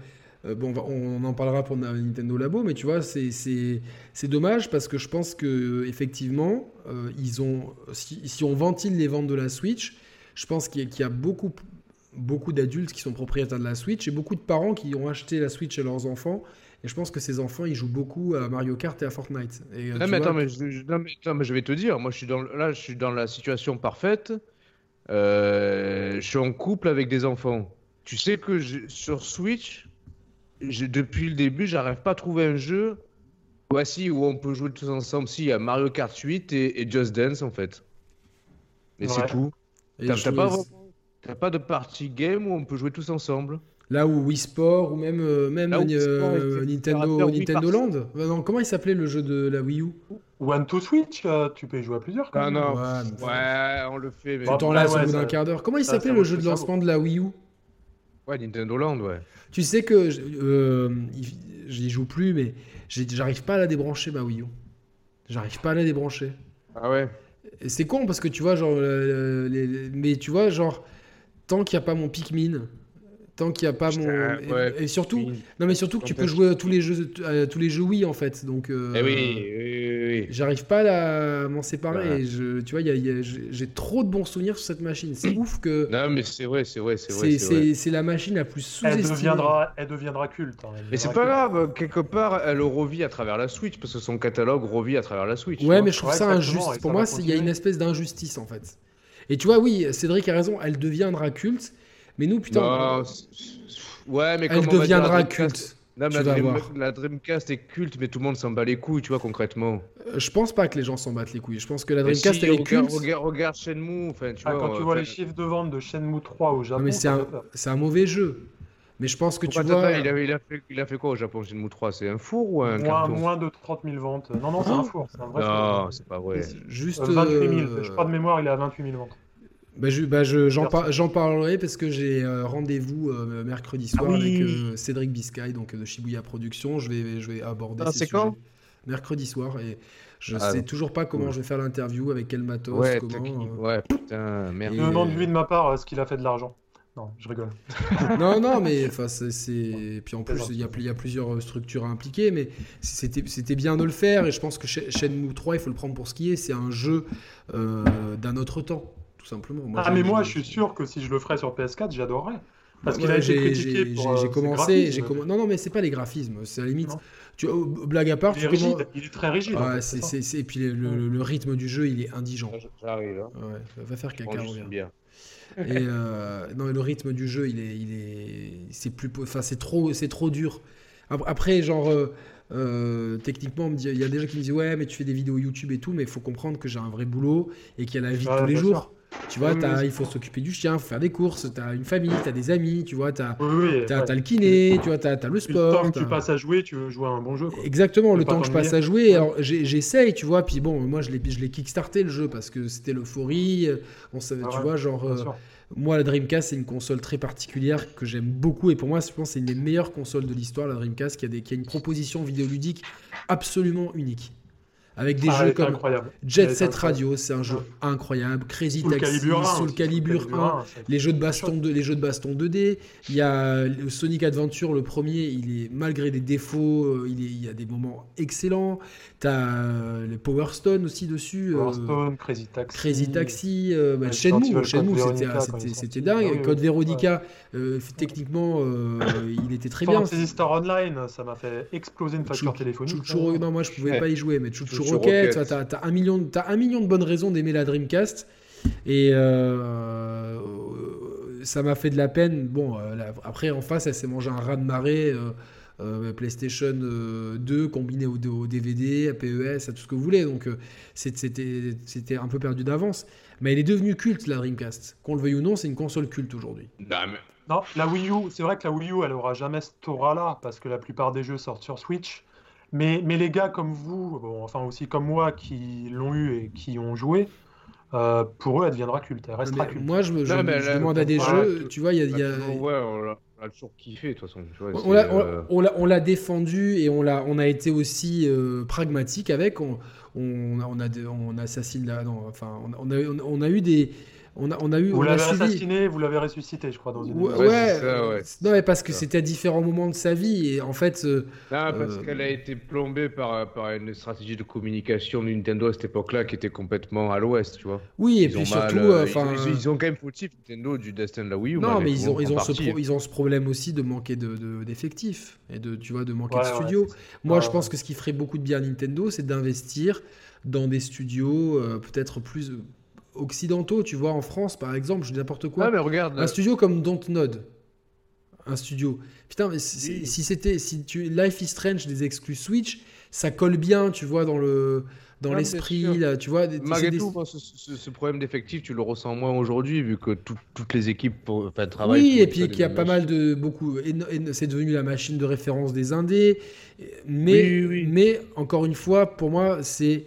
Speaker 1: euh, bon, on, va- on en parlera pour na- Nintendo Labo, mais tu vois, c'est, c'est, c'est dommage parce que je pense que effectivement, euh, ils ont. Si, si on ventile les ventes de la Switch, je pense qu'il y, a- qu'il y a beaucoup, beaucoup d'adultes qui sont propriétaires de la Switch et beaucoup de parents qui ont acheté la Switch à leurs enfants. Et je pense que ces enfants, ils jouent beaucoup à Mario Kart et à Fortnite. Et, euh, tu
Speaker 2: Non mais,
Speaker 1: vois,
Speaker 2: attends, mais je, je- non, mais attends, mais je vais te dire, moi je suis dans, le- là je suis dans la situation parfaite. Euh, je suis en couple avec des enfants. Tu sais que je- sur Switch, je- depuis le début, j'arrive pas à trouver un jeu voici où on peut jouer tous ensemble. Si, il y a Mario Kart 8 et, et Just Dance en fait. Mais c'est
Speaker 3: Ouais.
Speaker 2: tout.
Speaker 1: et
Speaker 2: T'as
Speaker 1: je
Speaker 2: t'as
Speaker 1: trouve-
Speaker 2: pas, vraiment- t'as pas de party game où on peut jouer tous ensemble.
Speaker 1: Là où Wii Sport ou même, euh, même
Speaker 2: Là où Wii Sport
Speaker 1: euh,
Speaker 2: était
Speaker 1: Nintendo,
Speaker 2: opérateur Wii
Speaker 1: Nintendo
Speaker 2: Party.
Speaker 1: Land Euh, non, Comment il s'appelait le jeu de la Wii U
Speaker 3: One to Switch, euh, tu peux y jouer à plusieurs. quand
Speaker 2: Ah
Speaker 3: même.
Speaker 2: non.
Speaker 1: Ouais, mais-
Speaker 2: Ouais, on le fait. Mais...
Speaker 3: Bon,
Speaker 1: Attends, là,
Speaker 3: Ah, bah
Speaker 1: c'est
Speaker 3: Ouais,
Speaker 1: au
Speaker 3: ouais,
Speaker 1: bout
Speaker 3: ça-
Speaker 1: d'un quart d'heure. Comment il
Speaker 3: ça- ça
Speaker 1: s'appelait
Speaker 3: vaut
Speaker 1: le
Speaker 3: le
Speaker 1: jeu de
Speaker 3: coup, ça vaut.
Speaker 1: lancement de la Wii U
Speaker 2: Ouais, Nintendo Land, ouais.
Speaker 1: Tu sais que je euh, il- j'y joue plus, mais j'ai- j'arrive pas à la débrancher, ma Wii U. J'arrive pas à la débrancher.
Speaker 2: Ah ouais.
Speaker 1: Et c'est con parce que tu vois, genre. euh, les- les- mais tu vois, genre, tant qu'il n'y a pas mon Pikmin, tant qu'il n'y a pas mon.
Speaker 2: Putain,
Speaker 1: et-
Speaker 2: ouais,
Speaker 1: et, surtout. Non, mais surtout que tu peux jouer à tous les jeux, à tous les jeux Wii en fait. Donc. euh,
Speaker 2: Eh oui, oui, oui, oui.
Speaker 1: J'arrive pas à la- à m'en séparer.
Speaker 2: Ouais.
Speaker 1: et Je, tu vois, il y a- il y a- j'ai j'ai trop de bons souvenirs sur cette machine. C'est ouf que
Speaker 2: Non, mais c'est vrai, c'est vrai, c'est vrai.
Speaker 1: c'est-
Speaker 2: c'est vrai.
Speaker 1: c'est c'est la machine la plus
Speaker 3: Elle
Speaker 1: sous-estimée.
Speaker 3: deviendra, elle deviendra culte. hein, elle
Speaker 2: Mais c'est pas
Speaker 3: deviendra culte.
Speaker 2: grave, quelque part, elle revit à travers la Switch, parce que son catalogue revit à travers la Switch. tu
Speaker 1: Ouais,
Speaker 2: vois.
Speaker 1: mais je trouve
Speaker 3: Ouais,
Speaker 1: ça
Speaker 3: exactement,
Speaker 1: injuste.
Speaker 3: et
Speaker 1: Pour
Speaker 3: ça
Speaker 1: moi,
Speaker 3: va
Speaker 1: c'est- il y a une
Speaker 3: continuer.
Speaker 1: espèce d'injustice en fait. Et tu vois, oui, Cédric a raison, elle deviendra culte. Mais nous, putain,
Speaker 2: Non, c'est- c'est- ouais, mais
Speaker 1: elle
Speaker 2: comme on va dire, la
Speaker 1: deviendra
Speaker 2: Dreamcast-
Speaker 1: culte.
Speaker 2: Non, mais
Speaker 1: tu
Speaker 2: la,
Speaker 1: vas
Speaker 2: Dream-
Speaker 1: voir.
Speaker 2: la Dreamcast est culte, mais tout le monde s'en bat les couilles, tu vois, concrètement.
Speaker 1: Euh, Je pense pas que les gens s'en battent les couilles. Je pense que la
Speaker 2: Mais
Speaker 1: Dreamcast,
Speaker 2: si,
Speaker 1: elle est
Speaker 2: regarde,
Speaker 1: culte.
Speaker 2: regarde, regarde Shenmue, enfin, tu
Speaker 3: Ah,
Speaker 2: vois.
Speaker 3: quand tu
Speaker 2: euh,
Speaker 3: vois les
Speaker 2: enfin,
Speaker 3: chiffres de vente de Shenmue 3 au Japon,
Speaker 1: Non, mais c'est
Speaker 3: ça fait
Speaker 1: un,
Speaker 3: peur.
Speaker 1: c'est un mauvais jeu. Mais je pense que tu
Speaker 2: attends,
Speaker 1: vois.
Speaker 2: attends, il, a, il a fait, il a fait quoi au Japon, Shenmue 3 C'est un four ou un
Speaker 3: moins,
Speaker 2: carton
Speaker 3: moins de 30 000 ventes. Non, non, c'est un four, c'est un vrai four.
Speaker 2: Non, c'est pas vrai.
Speaker 1: Juste.
Speaker 3: Euh, 28 000,
Speaker 1: euh,
Speaker 3: je crois de mémoire, il est à 28 000 ventes.
Speaker 1: Bah, je- bah, je- j'en
Speaker 3: Personne.
Speaker 1: par- j'en parlerai parce que j'ai euh, rendez-vous euh, mercredi soir
Speaker 3: Ah
Speaker 1: avec
Speaker 3: oui.
Speaker 1: euh, Cédric Biscay donc de Shibuya Productions. Je vais, je vais aborder
Speaker 2: Ah,
Speaker 1: ces
Speaker 2: c'est
Speaker 1: sujets.
Speaker 2: quand
Speaker 1: Mercredi soir et je
Speaker 2: Ah,
Speaker 1: sais
Speaker 2: donc,
Speaker 1: toujours pas comment
Speaker 2: cool.
Speaker 1: je vais faire l'interview avec quel matos,
Speaker 2: Ouais, t'as qui-
Speaker 1: comment. euh.
Speaker 2: ouais, putain, merde.
Speaker 1: Et-
Speaker 3: Je demande lui de ma part euh, ce qu'il a fait de l'argent. Non, je rigole.
Speaker 1: Non non mais enfin c'est- c'est puis en plus
Speaker 3: D'accord.
Speaker 1: il y, a, pl- il y a plusieurs euh, structures impliquées mais c'était c'était bien de le faire et je pense que Shen- Shenmue 3 il faut le prendre pour ce qui est c'est un jeu euh, d'un autre temps tout simplement. Moi,
Speaker 3: ah,
Speaker 1: j'ai-
Speaker 3: mais moi,
Speaker 1: j'ai-
Speaker 3: je suis sûr que si je le ferais sur PS4, j'adorerais. Parce
Speaker 1: Ouais,
Speaker 3: qu'il a été
Speaker 1: j'ai-
Speaker 3: critiqué
Speaker 1: j'ai-
Speaker 3: pour.
Speaker 1: j'ai-
Speaker 3: euh,
Speaker 1: J'ai
Speaker 3: ses
Speaker 1: commencé, j'ai
Speaker 3: graphismes.
Speaker 1: commen- Non, non, mais c'est pas les graphismes. C'est à la limite.
Speaker 3: Non.
Speaker 1: Tu, oh, blague à part,
Speaker 3: Il
Speaker 1: tu
Speaker 3: est rigide,
Speaker 1: commences-
Speaker 3: il est très rigide. hein, en
Speaker 1: Ouais,
Speaker 3: fait,
Speaker 1: c'est-
Speaker 3: ça.
Speaker 1: c'est- c'est- Et puis le, le- le rythme du jeu, il est indigent.
Speaker 2: J'arrive. Hein.
Speaker 1: Ouais, va faire
Speaker 2: Je prends
Speaker 1: caca,
Speaker 2: juste
Speaker 1: reviens.
Speaker 2: une bière.
Speaker 1: Et euh, non, et le rythme du jeu, il est, il est, c'est plus, po- enfin, c'est trop, c'est trop dur. Ap- Après, genre, euh, euh, techniquement, on me dit- il y a des gens qui me disent ouais, mais tu fais des vidéos YouTube et tout, mais il faut comprendre que j'ai un vrai boulot et qu'il y a la vie de
Speaker 3: Ouais,
Speaker 1: tous les
Speaker 3: bien
Speaker 1: jours. Tu vois,
Speaker 3: Oui,
Speaker 1: t'as-
Speaker 3: oui.
Speaker 1: il faut s'occuper du chien, faut faire des courses, t'as une famille, t'as des amis, tu vois, t'as,
Speaker 3: Oui, oui,
Speaker 1: t'as,
Speaker 3: ouais.
Speaker 1: t'as le kiné, tu vois, t'as, t'as le
Speaker 3: Puis le temps
Speaker 1: sport.
Speaker 3: que tu
Speaker 1: t'as-
Speaker 3: passes à jouer, tu veux jouer à un bon jeu. Quoi.
Speaker 1: Exactement,
Speaker 3: Faut
Speaker 1: le
Speaker 3: pas
Speaker 1: temps que je
Speaker 3: t'ennuyer.
Speaker 1: passe à jouer, alors j'ai- j'essaye, tu vois, puis bon, moi je l'ai, je l'ai kickstarté le jeu parce que c'était l'euphorie, euh, on savait,
Speaker 3: Ah
Speaker 1: tu
Speaker 3: ouais,
Speaker 1: vois, genre,
Speaker 3: Bien
Speaker 1: euh,
Speaker 3: sûr.
Speaker 1: moi, la Dreamcast, c'est une console très particulière que j'aime beaucoup. Et pour moi, je pense que c'est une des meilleures consoles de l'histoire, la Dreamcast, qui a, des, qui a une proposition vidéoludique absolument unique. Avec des
Speaker 3: Ah, elle
Speaker 1: jeux
Speaker 3: était
Speaker 1: comme
Speaker 3: incroyable.
Speaker 1: Jet
Speaker 3: elle est
Speaker 1: Set
Speaker 3: incroyable.
Speaker 1: Radio, c'est un jeu
Speaker 3: Ouais.
Speaker 1: incroyable. Crazy
Speaker 3: Soul
Speaker 1: Taxi,
Speaker 3: Calibur 1.
Speaker 1: Soul
Speaker 3: aussi,
Speaker 1: Calibur 1.
Speaker 3: 1, c'est-
Speaker 1: Les jeux, de baston de, les jeux de baston 2D, il y a le Sonic Adventure, le premier, il est malgré des défauts, euh, il, est- il y a des moments excellents. T'as euh, les Power Stone aussi dessus. euh,
Speaker 3: Power Stone, Crazy Taxi.
Speaker 1: Crazy Taxi, euh, bah,
Speaker 3: Ouais,
Speaker 1: Shenmue,
Speaker 3: quand ils veulent
Speaker 1: Shenmue,
Speaker 3: Code
Speaker 1: c'était,
Speaker 3: Veronica, quand
Speaker 1: c'était-
Speaker 3: ils sont
Speaker 1: c'était
Speaker 3: sortis.
Speaker 1: dingue.
Speaker 3: Ah oui,
Speaker 1: Code
Speaker 3: oui.
Speaker 1: Veronica, euh, f- techniquement, euh, il était très bien.
Speaker 3: Fantasy Star Online, ça m'a fait exploser une facture
Speaker 1: Chou-
Speaker 3: téléphonique.
Speaker 1: Chouchou, non, moi je pouvais
Speaker 2: hein. Ouais.
Speaker 1: pas y jouer, mais Chouchou,
Speaker 2: Chouchou
Speaker 1: Rocket,
Speaker 2: Rocket.
Speaker 1: ouais, t'as, t'as un million, de- t'as un million de bonnes raisons d'aimer la Dreamcast. Et euh, euh, ça m'a fait de la peine. Bon, euh, la- après en face, elle s'est mangée un raz de marée. euh, euh, PlayStation euh, 2 combiné au, au DVD, à PES, à tout ce que vous voulez. Donc euh, c'est- c'était c'était un peu perdu d'avance. Mais elle est devenue culte, la Dreamcast. Qu'on le veuille ou non, c'est une console culte aujourd'hui.
Speaker 2: Non, mais-
Speaker 3: Non, la Wii U, c'est vrai que la Wii U, elle aura jamais ce aura-là, parce que la plupart des jeux sortent sur Switch. Mais, mais les gars comme vous, bon, enfin aussi comme moi, qui l'ont eu et qui ont joué, euh, pour eux, elle deviendra culte, elle restera
Speaker 1: Mais
Speaker 3: culte.
Speaker 1: moi, je, me- je-
Speaker 2: Non, mais
Speaker 1: je
Speaker 2: là,
Speaker 1: demande à des
Speaker 2: voilà,
Speaker 1: jeux,
Speaker 2: tout-
Speaker 1: tu vois, il y a- il y a,
Speaker 2: Bah, toujours, ouais, on l'a- on l'a toujours kiffé, de toute façon. tu vois,
Speaker 1: On-
Speaker 2: c'est,
Speaker 1: On l'a- on-
Speaker 2: euh,
Speaker 1: on l'a on l'a défendu et on l'a on a été aussi euh, pragmatique avec on on, a- on a de- on assassine la non, enfin on a, on a- on a eu des on a on a eu
Speaker 3: Vous
Speaker 1: on a
Speaker 3: l'avez
Speaker 1: suivi
Speaker 3: assassiné, vous l'avez ressuscité, je crois, dans une
Speaker 1: Ouais,
Speaker 3: émission.
Speaker 1: ouais,
Speaker 2: c'est ça, ouais.
Speaker 1: non mais parce que
Speaker 2: Ça.
Speaker 1: c'était à différents moments de sa vie et en fait euh,
Speaker 2: Non, parce
Speaker 1: Euh,
Speaker 2: qu'elle a été plombée par, par une stratégie de communication de Nintendo à cette époque-là qui était complètement à l'ouest, tu vois.
Speaker 1: oui et
Speaker 2: Ils ont
Speaker 1: puis
Speaker 2: mal,
Speaker 1: surtout
Speaker 2: euh,
Speaker 1: euh,
Speaker 2: ils-
Speaker 1: enfin
Speaker 2: ils, ils ont quand même fautif Nintendo du Destin de la Wii U.
Speaker 1: non
Speaker 2: malgré
Speaker 1: mais ils
Speaker 2: tout,
Speaker 1: ont ils
Speaker 2: en
Speaker 1: ont ce
Speaker 2: partie.
Speaker 1: pro- ils ont ce problème aussi de manquer de de- d'effectifs et de tu vois de manquer
Speaker 3: Ouais,
Speaker 1: de
Speaker 3: ouais,
Speaker 1: studios Moi,
Speaker 2: Ah
Speaker 3: Ouais,
Speaker 1: je
Speaker 3: ouais.
Speaker 1: pense que ce qui ferait beaucoup de bien à Nintendo, c'est d'investir dans des studios euh, peut-être plus euh, occidentaux. Tu vois, en France, par exemple, je dis n'importe quoi.
Speaker 2: Ah, mais regarde.
Speaker 1: Un studio comme Dontnod. Un studio. Putain, mais si,
Speaker 2: Oui.
Speaker 1: si c'était. Si tu, Life is Strange des exclus Switch, ça colle bien, tu vois, dans le dans
Speaker 2: Ah, bien
Speaker 1: l'esprit,
Speaker 2: sûr.
Speaker 1: là, tu vois. des- c'est
Speaker 2: Malgré
Speaker 1: des-
Speaker 2: tout, moi, ce, ce- ce problème d'effectif, tu le ressens moins aujourd'hui, vu que tout- toutes les équipes pour- enfin, travaillent.
Speaker 1: oui,
Speaker 2: pour
Speaker 1: et
Speaker 2: une
Speaker 1: puis
Speaker 2: seule
Speaker 1: qu'il y a
Speaker 2: même
Speaker 1: pas
Speaker 2: machine.
Speaker 1: mal de beaucoup. et no- et no- C'est devenu la machine de référence des indés. Mais,
Speaker 2: Oui, oui, oui.
Speaker 1: mais encore une fois, pour moi, c'est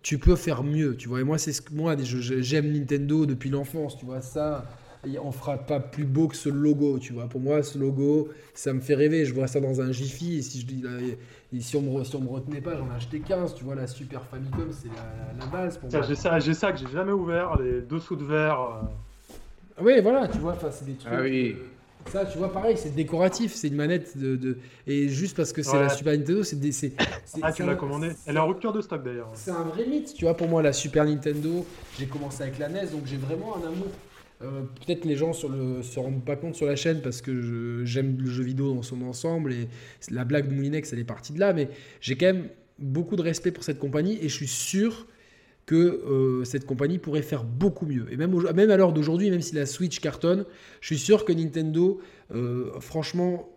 Speaker 1: tu peux faire mieux. Tu vois, et moi, c'est ce que moi, je- je- j'aime Nintendo depuis l'enfance. Tu vois ça. et On fera pas plus beau que ce logo, tu vois. Pour moi, ce logo, ça me fait rêver. Je vois ça dans un Jiffy. Et si je dis, et si on me, re- si on me retenait pas, j'en achetais 15. Tu vois, la Super Famicom, c'est la, la base pour
Speaker 3: Tiens,
Speaker 1: moi.
Speaker 3: J'ai ça, j'ai ça que j'ai jamais ouvert, les dessous de verre. euh,
Speaker 1: Oui, voilà, tu vois, enfin, c'est des trucs. euh,
Speaker 2: Ah oui.
Speaker 1: Ça, tu vois, pareil, c'est décoratif, c'est une manette de, de- Et juste parce que c'est
Speaker 3: Ouais.
Speaker 1: la Super Nintendo, c'est des. c'est- c'est-
Speaker 3: Ah, tu
Speaker 1: c'est
Speaker 3: l'as
Speaker 1: un-
Speaker 3: commandé. Elle est en rupture de stock d'ailleurs.
Speaker 1: C'est un vrai mythe, tu vois, pour moi, la Super Nintendo, j'ai commencé avec la NES, donc j'ai vraiment un amour. Euh, Peut-être les gens sur le, se rendent pas compte sur la chaîne parce que je- j'aime le jeu vidéo dans son ensemble et la blague de Moulinex, elle est partie de là, mais j'ai quand même beaucoup de respect pour cette compagnie et je suis sûr que euh, cette compagnie pourrait faire beaucoup mieux. Et même, au- même à l'heure d'aujourd'hui, même si la Switch cartonne, je suis sûr que Nintendo, euh, franchement,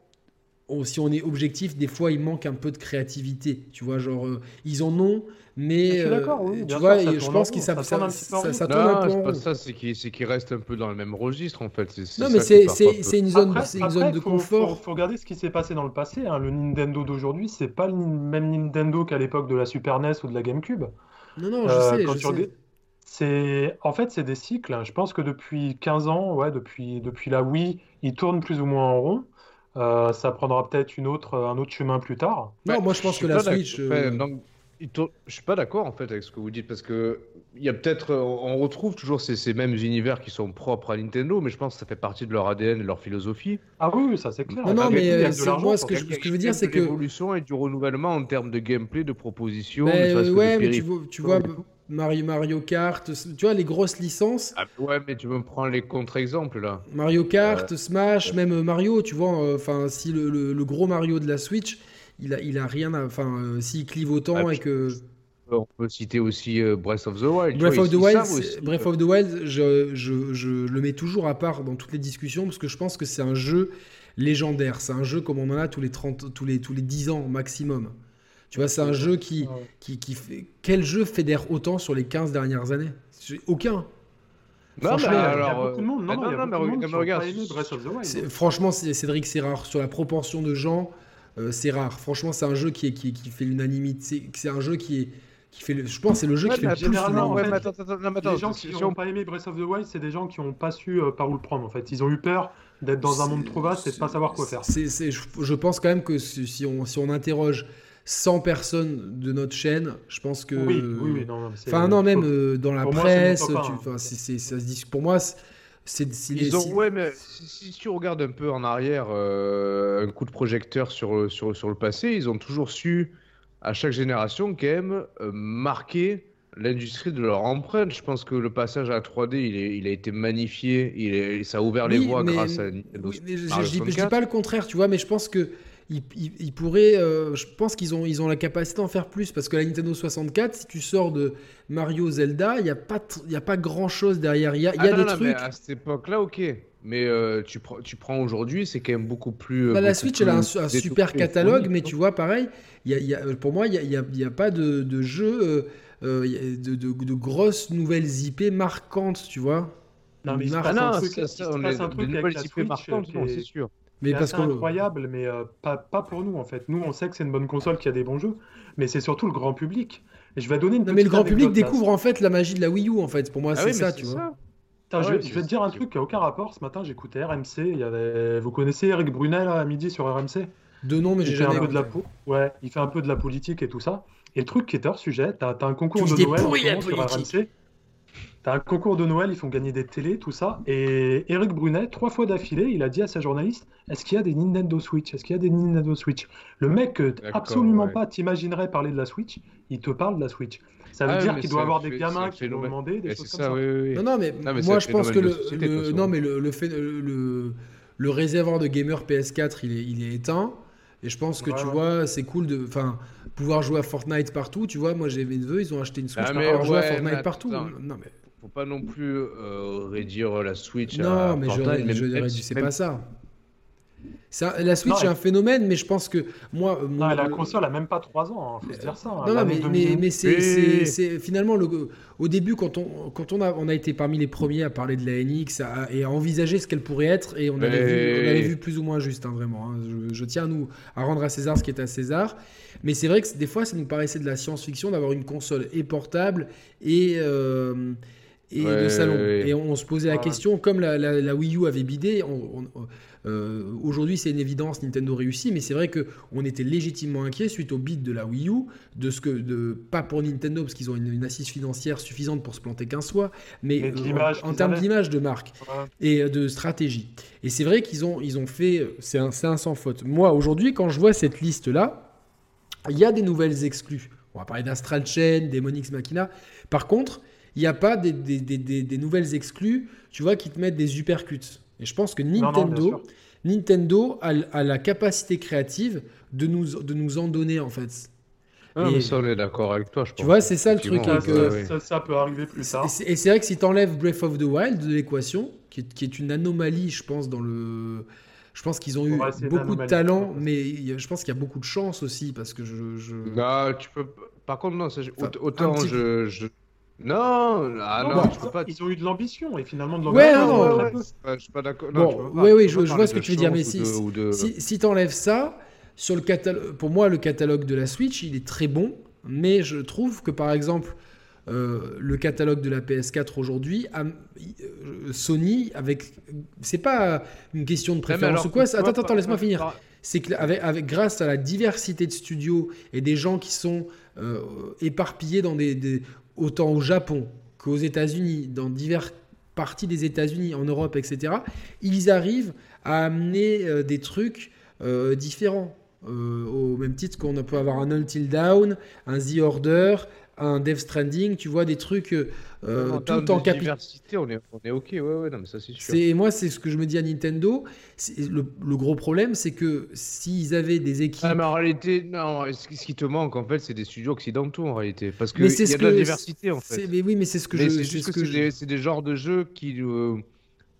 Speaker 1: on- si on est objectif, des fois il manque un peu de créativité. Tu vois, genre, euh, ils en ont, mais
Speaker 3: Je suis
Speaker 1: euh,
Speaker 3: d'accord, oui,
Speaker 1: tu
Speaker 3: bien
Speaker 1: vois,
Speaker 3: sûr, ça
Speaker 1: et je
Speaker 3: tourne en
Speaker 1: pense
Speaker 3: rond,
Speaker 1: que ça,
Speaker 3: ça tourne un petit peu en
Speaker 1: ça,
Speaker 3: rond.
Speaker 1: ça tourne un
Speaker 2: Non,
Speaker 1: peu en
Speaker 2: c'est pas
Speaker 1: rond.
Speaker 2: ça, c'est qu'ils c'est qu'ils restent un peu dans le même registre, en fait. C'est- c'est
Speaker 1: Non,
Speaker 2: ça
Speaker 1: mais
Speaker 2: qui
Speaker 1: c'est
Speaker 2: part pas
Speaker 1: c'est-
Speaker 2: peu.
Speaker 1: c'est une zone,
Speaker 3: Après-
Speaker 1: c'est une
Speaker 3: après,
Speaker 1: zone de
Speaker 3: faut-
Speaker 1: confort.
Speaker 3: Faut, faut regarder ce qui s'est passé dans le passé. hein. Le Nintendo d'aujourd'hui, c'est pas le même Nintendo qu'à l'époque de la Super NES ou de la GameCube.
Speaker 1: Non, non, Oh, je
Speaker 3: Euh,
Speaker 1: sais,
Speaker 3: quand
Speaker 1: je
Speaker 3: tu
Speaker 1: sais.
Speaker 3: regardes- C'est en fait c'est des cycles. Je pense que depuis 15 ans, ouais, depuis depuis la Wii, ils tournent plus ou moins en rond. Euh, ça prendra peut-être une autre un autre chemin plus tard.
Speaker 1: Non,
Speaker 2: Ouais,
Speaker 1: moi je pense
Speaker 2: suis
Speaker 1: que la
Speaker 2: pas d'ac-
Speaker 1: Switch. euh,
Speaker 2: enfin, non, il tourne- je suis pas d'accord en fait avec ce que vous dites parce que il y a peut-être, on retrouve toujours ces, ces mêmes univers qui sont propres à Nintendo, mais je pense que ça fait partie de leur ADN et de leur philosophie.
Speaker 3: Ah oui, oui, ça c'est clair.
Speaker 1: Non, non,
Speaker 3: Malgré
Speaker 1: mais,
Speaker 3: tout, il y a
Speaker 1: euh,
Speaker 3: que de
Speaker 1: c'est-
Speaker 3: l'argent
Speaker 1: moi,
Speaker 3: pour
Speaker 1: que
Speaker 3: faire
Speaker 1: je-
Speaker 2: Il y a
Speaker 1: ce que je
Speaker 2: quand
Speaker 1: veux
Speaker 2: même
Speaker 1: dire, c'est
Speaker 2: de
Speaker 1: que-
Speaker 2: l'évolution et du renouvellement en termes de gameplay, de proposition,
Speaker 1: Mais,
Speaker 2: ne serait-ce
Speaker 1: euh,
Speaker 2: que
Speaker 1: ouais,
Speaker 2: de
Speaker 1: mais tu
Speaker 2: périph-
Speaker 1: vois, tu vois Mario, Mario Kart, tu vois les grosses licences,
Speaker 2: Ah, ouais, mais tu me prends les contre-exemples là.
Speaker 1: euh, Mario Kart, Smash, même Mario, tu vois, enfin si le, le- le gros Mario de la Switch, il a, il a rien à. Enfin, euh, s'il clive autant
Speaker 2: Ah,
Speaker 1: et que.
Speaker 2: On peut citer aussi euh, Breath of the Wild. tu
Speaker 1: Breath
Speaker 2: vois,
Speaker 1: of,
Speaker 2: ils-
Speaker 1: the
Speaker 2: ils
Speaker 1: Wild,
Speaker 2: savent aussi,
Speaker 1: c'est- Breath
Speaker 2: euh,
Speaker 1: of the Wild, je, je- je le mets toujours à part dans toutes les discussions parce que je pense que c'est un jeu légendaire. C'est un jeu comme on en a tous les, 30, tous les, tous les 10 ans maximum. Tu vois, c'est un jeu qui,
Speaker 3: Ouais.
Speaker 1: qui, qui fait... Quel jeu fédère autant sur les 15 dernières années Aucun.
Speaker 2: Non, mais
Speaker 1: Franchement, il y a
Speaker 2: Ah, alors.
Speaker 3: beaucoup de monde.
Speaker 2: euh,
Speaker 3: Non, non, il y a
Speaker 2: mais
Speaker 3: beaucoup de
Speaker 2: regarde-
Speaker 3: monde
Speaker 2: mais
Speaker 3: qui ont
Speaker 2: regarde,
Speaker 3: pas aimé Breath of the Wild.
Speaker 1: C'est- Franchement, c'est- Cédric, c'est rare. Sur la proportion de gens, euh, c'est rare. Franchement, c'est un jeu qui, est, qui, qui fait l'unanimité. C'est- C'est un jeu qui est. Qui fait le, je pense que c'est le jeu
Speaker 2: Ouais,
Speaker 1: qui fait
Speaker 2: mais
Speaker 1: le plus
Speaker 3: bah, généralement,
Speaker 1: de-
Speaker 3: en
Speaker 2: ouais,
Speaker 3: fait,
Speaker 2: mais attends, attends, non, mais
Speaker 3: Les
Speaker 2: attends,
Speaker 3: gens
Speaker 2: si-
Speaker 3: qui
Speaker 2: si
Speaker 3: n'ont
Speaker 2: on-
Speaker 3: pas aimé Breath of the Wild, c'est des gens qui n'ont pas su euh, par où le prendre en fait. Ils ont eu peur d'être dans un monde trop vaste et de pas savoir quoi faire.
Speaker 1: C'est- c'est- je, je pense quand même que si si on, si on interroge 100 personnes de notre chaîne, je pense que.
Speaker 3: Oui, oui, oui, non, non, mais c'est-
Speaker 1: Enfin, non, même euh, dans la
Speaker 3: Pour moi, c'est
Speaker 1: presse,
Speaker 3: mon top
Speaker 1: tu-
Speaker 3: un.
Speaker 1: enfin, c'est- c'est- ça se discute. Pour moi, c'est- c'est. c'est-
Speaker 2: Ils ont,
Speaker 1: c'est-
Speaker 2: ouais, mais si, si tu regardes un peu en arrière, euh, un coup de projecteur sur, sur, sur le passé, ils ont toujours su, à chaque génération, quand même, euh, marquer l'industrie de leur empreinte. Je pense que le passage à la 3D, il, est- il a été magnifié, il est- ça a ouvert les
Speaker 1: Oui,
Speaker 2: voies
Speaker 1: mais-
Speaker 2: grâce à Nintendo
Speaker 1: Oui, mais je,
Speaker 2: par le
Speaker 1: je dis, je dis
Speaker 2: 64.
Speaker 1: pas le contraire, tu vois, mais je pense que ils, ils- ils pourraient. euh, je pense qu'ils ont, ils ont la capacité d'en faire plus parce que la Nintendo 64, si tu sors de Mario, Zelda, il n'y a pas, tr- il y a pas grand chose derrière. Il y a, il y
Speaker 2: Ah
Speaker 1: a
Speaker 2: non,
Speaker 1: des
Speaker 2: non, mais
Speaker 1: trucs.
Speaker 2: à cette époque-là, ok. Mais euh, tu, prends- tu prends aujourd'hui, c'est quand même beaucoup plus. euh,
Speaker 1: Bah, la
Speaker 2: beaucoup
Speaker 1: Switch,
Speaker 2: plus
Speaker 1: elle a un, su- un
Speaker 2: détourné,
Speaker 1: super
Speaker 2: fourni,
Speaker 1: catalogue, mais
Speaker 2: quoi.
Speaker 1: tu vois, pareil, il y a- il y a- pour moi, il n'y a, il y a- il y a pas de, de jeu, euh, euh, il y a de, de- de grosses nouvelles IP marquantes, tu vois.
Speaker 3: Non, mais il se
Speaker 1: Marquantes.
Speaker 3: passe
Speaker 2: Ah
Speaker 3: un
Speaker 2: non,
Speaker 3: truc-
Speaker 2: ça, ça,
Speaker 3: il se
Speaker 2: on
Speaker 3: passe
Speaker 2: est-
Speaker 3: un
Speaker 2: des
Speaker 3: truc avec
Speaker 2: nouvelles
Speaker 3: la
Speaker 2: IP
Speaker 3: Switch, euh,
Speaker 2: marquantes,
Speaker 3: qui
Speaker 2: non,
Speaker 3: est-
Speaker 2: c'est sûr.
Speaker 1: Mais
Speaker 3: C'est
Speaker 1: parce
Speaker 3: assez
Speaker 1: qu'on le-
Speaker 3: incroyable, mais euh, pas, pas pour nous en fait. Nous, on sait que c'est une bonne console qui a des bons jeux, mais c'est surtout le grand public. Et je vais donner une
Speaker 1: Non, mais le
Speaker 3: petite
Speaker 1: grand public
Speaker 3: anecdote, là.
Speaker 1: découvre en fait la magie de la Wii U, en fait. Pour moi,
Speaker 2: Ah
Speaker 1: c'est
Speaker 2: oui, mais
Speaker 1: ça, tu vois.
Speaker 3: Putain,
Speaker 1: Ah
Speaker 3: je,
Speaker 2: Ouais,
Speaker 3: vais-
Speaker 2: c'est-
Speaker 3: je vais te dire un
Speaker 2: c'est-
Speaker 3: truc qui n'a aucun rapport. Ce matin, j'écoutais RMC. Il y avait... Vous connaissez Eric Brunel euh, à midi sur RMC
Speaker 1: De nom, mais
Speaker 3: Il
Speaker 1: j'ai
Speaker 3: fait un
Speaker 1: jamais.
Speaker 3: peu de la
Speaker 1: écouté.
Speaker 3: po- Ouais, il fait un peu de la politique et tout ça. Et le truc qui est hors sujet, t'as t'as un concours
Speaker 1: Tu dis
Speaker 3: de
Speaker 1: des
Speaker 3: Noël en
Speaker 1: pourris,
Speaker 3: ce
Speaker 1: la
Speaker 3: moment sur
Speaker 1: politique.
Speaker 3: RMC. T'as un concours de Noël, ils font gagner des télés, tout ça. Et Eric Brunet, trois fois d'affilée, il a dit à sa journaliste Est-ce qu'il y a des Nintendo Switch Est-ce qu'il y a des Nintendo Switch Le mec que t-
Speaker 2: D'accord,
Speaker 3: absolument
Speaker 2: ouais.
Speaker 3: pas t'imaginerais parler de la Switch, il te parle de la Switch. Ça veut
Speaker 2: Ah,
Speaker 3: dire
Speaker 2: mais
Speaker 3: qu'il
Speaker 2: c'est
Speaker 3: doit
Speaker 2: un
Speaker 3: avoir
Speaker 2: phé-
Speaker 3: des
Speaker 2: c'est un
Speaker 3: gamins qui vont
Speaker 2: phénomène.
Speaker 3: demander des
Speaker 2: Et
Speaker 3: choses
Speaker 2: Eh, C'est ça,
Speaker 3: comme ça.
Speaker 2: oui, oui, oui.
Speaker 1: Non, non, mais,
Speaker 2: Non, mais c'est
Speaker 1: moi
Speaker 2: un
Speaker 1: je pense que
Speaker 2: phénomène de
Speaker 1: le,
Speaker 2: société,
Speaker 1: le-
Speaker 2: de toute façon.
Speaker 1: non, mais le, le fait, le, le- le réservoir de gamer PS4, il est, il est éteint. Et je pense que
Speaker 3: Ouais,
Speaker 1: tu
Speaker 3: ouais.
Speaker 1: vois, c'est cool de enfin, pouvoir jouer à Fortnite partout. Tu vois, moi j'ai mes neveux, ils ont acheté une Switch
Speaker 2: Ah,
Speaker 1: pour
Speaker 2: mais
Speaker 1: pouvoir jouer à
Speaker 2: ouais,
Speaker 1: Fortnite
Speaker 2: mais
Speaker 1: partout.
Speaker 2: attends.
Speaker 1: Non, mais,
Speaker 2: Faut pas non plus euh, réduire la Switch à
Speaker 1: non, mais je,
Speaker 2: Fortnite,
Speaker 1: ré-
Speaker 2: même-
Speaker 1: je
Speaker 2: même
Speaker 1: réduis-
Speaker 2: si-
Speaker 1: c'est
Speaker 2: même-
Speaker 1: pas ça. Ça- la Switch
Speaker 3: Non,
Speaker 1: est
Speaker 3: mais-
Speaker 1: un phénomène, mais je pense que moi. euh,
Speaker 3: Non,
Speaker 1: mon-
Speaker 3: et la
Speaker 1: le-
Speaker 3: console a même pas trois ans, hein, faut se dire ça. hein.
Speaker 1: Non, non,
Speaker 3: L'année
Speaker 1: mais,
Speaker 3: 2000.
Speaker 1: mais, mais c'est,
Speaker 2: Oui.
Speaker 1: c'est- c'est- finalement le, au début quand on quand on a on a été parmi les premiers à parler de la NX à- et à envisager ce qu'elle pourrait être et on avait, vu, on
Speaker 2: Oui.
Speaker 1: avait vu plus ou moins juste hein, vraiment. hein. Je, je tiens à nous à rendre à César ce qui est à César, mais c'est vrai que des fois ça nous paraissait de la science-fiction d'avoir une console et portable et euh, et de
Speaker 2: Ouais,
Speaker 1: salon.
Speaker 2: ouais.
Speaker 1: Et on, on se posait la
Speaker 3: Ouais.
Speaker 1: question, comme la, la- la Wii U avait bidé, on- on- euh, aujourd'hui c'est une évidence, Nintendo réussit, mais c'est vrai que on était légitimement inquiet suite au bid de la Wii U, de ce que, de, pas pour Nintendo, parce qu'ils ont une, une assise financière suffisante pour se planter 15 fois, mais
Speaker 3: Et de
Speaker 1: euh,
Speaker 3: l'image
Speaker 1: en, en
Speaker 3: qu'ils
Speaker 1: termes
Speaker 3: avaient.
Speaker 1: d'image de marque
Speaker 3: Voilà.
Speaker 1: et euh, de stratégie. Et c'est vrai qu'ils ont, ils ont fait, euh, c'est un, c'est un sans faute. Moi, aujourd'hui, quand je vois cette liste-là, il y a des nouvelles exclues. On va parler d'Astral Chain, Demon X Machina. Par contre, il n'y a pas des, des- des- des- des nouvelles exclues, tu vois, qui te mettent des uppercuts. Et je pense que
Speaker 3: Non, non, bien
Speaker 1: Nintendo,
Speaker 3: sûr.
Speaker 1: Nintendo a, l- a la capacité créative de nous, de nous en donner, en fait.
Speaker 2: Ah, mais
Speaker 1: Et-
Speaker 2: ça, on est d'accord avec toi, je
Speaker 1: Tu
Speaker 2: pense.
Speaker 1: vois, c'est ça le truc,
Speaker 2: Effectivement,
Speaker 1: hein, que-
Speaker 2: ouais, ouais.
Speaker 3: Ça, ça peut arriver plus tard.
Speaker 1: Et c'est- Et c'est vrai que si tu enlèves Breath of the Wild de l'équation, qui est, qui est une anomalie, je pense, dans le. Je pense qu'ils ont eu
Speaker 3: Ouais, c'est une
Speaker 1: beaucoup de
Speaker 3: anomalie,
Speaker 1: talent,
Speaker 3: tout à fait.
Speaker 1: mais il y a- je pense qu'il y a beaucoup de chance aussi, parce que je. je-
Speaker 2: Non, tu peux. p- Par contre, non, ça, j'ai-
Speaker 1: Enfin,
Speaker 2: autant
Speaker 1: un petit
Speaker 2: je, je- Non, ah non,
Speaker 3: bah,
Speaker 2: tu peux pas.
Speaker 3: Ils ont eu de l'ambition et finalement de
Speaker 1: Ouais,
Speaker 3: l'ambition.
Speaker 1: non,
Speaker 3: on en a
Speaker 1: ouais,
Speaker 3: très peu.
Speaker 2: Ouais, je suis pas d'accord.
Speaker 1: Bon,
Speaker 2: non, tu peux pas-
Speaker 1: ouais, ouais,
Speaker 2: tu
Speaker 1: je-
Speaker 2: peux
Speaker 1: je
Speaker 2: pas
Speaker 1: vois ce
Speaker 2: parler
Speaker 1: que
Speaker 2: de
Speaker 1: tu veux dire,
Speaker 2: chance
Speaker 1: mais si-
Speaker 2: ou de-
Speaker 1: si-
Speaker 2: ou de-
Speaker 1: Si, si t'enlèves ça, sur le catalogue, pour moi, le catalogue de la Switch, il est très bon, mais je trouve que par exemple, euh, le catalogue de la PS4 aujourd'hui, a- il- euh, Sony, avec, c'est pas une question de
Speaker 2: Ouais, mais
Speaker 1: préférence
Speaker 2: alors,
Speaker 1: ou quoi.
Speaker 2: tu
Speaker 1: c'est-
Speaker 2: vois,
Speaker 1: Attends, attends,
Speaker 2: par-
Speaker 1: laisse-moi finir.
Speaker 2: par-
Speaker 1: c'est que avec, avec- grâce à la diversité de studios et des gens qui sont euh, éparpillés dans des, des- autant au Japon qu'aux États-Unis, dans diverses parties des États-Unis, en Europe, etc. Ils arrivent à amener euh, des trucs euh, différents. euh, au même titre qu'on peut avoir un Until Down, un The Order, un Death Stranding, tu vois, des trucs euh,
Speaker 2: En termes
Speaker 1: tout en
Speaker 2: de
Speaker 1: capital.
Speaker 2: diversité, on est, on est ok, ouais, ouais, non, mais ça c'est sûr.
Speaker 1: C'est- Et moi, c'est ce que je me dis à Nintendo. c'est- Le, le gros problème, c'est que s'ils avaient des équipes.
Speaker 2: Ah, mais en réalité, non, ce qui ce qui te manque en fait, c'est des studios occidentaux en réalité. Parce qu'il
Speaker 1: Mais c'est
Speaker 2: y a
Speaker 1: ce
Speaker 2: de la
Speaker 1: que-
Speaker 2: diversité en
Speaker 1: c'est-
Speaker 2: fait.
Speaker 1: Mais oui, mais c'est ce que
Speaker 2: Mais
Speaker 1: je.
Speaker 2: c'est juste
Speaker 1: ce
Speaker 2: que,
Speaker 1: que
Speaker 2: c'est
Speaker 1: je-
Speaker 2: des, c'est des genres de jeux qui euh,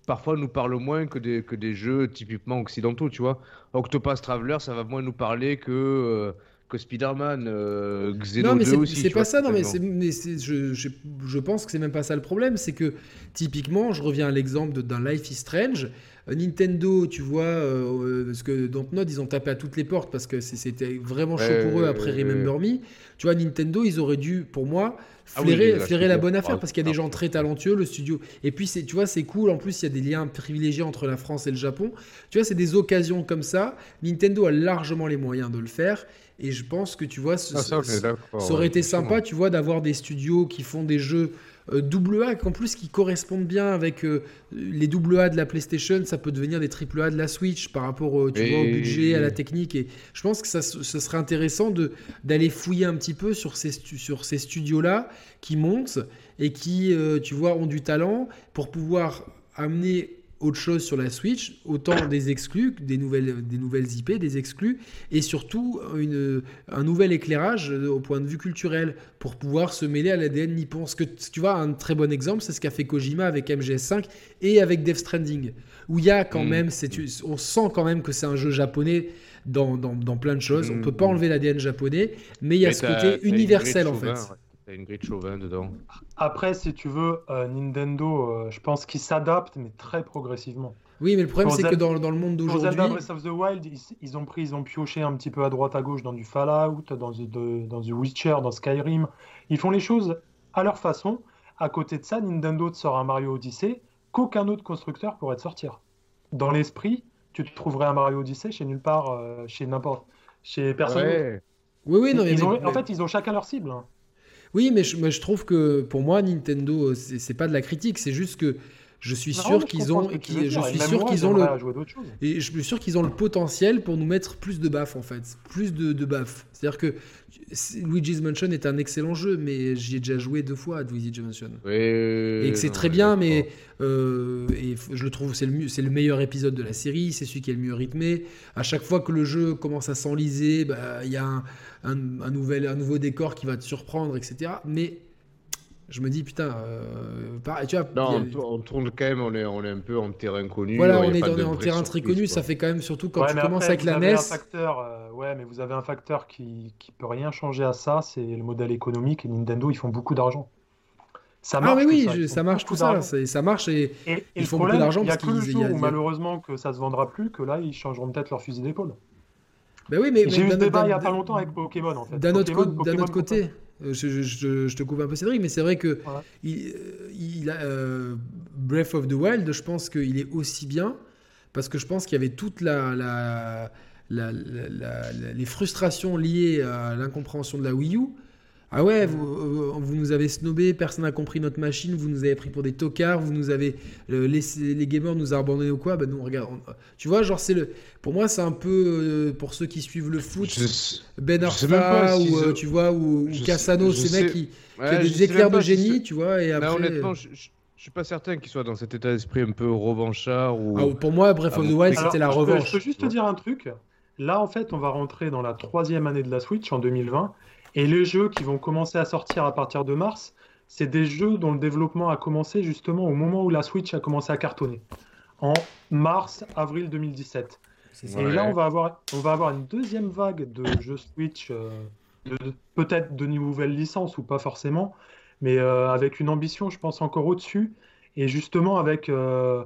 Speaker 2: parfois nous parlent moins que des, que des jeux typiquement occidentaux, tu vois. Octopus Traveler, ça va moins nous parler que, euh, que Spider-Man, euh, Xeno
Speaker 1: Non, mais
Speaker 2: 2
Speaker 1: c'est
Speaker 2: aussi.
Speaker 1: c'est
Speaker 2: tu
Speaker 1: pas
Speaker 2: vois,
Speaker 1: ça. Non, mais,
Speaker 2: finalement.
Speaker 1: c'est- mais c'est- je, je, je pense que c'est même pas ça le problème. C'est que typiquement, je reviens à l'exemple de- d'un Life is Strange. Euh, Nintendo, tu vois, euh, parce que Dontnod, ils ont tapé à toutes les portes parce que c'est- c'était vraiment chaud
Speaker 2: Ouais,
Speaker 1: pour eux
Speaker 2: ouais,
Speaker 1: après
Speaker 2: ouais,
Speaker 1: Remember Me. Tu vois, Nintendo, ils auraient dû, pour moi,
Speaker 2: Ah oui,
Speaker 1: flairer,
Speaker 2: oui, là, je
Speaker 1: flairer la
Speaker 2: comprends.
Speaker 1: bonne affaire
Speaker 2: Ah,
Speaker 1: parce qu'il y a des gens très talentueux, le studio. Et puis, c'est- tu vois, c'est cool. En plus, il y a des liens privilégiés entre la France et le Japon. Tu vois, c'est des occasions comme ça. Nintendo a largement les moyens de le faire. Et je pense que, tu vois, ce-
Speaker 2: Ah, ça, on est d'accord,
Speaker 1: ça aurait
Speaker 2: ouais,
Speaker 1: été
Speaker 2: forcément.
Speaker 1: sympa, tu vois, d'avoir des studios qui font des jeux euh, double A, qu'en plus qui correspondent bien avec euh, les double A de la PlayStation, ça peut devenir des triple A de la Switch par rapport euh, tu
Speaker 2: Et-
Speaker 1: vois, au budget, à la technique. Et je pense que ça, se- ce serait intéressant de d'aller fouiller un petit peu sur ces, stu- sur ces studios-là qui montent et qui, euh, tu vois, ont du talent pour pouvoir amener autre chose sur la Switch, autant des exclus, des nouvelles, des nouvelles IP, des exclus, et surtout une, un nouvel éclairage euh, au point de vue culturel pour pouvoir se mêler à l'ADN nippon. Ce que tu vois, un très bon exemple, c'est ce qu'a fait Kojima avec MGS5 et avec Death Stranding, où il y a quand
Speaker 2: Mm.
Speaker 1: même, c'est, tu- on sent quand même que c'est un jeu japonais dans, dans, dans plein de choses. On
Speaker 2: Mm.
Speaker 1: peut pas enlever l'ADN japonais, mais il y a
Speaker 2: Mais
Speaker 1: ce
Speaker 2: t'as- t'as
Speaker 1: côté
Speaker 2: Ingrid
Speaker 1: universel en fait.
Speaker 2: Chauvin, ouais. T'as une grille Chauvin dedans.
Speaker 3: Après, si tu veux, euh, Nintendo, euh, je pense qu'ils s'adaptent, mais très progressivement.
Speaker 1: Oui, mais le problème,
Speaker 3: Pour
Speaker 1: c'est que
Speaker 3: Zelda-
Speaker 1: dans, dans le monde
Speaker 3: Pour
Speaker 1: d'aujourd'hui.
Speaker 3: Zelda Breath of the Wild, ils, ils ont pris, ils ont pioché un petit peu à droite à gauche dans du Fallout, dans, du- de- dans du Witcher, dans Skyrim. Ils font les choses à leur façon. À côté de ça, Nintendo te sort un Mario Odyssey qu'aucun autre constructeur pourrait te sortir. Dans l'esprit, tu te trouverais un Mario Odyssey chez nulle part, euh, chez n'importe, chez
Speaker 1: Ah
Speaker 3: personne. d'autre.
Speaker 2: Ouais.
Speaker 1: Oui, oui, non, mais,
Speaker 3: Ils ont-
Speaker 1: mais-
Speaker 3: En fait, ils ont chacun leur cible. hein.
Speaker 1: oui, mais je, mais je trouve que pour moi, Nintendo, euh, c'est c'est pas de la critique, c'est juste que je suis
Speaker 3: Non,
Speaker 1: sûr
Speaker 3: je
Speaker 1: qu'ils
Speaker 3: comprends
Speaker 1: ont,
Speaker 3: ce que tu
Speaker 1: qu'ils-
Speaker 3: veux
Speaker 1: je
Speaker 3: dire, et
Speaker 1: suis
Speaker 3: même
Speaker 1: sûr
Speaker 3: moi,
Speaker 1: qu'ils ont le,
Speaker 3: j'aimerais jouer à d'autres choses.
Speaker 1: Et je suis sûr qu'ils ont le potentiel pour nous mettre plus de baffes en fait, plus de, de baffes. C'est-à-dire que c'est- Luigi's Mansion est un excellent jeu, mais j'y ai déjà joué deux fois à Luigi's Mansion.
Speaker 2: Ouais,
Speaker 1: Et que c'est
Speaker 2: non,
Speaker 1: très
Speaker 2: mais
Speaker 1: bien,
Speaker 2: d'accord.
Speaker 1: mais euh, et f- je le trouve, c'est le, mieux- c'est le meilleur épisode de la série, c'est celui qui est le mieux rythmé. À chaque fois que le jeu commence à s'enliser, bah, il y a un, un- un nouvel, un nouveau décor qui va te surprendre, etc. Mais je me dis, putain, euh, pareil, tu vois,
Speaker 2: Non,
Speaker 1: il y
Speaker 2: on,
Speaker 1: a-
Speaker 2: tour- on tourne quand même, on est, on est un peu en terrain connu.
Speaker 1: voilà,
Speaker 2: ouais, y
Speaker 1: on
Speaker 2: a
Speaker 1: est
Speaker 2: pas
Speaker 1: dans
Speaker 2: de
Speaker 1: un
Speaker 2: vraie
Speaker 1: terrain très
Speaker 2: surprise,
Speaker 1: connu,
Speaker 2: quoi.
Speaker 1: ça fait quand même surtout quand
Speaker 3: Ouais,
Speaker 1: tu
Speaker 3: mais
Speaker 1: commences
Speaker 3: après,
Speaker 1: avec
Speaker 3: vous
Speaker 1: la
Speaker 3: avez
Speaker 1: NES.
Speaker 3: un facteur, euh, ouais, mais vous avez un facteur qui, qui peut rien changer à ça, c'est le modèle économique. Et Nintendo, ils font beaucoup d'argent. Ça
Speaker 1: Ah
Speaker 3: marche.
Speaker 1: mais oui,
Speaker 3: tout ça,
Speaker 1: je-
Speaker 3: ils
Speaker 1: ça,
Speaker 3: font
Speaker 1: marche tout
Speaker 3: beaucoup
Speaker 1: ça,
Speaker 3: d'argent.
Speaker 1: c'est- ça marche et
Speaker 3: Et, et
Speaker 1: ils
Speaker 3: le
Speaker 1: font beaucoup
Speaker 3: problème,
Speaker 1: d'argent
Speaker 3: il n'y a
Speaker 1: parce
Speaker 3: que le
Speaker 1: qu'ils-
Speaker 3: jour
Speaker 1: il y a-
Speaker 3: où malheureusement que ça se vendra plus, que là, ils changeront peut-être leur fusil d'épaule.
Speaker 1: bah oui mais,
Speaker 3: Et J'ai
Speaker 1: mais
Speaker 3: eu ce
Speaker 1: d'un-
Speaker 3: débat
Speaker 1: d'un-
Speaker 3: il n'y a pas longtemps avec Pokémon, en fait.
Speaker 1: d'un autre,
Speaker 3: Pokémon,
Speaker 1: co- d'un
Speaker 3: Pokémon,
Speaker 1: autre côté, euh, je, je- je- je te coupe un peu Cédric, mais c'est vrai que
Speaker 3: Voilà.
Speaker 1: il, euh, il a, euh, Breath of the Wild, je pense qu'il est aussi bien parce que je pense qu'il y avait toute la, la- la- la- la- la- les frustrations liées à l'incompréhension de la Wii U. Ah ouais, vous, euh, vous nous avez snobé, personne n'a compris notre machine, vous nous avez pris pour des tocards, vous nous avez euh, laissé, les gamers nous a abandonnés ou quoi Bah non, regarde, on- tu vois, genre c'est le, pour moi c'est un peu euh, pour ceux qui suivent le foot,
Speaker 2: Je sais-
Speaker 1: Ben
Speaker 2: Je sais même pas
Speaker 1: Arfa
Speaker 2: si
Speaker 1: ou euh,
Speaker 2: je-
Speaker 1: tu vois ou, ou
Speaker 2: je sais-
Speaker 1: Cassano,
Speaker 2: je
Speaker 1: ces
Speaker 2: sais-
Speaker 1: mecs qui, qui
Speaker 2: Ouais,
Speaker 1: ont
Speaker 2: je sais
Speaker 1: des
Speaker 2: même
Speaker 1: éclairs de
Speaker 2: pas si
Speaker 1: génie, tu vois, et
Speaker 2: c'est-
Speaker 1: après.
Speaker 2: Non,
Speaker 1: euh,
Speaker 2: honnêtement, je, je, je suis pas certain qu'il soit dans cet état d'esprit un peu revanchard ou.
Speaker 1: ah, pour moi, Breath
Speaker 2: Ah,
Speaker 1: of the
Speaker 2: bon,
Speaker 1: Wild,
Speaker 2: alors,
Speaker 1: c'était la
Speaker 3: je peux-
Speaker 1: revanche.
Speaker 3: je peux juste te dire un truc. Là, en fait, on va rentrer dans la troisième année de la Switch en 2020. Et les jeux qui vont commencer à sortir à partir de mars, c'est des jeux dont le développement a commencé justement au moment où la Switch a commencé à cartonner. En mars, avril 2017.
Speaker 1: C'est
Speaker 2: Ouais.
Speaker 1: ça.
Speaker 3: Et là, on va, avoir, on va avoir une deuxième vague de jeux Switch, euh, de- de- peut-être de nouvelles licences ou pas forcément, mais euh, avec une ambition, je pense, encore au-dessus. Et justement, avec euh,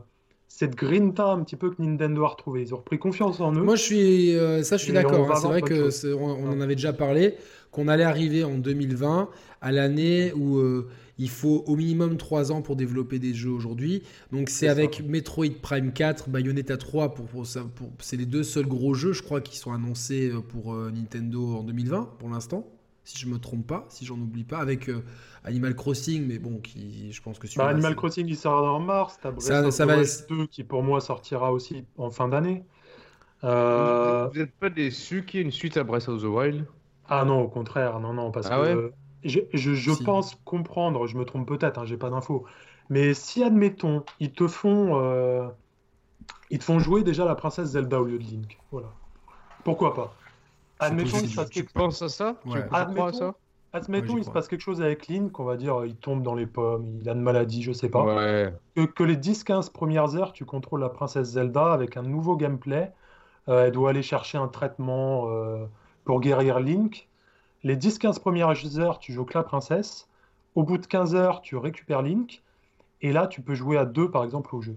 Speaker 3: cette grinta un petit peu que Nintendo a retrouvée. Ils ont repris confiance en eux.
Speaker 1: Moi, je suis, euh, ça, je suis
Speaker 3: Mmh. Et on
Speaker 1: d'accord.
Speaker 3: va
Speaker 1: hein. C'est
Speaker 3: avoir
Speaker 1: vrai
Speaker 3: autre
Speaker 1: que
Speaker 3: chose.
Speaker 1: c'est- on, on en avait déjà parlé, qu'on allait arriver en 2020 à l'année où euh, il faut au minimum 3 ans pour développer des jeux aujourd'hui. Donc, c'est
Speaker 3: ça.
Speaker 1: avec Metroid Prime 4, Bayonetta 3, pour, pour, ça- pour- c'est les deux seuls gros jeux, je crois, qui sont annoncés euh, pour euh, Nintendo en 2020 pour l'instant. Si je me trompe pas, si j'en oublie pas, avec euh, Animal Crossing, mais bon, qui, je pense que
Speaker 3: Bah,
Speaker 1: celui-là,
Speaker 3: Animal
Speaker 1: c'est-
Speaker 3: Crossing, il sort en mars. T'as Breath
Speaker 1: Ça-
Speaker 3: of
Speaker 1: ça
Speaker 3: the
Speaker 1: va-
Speaker 3: Wild 2 qui, pour moi, sortira aussi en fin d'année.
Speaker 1: Mm.
Speaker 3: Euh,
Speaker 2: Vous n'êtes pas déçu qu'il y ait une suite à Breath of the Wild
Speaker 3: Ah non, au contraire, non, non, parce
Speaker 2: Ah
Speaker 3: que
Speaker 2: ouais
Speaker 3: euh, je, je- je
Speaker 1: Si.
Speaker 3: pense comprendre, je me trompe peut-être, hein, j'ai pas d'infos, mais si, admettons, ils te font, euh, ils te font jouer déjà la princesse Zelda au lieu de Link, voilà. Pourquoi pas?
Speaker 1: C'est
Speaker 3: Admettons, il
Speaker 1: possible.
Speaker 3: se passe
Speaker 2: Tu Ah,
Speaker 3: quelque...
Speaker 2: penses à ça
Speaker 1: Ouais.
Speaker 2: Tu crois à
Speaker 3: Admettons-
Speaker 2: ça
Speaker 3: admettons,
Speaker 1: j'y
Speaker 3: il se
Speaker 1: crois.
Speaker 3: passe quelque chose avec Link, on va dire, euh, il tombe dans les pommes, il a une maladie, je sais pas.
Speaker 2: Ouais.
Speaker 3: que, que les 10-15 premières heures, tu contrôles la princesse Zelda avec un nouveau gameplay. Euh, elle doit aller chercher un traitement euh, pour guérir Link. Les 10-15 premières heures, tu joues que la princesse. Au bout de 15 heures, tu récupères Link. Et là, tu peux jouer à deux, par exemple, au jeu.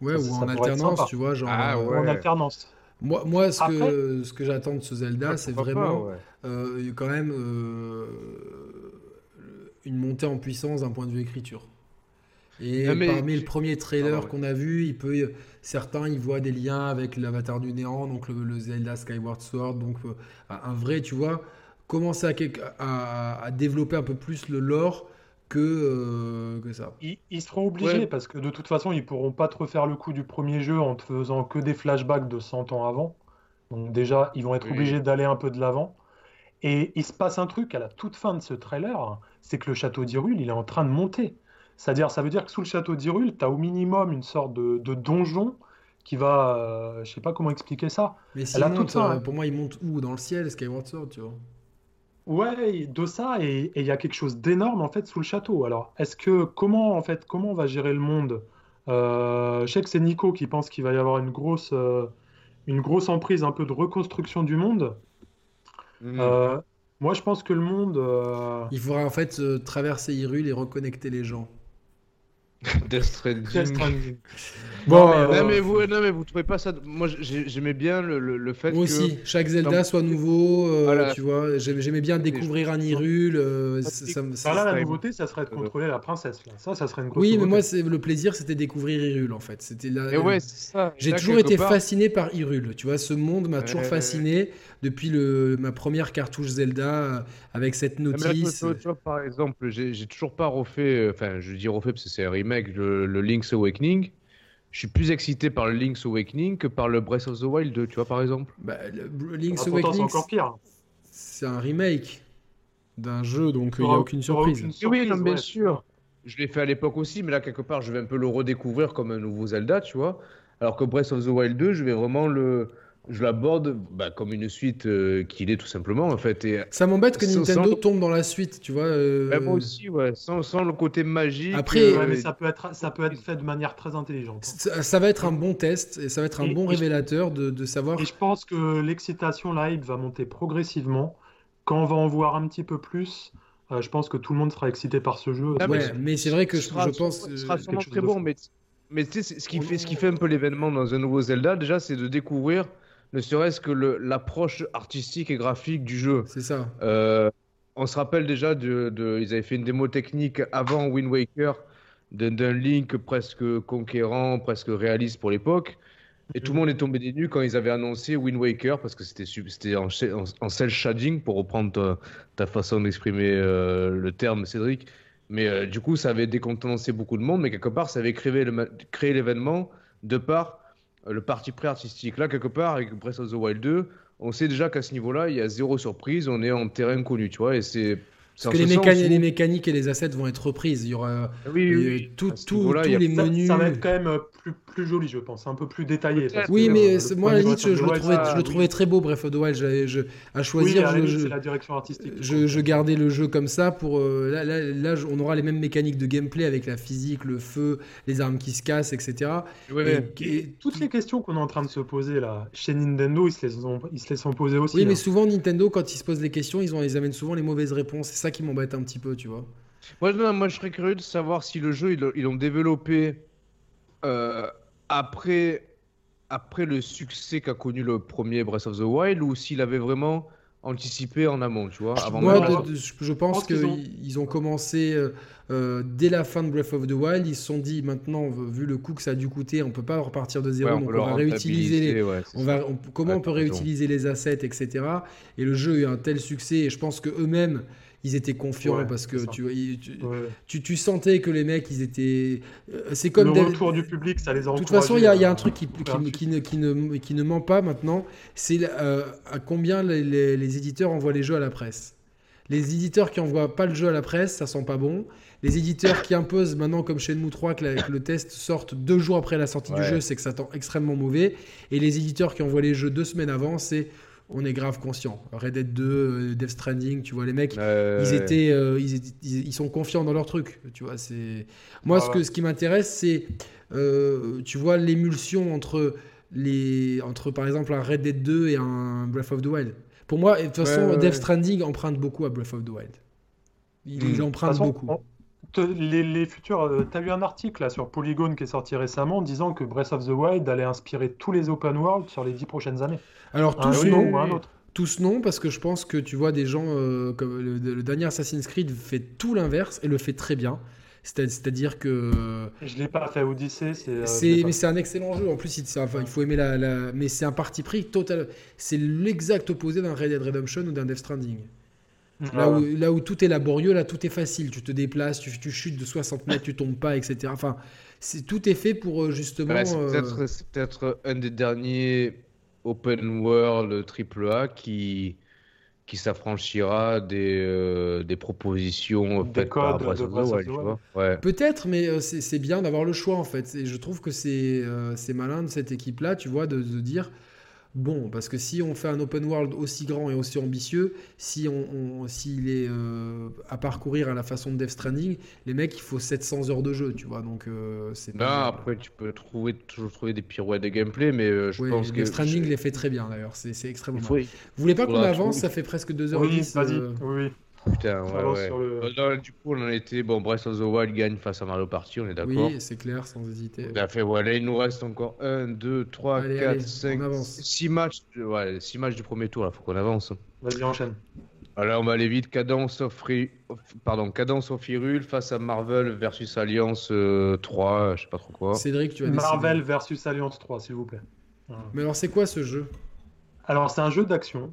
Speaker 1: Ouais,
Speaker 3: Ça,
Speaker 1: ou
Speaker 3: ça
Speaker 1: en
Speaker 3: pourrait être sympa.
Speaker 1: alternance, tu vois, genre.
Speaker 2: Ah,
Speaker 1: euh,
Speaker 2: ouais.
Speaker 3: En alternance.
Speaker 1: Moi, moi, ce que, ce que j'attends de ce Zelda, Ah, c'est
Speaker 2: Pourquoi pas,
Speaker 1: vraiment
Speaker 2: ouais.
Speaker 1: euh, quand même euh, une montée en puissance d'un point de vue écriture. Et
Speaker 2: Non, mais
Speaker 1: parmi
Speaker 2: tu-
Speaker 1: le premier trailer
Speaker 2: Pardon,
Speaker 1: qu'on a vu, il peut, certains ils voient des liens avec l'avatar du néant, donc le, le Zelda Skyward Sword, donc euh, un un vrai, tu vois, commencer à, quelque- à- à développer un peu plus le lore que, euh, que ça.
Speaker 3: Ils, ils seront obligés
Speaker 2: Ouais.
Speaker 3: parce que de toute façon, ils pourront pas te refaire le coup du premier jeu en te faisant que des flashbacks de 100 ans avant. Donc déjà, ils vont être
Speaker 2: Oui.
Speaker 3: obligés d'aller un peu de l'avant. Et il se passe un truc à la toute fin de ce trailer, hein, c'est que le château d'Hyrule, il est en train de monter. C'est-à-dire, ça veut dire que sous le château d'Hyrule, tu as au minimum une sorte de, de donjon qui va, euh, je sais pas comment expliquer ça.
Speaker 1: Mais s'il
Speaker 3: Elle a
Speaker 1: monte,
Speaker 3: toute ça,
Speaker 1: euh,
Speaker 3: hein.
Speaker 1: pour moi, il monte où? Dans le ciel, Skyward Sword, tu vois.
Speaker 3: Ouais, de ça, et et il y a quelque chose d'énorme en fait sous le château. Alors, est-ce que comment en fait comment on va gérer le monde? Euh, je sais que c'est Nico qui pense qu'il va y avoir une grosse, euh, une grosse emprise un peu de reconstruction du monde.
Speaker 2: Mm.
Speaker 3: Euh, moi, je pense que le monde, euh,
Speaker 1: Il faudra en fait euh, traverser Hyrule et reconnecter les gens.
Speaker 2: Death
Speaker 3: Death
Speaker 2: Stranding. Oh,
Speaker 3: Stranding.
Speaker 1: Bon,
Speaker 3: mais, euh,
Speaker 2: Non mais, vous, non mais vous trouvez pas ça... Moi j'ai- j'aimais bien le, le, le fait
Speaker 1: Moi
Speaker 2: que...
Speaker 1: aussi, chaque Zelda soit nouveau, euh,
Speaker 2: Voilà.
Speaker 1: tu vois. J'aimais j'aimais bien découvrir un Hyrule. euh, ça- ça me- ça-
Speaker 3: Enfin, là, la
Speaker 2: serait-
Speaker 3: nouveauté, ça serait de
Speaker 2: Euh,
Speaker 3: contrôler la princesse. là. Ça, ça serait une grosse
Speaker 1: oui, mais
Speaker 3: nouveauté.
Speaker 1: moi, c'est le plaisir, c'était découvrir Hyrule, en fait. C'était la-
Speaker 2: Et ouais, c'est ça.
Speaker 1: J'ai
Speaker 2: Là,
Speaker 1: toujours
Speaker 2: quelque
Speaker 1: été
Speaker 2: part-
Speaker 1: fasciné par Hyrule. Tu vois, ce monde m'a toujours
Speaker 2: Ouais.
Speaker 1: fasciné depuis le, ma première cartouche Zelda euh, avec cette
Speaker 2: Ah, mais là, tu vois,
Speaker 1: notice.
Speaker 2: tu vois, tu vois, par exemple, j'ai j'ai toujours pas refait, euh, enfin, je dis refait parce que c'est un remake, le, le Link's Awakening. Je suis plus excité par le Link's Awakening que par le Breath of the Wild 2, tu vois, par exemple.
Speaker 1: Bah, le- Link's
Speaker 3: Ah, pourtant, c'est
Speaker 1: Awakening,
Speaker 3: encore pire.
Speaker 1: c'est un remake d'un jeu, donc il n'y
Speaker 3: T'auras-
Speaker 1: a aucune
Speaker 3: t'auras
Speaker 1: surprise.
Speaker 3: aucune
Speaker 2: Oui, oui,
Speaker 3: surprise,
Speaker 2: non, bien
Speaker 3: ouais.
Speaker 2: sûr. Je l'ai fait à l'époque aussi, mais là, quelque part, je vais un peu le redécouvrir comme un nouveau Zelda, tu vois. Alors que Breath of the Wild 2, je vais vraiment le. Je l'aborde bah, comme une suite euh, qu'il est tout simplement, en fait. Et,
Speaker 1: Ça m'embête que
Speaker 2: Sans-
Speaker 1: Nintendo
Speaker 2: sans-
Speaker 1: tombe dans la suite, tu vois. euh,
Speaker 2: Ouais, Bah, moi aussi, ouais, sans, sans le côté magique. euh,
Speaker 1: Après-
Speaker 3: Ouais, mais ça peut être, ça peut être fait de manière très intelligente. hein.
Speaker 1: Ça, ça va être un bon test et ça va être un
Speaker 3: Et-
Speaker 1: bon
Speaker 3: et je-
Speaker 1: révélateur de, de savoir.
Speaker 3: Et je pense que l'excitation, la hype va monter progressivement. Quand on va en voir un petit peu plus, euh, je pense que tout le monde sera excité par ce jeu.
Speaker 2: Ah, mais
Speaker 1: ouais,
Speaker 2: je-
Speaker 1: mais c'est vrai que je,
Speaker 2: Ce sera
Speaker 1: je pense.
Speaker 2: sûrement-
Speaker 1: euh,
Speaker 2: ce sera sûrement
Speaker 3: quelque chose
Speaker 2: très
Speaker 3: de
Speaker 2: bon,
Speaker 3: fou.
Speaker 2: mais, mais tu sais, c'est- ce qui fait, ce
Speaker 1: Oh.
Speaker 2: qui fait un peu l'événement dans un nouveau Zelda, déjà, c'est de découvrir, ne serait-ce que le- l'approche artistique et graphique du jeu.
Speaker 1: C'est ça.
Speaker 2: Euh, on se rappelle déjà de, de- ils avaient fait une démo technique avant Wind Waker d'un d'un Link presque conquérant, presque réaliste pour l'époque. Et tout le monde est tombé des nues quand ils avaient annoncé Wind Waker parce que c'était sub- c'était en, sh- en, en cel shading pour reprendre ta, ta façon d'exprimer euh, le terme, Cédric. Mais euh, du coup, ça avait décontenancé beaucoup de monde, mais quelque part, ça avait créé le ma- créé l'événement de par euh, le parti pré artistique. Là, quelque part, avec Breath of the Wild 2, on sait déjà qu'à ce niveau-là, il y a zéro surprise, on est en terrain connu, tu vois, et c'est. c'est en
Speaker 1: Parce que les,
Speaker 2: ce sens
Speaker 1: mécaniques,
Speaker 2: où-
Speaker 1: les mécaniques et les assets vont être reprises. Il y aura
Speaker 2: Oui, oui,
Speaker 1: euh,
Speaker 2: oui.
Speaker 1: tout-
Speaker 2: À ce
Speaker 1: tout-
Speaker 2: niveau-là,
Speaker 1: tous
Speaker 2: il y a-
Speaker 1: les
Speaker 3: Ça,
Speaker 1: menus.
Speaker 3: ça va être quand même euh, plus, plus joli, je pense, un peu plus détaillé. parce
Speaker 1: Oui,
Speaker 3: que,
Speaker 1: mais
Speaker 3: euh,
Speaker 1: c'est-
Speaker 3: le
Speaker 1: moi, à la
Speaker 3: premier
Speaker 1: limite, je, je le
Speaker 3: Breath of the
Speaker 1: trouvais,
Speaker 3: Wild,
Speaker 1: je le trouvais très beau, Breath of the Wild. j'avais- je- à
Speaker 3: Oui, mais
Speaker 1: choisir,
Speaker 3: à la
Speaker 1: je-
Speaker 3: limite,
Speaker 1: je,
Speaker 3: c'est la direction artistique.
Speaker 1: je, je gardais le jeu comme ça pour euh, là, là, là, je- on aura les mêmes mécaniques de gameplay avec la physique, le feu, les armes qui se cassent, etc.
Speaker 2: Ouais.
Speaker 1: Et- et-
Speaker 3: Toutes les questions qu'on est en train de se poser là, chez Nintendo, ils se les ont, ils se les sont posées aussi.
Speaker 1: Oui, mais
Speaker 3: hein.
Speaker 1: souvent Nintendo, quand ils se posent les questions, ils, ont, ils amènent souvent les mauvaises réponses. C'est ça qui m'embête un petit peu, tu vois.
Speaker 2: Moi, non, moi, je serais curieux de savoir si le jeu, ils l'ont- ils l'ont développé euh, après, après le succès qu'a connu le premier Breath of the Wild ou s'il avait vraiment anticipé en amont, tu vois, avant
Speaker 1: Moi,
Speaker 2: même
Speaker 1: de-
Speaker 2: d'avoir-
Speaker 1: de- je je pense
Speaker 3: pense qu'ils
Speaker 1: qu'ils
Speaker 3: ont-
Speaker 1: ont commencé euh, euh, dès la fin de Breath of the Wild. Ils se sont dit maintenant, vu- vu le coût que ça a dû coûter, on peut pas repartir de
Speaker 2: Ouais,
Speaker 1: zéro, donc
Speaker 2: peut
Speaker 1: on
Speaker 2: le
Speaker 1: va réutiliser les,
Speaker 2: rentabiliser, ouais, c'est
Speaker 1: On
Speaker 2: ça.
Speaker 1: va, on- comment
Speaker 2: Ouais,
Speaker 1: on peut
Speaker 2: t'as raison.
Speaker 1: réutiliser les assets, etc. Et le jeu a eu un tel succès, et je pense que eux-mêmes, ils étaient confiants
Speaker 3: Ouais,
Speaker 1: parce que
Speaker 3: c'est ça.
Speaker 1: tu, vois, ils- tu,
Speaker 3: Ouais.
Speaker 1: tu- tu sentais que les mecs, ils étaient. euh, C'est
Speaker 3: Le
Speaker 1: comme. Dav-
Speaker 3: retour du public, ça les a euh,
Speaker 1: de toute façon, il y, a- il y a un truc qui,
Speaker 3: faire un
Speaker 1: qui, qui ne, qui, ne, qui ne ment pas maintenant, c'est euh, à combien les, les- les éditeurs envoient les jeux à la presse. Les éditeurs qui envoient pas le jeu à la presse, ça sent pas bon. Les éditeurs qui imposent maintenant, comme chez Shenmue 3, que, la- que le test sorte deux jours après la sortie du
Speaker 2: Ouais.
Speaker 1: jeu, c'est que ça tend extrêmement mauvais. Et les éditeurs qui envoient les jeux deux semaines avant, c'est on est grave conscient. Red Dead 2, euh, Death Stranding, tu vois, les mecs,
Speaker 2: Euh,
Speaker 1: ils étaient, euh, ils, étaient- ils- ils sont confiants dans leur truc. Tu vois, c'est moi
Speaker 3: Ah
Speaker 1: ce que ce qui m'intéresse, c'est euh, tu vois l'émulsion entre les entre par exemple un Red Dead 2 et un Breath of the Wild. Pour moi, et de toute
Speaker 2: Ouais,
Speaker 1: façon,
Speaker 2: ouais, ouais.
Speaker 1: Death Stranding emprunte beaucoup à Breath of the Wild. Il,
Speaker 2: Mm.
Speaker 1: il
Speaker 3: Hmm. De
Speaker 1: emprunte
Speaker 3: toute façon,
Speaker 1: beaucoup.
Speaker 3: on- te- les, les futurs, euh, t'as eu un article là sur Polygon qui est sorti récemment disant que Breath of the Wild allait inspirer tous les open world sur les dix prochaines années.
Speaker 1: Alors
Speaker 3: Un
Speaker 1: tous
Speaker 2: oui,
Speaker 1: non,
Speaker 3: nom ou un autre.
Speaker 1: tous non, parce que je pense que tu vois des gens euh, comme le, le dernier Assassin's Creed fait tout l'inverse et le fait très bien. C'est- C'est-à-dire que
Speaker 3: Je l'ai pas fait Odyssey, c'est. euh, je l'ai
Speaker 1: C'est,
Speaker 3: pas
Speaker 1: mais c'est un excellent jeu. En plus, il, c'est un- enfin, il faut aimer la, la- Mais c'est un parti pris total. C'est l'exact opposé d'un Red Dead Redemption ou d'un Death Stranding.
Speaker 3: fait.
Speaker 1: Là,
Speaker 3: Ah Ouais.
Speaker 1: où, là où tout est laborieux, là tout est facile. Tu te déplaces, tu, tu chutes de 60 mètres, tu tombes pas, etc. Enfin, c'est, tout est fait pour euh, justement.
Speaker 2: ouais, c'est
Speaker 1: euh,
Speaker 2: peut-être- c'est peut-être un des derniers open world AAA qui, qui s'affranchira des, euh, des propositions
Speaker 3: Des
Speaker 2: faites par
Speaker 3: codes de
Speaker 2: Breath of the
Speaker 3: Breath of
Speaker 2: Wild,
Speaker 3: the
Speaker 2: tu
Speaker 3: Wild.
Speaker 2: vois. Ouais.
Speaker 1: Peut-être, mais euh, c'est c'est bien d'avoir le choix en fait. Et je trouve que c'est euh, c'est malin de cette équipe-là, tu vois, de, de dire bon, parce que si on fait un open world aussi grand et aussi ambitieux, si on, on- s'il est euh, à parcourir à la façon de Death Stranding, les mecs, il faut 700 heures de jeu, tu vois. Donc euh, c'est
Speaker 2: Non, Ben, après, tu peux trouver, toujours trouver des pirouettes de gameplay, mais euh, je
Speaker 1: Ouais,
Speaker 2: pense que.
Speaker 1: Death Stranding
Speaker 2: je-
Speaker 1: les fait très bien d'ailleurs, c'est c'est extrêmement
Speaker 2: il faut-
Speaker 1: bien. Vous voulez pas qu'on
Speaker 2: faudra
Speaker 1: avance
Speaker 2: trouver-
Speaker 1: Ça fait presque 2h10.
Speaker 3: Oui, vas-y.
Speaker 1: euh,
Speaker 3: Oui, oui.
Speaker 2: Putain, ouais,
Speaker 3: Alors,
Speaker 2: ouais.
Speaker 3: sur le-
Speaker 2: Euh, non, du coup, on en était. Bon, Breath of the Wild gagne face à Mario Party, on est d'accord.
Speaker 1: oui, c'est clair, sans hésiter.
Speaker 2: On a fait, voilà, il nous reste encore 1, 2, 3,
Speaker 1: Allez,
Speaker 2: 4,
Speaker 1: allez, on
Speaker 2: 5,
Speaker 1: avance.
Speaker 2: 6 matchs, de- ouais, six matchs du premier tour, là, faut qu'on avance.
Speaker 3: Vas-y, enchaîne.
Speaker 2: Alors, on va aller vite. Cadence of, Ri- of- Pardon, Cadence of Hyrule face à Marvel versus Alliance euh, 3, euh, je sais pas trop quoi.
Speaker 1: Cédric, tu as décidé.
Speaker 3: Marvel versus Alliance 3, s'il vous plaît.
Speaker 1: Mais alors, c'est quoi ce jeu
Speaker 3: Alors, c'est un jeu d'action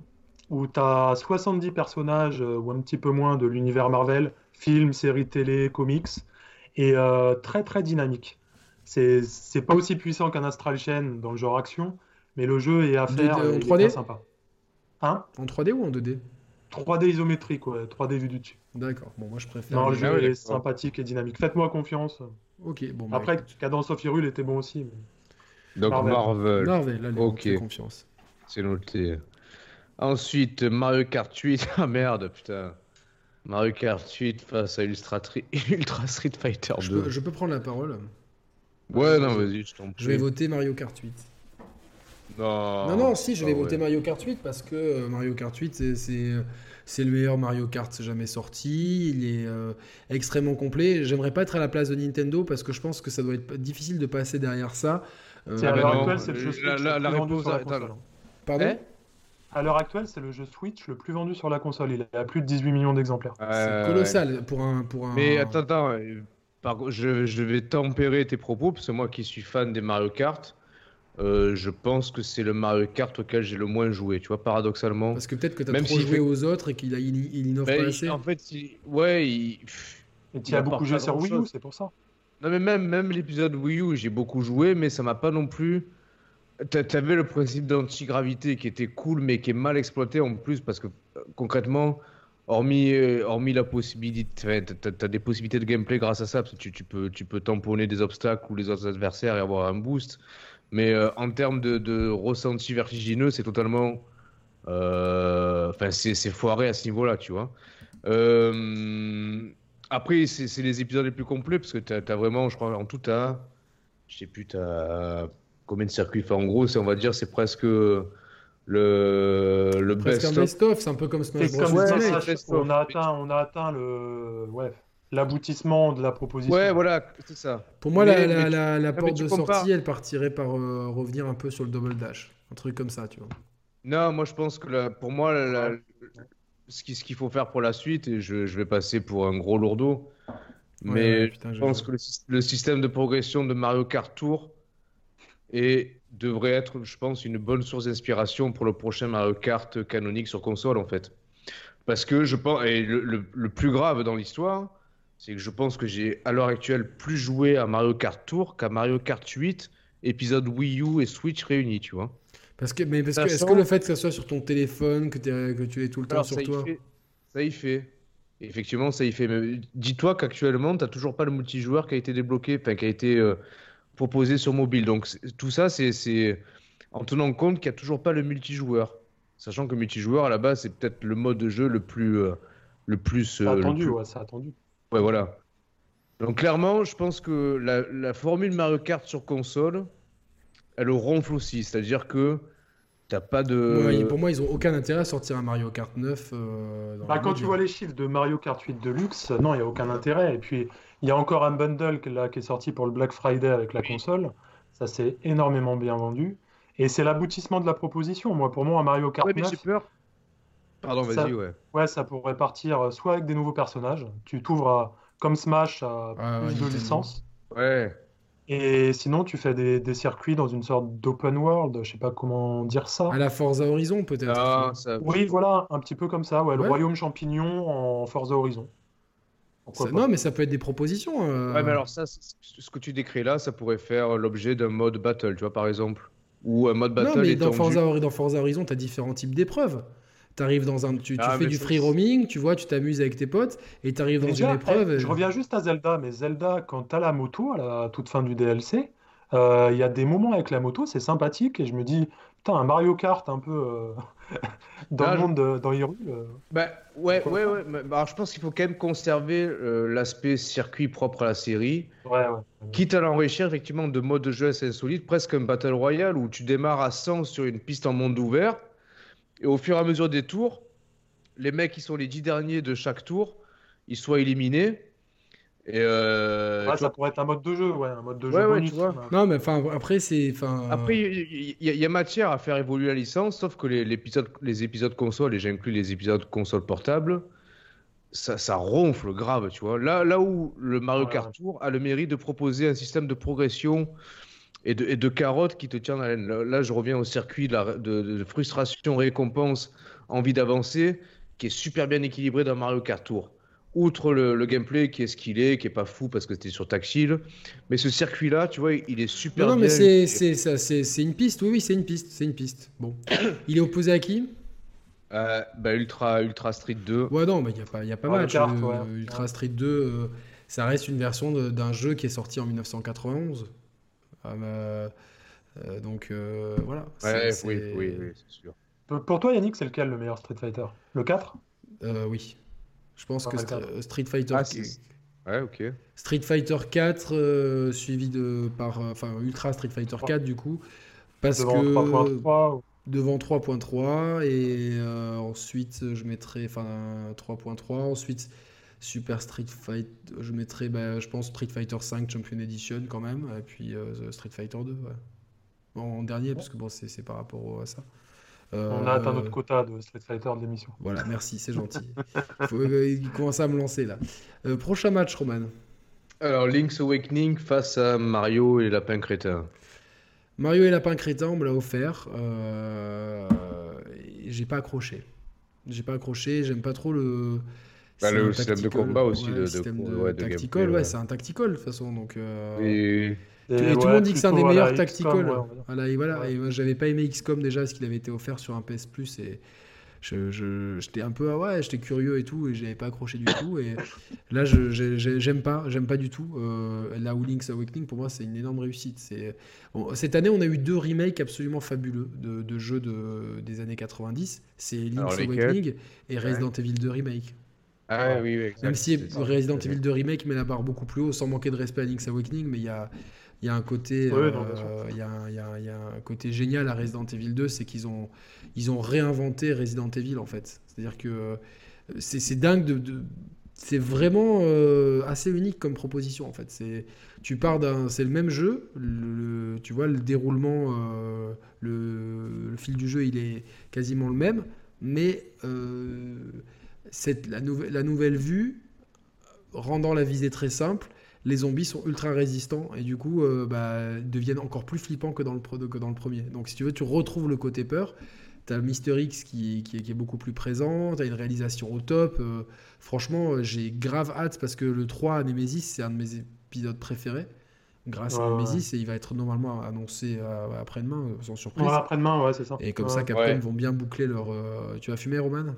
Speaker 3: où tu as 70 personnages euh, ou un petit peu moins de l'univers Marvel, films, séries télé, comics, et euh, très très dynamique. C'est c'est pas aussi puissant qu'un Astral Chain dans le genre action, mais le jeu est à
Speaker 1: Il est
Speaker 3: faire
Speaker 1: en
Speaker 3: et il est
Speaker 1: 3D?
Speaker 3: bien sympa. Hein
Speaker 1: En 3D ou en 2D
Speaker 3: 3D isométrique, ouais, 3D vu du dessus.
Speaker 1: D'accord, bon, moi je préfère.
Speaker 3: Non, le
Speaker 1: les-
Speaker 3: jeu
Speaker 2: Ah ouais,
Speaker 3: est
Speaker 2: d'accord. Oh
Speaker 3: sympathique et dynamique. Faites-moi confiance.
Speaker 1: Ok, bon. bah,
Speaker 3: Après,
Speaker 1: écoute.
Speaker 3: Cadence of Hyrule était bon aussi. mais-
Speaker 2: Donc,
Speaker 3: Marvel.
Speaker 2: Marvel,
Speaker 1: Marvel, allez,
Speaker 2: Ok.
Speaker 1: on te fait confiance.
Speaker 2: c'est noté. Ensuite, Mario Kart 8. Ah merde, putain. Mario Kart 8 face à Ultra, Tri- Ultra Street Fighter 2.
Speaker 1: Je peux, je peux prendre la parole.
Speaker 2: Ouais, non, vas-y, je t'en prie.
Speaker 1: Je vais voter Mario Kart 8.
Speaker 2: Non,
Speaker 1: non, non, si, je vais
Speaker 2: Ah ouais.
Speaker 1: voter Mario Kart 8 parce que euh, Mario Kart 8, c'est- c'est c'est le meilleur Mario Kart jamais sorti. Il est euh, extrêmement complet. J'aimerais pas être à la place de Nintendo parce que je pense que ça doit être difficile de passer derrière ça. Euh,
Speaker 3: C'est
Speaker 2: Ah
Speaker 3: à
Speaker 2: bah
Speaker 3: l'heure
Speaker 2: non,
Speaker 3: actuelle, c'est le jeu
Speaker 2: la-
Speaker 3: Switch
Speaker 2: la-
Speaker 3: le plus
Speaker 2: la
Speaker 3: vendu
Speaker 2: réponse,
Speaker 3: sur la
Speaker 2: attends.
Speaker 3: console.
Speaker 1: Pardon
Speaker 2: Eh
Speaker 3: À l'heure actuelle, c'est le jeu Switch le plus vendu sur la console. Il est à plus de 18 millions d'exemplaires.
Speaker 2: Ouais,
Speaker 1: C'est colossal pour un. Pour un...
Speaker 2: ouais. Mais attends, attends. euh, Par contre, je, je vais tempérer tes propos, parce que moi qui suis fan des Mario Kart, euh, je pense que c'est le Mario Kart auquel j'ai le moins joué, tu vois, paradoxalement.
Speaker 1: Parce que peut-être que t'as
Speaker 2: Même
Speaker 1: trop
Speaker 2: s'il
Speaker 1: joué
Speaker 2: fait-
Speaker 1: aux autres et qu'il a- il, il innove
Speaker 2: Ben,
Speaker 1: pas
Speaker 2: il-
Speaker 1: assez.
Speaker 2: en fait, il- ouais, il- pff.
Speaker 3: Et tu
Speaker 2: Il
Speaker 3: as
Speaker 2: apporte
Speaker 3: beaucoup
Speaker 2: pas
Speaker 3: joué sur Wii
Speaker 2: grand-chose.
Speaker 3: U, c'est pour ça.
Speaker 2: Non, mais même, même l'épisode Wii U, j'ai beaucoup joué, mais ça m'a pas non plus. T'a- T'avais le principe d'antigravité qui était cool, mais qui est mal exploité en plus, parce que euh, concrètement, hormis, euh, hormis la possibilité. enfin, t'as- T'as t'as des possibilités de gameplay grâce à ça, parce que tu, tu peux, tu peux tamponner des obstacles ou les autres adversaires et avoir un boost. Mais euh, en termes de, de ressenti vertigineux, c'est totalement. euh, Enfin, c'est c'est foiré à ce niveau-là, tu vois. Euh, après, c'est c'est les épisodes les plus complets parce que t'as as vraiment, je crois, en tout, t'as. Je sais plus, t'as. Combien de circuits Enfin, en gros, c'est- on va dire, c'est presque le, le
Speaker 1: Presque un
Speaker 2: best-of.
Speaker 1: best-of, c'est un peu comme Smash
Speaker 3: C'est
Speaker 1: Bros.
Speaker 3: comme
Speaker 2: ouais,
Speaker 3: ça,
Speaker 1: Ultimate.
Speaker 2: ouais,
Speaker 3: ça,
Speaker 2: Best
Speaker 3: on a
Speaker 2: of.
Speaker 3: atteint, on a atteint le, ouais, l'aboutissement de la proposition.
Speaker 2: Ouais, voilà, c'est ça.
Speaker 1: Pour moi, la, la-
Speaker 2: Mais- mais tu-
Speaker 1: la- la
Speaker 2: mais
Speaker 1: porte
Speaker 2: tu
Speaker 1: de
Speaker 2: compares.
Speaker 1: sortie, elle partirait par euh, revenir un peu sur le double dash. Un truc comme ça, tu vois.
Speaker 2: Non, moi, je pense que la- pour moi, la- la- ce qui- ce qu'il faut faire pour la suite, et je, je vais passer pour un gros lourdeau, mais Je pense que le, syst- le système de progression de Mario Kart Tour est- devrait être, je pense, une bonne source d'inspiration pour le prochain Mario Kart canonique sur console, en fait. Parce que je pense, et le, le- le plus grave dans l'histoire, c'est que je pense que j'ai à l'heure actuelle plus joué à Mario Kart Tour qu'à Mario Kart 8, épisode Wii U et Switch réunis, tu vois.
Speaker 1: Parce que, mais parce que,
Speaker 2: Sachant-
Speaker 1: est-ce que le fait que ça soit sur ton téléphone, que, t'es- que tu l'aies tout le temps
Speaker 2: Alors,
Speaker 1: sur
Speaker 2: ça, y
Speaker 1: toi
Speaker 2: fait, ça y fait. Effectivement, ça y fait. Mais dis-toi qu'actuellement, tu toujours pas le multijoueur qui a été débloqué, enfin, qui a été euh, proposé sur mobile. Donc, c'est- tout ça, c'est- c'est en tenant compte qu'il n'y a toujours pas le multijoueur. Sachant que multijoueur, à la base, c'est peut-être le mode de jeu le plus. euh, le plus.
Speaker 3: C'est
Speaker 2: euh, le
Speaker 3: attendu,
Speaker 2: plus-
Speaker 3: ouais, c'est attendu.
Speaker 2: Ouais, voilà. Donc clairement, je pense que la, la formule Mario Kart sur console, elle ronfle aussi. C'est-à-dire que t'as pas de.
Speaker 1: Ouais, Pour moi, ils ont aucun intérêt à sortir un Mario Kart 9. euh, dans
Speaker 3: Bah,
Speaker 1: la
Speaker 3: quand
Speaker 1: mode,
Speaker 3: tu
Speaker 1: là.
Speaker 3: vois les chiffres de Mario Kart 8 Deluxe, non, il n'y a aucun intérêt. Et puis, il y a encore un bundle que- là, qui est sorti pour le Black Friday avec la console. Ça s'est énormément bien vendu. Et c'est l'aboutissement de la proposition. Moi, pour moi, un Mario Kart
Speaker 2: Ouais, mais
Speaker 3: 9,
Speaker 2: j'ai peur. Pardon,
Speaker 3: Ça-
Speaker 2: vas-y, ouais.
Speaker 3: ouais, ça pourrait partir euh, soit avec des nouveaux personnages. Tu t'ouvres à- comme Smash à
Speaker 1: Ah, ouais,
Speaker 3: plus de
Speaker 1: Nintendo.
Speaker 3: licences.
Speaker 2: Ouais.
Speaker 3: Et sinon, tu fais des, des circuits dans une sorte d'open world. Je sais pas comment dire ça.
Speaker 1: À la Forza Horizon, peut-être.
Speaker 2: Ah, ça-
Speaker 3: Oui, voilà, un petit peu comme ça. Ouais, le
Speaker 1: Ouais.
Speaker 3: royaume champignon en Forza Horizon. Pourquoi
Speaker 1: Ça-
Speaker 3: pas.
Speaker 1: non, mais ça peut être des propositions. euh.
Speaker 2: Ouais, mais alors ça, c'est- ce que tu décris là, ça pourrait faire l'objet d'un mode battle, tu vois, par exemple. Ou un mode battle
Speaker 1: non, mais dans
Speaker 2: étendu.
Speaker 1: Forza, Hori- dans Forza Horizon, tu as différents types d'épreuves. T'arrives dans un, tu, tu
Speaker 2: Ah,
Speaker 1: fais
Speaker 2: mais
Speaker 1: du
Speaker 2: ça,
Speaker 1: free
Speaker 2: c'est-
Speaker 1: roaming, tu vois, tu t'amuses avec tes potes, et t'arrives dans
Speaker 3: Mais
Speaker 1: une
Speaker 3: déjà,
Speaker 1: épreuve. euh,
Speaker 3: eh,
Speaker 1: et-
Speaker 3: Je reviens juste à Zelda, mais Zelda, quand t'as la moto à la toute fin du DLC, euh, il y a des moments avec la moto, c'est sympathique, et je me dis, putain, un Mario Kart un peu euh, dans
Speaker 2: Ah,
Speaker 3: le
Speaker 2: je-
Speaker 3: monde, de- dans Hyrule. euh,
Speaker 2: Bah, ouais,
Speaker 3: Pourquoi
Speaker 2: ouais, ouais. mais- bah, alors, je pense qu'il faut quand même conserver euh, l'aspect circuit propre à la série.
Speaker 3: Ouais, ouais.
Speaker 2: Quitte à l'enrichir effectivement de modes de jeu assez insolites, presque un battle royale où tu démarres à 100 sur une piste en monde ouvert, et au fur et à mesure des tours, les mecs qui sont les 10 derniers de chaque tour, ils soient éliminés. Et euh,
Speaker 3: Ouais,
Speaker 2: tu
Speaker 3: Ah, ça pourrait être un mode de jeu, ouais, un mode de
Speaker 2: Ouais,
Speaker 3: jeu
Speaker 2: ouais,
Speaker 3: bonus.
Speaker 2: tu vois.
Speaker 1: Non, mais enfin, après, c'est. enfin,
Speaker 2: Après, il y, y- y a matière à faire évoluer la licence, sauf que les, l'épisode- les épisodes console, et j'inclus les épisodes console portable, ça, ça ronfle grave, tu vois. Là, là où le Mario
Speaker 3: Ouais.
Speaker 2: Kart Tour a le mérite de proposer un système de progression et de, et de carottes qui te tient en haleine. Là, là, je reviens au circuit de, la- de- de frustration, récompense, envie d'avancer, qui est super bien équilibré dans Mario Kart Tour. Outre le, le gameplay qui est ce qu'il est, qui est pas fou parce que c'était sur tactile, mais ce circuit-là, tu vois, il est super
Speaker 1: Non, non,
Speaker 2: bien.
Speaker 1: mais c'est-
Speaker 2: équilibré.
Speaker 1: c'est ça, c'est- c'est une piste, oui, oui, c'est une piste, c'est une piste. Bon. Il est opposé à qui
Speaker 2: Euh, bah, Ultra, Ultra Street 2.
Speaker 1: Ouais, non, mais il n'y a pas, y a pas
Speaker 2: Ah,
Speaker 3: Mario
Speaker 1: match.
Speaker 3: Kart,
Speaker 1: euh,
Speaker 3: ouais.
Speaker 1: Ultra Street 2, euh, ça reste une version de- d'un jeu qui est sorti en 1991. Euh, euh, donc, euh, voilà.
Speaker 2: Ouais,
Speaker 1: C'est-
Speaker 2: oui,
Speaker 1: c'est-
Speaker 2: oui, oui, c'est sûr.
Speaker 3: Pour- euh. Pour toi, Yannick, c'est lequel le meilleur Street Fighter? Le 4?
Speaker 1: Euh, oui. Je pense que
Speaker 3: Mario
Speaker 1: Stra-
Speaker 3: Kart.
Speaker 1: euh, Street Fighter,
Speaker 2: Ah, c'est- Ouais, ok.
Speaker 1: Street Fighter 4, euh, suivi de par, euh, enfin Ultra Street Fighter 4 du coup, parce
Speaker 3: Devant
Speaker 1: que
Speaker 3: 3.3 ou-
Speaker 1: devant 3.3 et euh, ensuite je mettrai enfin 3.3 ensuite Super Street Fighter je mettrai bah, je pense Street Fighter 5 Champion Edition quand même et puis euh, Street Fighter 2 ouais. Bon, en dernier parce que bon c'est c'est par rapport au- à ça
Speaker 3: On a
Speaker 1: Euh,
Speaker 3: atteint notre quota de Street Fighter de l'émission.
Speaker 1: voilà merci c'est gentil Faut- euh, il commence à me lancer là Euh, prochain match Roman
Speaker 2: Alors, Link's Awakening face à Mario et Lapin Crétin.
Speaker 1: Mario et Lapin Crétin, on me l'a offert. euh, et j'ai pas accroché. J'ai pas accroché, j'aime pas trop le.
Speaker 2: Bah,
Speaker 1: c'est
Speaker 2: le
Speaker 1: un
Speaker 2: système de
Speaker 1: tactical,
Speaker 2: combat aussi,
Speaker 1: ouais,
Speaker 2: de-
Speaker 1: le
Speaker 2: de-
Speaker 1: système de,
Speaker 2: ouais, de
Speaker 1: tactical,
Speaker 2: gameplay,
Speaker 1: ouais,
Speaker 2: ouais.
Speaker 1: c'est un tactical de toute façon. Donc,
Speaker 2: Oh.
Speaker 1: euh,
Speaker 2: Et...
Speaker 1: et tout,
Speaker 3: Et
Speaker 1: le
Speaker 3: ouais,
Speaker 1: monde dit que c'est un des
Speaker 3: plutôt à
Speaker 1: meilleurs euh.
Speaker 3: la XCOM,
Speaker 1: tactical.
Speaker 3: ouais, on va dire.
Speaker 1: Voilà, et voilà.
Speaker 3: Ouais.
Speaker 1: Et moi, j'avais pas aimé XCOM déjà parce qu'il avait été offert sur un PS Plus et je- je- j'étais un peu ah ouais, j'étais curieux et tout et j'avais pas accroché du tout. Et là, je- j'ai- j'ai- j'aime pas, j'aime pas du tout. Euh, là où Link's Awakening pour moi c'est une énorme réussite. C'est bon, cette année on a eu deux remakes absolument fabuleux de, de jeux de, des années 90. C'est Link's
Speaker 2: Alors, lesquels
Speaker 1: Awakening et Resident Evil 2 remake.
Speaker 2: Ah, oui, oui, exact,
Speaker 1: Même si
Speaker 2: c'est ça.
Speaker 1: Resident Evil 2 Remake met la barre beaucoup plus haut, sans manquer de respect à Link's Awakening, mais il y a, il y a un côté,
Speaker 3: Ouais, non, bien
Speaker 1: euh, il y a un- il y a un- il y a un côté génial à Resident Evil 2, c'est qu'ils ont, ils ont réinventé Resident Evil en fait. C'est-à-dire que euh, c'est c'est dingue de, de- c'est vraiment euh, assez unique comme proposition en fait. C'est, tu pars d'un, c'est le même jeu, le, le- tu vois le déroulement, euh, le, le fil du jeu, il est quasiment le même, mais euh, cette, la, nouvelle- la nouvelle vue, rendant la visée très simple, les zombies sont ultra résistants et du coup euh, bah, deviennent encore plus flippants que dans, le, pro- que dans le premier. Donc si tu veux, tu retrouves le côté peur, T'as Mister X qui, qui, qui est beaucoup plus présent, t'as une réalisation au top. Euh, franchement, j'ai grave hâte parce que le 3 à Nemesis, c'est un de mes épisodes préférés. Grâce
Speaker 3: Ouais,
Speaker 1: à
Speaker 3: ouais.
Speaker 1: Nemesis, et il va être normalement annoncé euh, après-demain, euh, sans surprise.
Speaker 3: Ouais, après-demain, ouais, c'est ça.
Speaker 1: Et comme
Speaker 3: Ouais.
Speaker 1: ça, Capcom
Speaker 2: Ouais.
Speaker 1: vont bien boucler leur. euh, Tu vas fumer, Roman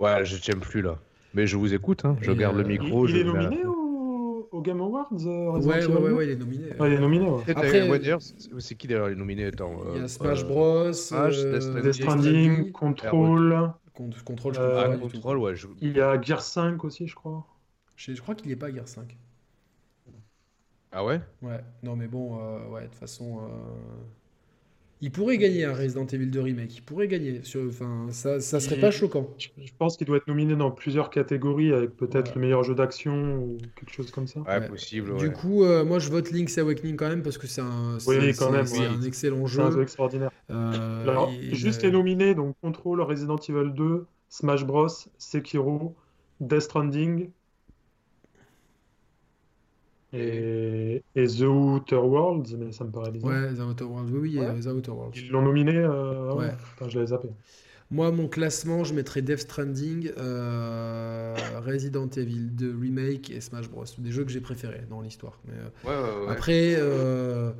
Speaker 2: Ouais, je tiens plus là. Mais je vous écoute, hein. je
Speaker 1: Et,
Speaker 2: garde
Speaker 1: euh,
Speaker 2: le
Speaker 3: Il,
Speaker 2: micro.
Speaker 3: il
Speaker 2: je
Speaker 3: est
Speaker 2: vais à la
Speaker 3: nominé
Speaker 2: fin.
Speaker 3: au, au Game Awards euh, Resident
Speaker 1: ouais, ouais,
Speaker 3: Evil
Speaker 1: ouais,
Speaker 3: deux
Speaker 1: ouais, il est nominé.
Speaker 3: Ouais, il est nominé, ouais.
Speaker 2: Peut-être,
Speaker 1: Après,
Speaker 2: euh, ouais, d'ailleurs, c'est c'est qui d'ailleurs les nominés Attends,
Speaker 1: Il y
Speaker 2: euh,
Speaker 1: a Smash
Speaker 2: euh,
Speaker 1: Bros, euh,
Speaker 2: Smash, Death Stranding.
Speaker 1: Death
Speaker 3: Death Stranding,
Speaker 1: Stranding,
Speaker 3: Control,
Speaker 1: Con- Control, je
Speaker 3: Euh,
Speaker 1: comprends
Speaker 2: Ah,
Speaker 1: pas du tout.
Speaker 2: contrôle, ouais. Je...
Speaker 3: il y a Gear 5 aussi, je crois.
Speaker 1: Je, je crois qu'il est pas à Gear 5.
Speaker 2: Ah ouais
Speaker 1: Ouais, non mais bon, euh, ouais, de toute façon, euh, il pourrait gagner un Resident Evil 2 remake. Il pourrait gagner. Sur, enfin, ça, ça serait
Speaker 3: Il-
Speaker 1: pas choquant.
Speaker 3: Je, je pense qu'il doit être nominé dans plusieurs catégories, avec peut-être
Speaker 1: Ouais.
Speaker 3: le meilleur jeu d'action ou quelque chose comme ça.
Speaker 2: Ouais,
Speaker 1: Ouais.
Speaker 2: possible, ouais.
Speaker 1: Du coup, euh, moi, je vote Link's Awakening quand même parce que c'est un, c'est-
Speaker 3: Oui, quand
Speaker 1: c'est-
Speaker 3: même,
Speaker 1: c'est
Speaker 2: oui.
Speaker 1: un excellent
Speaker 3: C'est un jeu
Speaker 1: jeu.
Speaker 3: extraordinaire.
Speaker 1: Euh,
Speaker 3: Alors,
Speaker 1: il-
Speaker 3: juste
Speaker 1: il-
Speaker 3: les nominés, donc Control, Resident Evil 2, Smash Bros, Sekiro, Death Stranding et, et The Outer Worlds, mais ça me paraît bizarre.
Speaker 1: Ouais, The Outer Worlds. Oui, oui,
Speaker 3: Ouais.
Speaker 1: euh, The Outer Worlds.
Speaker 3: Ils l'ont nominé, euh, ah ouais.
Speaker 1: Ouais.
Speaker 3: Putain, je l'avais zappé.
Speaker 1: Moi, mon classement, je mettrais Death Stranding, euh, Resident Evil 2 remake et Smash Bros. Des jeux que j'ai préférés dans l'histoire. Mais, euh,
Speaker 2: Ouais, ouais, ouais.
Speaker 1: Après, euh,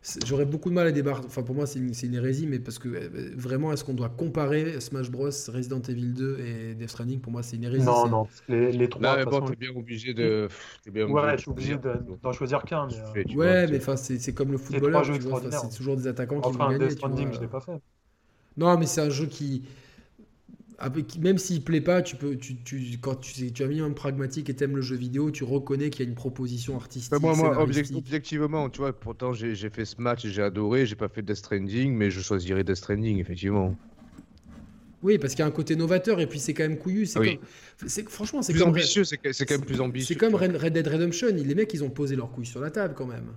Speaker 1: c'est- j'aurais beaucoup de mal à débarquer. Enfin, pour moi, c'est une, c'est une hérésie, mais parce que euh, vraiment, est-ce qu'on doit comparer Smash Bros, Resident Evil 2 et Death Stranding Pour moi, c'est une hérésie.
Speaker 3: Non,
Speaker 1: c'est-
Speaker 3: non, les, les trois,
Speaker 2: Non,
Speaker 3: de
Speaker 2: mais
Speaker 3: toute
Speaker 2: bon,
Speaker 3: façon,
Speaker 2: t'es bien obligé de. pff, T'es bien
Speaker 3: Ouais,
Speaker 2: de
Speaker 3: je suis obligé
Speaker 2: choisir.
Speaker 3: de- d'en choisir qu'un, mais,
Speaker 2: Tu
Speaker 3: euh,
Speaker 2: fais, tu vois,
Speaker 1: Ouais,
Speaker 2: tu-
Speaker 1: mais enfin, c'est c'est comme le footballeur.
Speaker 3: trois jeux
Speaker 1: tu vois, enfin,
Speaker 3: extraordinaires.
Speaker 1: c'est toujours des attaquants qui
Speaker 3: enfin,
Speaker 1: vont gagner.
Speaker 3: Death
Speaker 1: tu vois. euh,
Speaker 3: Stranding, je l'ai pas fait.
Speaker 1: Non, mais c'est un jeu qui. avec- Même s'il plaît pas, tu peux, tu, tu, quand tu, tu as un minimum pragmatique et t'aimes le jeu vidéo, tu reconnais qu'il y a une proposition artistique.
Speaker 2: Enfin, Bah, moi, moi object-
Speaker 1: scénaristique.
Speaker 2: objectivement, tu vois, pourtant j'ai j'ai fait ce match et j'ai adoré, j'ai pas fait Death Stranding, mais je choisirais Death Stranding, effectivement.
Speaker 1: Oui, parce qu'il y a un côté novateur et puis c'est quand même couillu. C'est
Speaker 2: Oui.
Speaker 1: comme- c'est- Franchement, c'est
Speaker 2: Plus
Speaker 1: comme-
Speaker 2: ambitieux, c'est que- c'est quand même plus ambitieux.
Speaker 1: C'est comme
Speaker 2: tu vois.
Speaker 1: Red Red Dead Redemption, les mecs ils ont posé leur couille sur la table quand même.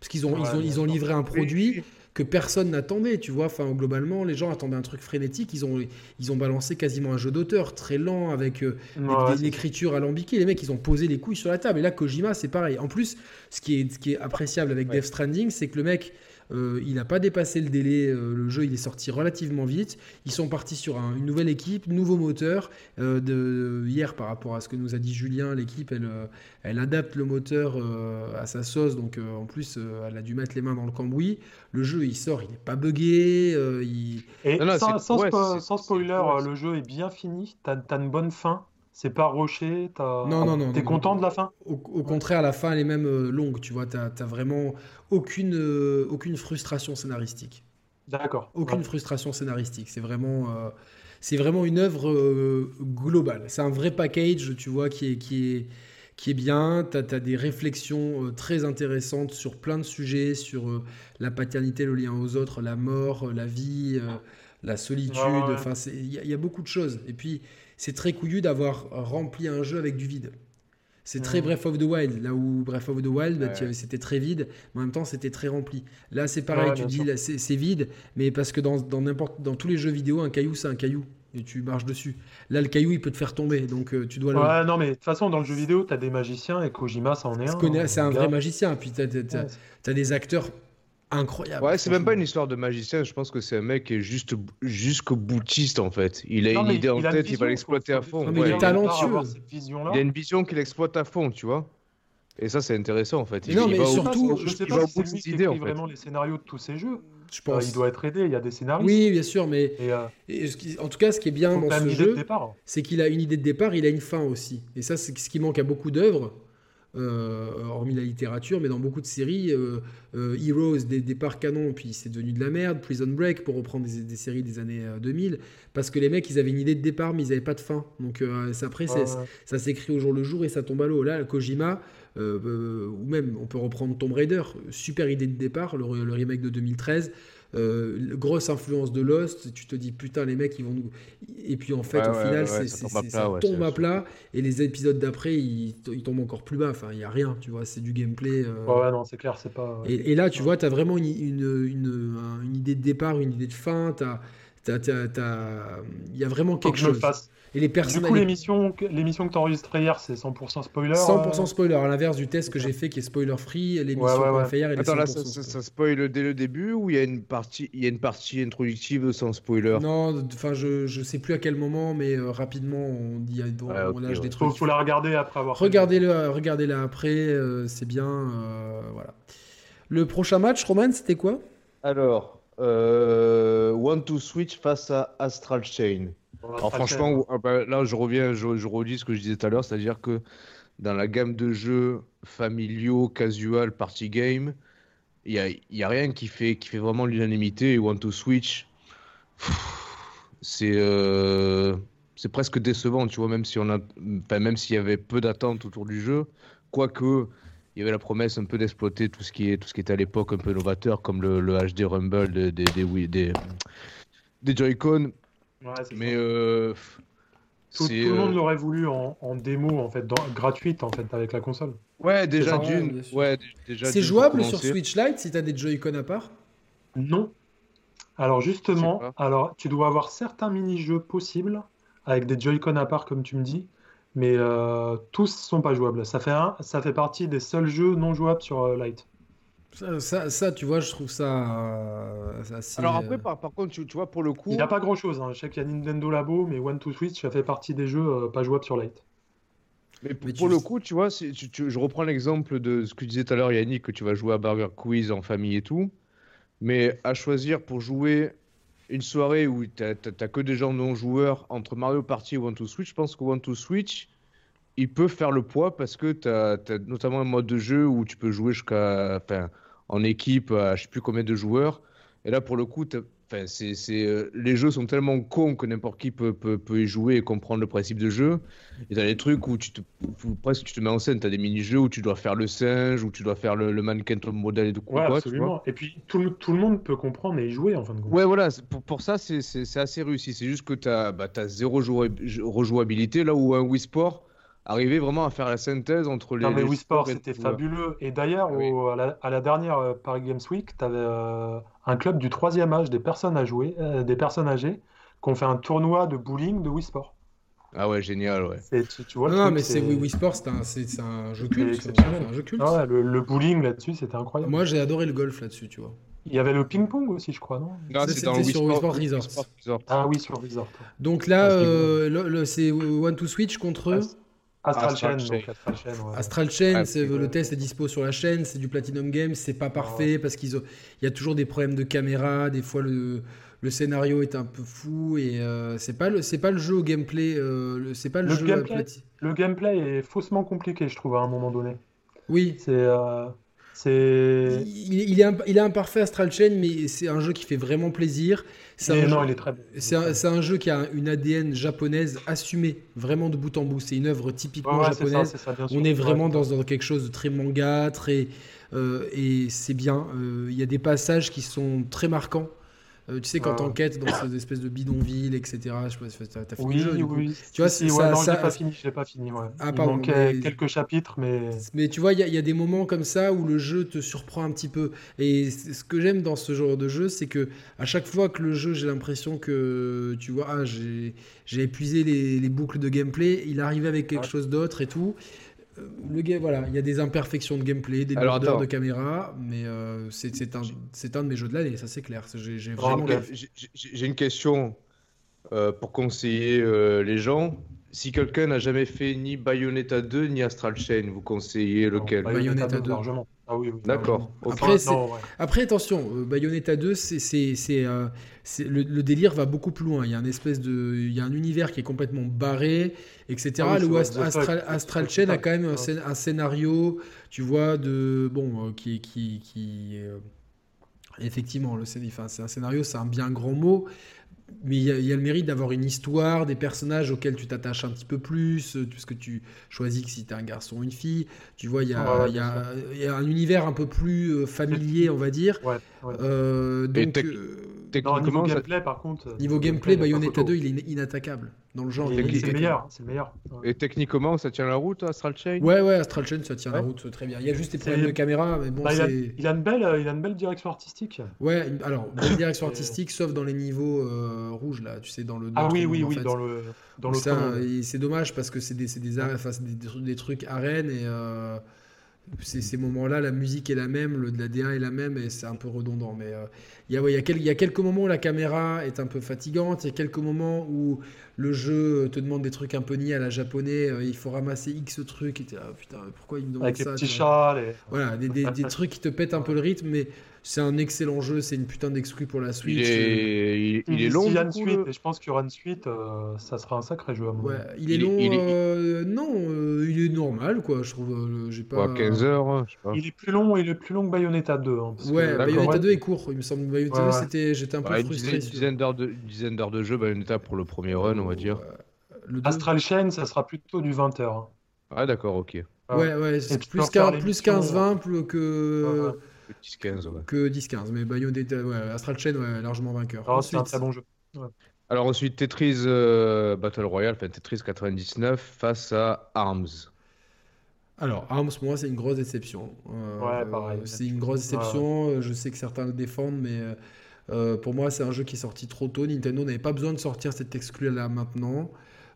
Speaker 1: Parce qu'ils ont,
Speaker 3: Ouais,
Speaker 1: ils ont, ils
Speaker 3: bien
Speaker 1: ont
Speaker 3: sûr.
Speaker 1: livré un
Speaker 2: Oui,
Speaker 1: produit
Speaker 2: oui.
Speaker 1: que personne n'attendait, tu vois. Enfin, globalement, les gens attendaient un truc frénétique. Ils ont, ils ont balancé quasiment un jeu d'auteur très lent avec euh, des-
Speaker 3: Ouais,
Speaker 1: des- une écriture alambiquée. Les mecs, ils ont posé les couilles sur la table. Et là, Kojima, c'est pareil. En plus, ce qui est, ce qui est appréciable avec
Speaker 2: Ouais.
Speaker 1: Death Stranding, c'est que le mec, euh, il n'a pas dépassé le délai. euh, le jeu, il est sorti relativement vite. Ils sont partis sur un- une nouvelle équipe, nouveau moteur. Euh, de, hier, par rapport à ce que nous a dit Julien, l'équipe, elle, euh, elle adapte le moteur euh, à sa sauce. Donc, euh, en plus, euh, elle a dû mettre les mains dans le cambouis. Le jeu, il sort, il n'est pas buggé. euh, il...
Speaker 3: Et
Speaker 2: Non, non,
Speaker 3: sans,
Speaker 2: c'est-
Speaker 3: sans
Speaker 2: ouais,
Speaker 3: spo-
Speaker 2: c'est-
Speaker 3: sans
Speaker 2: c'est-
Speaker 3: spoiler,
Speaker 2: ouais,
Speaker 3: euh, le jeu est bien fini, t'as as une bonne fin, c'est pas rocher, t'as-
Speaker 1: Non, non, non,
Speaker 3: t'es
Speaker 1: non,
Speaker 3: content
Speaker 1: non.
Speaker 3: de la fin?
Speaker 1: Au, au contraire, la fin, elle est même euh, longue, tu vois. T'as t'as vraiment aucune, euh, aucune frustration scénaristique.
Speaker 3: D'accord.
Speaker 1: Aucune
Speaker 3: Ouais.
Speaker 1: frustration scénaristique. C'est vraiment, euh, c'est vraiment une œuvre euh, globale. C'est un vrai package, tu vois, qui est, qui est, qui est bien. Tu as, des réflexions euh, très intéressantes sur plein de sujets, sur euh, la paternité, le lien aux autres, la mort, euh, la vie, euh, la solitude.
Speaker 3: Ouais, ouais.
Speaker 1: Enfin, c'est- il y, a- il y a beaucoup de choses. Et puis, c'est très couillu d'avoir rempli un jeu avec du vide. C'est très
Speaker 3: Mhm.
Speaker 1: Breath of the Wild, là où Breath of the Wild, bah,
Speaker 2: Ouais.
Speaker 1: tu avais- c'était très vide, mais en même temps c'était très rempli. Là c'est pareil,
Speaker 3: Ouais,
Speaker 1: tu
Speaker 3: bien
Speaker 1: dis
Speaker 3: sûr.
Speaker 1: là, c'est c'est vide, mais parce que dans dans n'importe dans tous les jeux vidéo, un caillou c'est un caillou et tu marches dessus. Là le caillou il peut te faire tomber, donc euh, tu dois le.
Speaker 3: Ouais, non, mais de toute façon, dans le jeu vidéo, t'as des magiciens et Kojima, ça en est
Speaker 1: Parce
Speaker 3: un.
Speaker 1: qu'on
Speaker 3: hein,
Speaker 1: est- C'est un
Speaker 3: le
Speaker 1: vrai
Speaker 3: gars.
Speaker 1: magicien, puis t'as t'as- t'as-
Speaker 3: Ouais,
Speaker 1: t'as des acteurs incroyables.
Speaker 2: Ouais, c'est même pas une
Speaker 1: franchement.
Speaker 2: histoire de magicien, je pense que c'est un mec qui est juste jusqu'au boutiste en fait. Il a
Speaker 3: Non,
Speaker 2: une
Speaker 3: mais
Speaker 2: idée
Speaker 3: il
Speaker 2: en
Speaker 3: a une
Speaker 2: tête, il
Speaker 3: vision,
Speaker 2: va l'exploiter à
Speaker 3: faut-
Speaker 2: fond.
Speaker 1: Non, mais il
Speaker 2: ouais.
Speaker 1: est
Speaker 3: faut
Speaker 1: talentueux.
Speaker 3: pas avoir cette vision-là.
Speaker 2: Il a une vision qu'il exploite à fond, tu vois. Et ça, c'est intéressant en fait.
Speaker 1: Mais
Speaker 2: Il-
Speaker 1: non,
Speaker 2: il
Speaker 1: mais
Speaker 2: va au-
Speaker 3: Je sais pas
Speaker 1: surtout,
Speaker 3: si- je sais
Speaker 2: il
Speaker 3: pas
Speaker 2: va au
Speaker 3: si c'est
Speaker 2: bout de
Speaker 3: lui
Speaker 2: ses
Speaker 3: qui
Speaker 2: idées en
Speaker 3: écrit
Speaker 2: fait.
Speaker 3: vraiment les scénarios de tous ces jeux.
Speaker 1: Je
Speaker 3: Euh,
Speaker 1: pense.
Speaker 3: il doit être aidé, il y a des scénaristes.
Speaker 1: Oui, bien sûr, mais
Speaker 3: Et, euh,
Speaker 1: et ce qui- en tout cas, ce qui est bien
Speaker 3: faut
Speaker 1: dans
Speaker 3: quand même
Speaker 1: ce
Speaker 3: l'idée de
Speaker 1: jeu,
Speaker 3: départ.
Speaker 1: c'est qu'il a une idée de départ, il a une fin aussi. Et ça, c'est ce qui manque à beaucoup d'œuvres, euh, hormis la littérature, mais dans beaucoup de séries, euh, euh, Heroes, des départs canons, puis c'est devenu de la merde, Prison Break, pour reprendre des, des séries des années euh, 2000, parce que les mecs, ils avaient une idée de départ, mais ils n'avaient pas de fin. Donc euh, c'est- après, c'est-
Speaker 3: Ouais,
Speaker 1: ça s'écrit au jour le jour et ça tombe à l'eau. Là, Kojima, euh, euh, ou même on peut reprendre Tomb Raider, super idée de départ, le, re- le remake de 2013, euh, le- grosse influence de Lost, tu te dis putain les mecs ils vont nous... Et puis en fait
Speaker 2: Ouais,
Speaker 1: au
Speaker 2: ouais,
Speaker 1: final
Speaker 2: ouais,
Speaker 1: c'est-
Speaker 2: ça
Speaker 1: c'est-
Speaker 2: tombe à
Speaker 1: c'est-
Speaker 2: plat,
Speaker 1: ça
Speaker 2: ouais,
Speaker 1: tombe
Speaker 2: c'est
Speaker 1: à plat et les épisodes d'après ils, to- ils tombent encore plus bas, enfin il n'y a rien, tu vois, c'est du gameplay. euh,
Speaker 3: ouais, ouais, non, c'est clair, c'est pas. ouais.
Speaker 1: et, et là, tu vois, tu as vraiment une, une- une- un- une idée de départ, une idée de fin, t'as- t'as- t'as- t'as- il y a vraiment
Speaker 3: Faut
Speaker 1: quelque
Speaker 3: que je le
Speaker 1: chose.
Speaker 3: fasse.
Speaker 1: Et les
Speaker 3: Du
Speaker 1: personnes.
Speaker 3: coup, l'émission que- l'émission que t'as enregistrée hier, c'est 100% spoiler. euh,
Speaker 1: 100% spoiler, à l'inverse du test que j'ai fait qui est spoiler free, l'émission
Speaker 3: Ouais, ouais,
Speaker 1: qu'on a
Speaker 3: ouais.
Speaker 1: fait hier, elle est
Speaker 2: Attends, là,
Speaker 1: 100%
Speaker 2: ça, ça-
Speaker 1: spoiler.
Speaker 2: ça spoil dès le début ou il y a une partie, il y a une partie introductive sans spoiler
Speaker 1: Non, enfin, je, je sais plus à quel moment, mais euh, rapidement, on, ah, y a, on,
Speaker 2: Ouais, ok,
Speaker 1: lâche
Speaker 2: ouais.
Speaker 1: des
Speaker 3: Faut,
Speaker 1: trucs.
Speaker 3: faut la regarder après avoir. fait le-
Speaker 1: Regardez-le, regardez-la après, euh, c'est bien. euh, voilà. Le prochain match, Roman, c'était quoi
Speaker 2: Alors, euh, One to Switch face à Astral Chain.
Speaker 3: Dans la
Speaker 2: Alors
Speaker 3: traquette.
Speaker 2: franchement, ou- ah bah, là je reviens, je, je redis ce que je disais tout à l'heure, c'est-à-dire que dans la gamme de jeux familiaux, casual, party game, il n'y a, il y a rien qui fait, qui fait vraiment l'unanimité. Et One to Switch, pff, c'est euh, c'est presque décevant, tu vois, même si on a, enfin, même s'il y avait peu d'attentes autour du jeu, quoique il y avait la promesse un peu d'exploiter tout ce qui est tout ce qui était à l'époque un peu novateur, comme le, le HD Rumble des des des, Wii- des, des Joy-Con.
Speaker 3: Ouais, c'est
Speaker 2: Mais
Speaker 3: ça.
Speaker 2: euh, pff,
Speaker 3: tout, tout
Speaker 2: c'est,
Speaker 3: le monde
Speaker 2: euh,
Speaker 3: l'aurait voulu en, en démo en fait, dans- gratuite en fait avec la console.
Speaker 2: ouais déjà
Speaker 1: C'est ça,
Speaker 2: d'une
Speaker 1: bien sûr.
Speaker 2: ouais dé- déjà
Speaker 1: C'est
Speaker 2: d'une pour
Speaker 1: jouable sur
Speaker 2: commencer.
Speaker 1: Switch Lite si t'as des Joy-Con à part
Speaker 3: Non. Alors justement,
Speaker 2: Je sais
Speaker 3: alors tu dois avoir certains mini-jeux possibles avec des Joy-Con à part comme tu me dis, mais euh, tous sont pas jouables. Ça fait un, ça fait partie des seuls jeux non jouables sur euh, Lite.
Speaker 1: ça, ça, ça, tu vois, je trouve ça euh, assez.
Speaker 2: Alors
Speaker 1: euh,
Speaker 2: après par, par contre tu, tu vois pour le coup
Speaker 3: Il n'y a pas grand-chose. Hein. Je sais qu'il y a Nintendo Labo, mais One to Switch, ça fait partie des jeux euh, pas jouables sur Lite.
Speaker 2: mais pour,
Speaker 1: mais tu-
Speaker 2: pour le coup tu vois c'est- tu- tu- je reprends l'exemple de ce que disait tout à l'heure Yannick que tu vas jouer à Burger Quiz en famille et tout mais à choisir pour jouer une soirée où t'as t'as- t'as que des gens non joueurs entre Mario Party et One to Switch je pense que One to Switch il peut faire le poids parce que tu as, notamment un mode de jeu où tu peux jouer jusqu'à enfin, en équipe à je sais plus combien de joueurs. Et là, pour le coup, t'as- enfin, c'est, c'est, euh, les jeux sont tellement cons que n'importe qui peut, peut, peut y jouer et comprendre le principe de jeu. Et tu as des trucs où, tu te, où presque tu te mets en scène. Tu as des mini-jeux où tu dois faire le singe, où tu dois faire le, le mannequin top modèle et tout.
Speaker 3: Ouais,
Speaker 2: quoi, tu vois.
Speaker 3: absolument. Et puis tout, le- tout le monde peut comprendre et y jouer en fin de compte.
Speaker 2: Ouais, voilà, c'est- pour, pour ça, c'est- c'est c'est assez réussi. C'est juste que tu as, zéro jouab- rejouabilité, là où un Wii Sport arrivait vraiment à faire la synthèse entre les.
Speaker 3: Non, mais
Speaker 2: les
Speaker 3: Wii Sport,
Speaker 2: et-
Speaker 3: c'était
Speaker 2: ouais.
Speaker 3: fabuleux. Et d'ailleurs,
Speaker 2: Ah oui.
Speaker 3: au- à, la, à la dernière euh, Paris Games Week, tu avais un club du troisième âge, des personnes, à jouer, euh, des personnes âgées, qui ont fait un tournoi de bowling de Wii Sport.
Speaker 2: Ah ouais, génial, ouais.
Speaker 3: C'est- Tu, tu vois, le
Speaker 1: Ah non,
Speaker 3: truc,
Speaker 1: mais c'est Wii Wii Sport, c'est un, c'est- c'est un jeu culte. C'est
Speaker 3: exceptionnel.
Speaker 1: un jeu culte.
Speaker 3: Ah ouais, le, le bowling là-dessus, c'était incroyable.
Speaker 1: Moi, j'ai adoré le golf là-dessus, tu vois.
Speaker 3: Il y avait le ping-pong aussi, je crois, non
Speaker 2: Non,
Speaker 1: Ça,
Speaker 2: c'est
Speaker 1: c'était
Speaker 2: dans le
Speaker 1: sur Wii Sport Resort.
Speaker 3: Ah oui, sur Resort.
Speaker 1: Donc là,
Speaker 3: Ah, c'est
Speaker 1: euh, le- le- c'est One to Switch contre
Speaker 3: Ast- Astral,
Speaker 2: Astral
Speaker 3: Chain,
Speaker 2: Chain.
Speaker 3: donc Astral Chain, ouais.
Speaker 1: Astral Chain.
Speaker 2: Ah,
Speaker 1: c'est-
Speaker 2: c'est-
Speaker 1: le test est dispo sur la chaîne. C'est du Platinum Games. C'est pas parfait parce qu'ils ont- il y a toujours des problèmes de caméra. Des fois, le, le scénario est un peu fou et euh, c'est pas le c'est pas le jeu au gameplay. euh, le- c'est pas le,
Speaker 3: Le
Speaker 1: jeu. à
Speaker 3: gameplay
Speaker 1: plati-
Speaker 3: Le gameplay est faussement compliqué, je trouve, à un moment donné.
Speaker 1: Oui.
Speaker 3: C'est. euh, c'est...
Speaker 1: Il, il est imp- il est imparfait Astral Chain, mais c'est un jeu qui fait vraiment plaisir. C'est
Speaker 3: Mais
Speaker 1: un
Speaker 3: non,
Speaker 1: jeu-
Speaker 3: il est très bon.
Speaker 1: C'est un, c'est un jeu qui a une ADN japonaise assumée, vraiment de bout en bout. C'est une œuvre
Speaker 3: Ouais,
Speaker 1: typiquement
Speaker 3: ouais, c'est ça,
Speaker 1: japonaise.
Speaker 3: c'est ça, bien sûr.
Speaker 1: On est
Speaker 3: Ouais.
Speaker 1: vraiment dans, dans quelque chose de très manga, très, euh, et c'est bien. Euh, Il y a des passages qui sont très marquants. Euh, tu sais, quand
Speaker 3: Ouais.
Speaker 1: t'enquêtes dans ces espèces de bidonvilles, etc. Je sais pas si t'as t'as fini
Speaker 3: Oui,
Speaker 1: le jeu, du coup.
Speaker 3: oui.
Speaker 1: Tu vois,
Speaker 3: si,
Speaker 1: c'est-
Speaker 3: si,
Speaker 1: ça-
Speaker 3: ouais, non,
Speaker 1: ça-
Speaker 3: j'ai pas fini, j'ai pas fini, ouais.
Speaker 1: Ah,
Speaker 3: Il
Speaker 1: pardon,
Speaker 3: manquait
Speaker 1: mais-
Speaker 3: quelques chapitres, mais
Speaker 1: Mais tu vois, il y, a- il y a des moments comme ça où le jeu te surprend un petit peu. Et c- ce que j'aime dans ce genre de jeu, c'est que à chaque fois que le jeu, j'ai l'impression que tu vois, ah, j'ai j'ai épuisé les, les boucles de gameplay, il arrive avec quelque
Speaker 3: Ouais.
Speaker 1: chose d'autre et tout. Euh, Le game, voilà, il y a des imperfections de gameplay, des
Speaker 2: Alors,
Speaker 1: lourdeurs
Speaker 2: attends.
Speaker 1: de caméra, mais euh, c'est c'est un, c'est un de mes jeux de l'année, ça c'est clair. C'est- J'ai j'ai
Speaker 3: Bravo,
Speaker 1: vraiment.
Speaker 3: Gaël.
Speaker 2: J'ai j'ai- j'ai une question euh, pour conseiller euh, les gens. Si quelqu'un n'a jamais fait ni Bayonetta 2 ni Astral Chain, vous conseillez lequel
Speaker 3: non,
Speaker 1: Bayonetta 2.
Speaker 3: largement. Ah oui, oui.
Speaker 2: D'accord.
Speaker 3: largement.
Speaker 1: Après,
Speaker 3: Enfin, non, ouais.
Speaker 1: Après, attention, euh, Bayonetta 2, c'est, c'est- c'est, euh, c'est- le, le délire va beaucoup plus loin. Il y a un espèce de, il y a un univers qui est complètement barré, etc.
Speaker 3: Ah oui,
Speaker 1: le Ast-
Speaker 3: c'est what the fuck.
Speaker 1: Astral, Astral Chain a quand même un,
Speaker 3: Ouais.
Speaker 1: scén- un scénario, tu vois, de bon, euh, qui, qui, qui euh, effectivement, le scén- enfin, c'est un scénario, c'est un bien grand mot. Mais il y, a- il y a le mérite d'avoir une histoire, des personnages auxquels tu t'attaches un petit peu plus, euh, puisque tu choisis que si t'es un garçon ou une fille. Tu vois, il y, a-
Speaker 3: Ouais,
Speaker 1: il
Speaker 3: ouais,
Speaker 1: y
Speaker 3: bien
Speaker 1: a- il y a un univers un peu plus euh, familier, on va dire.
Speaker 3: Ouais, ouais.
Speaker 1: Euh,
Speaker 2: Et
Speaker 1: donc,
Speaker 2: tec-
Speaker 1: euh,
Speaker 3: Non, niveau
Speaker 2: techniquement, ça-
Speaker 3: gameplay, par contre. euh,
Speaker 1: Niveau gameplay,
Speaker 3: il y a pas
Speaker 1: Bayonetta
Speaker 3: photo.
Speaker 1: 2, il est in- inattaquable. Dans le genre, il
Speaker 3: Il
Speaker 1: est
Speaker 3: est- C'est le
Speaker 1: inattaquable.
Speaker 3: meilleur. C'est le meilleur. Ouais.
Speaker 2: et techniquement, ça tient la route, Astral Chain
Speaker 1: Ouais, ouais, Astral Chain, ça tient la
Speaker 3: Ouais.
Speaker 1: route euh, très bien. Il y a juste des
Speaker 3: C'est-
Speaker 1: problèmes de caméra, mais bon,
Speaker 3: Bah, il, a,
Speaker 1: c'est.
Speaker 3: il a une belle, euh, il a une belle direction artistique.
Speaker 1: Ouais, une- alors, bonne direction
Speaker 3: Et-
Speaker 1: artistique, sauf dans les niveaux euh, rouges, là, tu sais, dans le.
Speaker 3: Ah
Speaker 1: dans le
Speaker 3: oui, oui,
Speaker 1: monde, en
Speaker 3: oui,
Speaker 1: fait.
Speaker 3: dans le dans
Speaker 1: Donc
Speaker 3: l'autre
Speaker 1: ça,
Speaker 3: monde.
Speaker 1: et c'est dommage parce que c'est des, c'est des, arènes- enfin, c'est des, des trucs- des trucs arènes et euh, ces, ces moments-là, la musique est la même, le, la DA est la même et c'est un peu redondant. Mais euh, il y a- ouais, il y, a quel- il y a quelques moments où la caméra est un peu fatigante, il y a quelques moments où le jeu te demande des trucs un peu niais à la japonais, euh, il faut ramasser X trucs, et t'es là, Ah, putain, pourquoi il me demande
Speaker 3: avec les
Speaker 1: ça
Speaker 3: petits
Speaker 1: tu vois
Speaker 3: chats, les-
Speaker 1: Voilà, des, des- des trucs qui te pètent un peu le rythme, mais c'est un excellent jeu, c'est une putain d'exclu pour la Switch.
Speaker 2: il est, il, il est
Speaker 3: S'il
Speaker 2: long.
Speaker 3: y a une
Speaker 2: du coup,
Speaker 3: Mm. suite,
Speaker 2: le-
Speaker 3: et je pense qu'il y aura une suite, euh, ça sera un sacré jeu à mon
Speaker 1: Ouais,
Speaker 3: avis.
Speaker 1: il est
Speaker 2: Il est-
Speaker 1: long.
Speaker 2: il est-
Speaker 1: euh, non, euh, il est normal, quoi. Je trouve. euh, le- J'ai pas.
Speaker 2: quoi, 15 heures, hein, je sais pas.
Speaker 3: Il est plus long, il est plus long que Bayonetta 2. hein, parce
Speaker 1: Ouais,
Speaker 3: que-
Speaker 1: Bayonetta
Speaker 3: Ouais.
Speaker 1: 2 est court, il me semble. Bayonetta
Speaker 3: Ouais,
Speaker 1: 2,
Speaker 3: ouais.
Speaker 1: c'était, j'étais un peu
Speaker 2: Ouais, Bah, une
Speaker 1: frustré.
Speaker 2: dizaine,
Speaker 1: sur-
Speaker 2: dizaine d'heures de, une dizaine d'heures de jeu, Bayonetta pour le premier run, on va dire.
Speaker 1: Euh, le deux-
Speaker 3: Astral Chain, ça sera plutôt du hein. 20h.
Speaker 2: Ah, d'accord, ok.
Speaker 1: Ouais, ouais, c'est
Speaker 3: tu peux
Speaker 1: plus,
Speaker 3: faire
Speaker 1: qu'un-
Speaker 3: les
Speaker 1: plus
Speaker 3: missions,
Speaker 1: 15-20 plus que,
Speaker 3: Ouais, ouais.
Speaker 2: Petit 15, ouais.
Speaker 1: que 10-15. Mais Bayonetta, ouais, Astral Chain, ouais, largement vainqueur.
Speaker 3: Alors, c'est un
Speaker 1: Ensuite,
Speaker 3: très bon jeu.
Speaker 2: Alors ensuite, Tetris euh, Battle Royale, enfin Tetris 99 face à Arms.
Speaker 1: Alors, Arms, pour moi, c'est une grosse déception. Euh,
Speaker 3: Ouais, pareil.
Speaker 1: c'est une grosse déception. euh, Je sais que certains le défendent, mais euh, euh, pour moi, c'est un jeu qui est sorti trop tôt. Nintendo n'avait pas besoin de sortir cet exclu-là maintenant.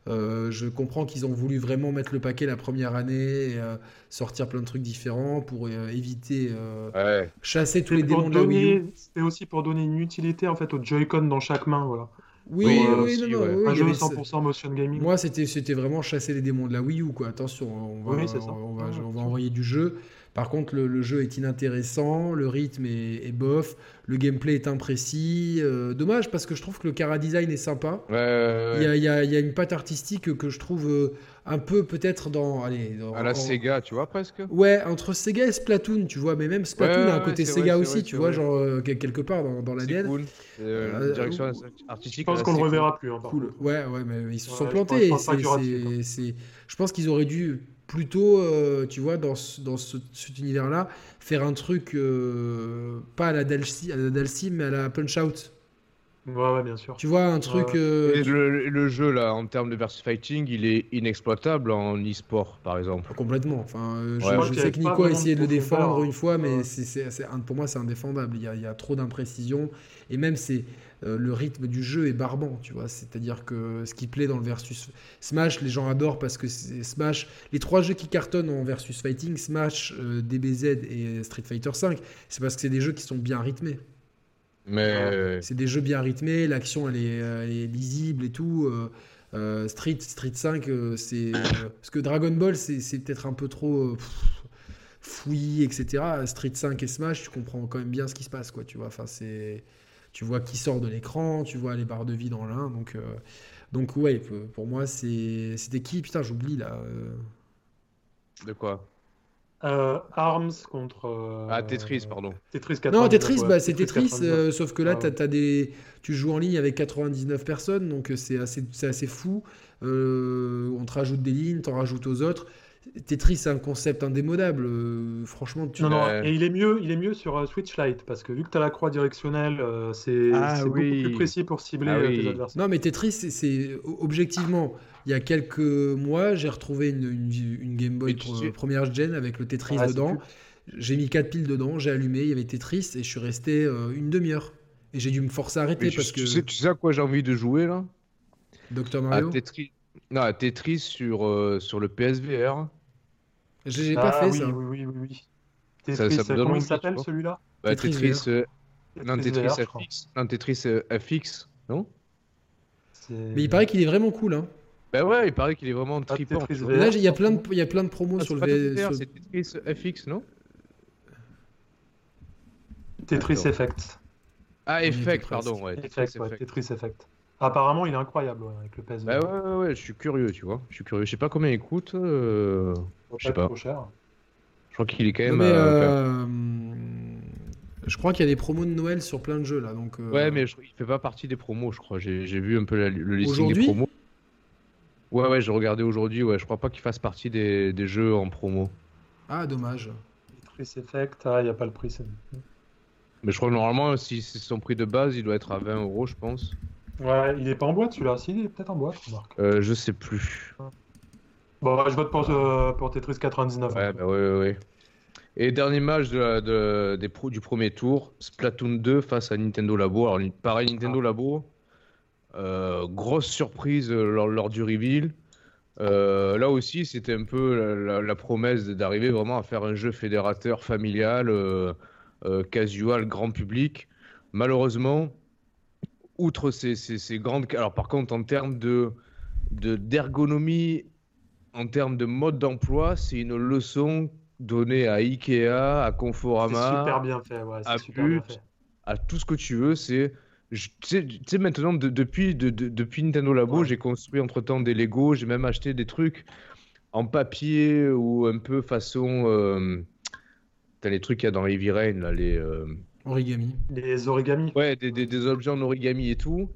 Speaker 1: Euh, je comprends qu'ils ont voulu vraiment mettre le paquet la première année et euh, sortir plein de trucs différents pour euh, éviter, euh,
Speaker 2: Ouais.
Speaker 1: chasser tous les
Speaker 3: C'était
Speaker 1: démons
Speaker 3: pour
Speaker 1: de la Wii U.
Speaker 3: donner- c'était aussi pour donner une utilité en fait au Joy-Con dans chaque main. Voilà.
Speaker 1: Oui,
Speaker 2: Oui,
Speaker 1: oui,
Speaker 2: aussi,
Speaker 1: non, non,
Speaker 2: ouais.
Speaker 1: oui, il y
Speaker 3: un jeu
Speaker 1: avait ce-
Speaker 3: 100% motion
Speaker 2: Mmh.
Speaker 3: gaming.
Speaker 1: Moi, c'était c'était vraiment chasser les démons de la Wii U, quoi. Attention, hein, on va,
Speaker 3: Oui, c'est ça.
Speaker 1: on va,
Speaker 3: Ouais,
Speaker 2: Ah,
Speaker 1: on va
Speaker 3: ouais.
Speaker 1: envoyer du jeu. Par contre, le, le jeu est inintéressant, le rythme est, est bof, le gameplay est imprécis. euh, dommage, parce que je trouve que le Cara Design est sympa.
Speaker 2: Ouais, ouais,
Speaker 1: Il y,
Speaker 2: ouais.
Speaker 1: a, il y a- il y a une patte artistique que je trouve euh, un peu peut-être dans. Allez, dans-
Speaker 2: À la
Speaker 1: en-
Speaker 2: Sega, tu vois presque.
Speaker 1: Ouais, entre Sega et Splatoon, tu vois, mais même Splatoon
Speaker 2: Ouais,
Speaker 1: a un
Speaker 2: ouais,
Speaker 1: côté
Speaker 2: c'est
Speaker 1: Sega
Speaker 2: vrai, c'est
Speaker 1: aussi,
Speaker 2: vrai,
Speaker 1: tu
Speaker 2: c'est
Speaker 1: vois,
Speaker 2: vrai.
Speaker 1: genre euh, quel- quelque part dans, dans la
Speaker 2: C'est
Speaker 1: l'ADN.
Speaker 2: cool. Euh,
Speaker 1: Euh,
Speaker 2: direction
Speaker 1: euh,
Speaker 3: Je
Speaker 2: artistique.
Speaker 3: pense
Speaker 2: là,
Speaker 3: qu'on
Speaker 2: c'est
Speaker 3: le
Speaker 2: cool.
Speaker 3: reverra plus. hein, par
Speaker 1: Cool.
Speaker 3: contre.
Speaker 1: Ouais, ouais, mais ils se
Speaker 3: Ouais,
Speaker 1: sont
Speaker 3: je
Speaker 1: plantés.
Speaker 3: pense- je pense pas
Speaker 1: et
Speaker 3: qu'il y aura de
Speaker 1: c'est-
Speaker 3: suite, hein.
Speaker 1: c'est- c'est- Je pense qu'ils auraient dû plutôt, euh, tu vois, dans, ce- dans ce- cet univers-là, faire un truc euh, pas à la Dalcy, à la Dalcy, mais à la Punch Out.
Speaker 3: Ouais, ouais, bien sûr.
Speaker 1: Tu vois, un truc.
Speaker 3: Ouais.
Speaker 1: euh,
Speaker 2: Et le, le jeu là, en termes de versus fighting, il est inexploitable en e-sport par exemple.
Speaker 1: Complètement. Enfin, euh, je-
Speaker 2: Ouais. Je
Speaker 1: je,
Speaker 2: pense
Speaker 3: qu'il y
Speaker 1: sais
Speaker 3: avait
Speaker 1: que
Speaker 3: pas
Speaker 1: Nico a
Speaker 3: vraiment de
Speaker 1: essayé de le
Speaker 3: profondeur,
Speaker 1: défendre
Speaker 3: hein.
Speaker 1: une fois, mais
Speaker 3: Ouais.
Speaker 1: c'est, c'est- c'est un- pour moi, c'est indéfendable. Il y a, il y a trop d'imprécisions. Et même, c'est, euh, le rythme du jeu est barbant. Tu vois C'est-à-dire que ce qui plaît dans le Versus Smash, les gens adorent parce que c'est Smash. Les trois jeux qui cartonnent en Versus Fighting, Smash, euh, DBZ et Street Fighter V, c'est parce que c'est des jeux qui sont bien rythmés. Ah.
Speaker 2: Mais euh,
Speaker 1: C'est des jeux bien rythmés, l'action elle est, euh, elle est lisible et tout. euh, euh, Street, Street 5, euh, c'est. euh, parce que Dragon Ball, c'est c'est peut-être un peu trop euh, pff, fouillis, etc. Street 5 et Smash, tu comprends quand même bien ce qui se passe, quoi, tu vois. Enfin, c'est. Tu vois qui sort de l'écran, tu vois les barres de vie dans l'un, donc. euh, donc, ouais, pour- pour moi, c'est- c'était qui Putain, j'oublie là. euh.
Speaker 2: de quoi
Speaker 3: Euh, Arms contre. euh,
Speaker 2: Ah Tetris, pardon.
Speaker 3: Tetris
Speaker 1: Non,
Speaker 3: 99,
Speaker 1: Tetris,
Speaker 3: ouais,
Speaker 1: bah, c'est Tetris,
Speaker 3: 99.
Speaker 1: euh, sauf que là,
Speaker 3: Ah
Speaker 1: t'as-
Speaker 3: ouais.
Speaker 1: t'as des... tu joues en ligne avec 99 personnes, donc euh, c'est assez, c'est assez fou. Euh, on te rajoute des lignes, t'en rajoutes aux autres. Tetris, c'est un concept indémodable. euh, franchement, tu...
Speaker 3: Non, non,
Speaker 2: Euh,
Speaker 3: et il est mieux, il est mieux sur euh, Switch Lite parce que vu que tu as la croix directionnelle, euh, c'est
Speaker 2: Ah
Speaker 3: c'est
Speaker 2: oui.
Speaker 3: beaucoup plus précis pour cibler
Speaker 2: Ah
Speaker 3: euh,
Speaker 2: oui.
Speaker 3: tes adversaires.
Speaker 1: Non, mais Tetris, c'est- c'est objectivement, il y a quelques mois, j'ai retrouvé une, une- une Game Boy
Speaker 2: Mais tu
Speaker 1: pre-
Speaker 2: sais-
Speaker 1: première gen avec le Tetris
Speaker 3: Ah, c'est
Speaker 1: dedans.
Speaker 3: plus-
Speaker 1: J'ai mis quatre piles dedans, j'ai allumé, il y avait Tetris et je suis resté euh, une demi-heure. Et j'ai dû me forcer à
Speaker 2: Mais
Speaker 1: arrêter
Speaker 2: tu,
Speaker 1: parce
Speaker 2: tu
Speaker 1: que
Speaker 2: sais, tu sais à quoi j'ai envie de jouer là
Speaker 1: Dr
Speaker 2: À
Speaker 1: Mario.
Speaker 2: Tetris. Non, à Tetris sur, euh, sur le PSVR.
Speaker 1: Je l'ai pas
Speaker 3: Ah
Speaker 1: fait
Speaker 3: oui,
Speaker 1: ça.
Speaker 3: oui, oui, oui, oui.
Speaker 2: Ça-
Speaker 3: Tetris,
Speaker 2: ça me donne
Speaker 3: comment
Speaker 2: envie,
Speaker 3: il
Speaker 2: tu
Speaker 3: s'appelle
Speaker 2: vois.
Speaker 3: celui-là
Speaker 2: Bah,
Speaker 1: Tetris
Speaker 2: Tetris,
Speaker 1: VR.
Speaker 2: euh, non, Tetris
Speaker 3: VR, je crois.
Speaker 2: FX. Non, Tetris euh, FX, non
Speaker 3: C'est-
Speaker 1: Mais il paraît qu'il est vraiment cool. Hein.
Speaker 2: Bah ouais, il paraît qu'il est vraiment
Speaker 3: Pas
Speaker 2: trippant.
Speaker 3: Ah, Tetris
Speaker 2: tu vois.
Speaker 3: VR.
Speaker 1: Là, j'ai- il y a plein de, il y a plein de promos
Speaker 2: Ah,
Speaker 1: sur le
Speaker 2: c'est pas Tetris
Speaker 1: V.
Speaker 2: VR,
Speaker 1: sur-
Speaker 2: c'est Tetris FX, non
Speaker 3: Tetris
Speaker 2: Attends.
Speaker 3: Effect.
Speaker 2: Ah,
Speaker 1: y était
Speaker 2: Effect,
Speaker 1: presque.
Speaker 2: pardon, ouais. Tetris
Speaker 3: Effect, ouais,
Speaker 2: Effect.
Speaker 3: Tetris Effect. Apparemment, il est incroyable ouais, avec le PS.
Speaker 2: Bah ouais, ouais, ouais, je suis curieux, tu vois. Je suis curieux. Je sais pas combien il coûte. euh, je sais pas.
Speaker 3: Trop cher.
Speaker 2: Je crois qu'il est quand
Speaker 1: Non,
Speaker 2: même.
Speaker 1: mais,
Speaker 2: à-
Speaker 1: euh, je crois qu'il y a des promos de Noël sur plein de jeux là. Donc, euh,
Speaker 2: Ouais, mais je- il fait pas partie des promos, je crois. J'ai j'ai vu un peu la- le listing des
Speaker 1: Aujourd'hui
Speaker 2: promos. Ouais, ouais, je regardais aujourd'hui. Ouais, je crois pas qu'il fasse partie des, des jeux en promo.
Speaker 1: Ah, dommage.
Speaker 3: Tetris Effect, ah, il n'y a pas le prix. c'est-
Speaker 2: Mais je crois que normalement, si c'est son prix de base, il doit être à 20 euros, je pense.
Speaker 3: Ouais, il est pas en boîte celui-là. Si, il est peut-être en boîte, remarque.
Speaker 2: Euh, je sais plus.
Speaker 3: Bon, ouais, je vote pour, euh, pour Tetris 99.
Speaker 2: Ouais, bah ouais, ouais, ouais. Et dernier match de la- de- des pro- du premier tour, Splatoon 2 face à Nintendo Labo. Alors, ni- pareil, Nintendo Labo, euh, grosse surprise euh, lors, lors du reveal. Euh, là aussi, c'était un peu la, la- la promesse d'arriver vraiment à faire un jeu fédérateur, familial, euh, euh, casual, grand public. Malheureusement, outre ces, ces- ces grandes. Alors, par contre, en termes de de- d'ergonomie, en termes de mode d'emploi, c'est une leçon donnée à Ikea, à
Speaker 3: C'est
Speaker 2: Conforama,
Speaker 3: super bien fait, ouais,
Speaker 2: à
Speaker 3: c'est super bien
Speaker 2: but,
Speaker 3: fait.
Speaker 2: à tout ce que tu veux. C'est, je- tu sais- tu sais, maintenant, de- depuis, de- de- depuis Nintendo Labo,
Speaker 3: Ouais.
Speaker 2: j'ai construit entre-temps des Lego, j'ai même acheté des trucs en papier ou un peu façon... euh, T'as les trucs qu'il y a dans Heavy Rain, là, les... euh,
Speaker 1: Origami.
Speaker 3: Les origamis.
Speaker 2: Ouais, des, des- des objets en origami et tout.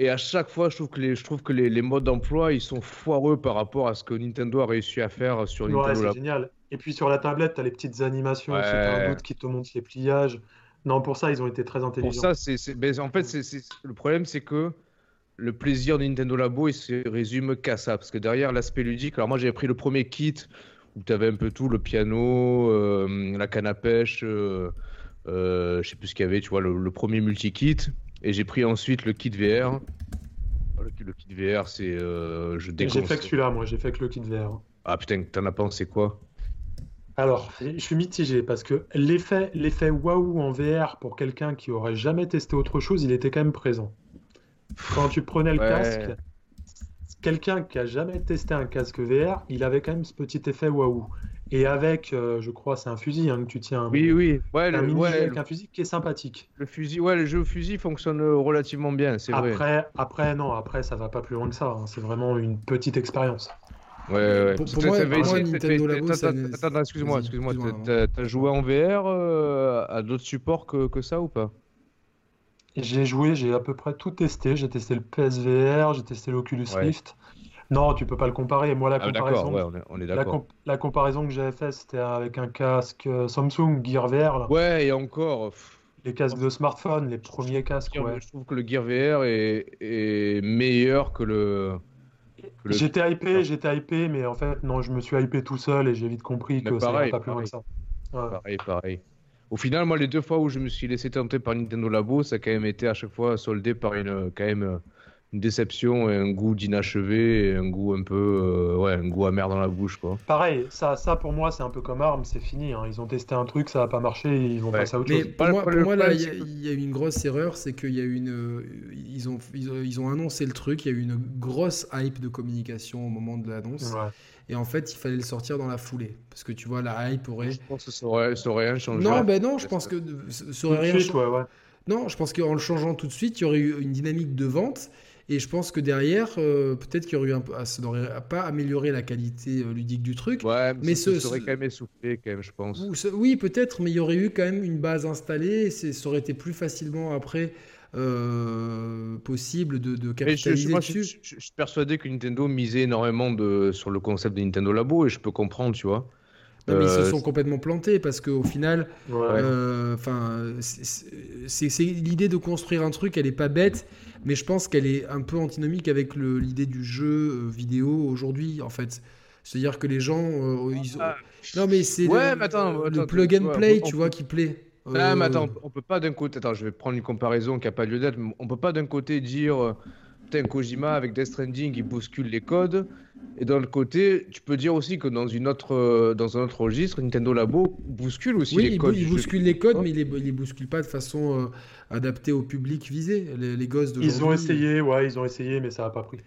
Speaker 2: Et à chaque fois, je trouve que les, je trouve que les, les modes d'emploi, ils sont foireux par rapport à ce que Nintendo a réussi à faire sur
Speaker 3: Ouais,
Speaker 2: Nintendo
Speaker 3: c'est
Speaker 2: Labo.
Speaker 3: génial. Et puis sur la tablette, t'as les petites animations,
Speaker 2: Ouais.
Speaker 3: si t'as un doute qui te montre les pliages. Non, pour ça, ils ont été très
Speaker 2: Pour
Speaker 3: intelligents.
Speaker 2: ça, c'est, c'est- ben, en fait, c'est, c'est- le problème, c'est que le plaisir de Nintendo Labo, il se résume qu'à ça. Parce que derrière l'aspect ludique, alors moi, j'avais pris le premier kit où tu avais un peu tout, le piano, euh, la canne à pêche, euh, euh, je sais plus ce qu'il y avait, tu vois, le, le premier multi-kit. Et j'ai pris ensuite le kit VR. Le, le kit VR, c'est. euh, je
Speaker 3: J'ai
Speaker 2: déconseille.
Speaker 3: fait que celui-là, moi, j'ai fait que le kit VR.
Speaker 2: Ah putain, t'en as pensé quoi
Speaker 3: Alors, je suis mitigé parce que l'effet, l'effet waouh en VR pour quelqu'un qui aurait jamais testé autre chose, il était quand même présent. Quand tu prenais le
Speaker 2: Ouais.
Speaker 3: casque, quelqu'un qui a jamais testé un casque VR, il avait quand même ce petit effet waouh. Et avec, euh, je crois, c'est un fusil hein, que tu tiens.
Speaker 2: Oui, oui. Ouais,
Speaker 3: un
Speaker 2: le,
Speaker 3: mini-jeu
Speaker 2: ouais,
Speaker 3: avec
Speaker 2: le,
Speaker 3: un fusil qui est sympathique.
Speaker 2: le fusil, ouais, le jeu au fusil fonctionne euh, relativement bien, c'est vrai.
Speaker 3: Après, après, non, après, ça va pas plus loin que ça. hein. C'est vraiment une petite expérience.
Speaker 2: Ouais, ouais.
Speaker 1: Pour-
Speaker 2: Tu-
Speaker 1: pour
Speaker 2: t'as-
Speaker 1: moi-
Speaker 2: t'avais
Speaker 1: pour moi,
Speaker 2: essayé-
Speaker 1: Nintendo
Speaker 2: t'as-
Speaker 1: Labo,
Speaker 2: t'as-
Speaker 1: ça
Speaker 2: t'as-
Speaker 1: n'est-
Speaker 2: attends, attends, excuse-moi,
Speaker 1: Vas-y,
Speaker 2: excuse-moi.
Speaker 1: excuse-moi,
Speaker 2: t'as-
Speaker 1: pardon.
Speaker 2: T'as t'as joué en VR euh, à d'autres supports que, que ça ou pas
Speaker 3: J'ai joué, j'ai à peu près tout testé. J'ai testé le PSVR, j'ai testé l'Oculus
Speaker 2: Ouais.
Speaker 3: Rift. Non, tu peux pas le comparer. Moi, la
Speaker 2: Ah,
Speaker 3: comparaison,
Speaker 2: D'accord, ouais, on est, on est
Speaker 3: la,
Speaker 2: d'accord.
Speaker 3: comp- la comparaison que j'avais faite, c'était avec un casque euh, Samsung Gear VR, là.
Speaker 2: Ouais, et encore, pff,
Speaker 3: Les casques de smartphone, les premiers casques.
Speaker 2: Gear-
Speaker 3: ouais.
Speaker 2: je trouve que le Gear VR est, est meilleur que le. que le-
Speaker 3: J'étais
Speaker 2: Ah.
Speaker 3: hypé, j'étais hypé, mais en fait, non, je me suis hypé tout seul et j'ai vite compris
Speaker 2: Mais
Speaker 3: que ça irait
Speaker 2: pareil,
Speaker 3: pas plus loin
Speaker 2: pareil.
Speaker 3: que ça. Ouais.
Speaker 2: Pareil, pareil. Au final, moi, les deux fois où je me suis laissé tenter par Nintendo Labo, ça a quand même été à chaque fois soldé par une, euh, quand même, euh, une déception et un goût d'inachevé et un goût un peu, euh, ouais, un goût amer dans la bouche, quoi.
Speaker 3: Pareil, ça, ça pour moi, c'est un peu comme ARM, c'est fini. hein. Ils ont testé un truc, ça a pas marché, ils vont
Speaker 2: Ouais.
Speaker 3: passer à autre
Speaker 1: Mais
Speaker 3: chose.
Speaker 1: pour
Speaker 2: Le
Speaker 1: moi, pour
Speaker 2: problème,
Speaker 1: moi, là,
Speaker 2: c'est
Speaker 1: il y, a-
Speaker 2: que-
Speaker 1: il y a eu une grosse erreur, c'est qu'il y a eu une, euh, ils ont, ils ont, ils ont annoncé le truc, il y a eu une grosse hype de communication au moment de l'annonce,
Speaker 3: Ouais.
Speaker 1: et en fait, il fallait le sortir dans la foulée, parce que tu vois, la hype aurait.
Speaker 2: Je pense que ça aurait, ça aurait rien changé.
Speaker 1: Non,
Speaker 2: Ouais.
Speaker 1: ben non, je pense
Speaker 2: Parce
Speaker 1: que ça ça aurait
Speaker 3: Tout de
Speaker 1: rien.
Speaker 3: suite,
Speaker 1: changé.
Speaker 3: ouais, ouais.
Speaker 1: Non, je pense qu'en le changeant tout de suite, il y aurait eu une dynamique de vente. Et je pense que derrière, euh, peut-être qu'il y aurait eu un peu- ah, ça n'aurait pas amélioré la qualité euh, ludique du truc.
Speaker 2: Ouais, mais,
Speaker 1: Mais
Speaker 2: ça, ça
Speaker 1: ce-
Speaker 2: serait
Speaker 1: ce-
Speaker 2: quand même essoufflé, quand même, je pense.
Speaker 1: Ou ça- Oui, peut-être, mais il y aurait eu quand même une base installée. Et c'est- ça aurait été plus facilement après euh, possible de, de
Speaker 2: Mais je, je-
Speaker 1: capitaliser
Speaker 2: moi, je,
Speaker 1: dessus.
Speaker 2: je- je suis persuadé que Nintendo misait énormément de, sur le concept de Nintendo Labo et je peux comprendre, tu vois.
Speaker 1: Non, mais ils
Speaker 2: Euh,
Speaker 1: se sont complètement plantés parce qu'au final,
Speaker 3: Ouais.
Speaker 1: euh, enfin, c'est- c'est c'est- l'idée de construire un truc, elle est pas bête, mais je pense qu'elle est un peu antinomique avec le- l'idée du jeu euh, vidéo aujourd'hui, en fait. C'est-à-dire que les gens, euh, ils ont-
Speaker 2: Ah.
Speaker 1: non mais c'est
Speaker 2: Ouais,
Speaker 1: le,
Speaker 2: mais attends,
Speaker 1: le
Speaker 2: attends,
Speaker 1: plug
Speaker 2: tu
Speaker 1: and
Speaker 2: vois,
Speaker 1: play,
Speaker 2: on-
Speaker 1: tu vois, qui plaît.
Speaker 2: Ah, mais
Speaker 1: Euh,
Speaker 2: attends, on peut pas d'un côté. Attends, je vais prendre une comparaison qui n'a pas lieu d'être. mais On peut pas d'un côté dire. euh, Putain, Kojima avec Death Stranding, il bouscule les codes. Et d'un autre côté, tu peux dire aussi que dans, une autre, euh, dans un autre registre, Nintendo Labo bouscule aussi
Speaker 1: Oui,
Speaker 2: les
Speaker 1: il, bou-
Speaker 2: codes.
Speaker 1: il
Speaker 2: du jeu
Speaker 1: bouscule les codes,
Speaker 2: vidéo.
Speaker 1: mais il les, il les bouscule pas de façon euh, adaptée au public visé. Les, les gosses de
Speaker 3: Ils ont essayé, ouais, ils ont essayé, mais ça a pas pris.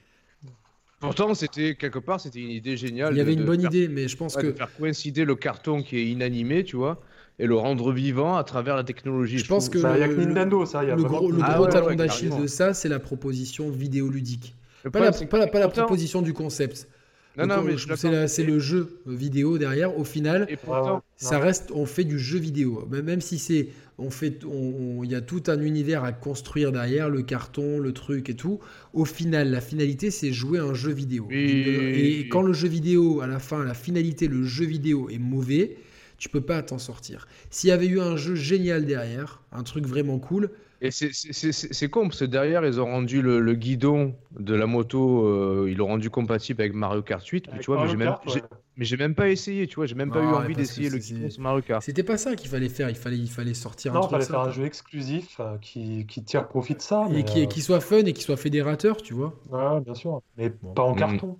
Speaker 2: Pourtant, c'était quelque part, c'était une idée géniale.
Speaker 1: Il y avait
Speaker 2: de-
Speaker 1: une
Speaker 2: de
Speaker 1: bonne
Speaker 2: faire-
Speaker 1: idée, mais je pense
Speaker 2: ouais,
Speaker 1: que
Speaker 2: de faire coïncider le carton qui est inanimé, tu vois, et le rendre vivant à travers la technologie.
Speaker 1: Je pense
Speaker 2: trouve.
Speaker 1: que
Speaker 3: Ça, bah, Il y a que
Speaker 1: le-
Speaker 3: Nintendo, ça. il Y a
Speaker 1: le
Speaker 3: vraiment
Speaker 1: gros, le
Speaker 3: que
Speaker 2: Ah
Speaker 1: gros
Speaker 2: ouais,
Speaker 1: talon
Speaker 2: ouais,
Speaker 1: d'Achille
Speaker 2: carrément.
Speaker 1: de ça, c'est la proposition vidéoludique.
Speaker 2: Le
Speaker 1: Pas la,
Speaker 2: problème, c'est que-
Speaker 1: pas la- pas la
Speaker 2: pourtant-
Speaker 1: proposition du concept. euh,
Speaker 2: Non,
Speaker 1: Le
Speaker 2: non,
Speaker 1: co-
Speaker 2: mais je suis
Speaker 1: c'est
Speaker 2: d'accord.
Speaker 1: la- c'est le jeu vidéo derrière. Au final,
Speaker 2: Et pourtant,
Speaker 3: Ouais, ouais.
Speaker 1: ça reste, on fait du jeu vidéo. Même même si c'est, on fait, on- on- il y a tout un univers à construire derrière, le carton, le truc et tout. Au final, la finalité, c'est jouer à un jeu vidéo.
Speaker 2: Oui,
Speaker 1: et
Speaker 2: oui.
Speaker 1: quand le jeu vidéo, à la fin, la finalité, le jeu vidéo est mauvais, tu peux pas t'en sortir. S'il y avait eu un jeu génial derrière, un truc vraiment cool,
Speaker 2: Et c'est- c'est c'est- c'est- c'est con, parce que derrière, ils ont rendu le, le guidon de la moto, euh, ils l'ont rendu compatible avec Mario Kart 8, mais
Speaker 3: Avec
Speaker 2: tu vois, mais
Speaker 3: Mario
Speaker 2: j'ai même,
Speaker 3: Kart,
Speaker 2: j'ai-
Speaker 3: ouais.
Speaker 2: mais j'ai même pas essayé, tu vois, j'ai même pas
Speaker 1: Ah
Speaker 2: eu
Speaker 1: ouais,
Speaker 2: envie
Speaker 1: parce que
Speaker 2: d'essayer le
Speaker 1: c'est-
Speaker 2: guidon
Speaker 1: c'est-
Speaker 2: sur Mario Kart.
Speaker 1: c'était pas ça qu'il fallait faire. Il fallait, il fallait sortir un
Speaker 3: Non,
Speaker 1: truc
Speaker 3: fallait faire
Speaker 1: sympa.
Speaker 3: un jeu exclusif euh, qui, qui tire profit de ça. mais,
Speaker 1: et qui,
Speaker 3: euh,
Speaker 1: qui soit fun et qui soit fédérateur, tu vois.
Speaker 3: ouais, bien sûr. Mais
Speaker 1: Bon.
Speaker 3: pas en
Speaker 2: Mm.
Speaker 3: carton.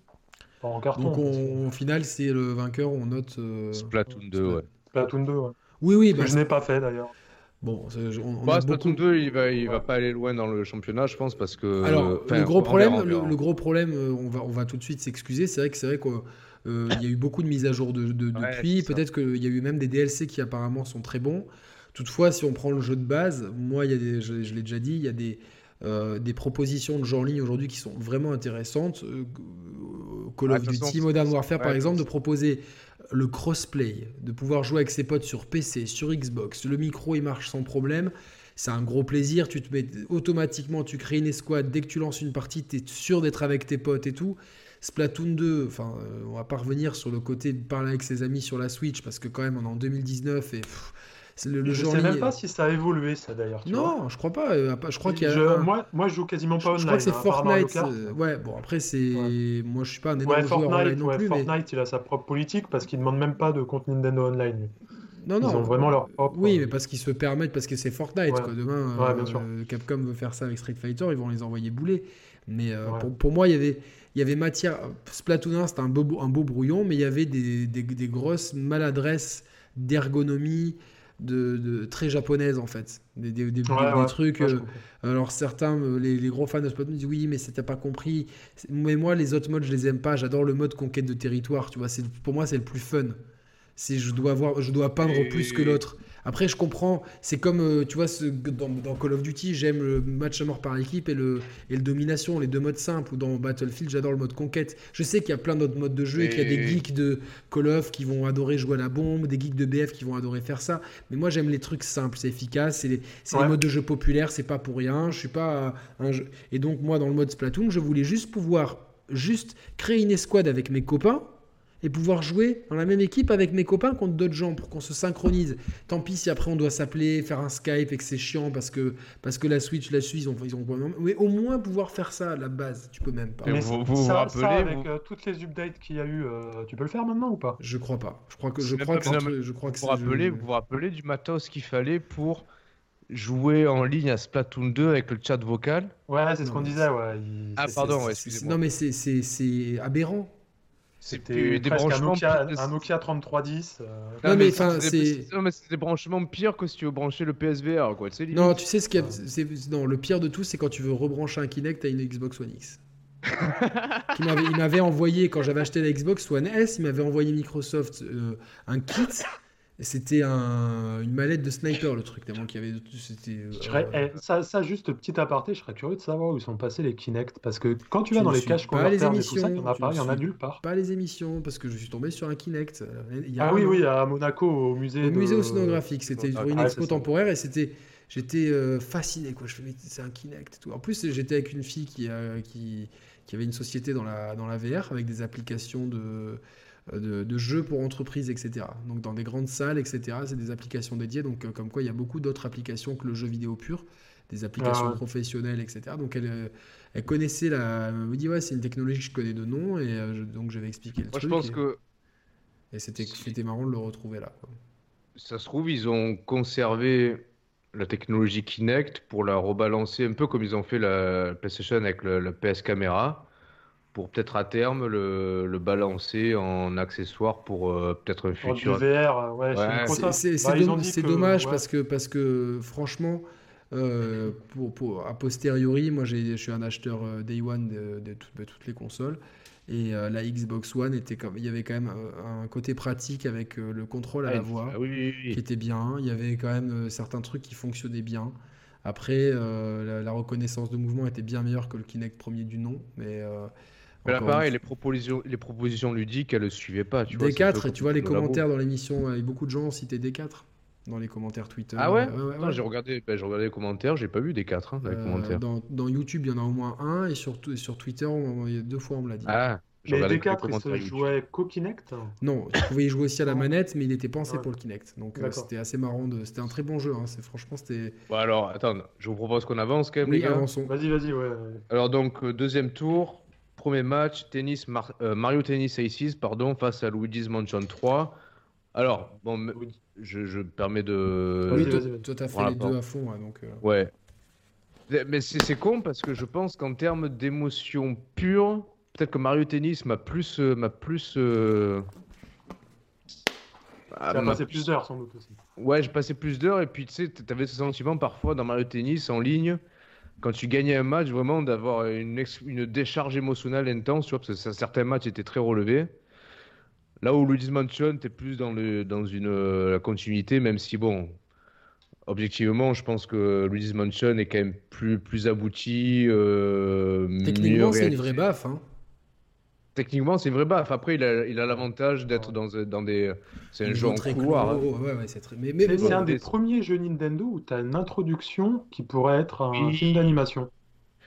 Speaker 3: Pas en carton.
Speaker 1: Donc
Speaker 3: bien sûr.
Speaker 1: on- au final, c'est le vainqueur, on note. euh,
Speaker 2: Splatoon 2, ouais.
Speaker 3: Splatoon 2, ouais.
Speaker 1: Oui, oui,
Speaker 3: Que
Speaker 1: bah,
Speaker 3: je n'ai pas fait d'ailleurs.
Speaker 1: bon, c'est- je- on, on
Speaker 2: Bah,
Speaker 1: a
Speaker 2: Splatoon
Speaker 1: beaucoup.
Speaker 2: 2, il va, il va
Speaker 3: Ouais.
Speaker 2: pas aller loin dans le championnat, je pense, parce que.
Speaker 1: Alors,
Speaker 2: euh, enfin,
Speaker 1: le gros
Speaker 2: on
Speaker 1: problème,
Speaker 2: verra, on
Speaker 1: le,
Speaker 2: verra.
Speaker 1: le gros problème, euh, on va, on va tout de suite s'excuser. C'est vrai que c'est vrai qu'il y a eu beaucoup de mises à jour de, de-
Speaker 2: Ouais,
Speaker 1: depuis.
Speaker 2: c'est ça.
Speaker 1: Peut-être qu'il y a eu même des DLC qui apparemment sont très bons. Toutefois, si on prend le jeu de base, moi, il y a des, je, je l'ai déjà dit, il y a des, euh, des propositions de jeux en ligne aujourd'hui qui sont vraiment intéressantes. Euh, Call
Speaker 2: Ouais,
Speaker 1: of
Speaker 2: de toute
Speaker 1: Duty,
Speaker 2: façon,
Speaker 1: Modern
Speaker 2: c'est-
Speaker 1: Warfare,
Speaker 2: ouais,
Speaker 1: par
Speaker 2: de
Speaker 1: exemple, de
Speaker 2: toute
Speaker 1: proposer le crossplay, de pouvoir jouer avec ses potes sur PC, sur Xbox. Le micro, il marche sans problème. C'est un gros plaisir. Tu te mets automatiquement, tu crées une escouade. Dès que tu lances une partie, tu es sûr d'être avec tes potes et tout. Splatoon 2, enfin, euh, on va pas revenir sur le côté de parler avec ses amis sur la Switch parce que quand même, on est en 2019 et pff, c'est le, le
Speaker 3: je
Speaker 1: jeu en
Speaker 3: sais même
Speaker 1: ligne-
Speaker 3: pas si ça a évolué ça d'ailleurs. tu vois.
Speaker 1: Non, je crois pas. euh, Je crois qu'il y a.
Speaker 3: Je-
Speaker 1: un-
Speaker 3: moi, moi, je joue quasiment
Speaker 1: je
Speaker 3: pas online.
Speaker 1: crois que c'est
Speaker 3: hein, à part Mario
Speaker 1: Fortnite.
Speaker 3: Kart.
Speaker 1: euh, Ouais, bon après c'est, moi je suis pas un énorme
Speaker 3: Ouais,
Speaker 1: joueur online
Speaker 3: Fortnite,
Speaker 1: non
Speaker 3: ouais,
Speaker 1: plus, mais
Speaker 3: Fortnite, il a sa propre politique parce qu'il demande même pas de compte Nintendo Online. lui.
Speaker 1: non Oh non. euh,
Speaker 3: Ils ont vraiment leur propre. euh,
Speaker 1: Oui, mais parce qu'ils se permettent, parce que c'est Fortnite.
Speaker 3: Ouais.
Speaker 1: Quoi. Demain,
Speaker 3: Ouais,
Speaker 1: euh,
Speaker 3: bien sûr.
Speaker 1: Capcom veut faire ça avec Street Fighter, ils vont les envoyer bouler. Mais euh,
Speaker 3: Ouais.
Speaker 1: pour, pour moi, il y avait, il y avait matière. Splatoon 1, c'était un beau, un beau brouillon, mais il y avait des, des- des grosses maladresses d'ergonomie, de, de- très japonaises en fait. Des, des- des-
Speaker 3: Ouais,
Speaker 1: des
Speaker 3: ouais.
Speaker 1: trucs.
Speaker 3: Ouais, je
Speaker 1: euh,
Speaker 3: comprends.
Speaker 1: Alors certains, euh, les, les gros fans de Splatoon disent oui, mais c'était pas compris. C'est- Mais moi, les autres modes, je les aime pas. J'adore le mode conquête de territoire. Tu vois, c'est pour moi, c'est le plus fun. C'est je dois avoir, je dois peindre
Speaker 2: Et-
Speaker 1: plus que l'autre. Après, je comprends. C'est comme euh, tu vois, ce- dans, dans Call of Duty, j'aime le match à mort par équipe et le et le domination, les deux modes simples. Ou dans Battlefield, j'adore le mode conquête. Je sais qu'il y a plein d'autres modes de jeu et qu'il y a des
Speaker 2: Et-
Speaker 1: geeks de Call of qui vont adorer jouer à la bombe, des geeks de BF qui vont adorer faire ça. Mais moi, j'aime les trucs simples, c'est efficace, c'est les, c'est les
Speaker 3: Ouais.
Speaker 1: modes de jeu populaires, c'est pas pour rien. Je suis pas euh, un jeu- Et donc, moi, dans le mode Splatoon, je voulais juste pouvoir juste créer une escouade avec mes copains et pouvoir jouer dans la même équipe avec mes copains contre d'autres gens pour qu'on se synchronise. Tant pis si après on doit s'appeler, faire un Skype et que c'est chiant parce que, parce que la Switch, la Suisse, ils ont, ils ont... Mais au moins pouvoir faire ça à la base, tu peux même pas.
Speaker 2: Et
Speaker 3: Mais
Speaker 2: vous-
Speaker 3: ça-
Speaker 2: vous vous
Speaker 3: ça,
Speaker 2: rappelez,
Speaker 3: ça, avec
Speaker 2: vous-
Speaker 3: euh, toutes les updates qu'il y a eu, euh, tu peux le faire maintenant ou pas
Speaker 1: Je crois pas. Je crois que je
Speaker 2: Même
Speaker 1: crois
Speaker 2: pas
Speaker 1: que, c'est un
Speaker 2: besoin
Speaker 1: truc- je crois que
Speaker 2: Vous vous,
Speaker 1: c'est- je-
Speaker 2: rappelez, vous vous rappelez du matos qu'il fallait pour jouer en ligne à Splatoon 2 avec le chat vocal
Speaker 3: Ouais, c'est ce
Speaker 1: Non,
Speaker 3: qu'on
Speaker 1: mais
Speaker 3: disait. Ouais. il-
Speaker 2: Ah,
Speaker 1: C'est- c'est-
Speaker 2: pardon, ouais,
Speaker 1: c'est-
Speaker 2: excusez-moi.
Speaker 1: Non, mais c'est- c'est c'est aberrant.
Speaker 3: C'était presque un Nokia, un Nokia 3310. euh,
Speaker 1: Non, mais enfin,
Speaker 2: c'était-
Speaker 1: c'est-
Speaker 2: Non, mais c'était des branchements pires que si tu veux brancher le PSVR, quoi. tu sais, limite.
Speaker 1: Non, tu sais ce qu'il y a. c'est- Non, le pire de tout, c'est quand tu veux rebrancher un Kinect à une Xbox One X. Qui m'avait- il m'avait envoyé, quand j'avais acheté la Xbox One S, il m'avait envoyé Microsoft euh, un kit. C'était un- une mallette de sniper, le truc. tellement qu'il y avait. C'était. euh,
Speaker 3: Je serais- eh, ça, ça, juste petit aparté, je serais curieux de savoir où ils sont passés les Kinect. Parce que quand tu vas
Speaker 1: Tu
Speaker 3: dans
Speaker 1: ne
Speaker 3: les
Speaker 1: suis
Speaker 3: caches
Speaker 1: pas
Speaker 3: converters,
Speaker 1: les
Speaker 3: et tout ça, il n'y en
Speaker 1: émissions,
Speaker 3: a
Speaker 1: tu
Speaker 3: pas,
Speaker 1: ne
Speaker 3: il y en a
Speaker 1: suis
Speaker 3: nulle part.
Speaker 1: Pas les émissions, parce que je suis tombé sur un Kinect. Euh, Il y a
Speaker 3: Ah
Speaker 1: un
Speaker 3: oui,
Speaker 1: an.
Speaker 3: oui, à Monaco, au musée.
Speaker 1: Au
Speaker 3: de-
Speaker 1: musée océanographique, c'était
Speaker 2: Ah,
Speaker 1: pour une
Speaker 3: ouais,
Speaker 1: expo
Speaker 3: c'est ça.
Speaker 1: temporaire et c'était, j'étais euh, fasciné quoi. Je fais, mais c'est un Kinect et tout. En plus, j'étais avec une fille qui, euh, qui, qui avait une société dans la, dans la VR avec des applications de, euh, de, de jeux pour entreprises, etc. Donc dans des grandes salles, etc. C'est des applications dédiées. Donc euh, comme quoi, il y a beaucoup d'autres applications que le jeu vidéo pur, des applications
Speaker 3: Ah ouais.
Speaker 1: professionnelles, etc. Donc elle, euh, elle connaissait la, elle me dit ouais, c'est une technologie que je connais de nom et euh, je- donc j'avais expliqué le
Speaker 2: Moi, je
Speaker 1: truc. hein.
Speaker 2: pense
Speaker 1: et,
Speaker 2: que
Speaker 1: et c'était, c'était marrant de le retrouver là. quoi.
Speaker 2: ça se trouve, ils ont conservé la technologie Kinect pour la rebalancer un peu comme ils ont fait la PlayStation avec le, la PS Camera, pour peut-être à terme le, le balancer en accessoire pour euh, peut-être un
Speaker 3: Pour du
Speaker 2: futur.
Speaker 3: VR, euh, ouais, chez
Speaker 2: Ouais,
Speaker 1: C'est-
Speaker 3: Microsoft.
Speaker 1: C'est c'est
Speaker 3: Bah, ils
Speaker 1: dom-
Speaker 3: ont dit
Speaker 1: c'est
Speaker 3: que-
Speaker 1: dommage
Speaker 3: ouais.
Speaker 1: parce que, parce que franchement, euh, pour, pour, a posteriori, moi j'ai- je suis un acheteur euh, day one de, de toutes- de toutes les consoles. Et euh, la Xbox One, était comme, il y avait quand même euh, un côté pratique avec euh, le contrôle à la voix
Speaker 2: Ah oui, oui, oui.
Speaker 1: qui était bien. Il y avait quand même euh, certains trucs qui fonctionnaient bien. Après, euh, la, la reconnaissance de mouvement était bien meilleure que le Kinect premier du nom. Mais euh,
Speaker 2: Mais là,
Speaker 1: encore une
Speaker 2: pareil, les propositions, les propositions ludiques, elles ne suivaient pas. Tu vois, c'est un
Speaker 1: D4,
Speaker 2: peu
Speaker 1: et
Speaker 2: comme
Speaker 1: tu vois les
Speaker 2: dans le labo.
Speaker 1: commentaires dans l'émission, avec beaucoup de gens ont cité D4 dans les commentaires Twitter.
Speaker 2: Ah ouais,
Speaker 1: Euh,
Speaker 2: Attends, J'ai regardé, ben, j'ai regardé les commentaires, j'ai pas vu des 4 hein, dans les
Speaker 1: Euh,
Speaker 2: commentaires.
Speaker 1: dans, dans YouTube, il y en a au moins un, et sur, et sur Twitter, on- on- il y a deux fois on me l'a dit.
Speaker 2: Ah, J'ai regardé
Speaker 3: les
Speaker 2: que les
Speaker 3: D4, ils
Speaker 2: commentaires
Speaker 3: se
Speaker 2: YouTube.
Speaker 3: jouaient hein. co Kinect.
Speaker 1: Non, tu pouvais y jouer aussi à la manette, mais il n'était pas en
Speaker 3: Ah. Ouais.
Speaker 1: pour le Kinect. Donc euh,
Speaker 3: D'accord.
Speaker 1: c'était assez marrant. De... C'était un très bon jeu. hein. C'est franchement c'était.
Speaker 2: Bon, alors, attends, je vous propose qu'on avance quand même, les
Speaker 1: Oui,
Speaker 2: gars.
Speaker 1: avançons.
Speaker 3: Vas-y, vas-y, ouais.
Speaker 2: Alors, donc, euh, deuxième tour, premier match, tennis, Mar- euh, Mario Tennis Aces, pardon, face à Luigi's Mansion 3. Alors, bon, me-
Speaker 3: Oui.
Speaker 2: je, je me permets de.
Speaker 1: Oui,
Speaker 3: vas-y,
Speaker 1: toi,
Speaker 3: vas-y, vas-y.
Speaker 1: toi, t'as fait
Speaker 2: Euh, Voilà,
Speaker 1: les
Speaker 2: pardon.
Speaker 1: deux à fond, ouais, donc. euh,
Speaker 2: Ouais. Mais c'est c'est con parce que je pense qu'en termes d'émotion pure, peut-être que Mario Tennis m'a plus. euh, m'a plus euh, ah,
Speaker 3: Ça a
Speaker 2: m'a
Speaker 3: passé plus d'heures sans doute aussi.
Speaker 2: Ouais, j'ai passé plus d'heures et puis tu sais, t'avais ce sentiment parfois dans Mario Tennis en ligne, quand tu gagnais un match, vraiment d'avoir une, ex- une décharge émotionnelle intense, tu vois, parce que ça- certains matchs étaient très relevés. Là où Luigi's Mansion, t'es plus dans, le, dans une, euh, la continuité, même si bon, objectivement, je pense que Luigi's Mansion est quand même plus, plus abouti, euh,
Speaker 1: Techniquement,
Speaker 2: mieux
Speaker 1: c'est une
Speaker 2: réalisé.
Speaker 1: vraie baffe. hein.
Speaker 2: Techniquement, c'est une vraie baffe. Après, il a il a l'avantage d'être dans, euh, dans des. C'est un
Speaker 1: Ils
Speaker 2: jeu
Speaker 1: ont
Speaker 2: en
Speaker 1: Ah. très
Speaker 2: couloir. hein.
Speaker 1: cool, ouais, ouais, c'est très- Mais, mais
Speaker 3: C'est
Speaker 1: bon,
Speaker 3: c'est un des
Speaker 2: des-
Speaker 3: premiers jeux Nintendo où t'as une introduction qui pourrait être un
Speaker 2: Oui.
Speaker 3: film d'animation.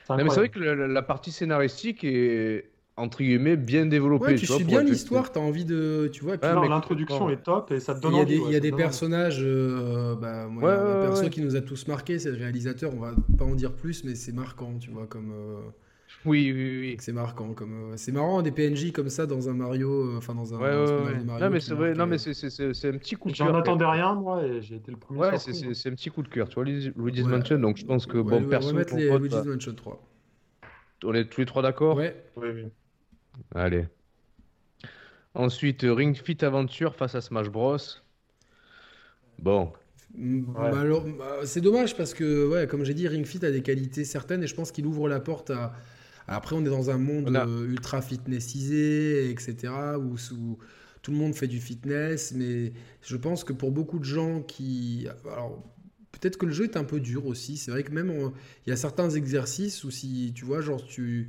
Speaker 3: C'est
Speaker 2: Non, mais c'est vrai
Speaker 3: incroyable.
Speaker 2: que la, la- la partie scénaristique est entre guillemets bien développée.
Speaker 1: ouais, tu
Speaker 2: vois,
Speaker 1: suis
Speaker 2: pour
Speaker 1: bien
Speaker 2: être-
Speaker 1: l'histoire, t'as envie de. Tu vois, puis-
Speaker 2: Ouais,
Speaker 3: Non,
Speaker 2: mais
Speaker 3: L'introduction
Speaker 2: complètement,
Speaker 3: est top et ça te
Speaker 1: Il
Speaker 3: donne
Speaker 1: y a
Speaker 3: envie,
Speaker 1: des,
Speaker 3: ouais,
Speaker 1: il y a
Speaker 3: ça te
Speaker 1: des
Speaker 3: donne envie.
Speaker 1: personnages, euh, bah, moi,
Speaker 2: Ouais,
Speaker 1: il y a un
Speaker 2: ouais,
Speaker 1: perso
Speaker 2: ouais.
Speaker 1: qui nous a tous marqué, c'est le réalisateur, on va pas en dire plus, mais c'est marquant, tu vois, comme euh,
Speaker 2: Oui, oui, oui.
Speaker 1: c'est marquant, comme euh, c'est marrant des PNJ comme ça dans un Mario, euh, enfin dans un,
Speaker 2: Ouais, ouais,
Speaker 1: dans ce qu'on
Speaker 2: ouais.
Speaker 1: appelle des Mario
Speaker 2: Non, mais
Speaker 1: qui
Speaker 2: c'est vrai.
Speaker 1: marquent,
Speaker 2: Non,
Speaker 1: euh,
Speaker 2: mais c'est- c'est c'est- c'est un petit coup de cœur.
Speaker 3: J'en
Speaker 2: quand
Speaker 3: attendais
Speaker 2: même.
Speaker 3: rien, moi et j'ai été le premier
Speaker 2: Ouais, c'est
Speaker 3: surpris.
Speaker 2: c'est- c'est un petit coup de cœur. Tu vois, Luigi- Luigi's
Speaker 1: Ouais.
Speaker 2: Mansion. Donc, je pense que
Speaker 1: ouais,
Speaker 2: bon,
Speaker 1: ouais, on
Speaker 2: perso,
Speaker 1: va mettre
Speaker 2: pour
Speaker 1: les
Speaker 2: moi,
Speaker 1: Luigi's
Speaker 2: bah,
Speaker 1: Mansion 3.
Speaker 2: on est tous les trois d'accord.
Speaker 1: Ouais,
Speaker 3: Oui, oui.
Speaker 2: Allez. Ensuite, euh, Ring Fit Adventure face à Smash Bros. Bon,
Speaker 1: Mm, bah alors, bah, c'est dommage parce que, ouais, comme j'ai dit, Ring Fit a des qualités certaines et je pense qu'il ouvre la porte à. Après, on est dans un monde
Speaker 2: On a-
Speaker 1: euh, ultra fitnessisé, etc., où, où tout le monde fait du fitness, mais je pense que pour beaucoup de gens qui. Alors, peut-être que le jeu est un peu dur aussi. C'est vrai que même en- il y a certains exercices où, si tu vois, genre, tu.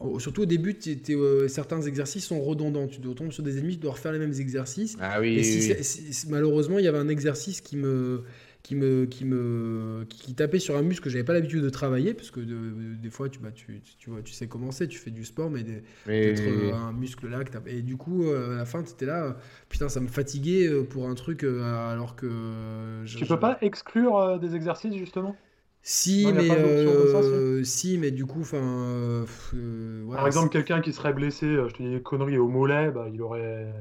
Speaker 1: au- Surtout au début, t'es- t'es, euh, certains exercices sont redondants. Tu dois tomber sur des ennemis, tu dois refaire les mêmes exercices.
Speaker 2: ah oui,
Speaker 1: Et si
Speaker 2: oui,
Speaker 1: c'est- si- si- malheureusement, il y avait un exercice qui me qui me qui me qui, qui tapait sur un muscle que j'avais pas l'habitude de travailler parce que de- des fois tu bah, tu tu vois tu sais comment c'est, tu fais du sport mais des-
Speaker 2: mais-
Speaker 1: peut-être euh, un muscle là que t'as- et du coup euh, à la fin tu étais là euh, putain ça me fatiguait euh, pour un truc euh, alors que euh, je-
Speaker 3: Tu
Speaker 1: je-
Speaker 3: peux pas exclure euh, des exercices justement
Speaker 1: si
Speaker 3: Non, il y a
Speaker 1: mais
Speaker 3: pas d'option comme ça,
Speaker 1: euh, si mais du coup enfin euh, pff, euh, voilà,
Speaker 3: Par exemple, quelqu'un qui serait blessé, euh, je te dis des conneries au mollet, bah, il aurait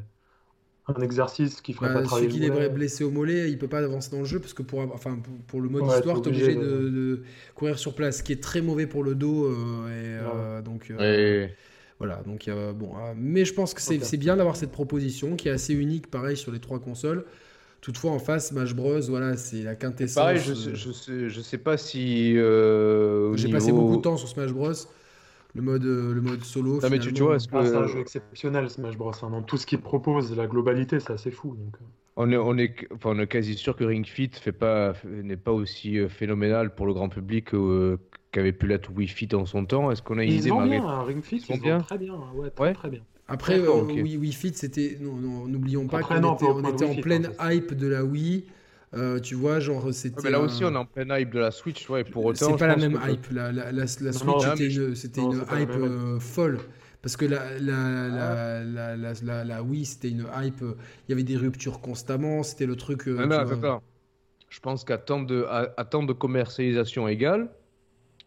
Speaker 3: un exercice qui ferait pas
Speaker 1: Bah,
Speaker 3: travailler
Speaker 1: celui qui
Speaker 3: le
Speaker 1: est
Speaker 3: mollet.
Speaker 1: bra- blessé au mollet, il peut pas avancer dans le jeu parce que pour, av- enfin, pour, pour le mode
Speaker 3: Ouais,
Speaker 1: histoire,
Speaker 3: t'es
Speaker 1: t'es
Speaker 3: obligé
Speaker 1: obligé de, de courir sur place, ce qui est très mauvais pour le dos. euh, et, euh, donc euh,
Speaker 2: Ouais.
Speaker 1: voilà. Donc euh, bon, euh, mais je pense que c'est
Speaker 3: Ok.
Speaker 1: c'est bien d'avoir cette proposition qui est assez unique, pareil sur les trois consoles. Toutefois, en face, Smash Bros, voilà, c'est la quintessence.
Speaker 2: Pareil, je
Speaker 1: euh,
Speaker 2: sais, je sais, je sais pas si. euh, au
Speaker 1: J'ai passé
Speaker 2: niveau-
Speaker 1: beaucoup de temps sur Smash Bros, le mode, euh, le mode solo.
Speaker 2: Non, mais tu, tu
Speaker 1: finalement.
Speaker 2: vois, est-ce que.
Speaker 3: Ah, c'est
Speaker 1: Euh.
Speaker 3: un jeu exceptionnel, Smash Bros. hein, Dans tout ce qu'il propose, la globalité, c'est assez fou. donc, euh.
Speaker 2: On est, on est, enfin, on est quasi sûr que Ring Fit fait pas, fait- n'est pas aussi euh, phénoménal pour le grand public euh, qu'avait pu l'être Wii Fit en son temps. Est-ce qu'on a une
Speaker 3: Ils
Speaker 2: idée,
Speaker 3: vendent
Speaker 2: Marie
Speaker 3: bien, un Ring Fit,
Speaker 2: Ils
Speaker 3: ils,
Speaker 2: sont
Speaker 3: vendent
Speaker 2: bien.
Speaker 3: très bien. hein, Ouais, très,
Speaker 2: Ouais.
Speaker 3: très bien.
Speaker 1: Après,
Speaker 2: D'accord,
Speaker 1: euh,
Speaker 2: ok.
Speaker 1: oui, Wii Fit, c'était. non, non, N'oublions pas
Speaker 3: Après,
Speaker 1: qu'on
Speaker 3: non,
Speaker 1: était,
Speaker 3: pour le
Speaker 1: on
Speaker 3: point de
Speaker 1: était
Speaker 3: Wii
Speaker 1: en
Speaker 3: Fit,
Speaker 1: pleine
Speaker 3: hein, ça,
Speaker 1: hype de la Wii. Euh, tu vois, genre, c'était.
Speaker 2: Ouais, mais là
Speaker 1: un-
Speaker 2: aussi, on est en plein hype de la Switch, ouais, et pour autant.
Speaker 1: C'est
Speaker 2: je
Speaker 1: pas la
Speaker 2: pense
Speaker 1: même
Speaker 2: que-
Speaker 1: hype. La, la, la- la Switch,
Speaker 3: non,
Speaker 1: c'était
Speaker 2: mais
Speaker 1: une, c'était
Speaker 3: non,
Speaker 1: une
Speaker 3: c'est pas la
Speaker 1: hype
Speaker 3: même hype.
Speaker 1: euh, folle. Parce que la, la,
Speaker 2: Ah.
Speaker 1: la, la, la, la- la Wii, c'était une hype. euh, Il y avait des ruptures constamment. C'était le truc. euh,
Speaker 2: Ah Non,
Speaker 1: tu
Speaker 2: non,
Speaker 1: vois.
Speaker 2: attends, attends. Je pense qu'à temps de, à, à temps de commercialisation égale,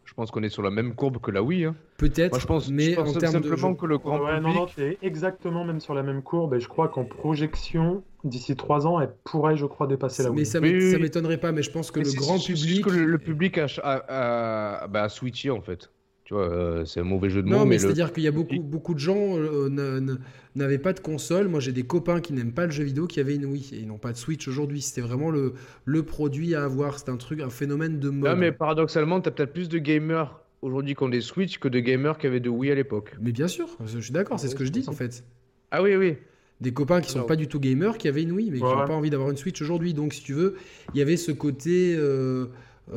Speaker 2: je pense qu'on est sur la même courbe que la Wii. hein.
Speaker 1: Peut-être.
Speaker 2: Moi, je pense, je
Speaker 1: mais
Speaker 2: pense
Speaker 1: en termes de.
Speaker 2: simplement
Speaker 1: je-
Speaker 2: que le grand
Speaker 3: Ouais, non,
Speaker 2: public.
Speaker 3: non, t'es exactement même sur la même courbe. Et je crois qu'en projection, d'ici 3 ans, elle pourrait, je crois, dépasser la
Speaker 1: mais
Speaker 3: Wii.
Speaker 1: ça
Speaker 2: Oui,
Speaker 1: m'é-
Speaker 2: oui,
Speaker 1: ça
Speaker 2: oui.
Speaker 1: m'étonnerait pas, mais je pense que
Speaker 2: Mais
Speaker 1: le
Speaker 2: c'est-
Speaker 1: grand
Speaker 2: c'est juste
Speaker 1: public.
Speaker 2: que le, le public a, a, a- bah, a switché, en fait. Tu vois, euh, c'est un mauvais jeu de mots,
Speaker 1: Non, mais,
Speaker 2: mais le-
Speaker 1: c'est-à-dire qu'il y a beaucoup, beaucoup de gens euh, ne- ne- n'avaient pas de console. Moi, j'ai des copains qui n'aiment pas le jeu vidéo qui avaient une Wii et ils n'ont pas de Switch aujourd'hui. C'était vraiment le, le produit à avoir. C'est un truc, un phénomène de mode.
Speaker 2: Non, mais paradoxalement, t'as peut-être plus de gamers aujourd'hui qui ont des Switch que de gamers qui avaient de Wii à l'époque.
Speaker 1: Mais bien sûr, je je suis d'accord, c'est ce que je dis en fait.
Speaker 2: Ah oui, oui.
Speaker 1: Des copains qui sont
Speaker 2: Alors-
Speaker 1: pas du tout gamers, qui avaient une Wii, mais qui
Speaker 3: Ouais.
Speaker 1: n'ont pas envie d'avoir une Switch aujourd'hui. Donc, si tu veux, il y avait ce côté. euh,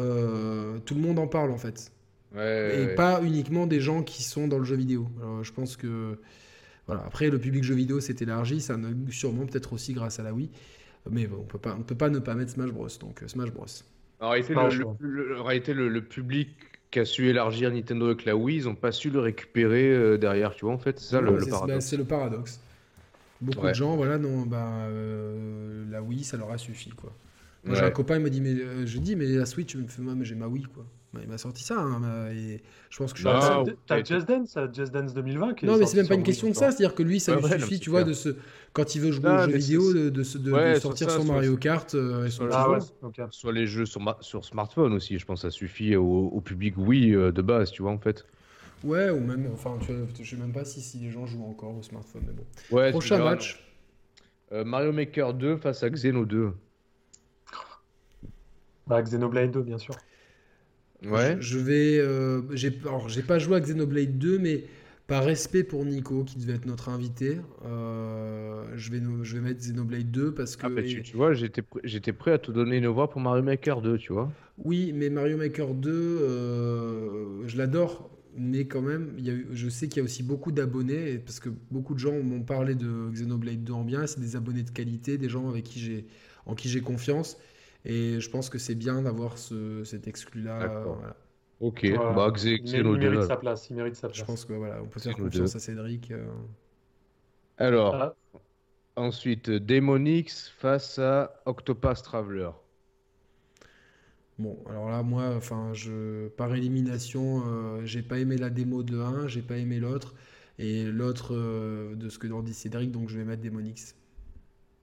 Speaker 1: euh, tout le monde en parle en fait.
Speaker 2: Ouais,
Speaker 1: Et
Speaker 2: ouais.
Speaker 1: pas uniquement des gens qui sont dans le jeu vidéo. Alors, je pense que. Voilà. Après, le public jeu vidéo s'est élargi, ça ne- sûrement peut-être aussi grâce à la Wii. Mais bon, on peut pas, on peut pas ne pas mettre Smash Bros. Donc euh, Smash Bros.
Speaker 2: En réalité,
Speaker 3: Pas
Speaker 2: le,
Speaker 3: chaud.
Speaker 2: le- le- en réalité, le- le public qui a su élargir Nintendo avec la Wii, ils n'ont pas su le récupérer euh, derrière, tu vois, en fait. C'est ça le,
Speaker 1: Ouais,
Speaker 2: le
Speaker 1: c'est- bah,
Speaker 2: paradoxe.
Speaker 1: C'est le paradoxe. Beaucoup
Speaker 2: Ouais.
Speaker 1: de gens, voilà, non, bah, euh, la Wii, ça leur a suffi, quoi. Moi, j'ai
Speaker 2: Ouais.
Speaker 1: un copain, il me dit, mais euh, je lui dis, mais la Switch, il me fait, moi, mais j'ai ma Wii, quoi. Bah, il m'a sorti ça, hein, bah, et je pense que je suis
Speaker 2: Bah,
Speaker 1: le seul.
Speaker 2: Ah,
Speaker 3: T'as-
Speaker 2: ouais.
Speaker 3: T'as Just Dance, t'as Just Dance 2020 qui est
Speaker 1: Non, mais
Speaker 3: sorti
Speaker 1: c'est même pas
Speaker 3: sur
Speaker 1: une question
Speaker 3: Wii,
Speaker 1: de ça, c'est-à-dire que lui, ça
Speaker 2: Ouais,
Speaker 1: lui
Speaker 2: ouais, non,
Speaker 1: suffit,
Speaker 2: mais
Speaker 1: tu
Speaker 2: c'est
Speaker 1: vois,
Speaker 2: clair.
Speaker 1: de se, quand il veut jouer
Speaker 2: Ah,
Speaker 1: aux jeux
Speaker 2: mais
Speaker 1: vidéo,
Speaker 2: c'est-
Speaker 1: de, de, se- de- de
Speaker 2: Ouais, sur
Speaker 1: sortir
Speaker 2: ça,
Speaker 1: son
Speaker 2: sur-
Speaker 1: Mario Kart euh, et son
Speaker 2: Voilà.
Speaker 3: Ah ouais,
Speaker 1: jeu.
Speaker 3: ok.
Speaker 2: Soit les jeux sur, ma- sur smartphone aussi, je pense que ça suffit au, au public, oui, euh, de base, tu vois, en fait.
Speaker 1: Ouais, ou même, enfin, tu vois, je sais même pas si, si les gens jouent encore au smartphone, mais bon.
Speaker 2: Ouais, tu
Speaker 1: Prochain
Speaker 2: verras,
Speaker 1: match.
Speaker 2: non. Euh, Mario Maker 2 face à Xeno 2.
Speaker 3: Bah, Xenoblade 2, bien sûr.
Speaker 1: Je, je vais. euh, j'ai, alors, j'ai pas joué à Xenoblade 2, mais par respect pour Nico, qui devait être notre invité, euh, je, vais, no- je vais mettre Xenoblade 2 parce que.
Speaker 2: Ah, bah, tu, tu vois, j'étais pr- j'étais prêt à te donner une voix pour Mario Maker 2, tu vois.
Speaker 1: Oui, mais Mario Maker 2, euh, je l'adore, mais quand même, il y a eu- je sais qu'il y a aussi beaucoup d'abonnés, et- parce que beaucoup de gens m'ont parlé de Xenoblade 2 en bien, c'est des abonnés de qualité, des gens avec qui j'ai, en qui j'ai confiance, et je pense que c'est bien d'avoir ce, cet exclu-là.
Speaker 2: D'accord.
Speaker 1: voilà.
Speaker 2: Ok,
Speaker 3: Ouais.
Speaker 2: bah, Xe-
Speaker 3: Il, mé-
Speaker 2: Xeno
Speaker 3: il
Speaker 2: 2.
Speaker 3: mérite
Speaker 2: là.
Speaker 3: sa place, il mérite sa
Speaker 1: Je
Speaker 3: place.
Speaker 1: pense que voilà, on peut faire
Speaker 2: Xeno 2.
Speaker 1: confiance à Cédric. euh.
Speaker 2: Alors,
Speaker 3: Ah,
Speaker 2: ensuite, Demonix face à Octopath Traveler.
Speaker 1: Bon, alors là, moi, enfin, je, par élimination, euh, j'ai pas aimé la démo de 1, j'ai pas aimé l'autre, et l'autre euh, de ce que leur dit Cédric, donc je vais mettre Démonix.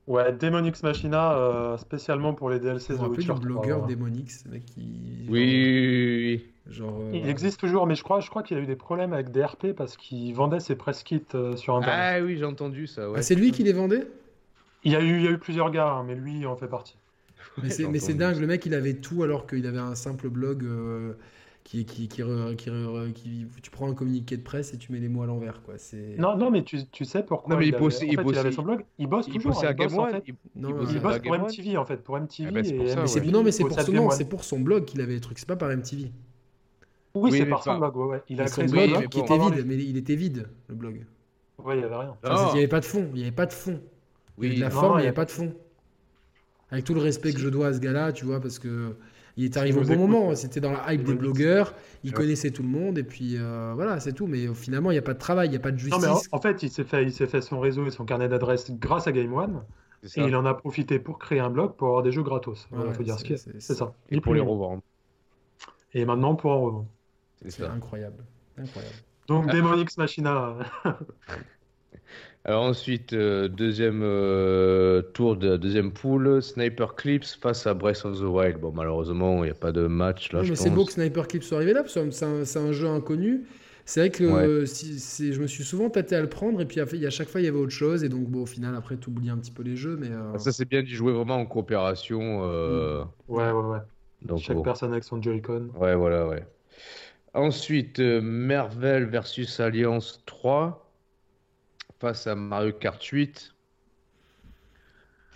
Speaker 3: ouais, Demon X Machina, euh, spécialement pour les DLC
Speaker 1: C'est
Speaker 3: de
Speaker 1: un peu
Speaker 3: Witcher euh,
Speaker 1: du
Speaker 3: 3,
Speaker 1: blogueur
Speaker 3: ouais.
Speaker 1: Démonix, le mec qui. genre-
Speaker 2: Oui, oui,
Speaker 1: Genre. euh,
Speaker 3: Il existe toujours, mais je crois, je crois qu'il a eu des problèmes avec des RP parce qu'il vendait ses press kits euh, sur
Speaker 2: oui.
Speaker 3: Internet.
Speaker 2: Ah oui, j'ai entendu ça, ouais.
Speaker 1: Ah, c'est lui qui les vendait?
Speaker 3: Il y a eu, il y a eu plusieurs gars, hein, mais lui, il en fait partie.
Speaker 1: Mais c'est
Speaker 2: j'ai
Speaker 1: mais c'est
Speaker 2: entendu
Speaker 1: dingue,
Speaker 2: ça.
Speaker 1: le mec il avait tout alors qu'il avait un simple blog euh, qui, qui, qui, re- qui re- qui- Tu prends un communiqué de presse et tu mets les mots à l'envers, quoi. C'est.
Speaker 3: Non, non, mais tu, tu sais pourquoi
Speaker 2: Non, mais il
Speaker 3: avait-
Speaker 2: bossait-
Speaker 3: en
Speaker 2: il
Speaker 3: fait, avait
Speaker 2: bossait-
Speaker 3: son blog. Il bosse
Speaker 2: Il
Speaker 3: toujours. hein,
Speaker 2: bossait à
Speaker 3: il bosse,
Speaker 2: Game
Speaker 3: en
Speaker 2: One.
Speaker 3: fait-
Speaker 2: il-
Speaker 1: Non,
Speaker 2: il
Speaker 1: euh,
Speaker 2: bossait
Speaker 3: il
Speaker 2: à
Speaker 3: bosse
Speaker 2: Game
Speaker 3: pour
Speaker 2: One.
Speaker 3: MTV en fait, pour MTV
Speaker 2: Ah bah, c'est pour
Speaker 3: et
Speaker 2: ça,
Speaker 1: mais c'est
Speaker 2: ouais.
Speaker 3: MTV
Speaker 1: non, mais c'est
Speaker 3: au
Speaker 1: pour, son,
Speaker 3: Save
Speaker 1: non,
Speaker 3: Game
Speaker 1: c'est
Speaker 3: One.
Speaker 1: pour son blog qu'il avait les trucs, c'est pas par MTV.
Speaker 3: Oui,
Speaker 2: Oui,
Speaker 3: c'est
Speaker 2: mais
Speaker 3: par son
Speaker 2: pas-
Speaker 3: blog, ouais, ouais. Il a
Speaker 1: Mais
Speaker 3: créé
Speaker 1: son
Speaker 3: son
Speaker 1: blog
Speaker 2: blog,
Speaker 3: blog. Ah,
Speaker 1: qui
Speaker 2: mais
Speaker 1: était
Speaker 3: pendant
Speaker 1: vide, mais il était vide, le blog.
Speaker 3: les- Ouais, il y avait rien.
Speaker 1: Enfin, c'est-
Speaker 2: Non.
Speaker 1: il n'y avait pas de fond, il n'y avait pas de fond. Il y avait de la
Speaker 2: Ah, Oui,
Speaker 3: non,
Speaker 1: forme, il
Speaker 3: il
Speaker 1: n'y
Speaker 3: y
Speaker 1: avait
Speaker 3: a-
Speaker 1: pas de fond. Avec tout le respect que
Speaker 3: Si.
Speaker 1: je dois à ce gars-là, tu vois, parce que il est arrivé
Speaker 3: nous
Speaker 1: au bon
Speaker 3: écoute,
Speaker 1: moment.
Speaker 3: ouais.
Speaker 1: C'était dans la hype des
Speaker 3: Il nous écoute.
Speaker 1: blogueurs, il
Speaker 2: Ouais.
Speaker 1: connaissait tout le monde, et puis euh, voilà, c'est tout. Mais euh, finalement, il n'y a pas de travail, il n'y a pas de
Speaker 3: Non,
Speaker 1: justice.
Speaker 3: mais en, en fait, il s'est fait, il s'est fait son réseau et son carnet d'adresses grâce à Game One
Speaker 2: c'est ça.
Speaker 3: et il en a profité pour créer un blog pour avoir des jeux gratos. Voilà,
Speaker 1: Ouais,
Speaker 3: faut dire ce
Speaker 1: c'est-
Speaker 3: qu'il y a.
Speaker 1: c'est-
Speaker 3: C'est ça.
Speaker 2: Et
Speaker 3: Ni
Speaker 2: pour
Speaker 3: plus
Speaker 2: les
Speaker 3: ni moins.
Speaker 2: revendre.
Speaker 3: Et maintenant pour en revendre.
Speaker 2: C'est
Speaker 1: C'est
Speaker 2: ça.
Speaker 1: incroyable. incroyable.
Speaker 3: Donc
Speaker 2: Ah.
Speaker 3: Demon X Machina.
Speaker 2: Alors ensuite, euh, deuxième euh, tour de deuxième poule, Sniper Clips face à Breath of the Wild. Bon, malheureusement, il n'y a pas de match là,
Speaker 1: Non,
Speaker 2: je
Speaker 1: mais
Speaker 2: pense.
Speaker 1: c'est beau que Sniper Clip soit arrivé là, parce que c'est un, c'est un jeu inconnu. C'est vrai que
Speaker 2: Ouais.
Speaker 1: euh, si- c'est- je me suis souvent tâté à le prendre, et puis à, à chaque fois, il y avait autre chose. Et donc, bon, au final, après, tu oublies un petit peu les jeux, mais. euh,
Speaker 2: Ah, Ça, c'est bien d'y jouer vraiment en coopération. euh,
Speaker 3: Ouais, ouais, ouais.
Speaker 2: donc,
Speaker 3: Mm. Chaque
Speaker 2: bon.
Speaker 3: personne avec son Joy-Con.
Speaker 2: Ouais, voilà, ouais. Ensuite, euh, Marvel versus Alliance 3 face à Mario Kart 8.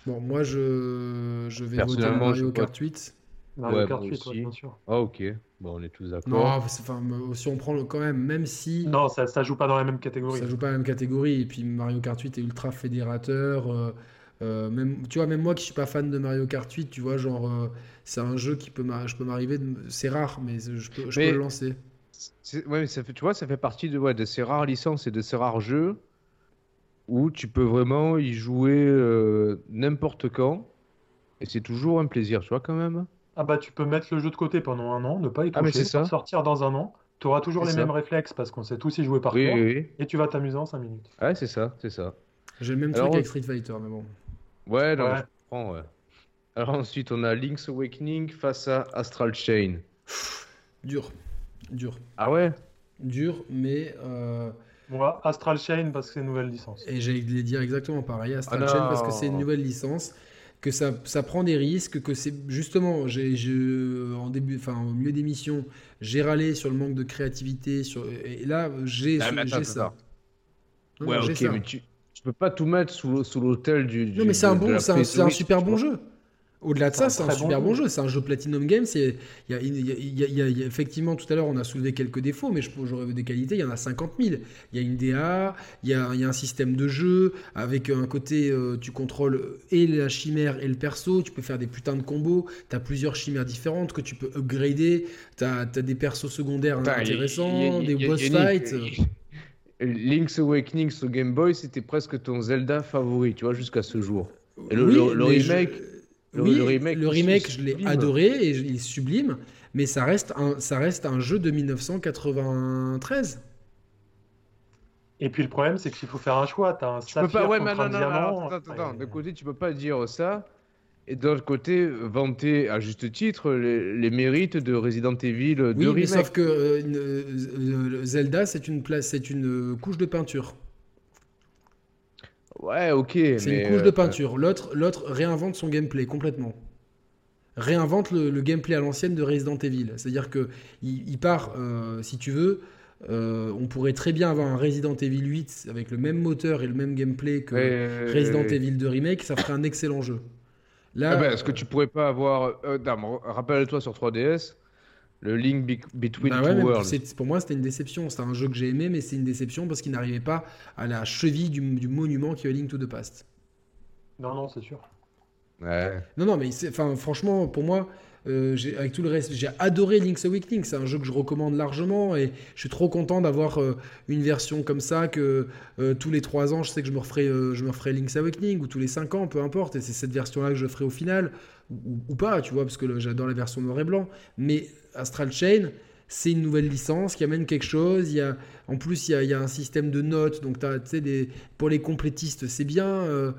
Speaker 1: Bon, moi, je, je vais voter
Speaker 2: Personnellement, je
Speaker 1: Mario
Speaker 2: sais pas.
Speaker 1: Kart 8.
Speaker 3: Mario
Speaker 2: Ouais,
Speaker 3: Kart
Speaker 2: moi
Speaker 3: 8, ouais,
Speaker 2: aussi.
Speaker 3: bien sûr.
Speaker 2: Ah, ok. Bon, on est tous d'accord.
Speaker 1: Non, c'est- enfin, me- si on prend le, quand même, même si
Speaker 3: Non, ça, ça joue pas dans la même catégorie.
Speaker 1: ça joue pas la même catégorie, et puis Mario Kart 8 est ultra fédérateur. euh, euh, même, tu vois, même moi qui suis pas fan de Mario Kart 8, tu vois, genre, euh, c'est un jeu qui peut, m'ar- je peux m'arriver, de me- c'est rare, mais je peux, je peux
Speaker 2: Mais-
Speaker 1: le lancer.
Speaker 2: C'est- Ouais, mais ça fait, tu vois, ça fait partie de, ouais, de ces rares licences et de ces rares jeux où tu peux vraiment y jouer euh, n'importe quand. Et c'est toujours un plaisir, tu vois, quand même.
Speaker 3: Ah bah tu peux mettre le jeu de côté pendant un an, ne pas y
Speaker 2: Ah, mais
Speaker 3: toucher,
Speaker 2: c'est ça.
Speaker 3: sortir dans un an. Tu auras toujours
Speaker 2: C'est
Speaker 3: les
Speaker 2: ça.
Speaker 3: mêmes réflexes parce qu'on sait tous y jouer par
Speaker 2: Oui,
Speaker 3: cœur.
Speaker 2: oui, oui.
Speaker 3: Et tu vas t'amuser en 5 minutes.
Speaker 2: Ouais, c'est ça, c'est ça.
Speaker 1: J'ai le même
Speaker 2: Alors,
Speaker 1: truc
Speaker 2: on-
Speaker 1: avec Street Fighter, mais bon.
Speaker 2: Ouais, non,
Speaker 3: Ouais.
Speaker 2: mais je comprends, ouais. Alors ensuite, on a Link's Awakening face à Astral Chain.
Speaker 1: Dur, dur,
Speaker 2: Ah ouais?
Speaker 1: dur, mais. euh,
Speaker 3: Moi, bah, Astral Chain parce que c'est une nouvelle licence.
Speaker 1: Et j'allais dire exactement pareil à Star
Speaker 2: Ah
Speaker 1: Chain
Speaker 2: non.
Speaker 1: parce que c'est une nouvelle licence, que ça, ça prend des risques, que c'est justement, j'ai, je- en début, enfin au milieu d'émission, j'ai râlé sur le manque de créativité, sur, et là j'ai,
Speaker 2: Ah, mais
Speaker 1: j'ai
Speaker 2: attends, attends,
Speaker 1: ça.
Speaker 2: attends.
Speaker 1: Non,
Speaker 2: Ouais,
Speaker 1: non, j'ai
Speaker 2: ok,
Speaker 1: ça.
Speaker 2: mais tu, tu peux pas tout mettre sous, sous l'autel du,
Speaker 1: Non
Speaker 2: du-
Speaker 1: mais c'est un
Speaker 2: de- de
Speaker 1: bon,
Speaker 2: la
Speaker 1: c'est un,
Speaker 2: prise
Speaker 1: c'est
Speaker 2: de
Speaker 1: un
Speaker 2: risque,
Speaker 1: super
Speaker 2: tu
Speaker 1: bon
Speaker 2: vois.
Speaker 1: jeu. Au-delà de ça,
Speaker 3: un
Speaker 1: c'est un
Speaker 3: très
Speaker 1: super
Speaker 3: bon
Speaker 1: bon
Speaker 3: jeu.
Speaker 1: jeu. C'est un jeu Platinum Games. C'est- Il y a, une- il y a- il y a- il y a- il y a- effectivement, tout à l'heure, on a soulevé quelques défauts, mais je j'aurais vu des qualités. Il y en a 50 000. Il y a une DA, il y a, il y a un système de jeu avec un côté, euh, tu contrôles et la chimère et le perso. Tu peux faire des putains de combos. T'as plusieurs chimères différentes que tu peux upgrader. T'as as des persos secondaires hein,
Speaker 2: Putain, il-
Speaker 1: intéressants,
Speaker 2: il- il-
Speaker 1: des
Speaker 2: il-
Speaker 1: boss
Speaker 2: il-
Speaker 1: fights.
Speaker 2: il- Link's Awakening sur Game Boy, c'était presque ton Zelda favori, tu vois, jusqu'à ce jour. Et le- le- le
Speaker 1: mais je-
Speaker 2: remake- le-
Speaker 1: oui,
Speaker 2: le remake,
Speaker 1: le
Speaker 2: il-
Speaker 1: remake,
Speaker 2: il
Speaker 1: je l'ai
Speaker 2: sublime.
Speaker 1: adoré et je- il est sublime, mais ça reste un, ça reste un jeu de 1993.
Speaker 3: Et puis le problème, c'est qu'il faut faire un choix. T'as un
Speaker 2: Tu peux
Speaker 3: saphir
Speaker 2: pas, ouais, mais non,
Speaker 3: contre un
Speaker 2: non, non,
Speaker 3: diamant.
Speaker 2: attends, attends, attends.
Speaker 3: Et-
Speaker 2: D'un côté, tu peux pas dire ça, et de l'autre côté, vanter à juste titre les, les mérites de Resident Evil 2
Speaker 1: Oui, mais
Speaker 2: Remake.
Speaker 1: sauf que euh, une- euh, Zelda, c'est une place, c'est une euh, couche de peinture.
Speaker 2: Ouais, ok.
Speaker 1: C'est
Speaker 2: mais,
Speaker 1: une couche de
Speaker 2: euh,
Speaker 1: peinture. L'autre, l'autre réinvente son gameplay complètement. Réinvente le, le gameplay à l'ancienne de Resident Evil. C'est-à-dire que il, il part, euh, si tu veux, euh, on pourrait très bien avoir un Resident Evil 8 avec le même moteur et le même gameplay que
Speaker 2: euh, mais-
Speaker 1: Resident Evil 2 remake, ça ferait un excellent jeu. Là,
Speaker 2: Ah ben, Est-ce que tu pourrais pas avoir. euh, non, mais Rappelle-toi sur 3DS, le Link Be- Between
Speaker 1: bah ouais,
Speaker 2: Two
Speaker 1: mais
Speaker 2: Worlds.
Speaker 1: c'est- pour moi, c'était une déception. C'était un jeu que j'ai aimé, mais c'est une déception parce qu'il n'arrivait pas à la cheville du, du monument qui est Link to the Past.
Speaker 3: Non, non, c'est sûr.
Speaker 2: Ouais.
Speaker 1: Non, non, mais c'est- enfin, franchement, pour moi, euh, j'ai- avec tout le reste, j'ai adoré Link's Awakening. C'est un jeu que je recommande largement et je suis trop content d'avoir euh, une version comme ça que euh, tous les 3 ans, je sais que je me referai, euh, je me referai Link's Awakening ou tous les 5 ans, peu importe. Et c'est cette version-là que je ferai au final ou, ou pas, tu vois, parce que le- j'adore la version noir et blanc. Mais Astral Chain. C'est une nouvelle licence qui amène quelque chose. Il y a, en plus, il y a, il y a un système de notes. Donc, t'as, tu sais, des, pour les complétistes, c'est bien. euh,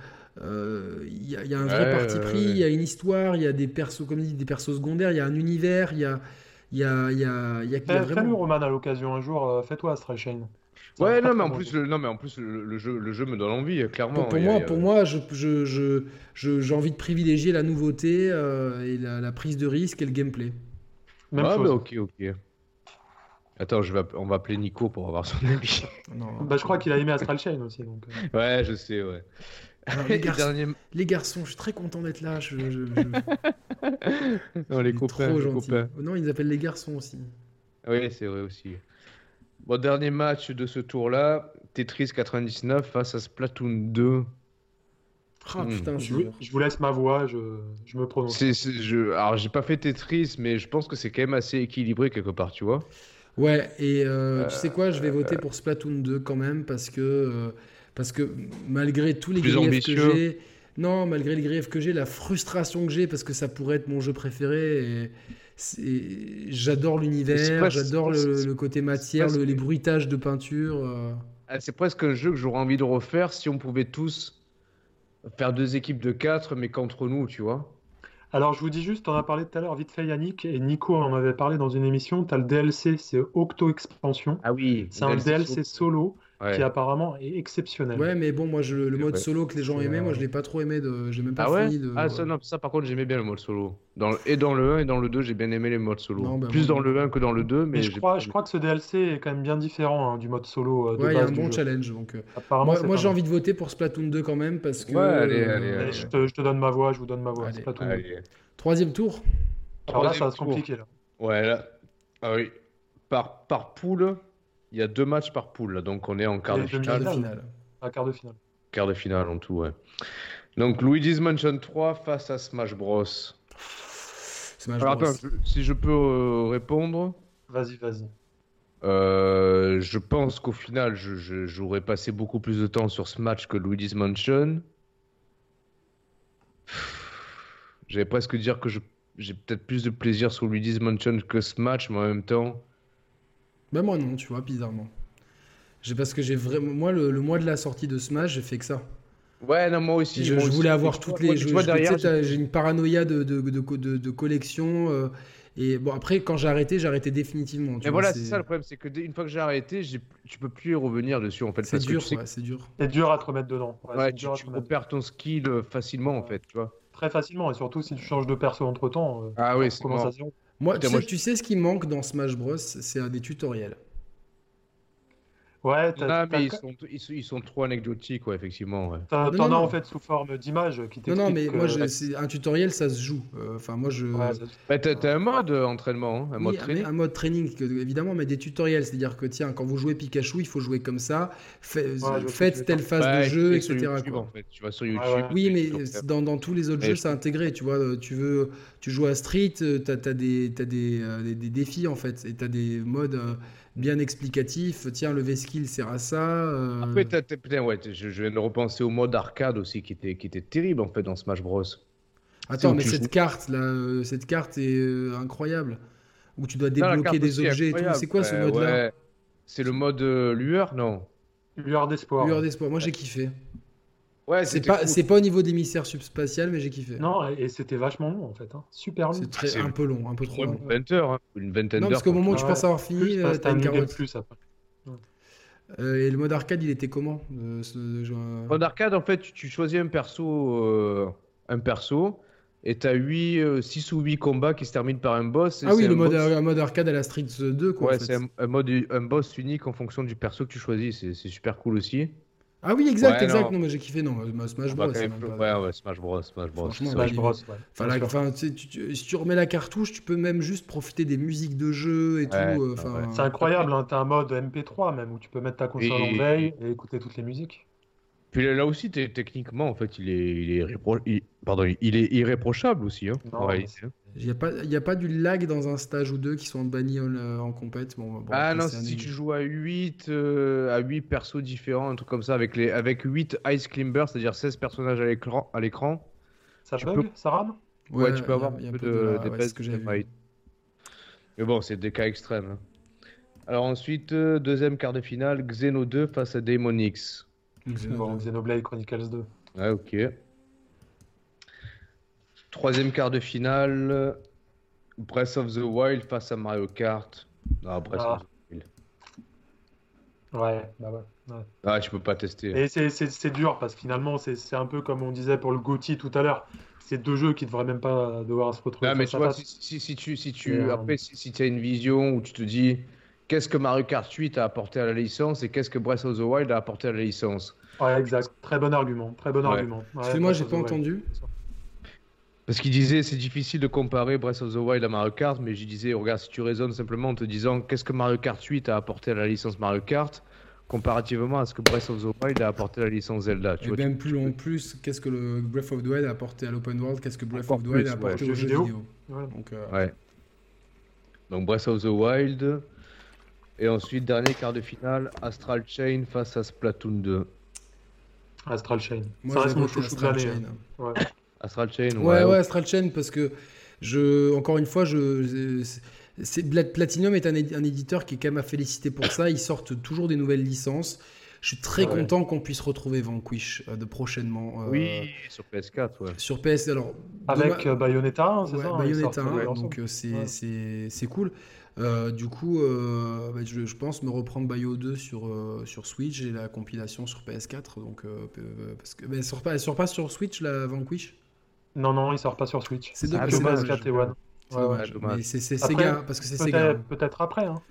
Speaker 1: euh, Il y, a- il y a un vrai
Speaker 2: Ouais,
Speaker 1: parti
Speaker 2: ouais,
Speaker 1: pris.
Speaker 2: ouais.
Speaker 1: Il y a une histoire. Il y a des persos, comme dit, des persos secondaires. Il y a un univers. Il y a, il y a, il y a, il y a- il y a
Speaker 3: Fais-
Speaker 1: vraiment-
Speaker 3: Fais-nous, Roman, à l'occasion un jour. euh, Fais-toi Astral Chain. C'est un
Speaker 2: Ouais,
Speaker 3: très,
Speaker 2: non, mais
Speaker 3: très
Speaker 2: en
Speaker 3: bon
Speaker 2: plus,
Speaker 3: jeu.
Speaker 2: le, non, mais en plus, le, le jeu, le jeu me donne envie, clairement.
Speaker 1: Pour, pour
Speaker 2: Ah Il y a-
Speaker 1: moi,
Speaker 2: il y a-
Speaker 1: pour moi, je- je- je- je- j'ai envie de privilégier la nouveauté euh, et la, la prise de risque et le gameplay.
Speaker 3: Même
Speaker 2: ah,
Speaker 3: chose.
Speaker 2: bah, ok, ok. Attends, je vais, app- on va appeler Nico pour avoir son avis.
Speaker 1: Non.
Speaker 3: Bah, je crois qu'il a aimé Astral Chain aussi. Donc, euh.
Speaker 2: ouais, je sais, ouais.
Speaker 1: Alors, Oh,
Speaker 2: Les
Speaker 1: les, garçons,
Speaker 2: derniers-
Speaker 1: les garçons, je suis très content d'être là. Je, je- je-
Speaker 2: Non,
Speaker 1: il
Speaker 2: les
Speaker 1: est
Speaker 2: copains,
Speaker 1: trop
Speaker 2: les
Speaker 1: gentil.
Speaker 2: copains.
Speaker 1: Non, ils appellent les garçons aussi.
Speaker 2: Oui, c'est vrai aussi. Bon, dernier match de ce tour-là, Tetris 99 face à Splatoon 2.
Speaker 1: Ah
Speaker 2: Hmm.
Speaker 1: putain, c'est
Speaker 3: je, vous,
Speaker 1: dur.
Speaker 3: je vous laisse ma voix, je, je me prononce.
Speaker 2: C'est, c'est- je... Alors, j'ai pas fait Tetris, mais je pense que c'est quand même assez équilibré quelque part, tu vois.
Speaker 1: Ouais, et euh, tu sais quoi, je vais voter pour Splatoon 2 quand même parce que, euh, parce que malgré tous les
Speaker 2: Plus
Speaker 1: griefs
Speaker 2: ambitieux.
Speaker 1: que j'ai, non, malgré les griefs que j'ai, la frustration que j'ai parce que ça pourrait être mon jeu préféré, et c'est- j'adore
Speaker 2: Mais c'est
Speaker 1: l'univers,
Speaker 2: pas-
Speaker 1: j'adore
Speaker 2: c'est-
Speaker 1: le,
Speaker 2: c'est-
Speaker 1: le côté
Speaker 2: c'est
Speaker 1: matière,
Speaker 2: pas-
Speaker 1: le- les bruitages de peinture. euh.
Speaker 2: Ah, C'est presque un jeu que j'aurais envie de refaire si on pouvait tous faire deux équipes de 4, mais qu'entre nous, tu vois.
Speaker 3: Alors, je vous dis juste, on a parlé tout à l'heure vite fait, Yannick, et Nico en avait parlé dans une émission. Tu as le DLC, c'est Octo Expansion.
Speaker 2: Ah oui,
Speaker 3: C'est un DLC solo
Speaker 2: Ouais.
Speaker 3: qui apparemment est exceptionnel.
Speaker 1: Ouais, mais bon, moi, je, le mode
Speaker 2: Ouais.
Speaker 1: solo que les gens
Speaker 3: C'est,
Speaker 1: aimaient, moi,
Speaker 3: euh,
Speaker 1: je l'ai pas trop aimé, de, j'ai même pas
Speaker 2: Ah ouais
Speaker 1: fini de.
Speaker 2: Ah ça, non, ça par contre j'aimais bien le mode solo. Dans le- Et dans le 1 et dans le 2 j'ai bien aimé les modes solo.
Speaker 1: Non, bah,
Speaker 2: Plus
Speaker 1: moi,
Speaker 2: dans le 1 que dans le 2 mais,
Speaker 3: Mais je
Speaker 2: j'ai
Speaker 3: crois,
Speaker 2: pas
Speaker 3: je
Speaker 2: aimé.
Speaker 3: crois que ce DLC est quand même bien différent hein, du mode solo euh, de
Speaker 1: Ouais, il y a
Speaker 3: base
Speaker 1: un
Speaker 3: du
Speaker 1: bon
Speaker 3: jeu.
Speaker 1: challenge, donc. euh,
Speaker 3: Apparemment,
Speaker 1: Moi,
Speaker 3: c'est
Speaker 1: moi,
Speaker 3: pas
Speaker 1: j'ai
Speaker 3: mal.
Speaker 1: envie de voter pour Splatoon 2 quand même parce que.
Speaker 2: Ouais, allez,
Speaker 1: euh,
Speaker 2: allez,
Speaker 3: Mais
Speaker 2: allez.
Speaker 3: Je te, je te donne ma voix, je vous donne ma voix.
Speaker 1: Allez.
Speaker 3: c'est pas tout.
Speaker 2: Allez.
Speaker 1: Troisième tour.
Speaker 3: Alors là, ça
Speaker 2: Troisième
Speaker 3: va se
Speaker 2: tour.
Speaker 3: compliquer. là.
Speaker 2: Ouais là. Ah oui. Par, par poule, il y a deux matchs par poule là, donc on est en quart
Speaker 3: Les
Speaker 2: de
Speaker 1: Quart
Speaker 2: finale.
Speaker 1: de
Speaker 3: demi-finales.
Speaker 1: finale.
Speaker 3: Un quart de finale.
Speaker 2: Quart de finale en tout, ouais. Donc Luigi's Mansion 3 face à Smash Bros.
Speaker 1: Smash
Speaker 2: Alors,
Speaker 1: Bros.
Speaker 2: attends, je- si je peux euh, répondre,
Speaker 3: Vas-y, vas-y.
Speaker 2: euh, je pense qu'au final je- je- j'aurais passé beaucoup plus de temps sur ce match que Luigi's Mansion. J'allais presque dire que je- j'ai peut-être plus de plaisir sur Luigi's Mansion que ce match, mais en même temps.
Speaker 1: Bah moi non, tu vois, bizarrement. J'ai parce que j'ai vraiment moi le, le mois de la sortie de Smash, j'ai fait que ça.
Speaker 2: Ouais, non, moi aussi.
Speaker 1: Et je,
Speaker 2: moi
Speaker 1: je
Speaker 2: aussi.
Speaker 1: voulais avoir
Speaker 2: Tu
Speaker 1: toutes
Speaker 2: vois,
Speaker 1: les
Speaker 2: tu
Speaker 1: je-
Speaker 2: vois,
Speaker 1: je-
Speaker 2: derrière,
Speaker 1: tu sais, t'as- j'ai une paranoïa de de, de, de- de collection euh, et bon après quand j'ai arrêté, j'ai arrêté définitivement. tu
Speaker 2: Mais
Speaker 1: vois,
Speaker 2: voilà,
Speaker 1: c'est-
Speaker 2: c'est ça le problème, c'est que dès- une fois que j'ai arrêté, j'ai- tu peux plus y revenir dessus en fait.
Speaker 1: C'est
Speaker 2: parce que
Speaker 1: dur,
Speaker 2: tu sais
Speaker 1: ouais, c'est dur.
Speaker 3: C'est dur à te remettre dedans. Ouais,
Speaker 2: que- ouais,
Speaker 3: c'est
Speaker 2: tu,
Speaker 3: dur à
Speaker 2: tu
Speaker 3: te remettre
Speaker 2: repères ton skill euh, facilement en fait, tu vois.
Speaker 3: dedans. Très facilement, et surtout si tu changes de perso entre temps,
Speaker 2: Ah oui,
Speaker 3: tu
Speaker 2: c'est
Speaker 3: commences
Speaker 2: mort.
Speaker 3: à zéro.
Speaker 1: Moi,
Speaker 2: Putain,
Speaker 1: tu,
Speaker 2: moi,
Speaker 1: sais,
Speaker 2: je-
Speaker 1: tu sais ce qui manque dans Smash Bros, c'est euh, des tutoriels.
Speaker 3: Ouais,
Speaker 2: Il y en
Speaker 3: t'as-
Speaker 2: a,
Speaker 3: t'as-
Speaker 2: Ah, mais ils sont, ils, sont- ils sont trop anecdotiques, ouais, effectivement. ouais.
Speaker 3: t'as-
Speaker 1: Non,
Speaker 3: t'en
Speaker 1: non,
Speaker 3: as
Speaker 1: non.
Speaker 3: en fait sous forme d'images qui
Speaker 1: Non,
Speaker 3: t'expliquent. euh,
Speaker 1: non, mais
Speaker 2: euh,
Speaker 1: moi,
Speaker 3: que-
Speaker 1: je, c'est- un tutoriel, ça se joue. Euh, Enfin, moi, je.
Speaker 3: Ouais, ça-
Speaker 2: Bah, t'as t'as un mode euh, entraînement, hein,
Speaker 1: Ah.
Speaker 2: un
Speaker 1: Oui,
Speaker 2: mode
Speaker 1: un-
Speaker 2: training.
Speaker 1: un mode training, que- évidemment, mais des tutoriels. C'est-à-dire que, tiens, quand vous jouez Pikachu, il faut jouer comme ça, fait-
Speaker 3: je vois ce que tu
Speaker 1: faites
Speaker 3: veux
Speaker 1: telle
Speaker 3: dire.
Speaker 1: phase
Speaker 2: Bah,
Speaker 1: de jeu,
Speaker 2: sur
Speaker 1: etc.
Speaker 2: YouTube,
Speaker 1: quoi.
Speaker 2: en fait. Tu vas sur YouTube.
Speaker 3: ouais.
Speaker 1: Oui,
Speaker 2: tu-
Speaker 1: mais
Speaker 2: tu-
Speaker 1: euh, dans, dans tous les autres
Speaker 2: Mais
Speaker 1: jeux,
Speaker 2: je-
Speaker 1: c'est intégré. Tu vois, euh, tu veux, tu joues à Street, euh, t'as as des, t'as des, euh, des- des défis en fait, et t'as des modes euh, bien explicatifs. Tiens, le V-Skill sert à ça. euh,
Speaker 2: Après, t'as- t'as- putain, ouais, je, je viens de repenser au mode arcade aussi qui était, qui était terrible en fait dans Smash Bros.
Speaker 1: Attends,
Speaker 2: où
Speaker 1: mais
Speaker 2: tu
Speaker 1: cette
Speaker 2: joues.
Speaker 1: carte là, euh, cette carte est euh, incroyable. Où tu dois
Speaker 2: Putain, la
Speaker 1: débloquer
Speaker 2: carte
Speaker 1: des
Speaker 2: aussi est
Speaker 1: objets et tout.
Speaker 2: incroyable.
Speaker 1: C'est quoi ce
Speaker 2: Ouais,
Speaker 1: mode là
Speaker 2: ouais. C'est le mode euh, lueur, non
Speaker 3: Lueur d'espoir.
Speaker 1: Lueur d'espoir. Moi, j'ai kiffé. C'est
Speaker 2: Ouais, Ah, c'était
Speaker 1: pas,
Speaker 2: cool.
Speaker 1: c'est pas au niveau des mystères subspatial, mais j'ai kiffé.
Speaker 3: Non, et, et c'était vachement long en fait. hein. Super long.
Speaker 1: C'est très
Speaker 2: C'est-
Speaker 1: un peu long, un peu trop
Speaker 2: Ouais,
Speaker 1: long.
Speaker 2: une vingtaine d'heures, hein, une vingtaine
Speaker 1: Non,
Speaker 2: d'heures.
Speaker 1: parce qu'au moment où
Speaker 3: Ah
Speaker 1: tu
Speaker 3: ouais.
Speaker 1: penses avoir fini,
Speaker 3: Plus,
Speaker 1: euh,
Speaker 3: parce que
Speaker 1: t'as une
Speaker 3: t'as un niveau de
Speaker 1: carotte.
Speaker 3: plus après.
Speaker 1: Euh, et le mode arcade, il était comment euh, ce jeu, euh,
Speaker 2: En arcade, en fait, tu, tu choisis un perso, euh, un perso, et t'as 6 ou 8 combats qui se terminent par un boss. et
Speaker 1: Ah oui,
Speaker 2: c'est
Speaker 1: le
Speaker 2: un
Speaker 1: mode,
Speaker 2: boss-
Speaker 1: un mode arcade à la Street 2, quoi. en
Speaker 2: Ouais,
Speaker 1: fait.
Speaker 2: c'est un, un mode, un boss unique en fonction du perso que tu choisis. C'est, c'est super cool aussi.
Speaker 1: Ah oui, exact,
Speaker 2: Ouais,
Speaker 1: exact. Non,
Speaker 2: non.
Speaker 1: mais j'ai kiffé. Non, mais Smash Bros.
Speaker 2: On va quand
Speaker 1: c'est
Speaker 2: même-
Speaker 1: même pas-
Speaker 2: ouais, ouais, Smash Bros, Smash Bros.
Speaker 1: Franchement,
Speaker 2: c'est
Speaker 1: bah,
Speaker 2: vrai.
Speaker 3: Smash Bros. Ouais.
Speaker 1: Enfin, la-
Speaker 3: Bien sûr.
Speaker 1: enfin, tu sais, tu- tu- si tu remets la cartouche, tu peux même juste profiter des musiques de jeu et tout.
Speaker 2: Ouais, ah
Speaker 1: euh,
Speaker 2: ouais.
Speaker 1: enfin,
Speaker 3: C'est incroyable, hein, t'as un mode MP3 même où tu peux mettre ta console
Speaker 2: Et-
Speaker 3: en veille et écouter toutes les musiques.
Speaker 2: Puis là- là aussi, t'es- techniquement, en fait, il est, il est, répro- il- pardon, il est irréprochable aussi. hein, en
Speaker 3: Non,
Speaker 2: réalité.
Speaker 1: Il n'y a, pas- y a pas du lag dans un stage ou deux qui sont bannis en, euh, en compète. Bon, bon,
Speaker 2: ah
Speaker 1: après,
Speaker 2: non,
Speaker 1: c'est un
Speaker 2: si
Speaker 1: exemple.
Speaker 2: tu joues à 8, à 8 persos différents, un truc comme ça, avec, les, avec 8 Ice Climbers, c'est-à-dire 16 personnages à l'écran, à l'écran
Speaker 3: Ça
Speaker 2: Tu
Speaker 3: bug, ça rame
Speaker 2: ouais, tu
Speaker 1: y
Speaker 2: peux
Speaker 1: a-
Speaker 2: avoir
Speaker 1: y a
Speaker 2: un peu de,
Speaker 1: la-
Speaker 2: des
Speaker 1: ouais,
Speaker 2: bases
Speaker 1: c'est ce que j'ai vu.
Speaker 2: ouais. Mais bon, c'est des cas extrêmes. hein. Alors ensuite, euh, deuxième quart de finale, Xeno 2 face à Demon X.
Speaker 1: Donc, c'est-
Speaker 3: Bon, Xenoblade Chronicles 2.
Speaker 2: Ouais, ok. Troisième quart de finale, euh, Breath of the Wild face à Mario Kart. Ah, Breath
Speaker 3: Ah.
Speaker 2: of the Wild.
Speaker 3: Ouais, bah ouais. ouais.
Speaker 2: Ah, tu peux pas tester.
Speaker 3: Et c'est- c'est c'est dur parce que finalement, c'est c'est un peu comme on disait pour le GOTY tout à l'heure. C'est deux jeux qui devraient même pas devoir se retrouver.
Speaker 2: Non, Ah, mais
Speaker 3: face
Speaker 2: tu
Speaker 3: à
Speaker 2: vois,
Speaker 3: face.
Speaker 2: si, si- si tu, si
Speaker 3: Et,
Speaker 2: tu,
Speaker 3: euh,
Speaker 2: après, si, tu as une vision où tu te dis qu'est-ce que Mario Kart 8 a apporté à la licence et qu'est-ce que Breath of the Wild a apporté à la licence.
Speaker 3: Ouais, exact. Très bon argument. Très bon
Speaker 2: Ouais.
Speaker 3: argument. Ouais,
Speaker 1: Excuse-moi,
Speaker 3: Breath
Speaker 1: j'ai
Speaker 3: of
Speaker 1: pas
Speaker 3: the Wild.
Speaker 1: entendu.
Speaker 2: Parce qu'il disait c'est difficile de comparer Breath of the Wild à Mario Kart, mais je disais regarde, si tu raisonnes simplement en te disant qu'est-ce que Mario Kart 8 a apporté à la licence Mario Kart comparativement à ce que Breath of the Wild a apporté à la licence Zelda. Tu
Speaker 1: Et
Speaker 2: vois, tu-
Speaker 1: même plus long, plus, qu'est-ce que le Breath of the Wild a apporté à l'open world Qu'est-ce que Breath
Speaker 2: Encore
Speaker 1: of the Wild
Speaker 2: plus,
Speaker 1: a
Speaker 2: ouais.
Speaker 1: apporté
Speaker 3: Jeux
Speaker 1: aux jeux
Speaker 3: vidéo.
Speaker 1: vidéo
Speaker 3: Ouais.
Speaker 1: Donc, euh,
Speaker 2: Ouais. Donc Breath of the Wild. Et ensuite, dernier quart de finale, Astral Chain face à Splatoon 2.
Speaker 3: Astral Chain.
Speaker 1: moi,
Speaker 3: ça
Speaker 1: je
Speaker 3: reste
Speaker 1: vais
Speaker 3: mon
Speaker 1: voter
Speaker 3: chouchou de
Speaker 1: Astral
Speaker 3: l'année.
Speaker 1: Chain.
Speaker 3: hein. Ouais.
Speaker 2: Astral Chain,
Speaker 1: Ouais, ouais, Astral Chain, parce que, je, encore une fois, je, c'est, Plat- Platinum est un, édi- un éditeur qui est quand même à féliciter pour ça. Ils sortent toujours des nouvelles licences. Je suis très
Speaker 2: Ah
Speaker 3: Ouais.
Speaker 1: content qu'on puisse retrouver Vanquish euh, de prochainement. euh,
Speaker 2: Oui, sur PS4, ouais.
Speaker 1: Sur PS, alors.
Speaker 3: Avec euh, Bayonetta, hein, c'est
Speaker 1: Ouais,
Speaker 3: ça hein, ils sortent
Speaker 1: Bayonetta, hein,
Speaker 3: tous les deux ensemble.
Speaker 1: donc euh, c'est
Speaker 3: Ouais.
Speaker 1: c'est- c'est cool. Euh, du coup, euh, bah, je, je pense me reprendre Bayo 2 sur, euh, sur Switch et la compilation sur PS4. Donc, euh, euh, parce que, mais elle sort pas, elle sort pas sur Switch, la Vanquish
Speaker 3: Non, non, il sort pas sur Switch.
Speaker 1: euh, C'est
Speaker 2: Ah,
Speaker 1: dommage.
Speaker 3: Que
Speaker 1: c'est
Speaker 2: dommage.
Speaker 1: dommage.
Speaker 3: PS4 et One.
Speaker 1: C'est
Speaker 3: Ouais,
Speaker 1: dommage.
Speaker 2: ouais, dommage.
Speaker 1: Mais c'est c'est
Speaker 3: Après,
Speaker 1: Sega, parce que c'est Sega.
Speaker 3: Peut-être
Speaker 1: hein.
Speaker 3: peut-être après. hein.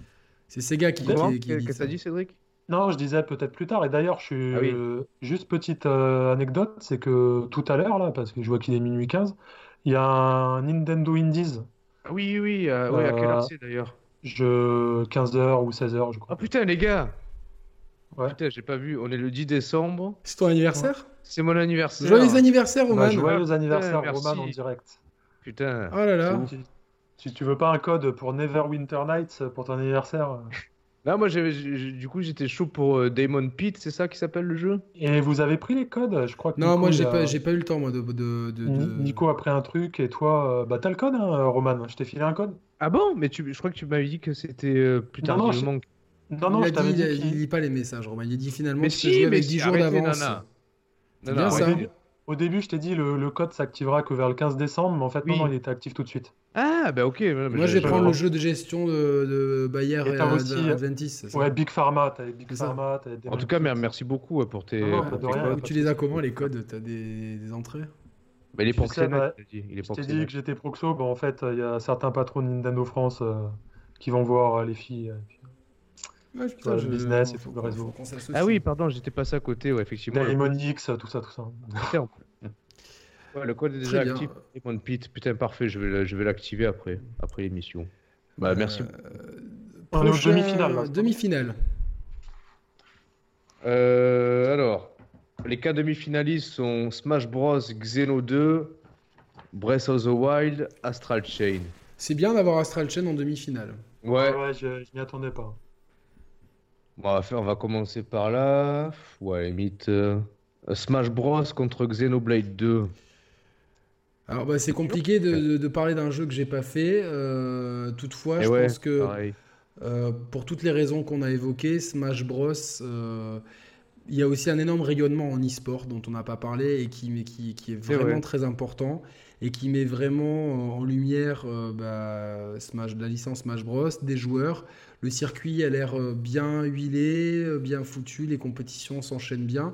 Speaker 1: C'est Sega qui, qui,
Speaker 2: Comment
Speaker 1: qui
Speaker 2: Qu'est-ce
Speaker 1: dit
Speaker 2: que
Speaker 1: ça.
Speaker 2: t'as dit, Cédric
Speaker 3: Non, je disais peut-être plus tard. Et d'ailleurs, je suis
Speaker 2: Ah oui.
Speaker 3: euh, juste petite euh, anecdote, c'est que tout à l'heure là, parce que je vois qu'il est minuit 15, il y a un Nintendo Indies,
Speaker 2: Ah oui, oui, euh, oui, à quelle
Speaker 3: Euh,
Speaker 2: heure c'est d'ailleurs
Speaker 3: je 15h ou 16h, je
Speaker 2: Ah
Speaker 3: crois.
Speaker 2: putain, les gars
Speaker 3: Ouais.
Speaker 2: Putain, j'ai pas vu, on est le 10 décembre,
Speaker 1: C'est ton anniversaire
Speaker 2: c'est mon anniversaire.
Speaker 1: Joyeux anniversaire,
Speaker 3: Bah,
Speaker 1: Roman
Speaker 3: joyeux anniversaire
Speaker 2: merci.
Speaker 3: Roman en direct.
Speaker 2: Putain,
Speaker 1: Oh là là
Speaker 3: Si, si tu veux pas un code pour Neverwinter Nights pour ton anniversaire. euh.
Speaker 2: là moi j'ai- j'ai- j'ai- du coup j'étais chaud pour euh, Damon Pit, c'est ça qui s'appelle le jeu
Speaker 3: Et vous avez pris les codes, je crois que euh,
Speaker 1: Non,
Speaker 3: Nico,
Speaker 1: moi,
Speaker 3: il
Speaker 1: j'ai
Speaker 3: a-
Speaker 1: pas, j'ai pas eu le temps, moi, de. de, de, de-
Speaker 3: Ni- Mmh. Nico a pris un truc et toi, euh, bah t'as le code, hein, Roman. Je t'ai filé un code.
Speaker 2: Ah bon Mais tu, je crois que tu m'avais dit que c'était euh, plus
Speaker 3: Non, non,
Speaker 2: tardivement. que-
Speaker 3: Non, non,
Speaker 1: il a
Speaker 3: je t'avais
Speaker 1: dit,
Speaker 3: dit
Speaker 1: il,
Speaker 3: qu'il-
Speaker 1: lit pas les messages, Roman. Il dit finalement,
Speaker 2: Mais
Speaker 1: tu peux
Speaker 2: si,
Speaker 1: jouer
Speaker 2: mais
Speaker 1: avec
Speaker 2: si,
Speaker 1: 10 jours
Speaker 2: arrêtez,
Speaker 1: d'avance.
Speaker 2: nana.
Speaker 1: C'est bien
Speaker 3: au
Speaker 1: ça.
Speaker 3: début- Au début, je t'ai dit le, le code s'activera que vers le 15 décembre, mais en fait, non,
Speaker 2: Oui.
Speaker 3: non, il était actif tout de suite.
Speaker 2: Ah bah ok. voilà, mais
Speaker 1: Moi, je vais
Speaker 2: j'avais-
Speaker 1: prendre
Speaker 3: je-
Speaker 1: le jeu de gestion de, de Bayer
Speaker 3: Et
Speaker 1: et,
Speaker 3: t'as aussi- hein.
Speaker 1: Ad- Adventis. c'est ça
Speaker 3: Ouais, Big Pharma, t'avais Big
Speaker 1: C'est ça.
Speaker 3: Pharma, t'avais des.
Speaker 2: En tout cas, mer- merci beaucoup euh, pour tes.
Speaker 3: Non, non,
Speaker 2: pour
Speaker 3: pas de
Speaker 2: tes
Speaker 3: rien.
Speaker 2: codes.
Speaker 1: Ou Ah, tu les as comment, les codes T'as des, des entrées
Speaker 2: Bah, il est
Speaker 3: Tu
Speaker 2: pour
Speaker 3: sais,
Speaker 2: Xenet,
Speaker 3: bah,
Speaker 2: t'as dit, il est
Speaker 3: Je
Speaker 2: pour
Speaker 3: t'ai dit
Speaker 2: Xenet.
Speaker 3: que j'étais proxo, bah en fait, il y a certains patrons de Nintendo France euh, qui vont voir euh, les filles. euh, puis-
Speaker 1: Ouais,
Speaker 3: Tu vois, le business et tout, le réseau.
Speaker 2: Ah oui, pardon, j'étais passé à côté, ouais, effectivement. Le
Speaker 3: Daemonix, euh, tout ça, tout ça.
Speaker 2: code, ouais, le code est déjà
Speaker 1: Très bien.
Speaker 2: actif. Demon Pit, putain, parfait, je vais le- je vais l'activer après, après l'émission. Bah, merci.
Speaker 3: On est aux demi-finales, là.
Speaker 1: Euh, Demi-finale.
Speaker 2: Euh, alors, les cas demi-finalistes sont Smash Bros, Xeno 2, Breath of the Wild, Astral Chain.
Speaker 1: C'est bien d'avoir Astral Chain en demi-finale.
Speaker 2: Ouais,
Speaker 3: Ouais, je, je m'y attendais pas.
Speaker 2: Bon, on va faire- on va commencer par là. Ouais, à la limite. euh, Smash Bros contre Xenoblade 2.
Speaker 1: Alors, bah, c'est compliqué de, de- de parler d'un jeu que j'ai pas fait. euh, toutefois,
Speaker 2: Et
Speaker 1: je
Speaker 2: Eh ouais,
Speaker 1: pense que
Speaker 2: pareil.
Speaker 1: euh, pour toutes les raisons qu'on a évoquées, Smash Bros. euh, il y a aussi un énorme rayonnement en e-sport dont on n'a pas parlé et qui, mais qui, qui est
Speaker 2: C'est
Speaker 1: vraiment
Speaker 2: vrai.
Speaker 1: très important et qui met vraiment en lumière euh, bah, Smash, la licence Smash Bros, des joueurs. Le circuit a l'air euh, bien huilé, euh, bien foutu, les compétitions s'enchaînent bien.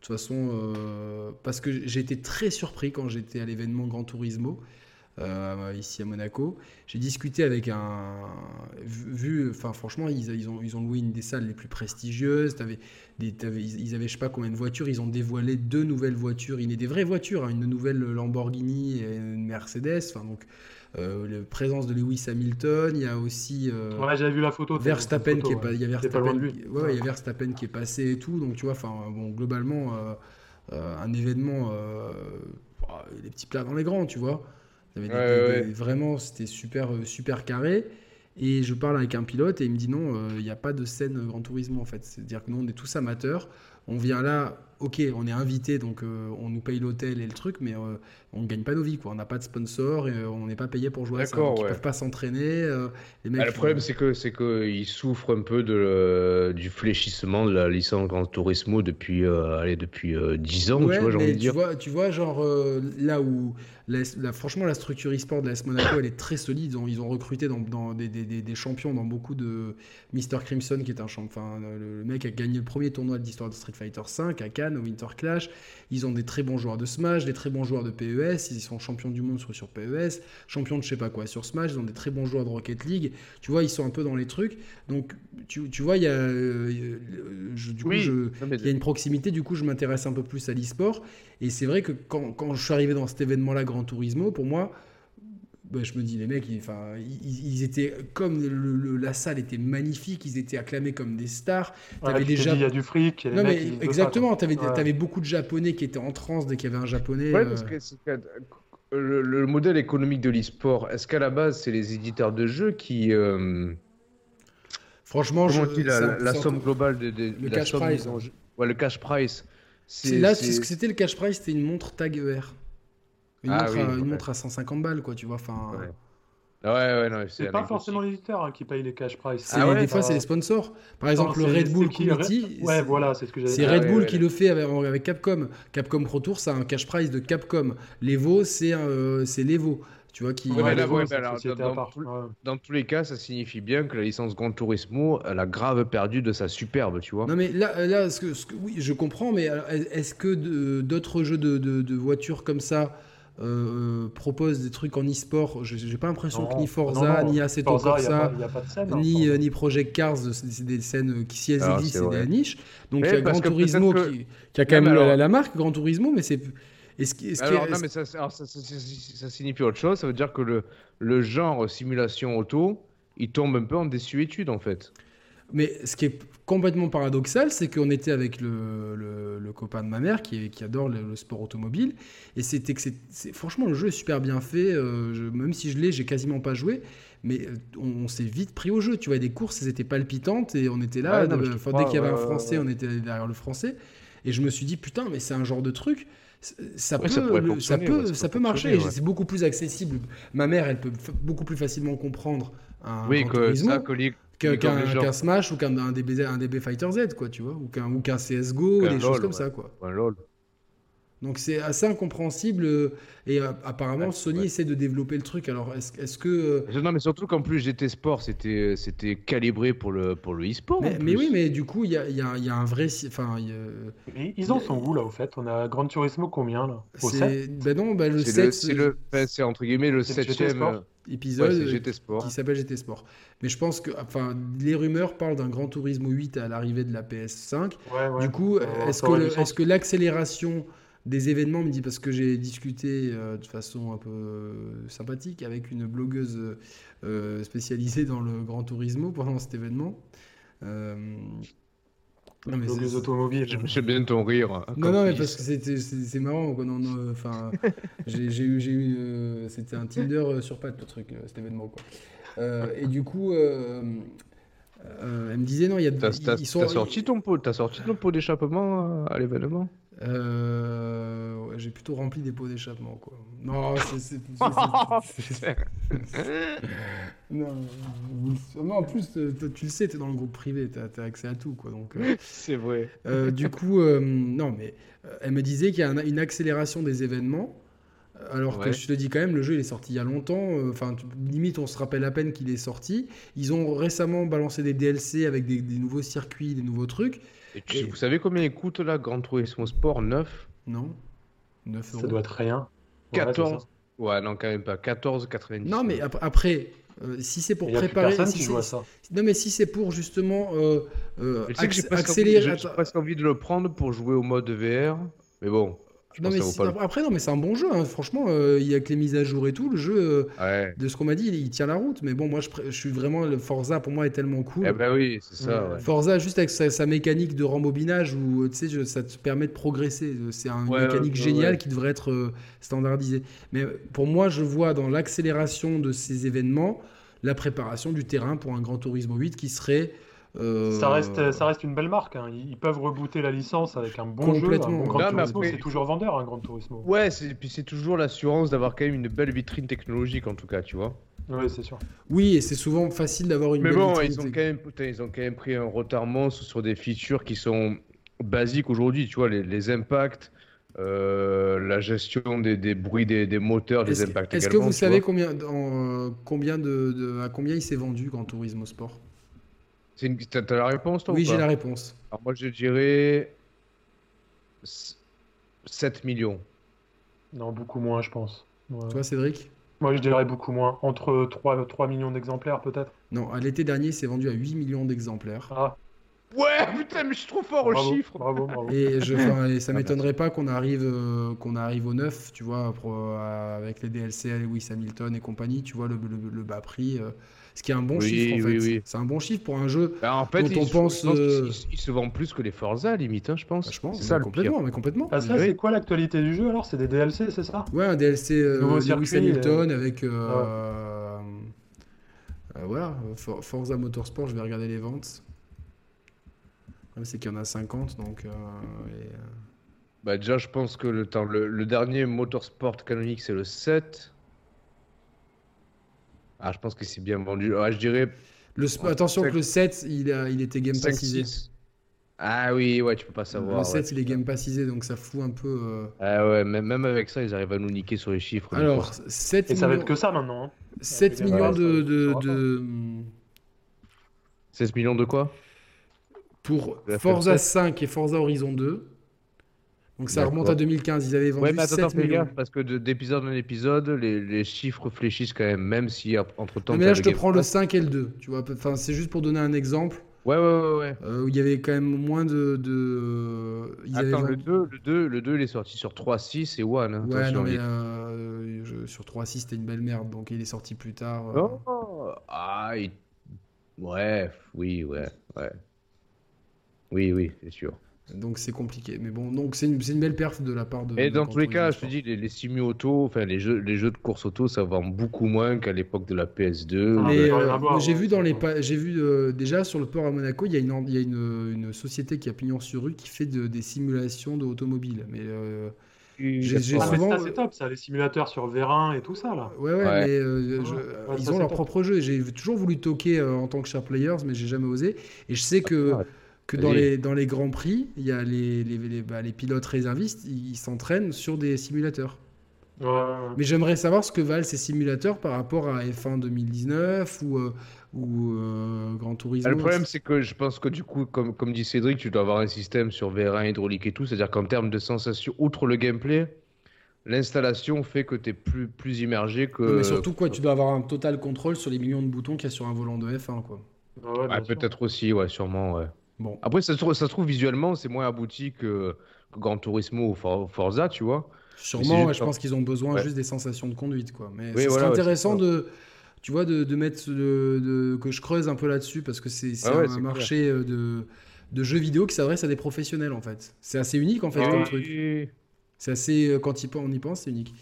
Speaker 1: De toute façon, euh, parce que j'ai été très surpris quand j'étais à l'événement Gran Turismo, euh, ici à Monaco. J'ai discuté avec un. Vu, vu- enfin, franchement, ils, ils ont, ils ont loué une des salles les plus prestigieuses. T'avais des, t'avais- ils, ils avaient, je sais pas combien de voitures. Ils ont dévoilé deux nouvelles voitures. Il y a des vraies voitures, hein, une nouvelle Lamborghini et une Mercedes. Enfin, donc, euh, la présence de Lewis Hamilton. Il y a aussi. euh,
Speaker 3: Ouais, j'avais vu la photo. t'as vu cette
Speaker 1: Verstappen
Speaker 3: photo,
Speaker 1: qui est
Speaker 3: ouais.
Speaker 1: pas, il y a
Speaker 3: T'es pas loin
Speaker 1: Verstappen,
Speaker 3: de lui.
Speaker 1: qui- ouais, ouais, il y a Verstappen qui est passé et tout. Donc tu vois, enfin bon, globalement, euh, euh, un événement, euh, bah, les petits plats dans les grands, tu vois. Vous avez des-
Speaker 2: Ouais,
Speaker 1: des-
Speaker 2: ouais.
Speaker 1: des- Vraiment, c'était super, euh, super carré. Et je parle avec un pilote et il me dit non, euh, il n'y a pas de scène Grand Tourisme en fait. C'est-à-dire que nous, on est tous amateurs. On vient là, ok, on est invité, donc euh, on nous paye l'hôtel et le truc, mais euh, on ne gagne pas nos vies, quoi. On n'a pas de sponsor et euh, on n'est pas payé pour jouer à ça.
Speaker 2: D'accord,
Speaker 1: Donc, Ils
Speaker 2: ouais.
Speaker 1: peuvent pas s'entraîner. euh, les mecs,
Speaker 2: Ah, le
Speaker 1: ils-
Speaker 2: problème, c'est que c'est que il souffre un peu de, euh, du fléchissement de la licence Gran Turismo depuis euh, allez, depuis euh, 10 ans,
Speaker 1: Ouais,
Speaker 2: tu vois, j'ai
Speaker 1: mais
Speaker 2: envie de
Speaker 1: tu
Speaker 2: dire.
Speaker 1: vois, tu vois, genre euh, là où la- la- franchement la structure e-sport de la S Monaco elle est très solide. Ils ont, ils ont recruté dans, dans des, des- des- des champions dans beaucoup de Mr Crimson qui est un champion. Enfin, le, le mec a gagné le premier tournoi de l'histoire de Street Fighter V à Cannes au Winter Clash. Ils ont des très bons joueurs de Smash, des très bons joueurs de PES. Ils sont champions du monde sur, sur PES, champions de je sais pas quoi sur Smash. Ils ont des très bons joueurs de Rocket League. Tu vois, ils sont un peu dans les trucs. Donc tu, tu vois, il y a euh, euh, je- du coup
Speaker 2: Oui.
Speaker 1: je
Speaker 2: Non, mais-
Speaker 1: il y a une proximité, du coup, je m'intéresse un peu plus à l'e-sport. Et c'est vrai que quand, quand je suis arrivé dans cet événement-là, Gran Turismo, pour moi, bah, je me dis, les mecs, ils, enfin, ils, ils étaient comme le- le- la salle était magnifique, ils étaient acclamés comme des stars.
Speaker 3: Ouais,
Speaker 1: T'avais
Speaker 3: tu t'es
Speaker 1: déjà-
Speaker 3: dit, Il y a du fric. et les
Speaker 1: non,
Speaker 3: mecs,
Speaker 1: mais
Speaker 3: ils veulent ça,
Speaker 1: exactement, tu avais,
Speaker 3: Ouais.
Speaker 1: beaucoup de Japonais qui étaient en transe dès qu'il y avait un Japonais.
Speaker 2: Ouais, parce
Speaker 1: euh,
Speaker 2: que c'est que, euh, le, le modèle économique de l'e-sport, est-ce qu'à la base, c'est les éditeurs de jeux qui. euh,
Speaker 1: Franchement,
Speaker 2: comment
Speaker 1: je-
Speaker 2: on dit, la,
Speaker 1: ça-
Speaker 2: la- la
Speaker 1: ça-
Speaker 2: somme globale des. des-
Speaker 1: Le
Speaker 2: la
Speaker 1: cash
Speaker 2: somme
Speaker 1: prize.
Speaker 2: mise en jeu- Ouais, le cash price.
Speaker 1: c'est- Là, c'est ce que c'était le cash prize, c'était une montre Tag ER. Une,
Speaker 2: Ah
Speaker 1: montre,
Speaker 2: oui,
Speaker 1: à, une
Speaker 2: ouais.
Speaker 1: montre à 150 balles, quoi, tu vois. Enfin,
Speaker 2: Ouais. Ouais, ouais, non,
Speaker 3: C'est pas forcément l'éditeur hein, qui paye les cash price.
Speaker 1: c'est-
Speaker 2: Ah ouais,
Speaker 1: des fois,
Speaker 3: ça-
Speaker 1: c'est les sponsors. Par
Speaker 3: Non,
Speaker 1: exemple, le
Speaker 3: c'est-
Speaker 1: Red
Speaker 3: c'est
Speaker 1: Bull
Speaker 3: qui, Red-
Speaker 1: Community.
Speaker 3: Ouais,
Speaker 1: c'est-
Speaker 3: voilà, c'est ce que j'allais
Speaker 1: C'est
Speaker 2: Ah
Speaker 1: Red
Speaker 2: ouais,
Speaker 1: Bull
Speaker 2: ouais,
Speaker 1: qui
Speaker 2: ouais.
Speaker 1: le fait avec, avec Capcom. Capcom Pro Tour, ça a un cash prize de Capcom. L'Evo, c'est euh, c'est l'Evo. Tu vois, qui.
Speaker 2: Ouais, mais là,
Speaker 3: les
Speaker 2: ouais,
Speaker 3: autres,
Speaker 2: mais
Speaker 3: c'est
Speaker 1: bah,
Speaker 2: alors,
Speaker 3: une société
Speaker 2: dans-
Speaker 3: à part.
Speaker 2: dans-
Speaker 3: Ouais.
Speaker 2: Dans tous les cas, ça signifie bien que la licence Gran Turismo, elle a grave perdu de sa superbe, tu vois.
Speaker 1: Non, mais là, là ce que, ce que- oui, je comprends, mais alors, est-ce que de- d'autres jeux de, de- de voitures comme ça euh, proposent des trucs en e-sport Je n'ai pas l'impression que
Speaker 3: Non,
Speaker 1: ni
Speaker 3: non,
Speaker 1: Forza,
Speaker 3: non.
Speaker 1: ni Assetto
Speaker 3: Forza, il y a
Speaker 1: Corsa,
Speaker 3: pas- il y a pas de scène. hein,
Speaker 1: ni,
Speaker 3: Forza.
Speaker 1: euh, ni Project Cars, c'est c'est des scènes qui, si elles
Speaker 2: Ah, c'est
Speaker 1: existent, c'est
Speaker 2: vrai.
Speaker 1: des niches. Donc
Speaker 2: Mais
Speaker 1: il y a
Speaker 2: parce
Speaker 1: Gran
Speaker 2: que
Speaker 1: Turismo
Speaker 2: peut-être que-
Speaker 1: qui, qui a
Speaker 2: Non,
Speaker 1: quand
Speaker 2: mais
Speaker 1: même la,
Speaker 2: alors-
Speaker 1: la marque, Gran Turismo, mais c'est. Est-ce qu'il- est-ce qu'il-
Speaker 2: Alors, non,
Speaker 1: est-ce-
Speaker 2: mais ça, alors, ça, ça- ça- ça- ça signifie autre chose. Ça veut dire que le, le genre simulation auto, il tombe un peu en désuétude, en fait.
Speaker 1: Mais ce qui est complètement paradoxal, c'est qu'on était avec le, le- le copain de ma mère qui, est- qui adore le, le sport automobile. Et c'était que c'est- c'est- franchement, le jeu est super bien fait. euh, je- même si je l'ai, j'ai quasiment pas joué. Mais euh, on, on s'est vite pris au jeu. Tu vois, des courses, elles étaient palpitantes et on était là. Euh,
Speaker 2: Ouais, non, mais je te
Speaker 1: enfin,
Speaker 2: crois,
Speaker 1: dès qu'il y avait
Speaker 2: ouais,
Speaker 1: un
Speaker 2: ouais,
Speaker 1: Français,
Speaker 2: ouais.
Speaker 1: on était derrière le Français. Et je me suis dit, putain, mais c'est un genre de truc. c- Ça,
Speaker 2: Ouais,
Speaker 1: peut,
Speaker 2: ça pourrait
Speaker 1: le- ça
Speaker 2: fonctionner,
Speaker 1: peut,
Speaker 2: ouais, ça
Speaker 1: ça
Speaker 2: peut
Speaker 1: peut marcher.
Speaker 2: fonctionner,
Speaker 1: et
Speaker 2: ouais.
Speaker 1: C'est beaucoup plus accessible. Ma mère, elle peut f- beaucoup plus facilement comprendre un
Speaker 2: oui,
Speaker 1: Gran
Speaker 2: que
Speaker 1: Turismo
Speaker 2: ça, que les-
Speaker 1: qu'un
Speaker 2: Mais comme
Speaker 1: qu'un-
Speaker 2: les gens-
Speaker 1: qu'un Smash ou qu'un un DB, un DB Fighter Z, quoi, tu vois, ou qu'un ou qu'un CSGO,
Speaker 2: Qu'un
Speaker 1: des choses
Speaker 2: LOL,
Speaker 1: comme
Speaker 2: ouais.
Speaker 1: ça, quoi.
Speaker 2: Ouais, lol.
Speaker 1: Donc c'est assez incompréhensible euh, et euh, apparemment
Speaker 2: Ouais,
Speaker 1: Sony
Speaker 2: ouais.
Speaker 1: essaie de développer le truc. Alors est-ce est-ce que euh,
Speaker 2: Non, mais surtout qu'en plus, GT Sport, c'était c'était calibré pour le, pour le e-sport. en
Speaker 1: mais,
Speaker 2: plus.
Speaker 1: mais oui, mais du coup il y a, il y a- il y a un vrai, si- enfin il y a-
Speaker 3: Ils ils en sont où là au fait On a Gran Turismo combien là Au
Speaker 1: c'est ben non, ben le euh,
Speaker 2: C'est le-
Speaker 1: 7,
Speaker 2: c'est le- enfin, c'est entre guillemets le
Speaker 3: c'est le GT
Speaker 2: 7ème.
Speaker 3: Sport.
Speaker 1: épisode euh,
Speaker 2: Ouais, c'est GT Sport.
Speaker 1: qui s'appelle GT Sport. Mais je pense que, enfin, les rumeurs parlent d'un Grand Turismo 8 à l'arrivée de la PS5.
Speaker 3: Ouais, ouais.
Speaker 1: Du coup,
Speaker 3: Ça aurait
Speaker 1: est-ce
Speaker 3: du
Speaker 1: que, le-
Speaker 3: sens.
Speaker 1: est-ce que l'accélération des événements, me dit parce que j'ai discuté euh, de façon un peu euh, sympathique avec une blogueuse euh, spécialisée dans le Grand Turismo pendant cet événement. Euh, non, mais
Speaker 3: Blogueuse
Speaker 1: c'est-
Speaker 3: automobile.
Speaker 2: J'aime j'aime bien ton rire. hein,
Speaker 1: non, non, mais parce que c'était- c'est c'est marrant. quoi, non, non, Enfin, j'ai j'ai eu, j'ai eu, euh, c'était un Tinder euh, sur pattes le truc, euh, cet événement quoi. Euh, et du coup, euh, euh, elle me disait non, il y a
Speaker 2: T'as
Speaker 1: ils-
Speaker 2: t'as-
Speaker 1: ils sont-
Speaker 2: t'as sorti ton pot, t'as sorti ton pot d'échappement euh, à l'événement.
Speaker 1: Euh, ouais, j'ai plutôt rempli des pots d'échappement quoi. Non, c'est- c'est- c'est- c'est- c'est- non, vous le sa- non, en plus euh, toi, tu le sais, t'es dans le groupe privé, t'as as accès à tout quoi. Donc euh,
Speaker 2: C'est vrai.
Speaker 1: euh, du coup, euh, non mais euh, elle me disait qu'il y a un- une accélération des événements. euh, Alors que
Speaker 2: Ouais.
Speaker 1: je te dis quand même, le jeu il est sorti il y a longtemps. euh, Enfin, tu- limite on se rappelle à peine qu'il est sorti. Ils ont récemment balancé des DLC avec des, des nouveaux circuits, des nouveaux trucs.
Speaker 2: Et tu-
Speaker 1: Et-
Speaker 2: vous savez combien il coûte là, Grand Turismo Sport 9
Speaker 1: Non, 9 euros.
Speaker 3: Ça doit être rien. Ouais,
Speaker 2: 14. Ouais, non, quand même pas. 14,99.
Speaker 1: Non, mais ap- après, euh, si c'est pour
Speaker 3: Hein, Il n'y a plus
Speaker 1: préparer.
Speaker 3: personne
Speaker 1: si
Speaker 3: qui
Speaker 1: c'est-
Speaker 3: joue à ça.
Speaker 1: Non, mais si c'est pour justement euh, euh,
Speaker 2: Je sais que j'ai
Speaker 1: acc-
Speaker 2: presque envie-
Speaker 1: accélérer.
Speaker 2: j'ai-
Speaker 1: Attends,
Speaker 2: j'ai presque envie de le prendre pour jouer au mode VR. Mais bon, je
Speaker 1: non,
Speaker 2: pense
Speaker 1: mais
Speaker 2: que ça
Speaker 1: si-
Speaker 2: vaut pas le
Speaker 1: Après, non, mais c'est un bon jeu. hein. Franchement, euh, il y a que les mises à jour et tout. Le jeu, euh,
Speaker 2: Ouais.
Speaker 1: de ce qu'on m'a dit, il, il tient la route. Mais bon, moi, je, pré- je suis vraiment. Le Forza, pour moi, est tellement cool.
Speaker 2: Eh ben oui, c'est ça. ouais.
Speaker 1: Forza, juste avec sa, sa mécanique de rembobinage où euh, tu sais, je- ça te permet de progresser. Euh, C'est un- une
Speaker 2: Ouais,
Speaker 1: mécanique
Speaker 2: ouais,
Speaker 1: géniale
Speaker 2: ouais.
Speaker 1: qui devrait être euh, standardisée. Mais euh, pour moi, je vois dans l'accélération de ces événements la préparation du terrain pour un Grand Turismo 8 qui serait. euh,
Speaker 3: Ça reste, ça reste une belle marque. hein. Ils ils peuvent rebooter la licence avec un bon jeu. Un
Speaker 1: Complètement.
Speaker 3: bon Gran
Speaker 2: Non, mais
Speaker 3: Turismo,
Speaker 2: après-
Speaker 3: c'est toujours vendeur, un Gran Turismo.
Speaker 2: Ouais, c'est- puis c'est toujours l'assurance d'avoir quand même une belle vitrine technologique en tout cas, tu vois.
Speaker 3: Oui, c'est sûr.
Speaker 1: Oui, et c'est souvent facile d'avoir une.
Speaker 2: Mais
Speaker 1: belle
Speaker 2: bon,
Speaker 1: vitrine,
Speaker 2: ils ont,
Speaker 1: c'est-
Speaker 2: quand même, putain, ils ont quand même pris un retard monstre sur des features qui sont basiques aujourd'hui, tu vois, les, les impacts, euh, la gestion des, des bruits des, des moteurs, des
Speaker 1: Est-ce que-
Speaker 2: impacts
Speaker 1: est-ce que
Speaker 2: également,
Speaker 1: vous
Speaker 2: tu
Speaker 1: savez
Speaker 2: vois.
Speaker 1: combien, en, euh, combien de, de- à combien il s'est vendu Grand Turismo Sport
Speaker 2: C'est une- T'as t'as la réponse, toi
Speaker 1: Oui,
Speaker 2: ou pas
Speaker 1: j'ai la réponse.
Speaker 2: Alors moi, je dirais... s- 7 millions.
Speaker 3: Non, beaucoup moins, je pense. Ouais.
Speaker 1: Toi, Cédric
Speaker 3: Moi, je dirais beaucoup moins. Entre 3, 3 millions d'exemplaires, peut-être.
Speaker 1: Non, à l'été dernier, il s'est vendu à 8 millions d'exemplaires.
Speaker 3: Ah,
Speaker 2: Ouais, putain, mais je suis trop fort au
Speaker 3: bravo,
Speaker 2: chiffre
Speaker 3: bravo, bravo.
Speaker 1: Et je, enfin, et ça
Speaker 2: Ah,
Speaker 1: m'étonnerait pas qu'on arrive, euh, qu'on arrive au 9, tu vois, pour, euh, avec les DLC, Lewis Hamilton et compagnie, tu vois, le, le- le bas prix. euh, ce qui est un bon
Speaker 2: Oui,
Speaker 1: chiffre, en
Speaker 2: oui,
Speaker 1: fait.
Speaker 2: oui.
Speaker 1: C'est un bon chiffre pour un jeu,
Speaker 2: Bah, en fait,
Speaker 1: Dont
Speaker 2: ils,
Speaker 1: on
Speaker 2: se-
Speaker 1: pense,
Speaker 2: je pense qu'ils-
Speaker 1: euh, Bah,
Speaker 2: ils- ils se vendent plus que les Forza, limite, hein, je pense.
Speaker 1: franchement,
Speaker 2: C'est ça, le pire.
Speaker 1: complètement, mais complètement.
Speaker 3: Parce que là,
Speaker 2: Oui.
Speaker 3: Ah, c'est quoi l'actualité du jeu alors C'est des DLC, c'est ça
Speaker 1: Ouais, un DLC euh,
Speaker 3: Nouveau
Speaker 1: Lewis
Speaker 3: circuit,
Speaker 1: Hamilton avec. euh, euh, voilà, For- Forza Motorsport, je vais regarder les ventes. Le problème, C'est qu'il y en a 50, donc. euh, et, euh,
Speaker 2: Bah déjà, je pense que le, temps, le, le dernier Motorsport canonique, c'est le 7. Ah, je pense que c'est bien vendu. Ah, je dirais
Speaker 1: le sp-
Speaker 2: Ouais,
Speaker 1: attention
Speaker 2: cinq-
Speaker 1: que le 7, il, a, il était Game
Speaker 2: 5,
Speaker 1: Passisé.
Speaker 2: 6. Ah oui, ouais, tu peux pas savoir.
Speaker 1: Le 7,
Speaker 2: ouais.
Speaker 1: il est Game Passisé, donc ça fout un peu. euh,
Speaker 2: Ah ouais, même, même avec ça, ils arrivent à nous niquer sur les chiffres. des
Speaker 1: Alors,
Speaker 2: fois.
Speaker 1: 7
Speaker 3: Et ça va
Speaker 1: millions,
Speaker 3: être que ça maintenant. hein.
Speaker 1: 7
Speaker 3: Ouais,
Speaker 1: millions
Speaker 3: ça-
Speaker 1: de, de-
Speaker 3: ça va
Speaker 1: de-
Speaker 2: 16 millions de quoi
Speaker 1: pour
Speaker 2: La
Speaker 1: Forza
Speaker 2: F7.
Speaker 1: 5 et Forza Horizon 2. Donc ça
Speaker 2: D'accord.
Speaker 1: remonte à 2015. Ils avaient vendu
Speaker 2: Ouais, mais attends,
Speaker 1: 7
Speaker 2: attends, fais
Speaker 1: millions.
Speaker 2: gaffe, parce que de- d'épisode en épisode, les, les chiffres fléchissent quand même, même si entre temps.
Speaker 1: Non, mais là, je te prends le 5 et le 2. Tu vois, enfin, c'est juste pour donner un exemple
Speaker 2: Ouais, ouais, ouais, ouais.
Speaker 1: euh, où il y avait quand même moins de. de... Ils avaient
Speaker 2: Attends, le
Speaker 1: vendu-
Speaker 2: 2, le 2, le 2, il est sorti sur 3, 6 et 1. Hein,
Speaker 1: Ouais,
Speaker 2: attention,
Speaker 1: non, mais
Speaker 2: il-
Speaker 1: euh, je- sur 3.6, c'était une belle merde. Donc il est sorti plus tard. euh.
Speaker 2: Oh, ah, il- ouais, oui, ouais, ouais. Oui, oui, c'est sûr.
Speaker 1: Donc c'est compliqué. Mais bon, donc c'est une, c'est une belle perf de la part de.
Speaker 2: Et
Speaker 1: de
Speaker 2: dans tous les
Speaker 1: Control
Speaker 2: cas, je te
Speaker 1: Sport.
Speaker 2: dis, les, les simu auto, enfin les jeux, les jeux de course auto, ça vend beaucoup moins qu'à l'époque de la PS2.
Speaker 3: Ah,
Speaker 1: Mais
Speaker 3: mais rien
Speaker 1: euh,
Speaker 3: à voir,
Speaker 1: moi, j'ai
Speaker 3: ouais,
Speaker 1: vu dans
Speaker 3: c'est
Speaker 1: les
Speaker 3: ça.
Speaker 1: pa- j'ai vu euh, déjà sur le port à Monaco, il y a une il y a une, une société qui a pignon sur rue qui fait de- des simulations d'automobiles. Mais euh, j'ai j'ai
Speaker 2: Ah,
Speaker 3: Ah, mais
Speaker 1: souvent
Speaker 3: ça, c'est top, ça, les simulateurs sur Vérin et tout ça, là.
Speaker 1: ouais ouais,
Speaker 2: Ouais.
Speaker 1: mais euh,
Speaker 3: Ah,
Speaker 1: je-
Speaker 3: ouais,
Speaker 1: ils
Speaker 3: ça,
Speaker 1: ont
Speaker 3: c'est
Speaker 1: leur
Speaker 3: top.
Speaker 1: propre jeu. J'ai toujours voulu toquer euh, en tant que share players, mais j'ai jamais osé. Et je sais que
Speaker 2: Ah,
Speaker 1: que dans
Speaker 2: vas-y.
Speaker 1: les dans les grands prix, il y a les les, les- bah, les pilotes réservistes, ils ils s'entraînent sur des simulateurs.
Speaker 3: Ouais, ouais, ouais.
Speaker 1: Mais j'aimerais savoir ce que valent ces simulateurs par rapport à F1 2019 ou euh, ou euh, Gran Turismo.
Speaker 2: Ah,
Speaker 3: Ah,
Speaker 2: Le problème, c'est que je pense que du coup, comme, comme dit Cédric, tu dois avoir un système sur VR1 hydraulique et tout, c'est-à-dire qu'en termes de sensation, outre le gameplay, l'installation fait que tu es plus, plus immergé que.
Speaker 1: Non, mais surtout,
Speaker 2: euh,
Speaker 1: quoi, tu dois avoir un total contrôle sur les millions de boutons qu'il y a sur un volant de F1, quoi.
Speaker 3: Ah ouais,
Speaker 2: Ouais,
Speaker 3: bien sûr.
Speaker 2: peut-être aussi, ouais, sûrement, ouais.
Speaker 1: Bon.
Speaker 2: Après, ça se trouve, ça se trouve visuellement, c'est moins abouti que, que Gran Turismo ou For- Forza, tu vois. Mais c'est
Speaker 1: Sûrement,
Speaker 2: juste
Speaker 1: ouais, je
Speaker 2: un-
Speaker 1: pense qu'ils ont besoin
Speaker 2: Ouais.
Speaker 1: juste des sensations de conduite, quoi. Mais
Speaker 2: Oui,
Speaker 1: c'est
Speaker 2: voilà, ouais,
Speaker 1: intéressant
Speaker 2: c'est ça.
Speaker 1: de, tu vois, de, de mettre, ce- de, de- que je creuse un peu là-dessus parce que c'est c'est
Speaker 2: Ah ouais,
Speaker 1: un
Speaker 2: c'est
Speaker 1: marché euh, de, de jeux vidéo qui s'adresse à des professionnels, en fait. C'est assez unique, en fait,
Speaker 2: Ah
Speaker 1: comme truc.
Speaker 2: Et-
Speaker 1: C'est assez, euh, quand il- on y pense, c'est unique.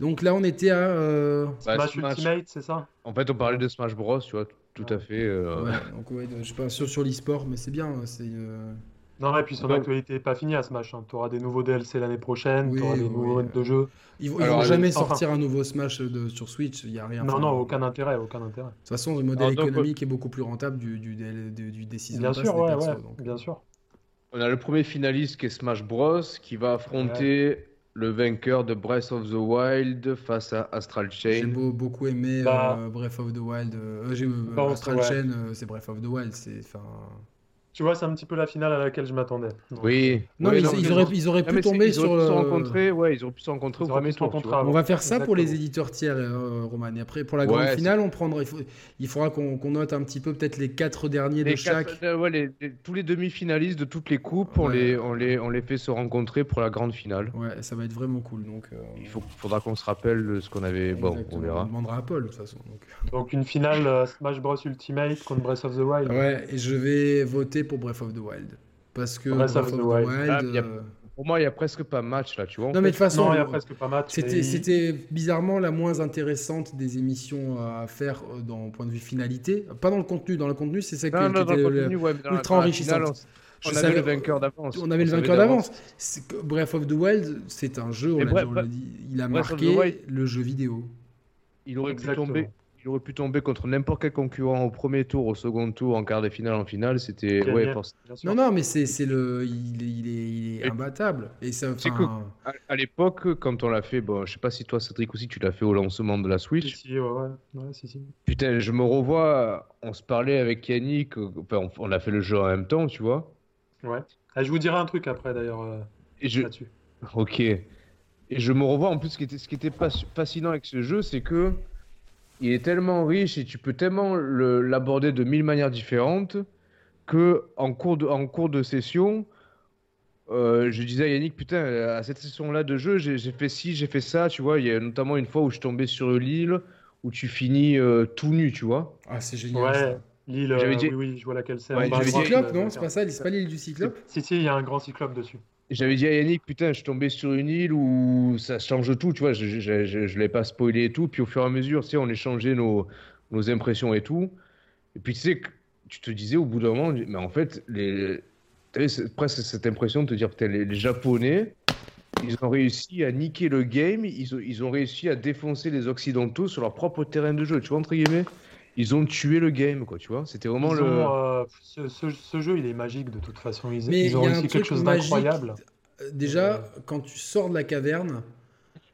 Speaker 1: Donc là, on était à, euh,
Speaker 2: bah,
Speaker 3: Smash
Speaker 2: Smash-
Speaker 3: Ultimate, c'est ça
Speaker 2: En fait, on parlait de Smash Bros, tu vois, tout à fait. euh,
Speaker 1: ouais, donc ouais, de- je sais pas sûr sur l'e-sport, mais c'est bien, c'est. euh,
Speaker 3: Non, et puis son
Speaker 2: Ouais.
Speaker 3: actualité n'est pas finie à Smash. Tu auras des nouveaux DLC l'année prochaine,
Speaker 1: Oui,
Speaker 3: tu auras des
Speaker 1: oui.
Speaker 3: nouveaux modes de jeu.
Speaker 1: Ils, vont- ils
Speaker 2: Alors, euh,
Speaker 1: vont jamais
Speaker 3: enfin-
Speaker 1: sortir un nouveau Smash euh, de, sur Switch, il y a rien.
Speaker 3: Non,
Speaker 1: Enfin,
Speaker 3: non, aucun intérêt, aucun intérêt.
Speaker 1: De toute façon, le modèle
Speaker 2: Alors, donc,
Speaker 1: économique est beaucoup plus rentable du, du, DL du, du Decision
Speaker 3: Bien
Speaker 1: Pass
Speaker 3: sûr,
Speaker 1: des
Speaker 3: ouais,
Speaker 1: persos,
Speaker 3: ouais,
Speaker 1: donc.
Speaker 3: bien sûr.
Speaker 2: On a le premier finaliste qui est Smash Bros, qui va affronter le vainqueur de Breath of the Wild face à Astral
Speaker 1: J'ai
Speaker 2: Chain.
Speaker 1: beau- beaucoup aimé
Speaker 3: Bah.
Speaker 1: euh, Breath of the Wild. euh, euh, j'ai- euh,
Speaker 3: Bon,
Speaker 1: Astral
Speaker 3: ouais.
Speaker 1: Chain, euh, c'est Breath of the Wild. C'est, enfin...
Speaker 3: Tu vois, c'est un petit peu la finale à laquelle je m'attendais. Donc,
Speaker 2: Oui.
Speaker 1: Non,
Speaker 2: Ouais,
Speaker 1: mais ils,
Speaker 2: mais
Speaker 1: ils
Speaker 2: non.
Speaker 1: auraient, ils auraient
Speaker 2: Ah,
Speaker 1: pu
Speaker 2: mais c'est-
Speaker 1: tomber
Speaker 2: ils auraient
Speaker 1: sur.
Speaker 2: pu
Speaker 1: euh,
Speaker 2: se rencontrer, ouais, ils auraient pu se rencontrer au
Speaker 3: Ils auraient
Speaker 2: premier
Speaker 3: pu se
Speaker 2: tour. tu
Speaker 3: rencontrer
Speaker 2: vois.
Speaker 1: On va faire ça pour les
Speaker 3: Exactement.
Speaker 1: éditeurs tiers, euh, Roman. Et après, pour la grande
Speaker 2: Ouais,
Speaker 1: finale, on prendra. Il, faut- il faudra qu'on, qu'on note un petit peu peut-être les quatre derniers
Speaker 2: Les
Speaker 1: de chaque.
Speaker 2: quatre- euh, ouais, les- les- tous les demi-finalistes de toutes les coupes, on,
Speaker 1: Ouais.
Speaker 2: les, on, les, on les fait se rencontrer pour la grande finale.
Speaker 1: Ouais, ça va être vraiment cool. Donc, euh,
Speaker 2: Il faut, faudra qu'on se rappelle euh, ce qu'on avait. Bon, on
Speaker 1: exactement. On
Speaker 2: verra.
Speaker 1: demandera à Paul, de toute façon. donc.
Speaker 3: donc une finale euh, Smash Bros Ultimate contre Breath of the Wild.
Speaker 1: Ouais, et je vais voter pour Breath of the Wild. Parce que
Speaker 3: Breath of the Wild.
Speaker 2: Ah, y a-
Speaker 1: euh,
Speaker 2: Pour moi, il y a presque pas match là, tu vois.
Speaker 1: Non, mais de toute façon,
Speaker 3: non, il y a
Speaker 1: euh,
Speaker 3: presque pas match. mais-
Speaker 1: C'était, c'était bizarrement la moins intéressante des émissions à faire euh, d'un point de vue finalité. Pas dans le contenu, dans le contenu, c'est ça qui
Speaker 2: Non,
Speaker 1: qui
Speaker 2: non, dans le
Speaker 1: était le-
Speaker 2: contenu, ouais, mais dans la-
Speaker 1: E ultra
Speaker 2: dans la
Speaker 1: enrichissante.
Speaker 2: finale, on-
Speaker 1: je
Speaker 2: on
Speaker 1: savais-
Speaker 2: avait le vainqueur d'avance.
Speaker 1: On avait le
Speaker 2: savait
Speaker 1: vainqueur d'avance. C'est que Breath of the Wild, c'est un jeu, on
Speaker 2: Et
Speaker 1: l'a
Speaker 2: Breath-
Speaker 1: dit, on l'a dit, il a
Speaker 2: Breath of the
Speaker 1: marqué
Speaker 2: Wild-
Speaker 1: le jeu vidéo.
Speaker 2: Il aurait
Speaker 3: Exactement.
Speaker 2: pu tomber. Il aurait pu tomber contre n'importe quel concurrent au premier tour, au second tour, en quart de finale, en finale. C'était
Speaker 3: Gagné.
Speaker 2: ouais, forcément.
Speaker 3: Bien sûr.
Speaker 1: Non, non, mais c'est, c'est le, il est, il est, il est
Speaker 2: Et-
Speaker 1: imbattable. Et ça,
Speaker 2: C'est
Speaker 1: enfin,
Speaker 2: À, à l'époque, quand on l'a fait, bon, je sais pas si toi, Cédric aussi, tu l'as fait au lancement de la
Speaker 3: Si,
Speaker 2: Switch.
Speaker 3: si, ouais, ouais. Ouais, si, si.
Speaker 2: Putain, je me revois. On se parlait avec Yannick. euh, Enfin, on, on a fait le jeu en même temps, tu vois.
Speaker 3: Ouais. Ah, je vous dirai un truc après d'ailleurs euh,
Speaker 2: Et je,
Speaker 3: là-dessus.
Speaker 2: Ok. Et je me revois, en plus, ce qui était, ce qui était pas- fascinant avec ce jeu, c'est que il est tellement riche et tu peux tellement le- l'aborder de mille manières différentes que en cours de, en cours de session, euh, je disais à Yannick, putain, à cette session-là de jeu, j'ai j'ai fait ci, j'ai fait ça, tu vois. Il y a notamment une fois où je tombais sur l'île où tu finis euh, tout nu, tu vois.
Speaker 1: ah, c'est génial.
Speaker 3: Ouais,
Speaker 1: ça.
Speaker 3: l'île. euh,
Speaker 2: J'avais dit-
Speaker 3: Oui, oui, je vois laquelle c'est.
Speaker 2: Ouais,
Speaker 3: en bas à
Speaker 2: j'avais
Speaker 1: Le
Speaker 2: dit-
Speaker 3: droite,
Speaker 1: cyclope,
Speaker 3: euh,
Speaker 1: non C'est pas ça, c'est pas l'île du cyclope
Speaker 3: Si, si, il y a un grand cyclope dessus.
Speaker 2: J'avais dit à Yannick, putain, je tombais sur une île où ça change tout, tu vois, je, je, je- je- je l'ai pas spoilé et tout, puis au fur et à mesure, tu sais, on échangeait nos, nos impressions et tout, et puis tu sais, que tu te disais au bout d'un moment, mais en fait, les... tu avais presque cette impression de te dire, putain, les, les Japonais, ils ont réussi à niquer le game, ils ont, ils ont réussi à défoncer les Occidentaux sur leur propre terrain de jeu, tu vois, entre guillemets, ils ont tué le game, quoi, tu vois, c'était vraiment
Speaker 3: Ils
Speaker 2: le...
Speaker 3: ont, euh, ce, ce- ce jeu, il est magique de toute façon. Ils,
Speaker 1: Mais
Speaker 3: ils ont
Speaker 1: il y a un
Speaker 3: réussi
Speaker 1: truc
Speaker 3: quelque chose
Speaker 1: magique.
Speaker 3: d'incroyable.
Speaker 1: Euh, Déjà, quand tu sors de la caverne,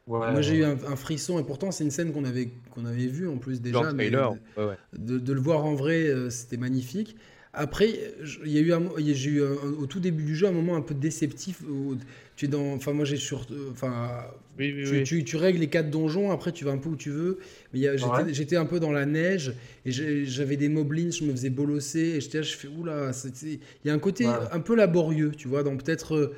Speaker 3: Ouais.
Speaker 1: moi j'ai eu un, un frisson, et pourtant c'est une scène qu'on avait, qu'on avait vue en plus
Speaker 2: dans
Speaker 1: euh, déjà.
Speaker 2: le
Speaker 1: mais-
Speaker 2: trailer, ouais, ouais.
Speaker 1: de, de le voir en vrai, euh, c'était magnifique. Après, je- il y a eu, un mo- il y a- j'ai eu un- un- au tout début du jeu un moment un peu déceptif. où tu es dans, enfin moi j'ai sur, euh, enfin tu, tu- tu règles les quatre donjons, après tu vas un peu où tu veux. Mais il y a- j'étais-
Speaker 3: Ouais.
Speaker 1: j'étais un peu dans la neige et j'ai- j'avais des moblins, je me faisais bolosser et j'étais là, je fais oula, c'est- c'est- il y a un côté
Speaker 3: Ouais.
Speaker 1: un peu laborieux, tu vois, dans peut-être euh,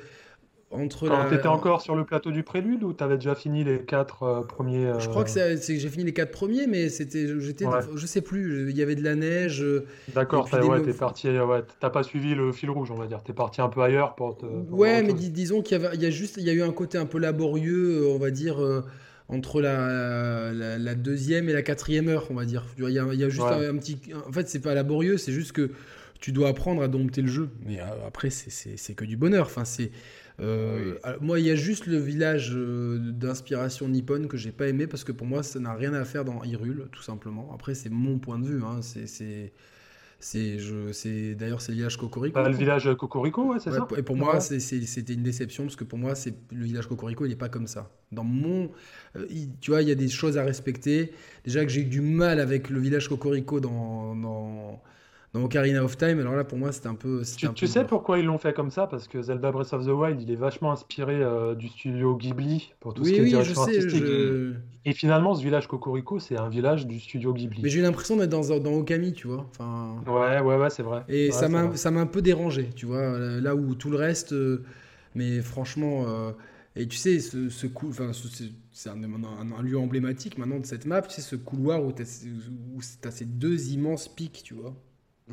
Speaker 1: entre
Speaker 3: Alors,
Speaker 1: la.
Speaker 3: t'étais encore sur le plateau du prélude ou t'avais déjà fini les quatre euh, premiers euh,
Speaker 1: Je crois que c'est- c'est- j'ai fini les quatre premiers, mais c'était, j'étais,
Speaker 3: Ouais.
Speaker 1: je sais plus, il y avait de la neige. euh,
Speaker 3: D'accord,
Speaker 1: et puis
Speaker 3: t'as
Speaker 1: des
Speaker 3: ouais,
Speaker 1: no-
Speaker 3: t'es parti, euh, ouais, t'as pas suivi le fil rouge, on va dire. T'es parti un peu ailleurs pour te. pour voir
Speaker 1: Ouais,
Speaker 3: autre
Speaker 1: mais
Speaker 3: chose.
Speaker 1: dis- disons qu'il y, avait- il y a juste, il y a eu un côté un peu laborieux, euh, on va dire, euh, entre la, la, la deuxième et la quatrième heure, on va dire. Tu vois, Il y a, il y a juste
Speaker 3: Ouais.
Speaker 1: un, un petit. En fait, c'est pas laborieux, c'est juste que tu dois apprendre à dompter le jeu. Mais euh, après, c'est- c'est c'est que du bonheur. Enfin, c'est. euh,
Speaker 2: Oui.
Speaker 1: alors, moi, il y a juste le village euh, d'inspiration nippone que j'ai pas aimé parce que pour moi, ça n'a rien à faire dans Hyrule, tout simplement. Après, c'est mon point de vue. Hein. C'est- C'est. c'est- je- c'est- D'ailleurs, c'est le village Cocorico.
Speaker 3: Bah, le village Cocorico, ouais, c'est
Speaker 1: Ouais,
Speaker 3: ça
Speaker 1: Et pour moi,
Speaker 3: Ouais.
Speaker 1: c'est- c'est- c'était une déception parce que pour moi, c'est le village Cocorico, il n'est pas comme ça. Dans mon, euh, il- tu vois, il y a des choses à respecter. Déjà que j'ai eu du mal avec le village Cocorico dans dans, dans Ocarina of Time. Alors là, pour moi, c'était un peu. c'était
Speaker 3: Tu,
Speaker 1: un
Speaker 3: tu
Speaker 1: peu
Speaker 3: sais
Speaker 1: dur.
Speaker 3: pourquoi ils l'ont fait comme ça Parce que Zelda Breath of the Wild, il est vachement inspiré euh, du studio Ghibli pour tout ce
Speaker 1: Oui,
Speaker 3: qui est
Speaker 1: oui, je
Speaker 3: direction
Speaker 1: sais.
Speaker 3: artistique. euh,
Speaker 1: je-
Speaker 3: Et finalement, ce village Cocorico, c'est un village du studio Ghibli.
Speaker 1: Mais j'ai eu l'impression d'être dans, dans Okami, tu vois. Enfin.
Speaker 3: Ouais, ouais, ouais, c'est vrai.
Speaker 1: Et
Speaker 3: Ouais,
Speaker 1: ça
Speaker 3: c'est
Speaker 1: m'a
Speaker 3: vrai.
Speaker 1: ça m'a un peu dérangé, tu vois, là où tout le reste, euh, mais franchement, euh, et tu sais, ce, ce cou- enfin, ce- c'est- c'est un, un- un lieu emblématique maintenant de cette map, tu sais, ce couloir où t'as où t'as ces deux immenses pics, tu vois.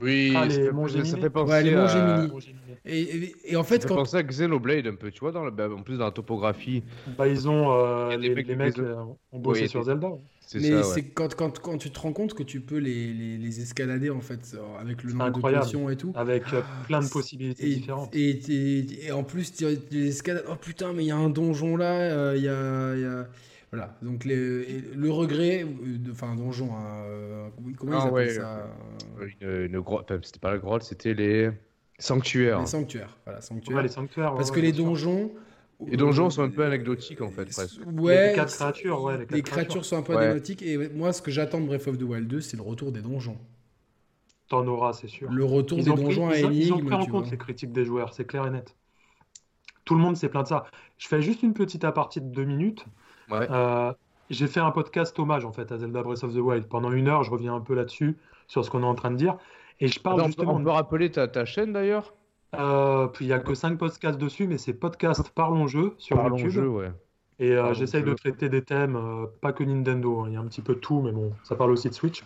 Speaker 2: Oui,
Speaker 3: Ah, les
Speaker 2: ça fait-
Speaker 3: Monts
Speaker 2: ça,
Speaker 3: Géminis.
Speaker 2: fait penser
Speaker 1: Ouais, les Monts
Speaker 2: à...
Speaker 1: Géminis. Et, et- et en
Speaker 2: ça
Speaker 1: fait,
Speaker 2: fait
Speaker 1: quand...
Speaker 2: penser à Xenoblade un peu, tu vois, dans le... bah, en plus dans la topographie.
Speaker 3: Bah, ils ont. euh,
Speaker 2: Il y a des
Speaker 3: les,
Speaker 2: mecs
Speaker 3: les
Speaker 2: qui
Speaker 3: mecs
Speaker 2: les
Speaker 3: euh, ont bossé
Speaker 2: Ouais,
Speaker 3: sur
Speaker 2: des-
Speaker 3: Zelda.
Speaker 2: C'est
Speaker 1: Mais
Speaker 2: ça, ouais.
Speaker 1: c'est quand, quand, quand tu te rends compte que tu peux les, les, les escalader, en fait, avec le nombre
Speaker 3: incroyable.
Speaker 1: de potions et tout.
Speaker 3: Avec euh, plein de
Speaker 1: c'est-
Speaker 3: possibilités
Speaker 1: Et,
Speaker 3: différentes.
Speaker 1: et, et- et en plus, tu les escalades. Oh putain, mais il y a un donjon là. euh, Il y a- il y a. Voilà. Donc les- et le regret. euh, de- Enfin, un donjon. hein, euh, comment
Speaker 2: Ah
Speaker 1: ils appellent
Speaker 2: ouais,
Speaker 1: ça euh,
Speaker 2: Une, une grotte, enfin, c'était pas la grotte, c'était les sanctuaires.
Speaker 1: Les sanctuaires. Voilà, sanctuaires.
Speaker 3: Ouais, les sanctuaires. ouais,
Speaker 1: Parce
Speaker 3: ouais,
Speaker 1: que les
Speaker 3: bien sûr.
Speaker 1: donjons.
Speaker 2: Les donjons sont un peu anecdotiques, en fait, presque.
Speaker 1: Ouais.
Speaker 3: Les quatre
Speaker 1: c'est-
Speaker 3: créatures, ouais, les quatre
Speaker 1: les créatures
Speaker 3: créatures.
Speaker 1: sont un peu
Speaker 2: Ouais.
Speaker 1: anecdotiques. Et moi, ce que j'attends de Breath of the Wild 2, c'est le retour des donjons.
Speaker 3: T'en auras, c'est sûr.
Speaker 1: Le retour
Speaker 3: Ils
Speaker 1: des
Speaker 3: ont, pris,
Speaker 1: donjons à
Speaker 3: ils ont- ils ont
Speaker 1: énigmes.
Speaker 3: pris en
Speaker 1: tu
Speaker 3: compte
Speaker 1: vois.
Speaker 3: les critiques des joueurs, c'est clair et net. Tout le monde s'est plaint de ça. Je fais juste une petite aparté de deux minutes.
Speaker 2: Ouais.
Speaker 3: Euh, j'ai fait un podcast hommage en fait à Zelda Breath of the Wild. Pendant une heure, je reviens un peu là-dessus, sur ce qu'on est en train de dire. Et je parle
Speaker 2: Attends, on, peut,
Speaker 3: justement.
Speaker 2: on peut rappeler ta, ta chaîne d'ailleurs
Speaker 3: euh, puis il n'y a que cinq podcasts dessus, mais c'est podcast Parlons Jeu sur
Speaker 2: Parlons
Speaker 3: YouTube.
Speaker 2: jeu, ouais.
Speaker 3: Et euh,
Speaker 2: Parlons
Speaker 3: j'essaye de
Speaker 2: jeu.
Speaker 3: traiter des thèmes, euh, pas que Nintendo, hein. il y a un petit peu de tout, mais bon, ça parle aussi de Switch.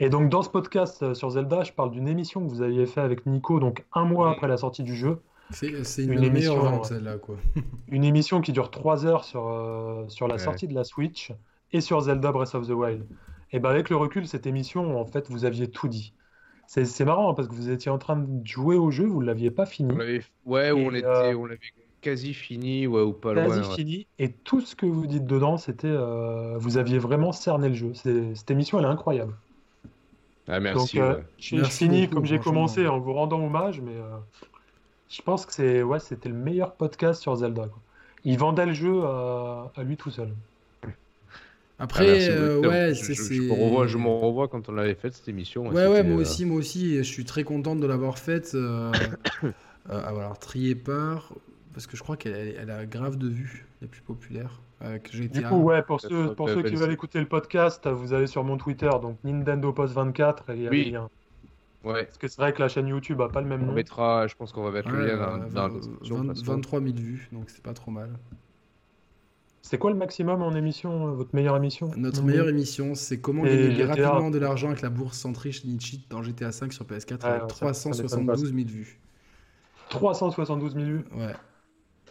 Speaker 3: Et donc dans ce podcast euh, sur Zelda, je parle d'une émission que vous aviez fait avec Nico, donc un mois après la sortie du jeu.
Speaker 1: C'est c'est
Speaker 3: Une
Speaker 1: une, meilleure
Speaker 3: émission,
Speaker 1: vente,
Speaker 3: ouais.
Speaker 1: celle-là, quoi.
Speaker 2: Ah,
Speaker 3: Une émission qui dure 3 heures sur, euh, sur la
Speaker 2: Ouais.
Speaker 3: sortie de la Switch et sur Zelda Breath of the Wild. Et ben avec le recul, cette émission, en fait, vous aviez tout dit. C'est c'est marrant hein, parce que vous étiez en train de jouer au jeu, vous ne l'aviez pas fini.
Speaker 2: On l'avait- ouais, où
Speaker 3: Et,
Speaker 2: on était,
Speaker 3: euh,
Speaker 2: on l'avait quasi fini, ouais, ou pas
Speaker 3: quasi
Speaker 2: loin. ouais.
Speaker 3: fini. Et tout ce que vous dites dedans, c'était. euh, vous aviez vraiment cerné le jeu. C'est- Cette émission, elle est incroyable.
Speaker 2: Ah, merci.
Speaker 3: Donc, euh,
Speaker 2: ouais.
Speaker 3: je,
Speaker 1: Merci
Speaker 3: je finis
Speaker 1: beaucoup,
Speaker 3: comme j'ai
Speaker 1: franchement.
Speaker 3: commencé en vous rendant hommage, mais euh, je pense que c'est ouais, c'était le meilleur podcast sur Zelda. quoi. Il vendait le jeu euh, à, à lui tout seul.
Speaker 2: Ah,
Speaker 1: Après,
Speaker 2: merci,
Speaker 1: euh,
Speaker 2: docteur.
Speaker 1: ouais,
Speaker 2: je,
Speaker 1: c'est.
Speaker 2: je- je
Speaker 1: c'est-
Speaker 2: me revois, je me revois quand on l'avait fait cette émission.
Speaker 1: Ouais, ouais,
Speaker 2: c'était,
Speaker 1: moi
Speaker 2: euh,
Speaker 1: aussi, moi aussi. et Je suis très contente de l'avoir faite. euh, euh, alors, triée par. Parce que je crois qu'elle elle- elle a grave de vues, la plus populaire. euh, que j'ai
Speaker 3: Du
Speaker 1: été à-
Speaker 3: coup, ouais, pour
Speaker 2: ça
Speaker 3: ceux,
Speaker 2: peut-
Speaker 3: pour
Speaker 2: peut-
Speaker 3: ceux qui
Speaker 2: peut-
Speaker 3: veulent écouter le podcast, vous allez sur mon Twitter, donc Nintendo Post 24, et il y a
Speaker 2: Oui.
Speaker 3: le lien.
Speaker 2: ouais.
Speaker 3: Parce que c'est vrai que la chaîne YouTube a pas le même
Speaker 2: On
Speaker 3: nom.
Speaker 2: mettra, je pense qu'on va mettre
Speaker 1: Ouais,
Speaker 2: le lien
Speaker 1: euh,
Speaker 2: dans, dans
Speaker 1: vingt-
Speaker 2: la description.
Speaker 1: vingt-
Speaker 2: de toute façon.
Speaker 1: 23 000 vues, donc c'est pas trop mal.
Speaker 3: C'est quoi le maximum en émission, euh, votre meilleure émission
Speaker 1: Notre
Speaker 3: Mmh.
Speaker 1: meilleure émission, c'est comment
Speaker 3: Et
Speaker 1: gagner
Speaker 3: GTA.
Speaker 1: rapidement de l'argent avec la bourse sans triche ni cheat dans GTA 5 sur PS4
Speaker 3: Ouais,
Speaker 1: avec
Speaker 3: ça- ça m'étonne pas, ça.
Speaker 1: 372 000 vues.
Speaker 3: 372 000 vues.
Speaker 1: Ouais.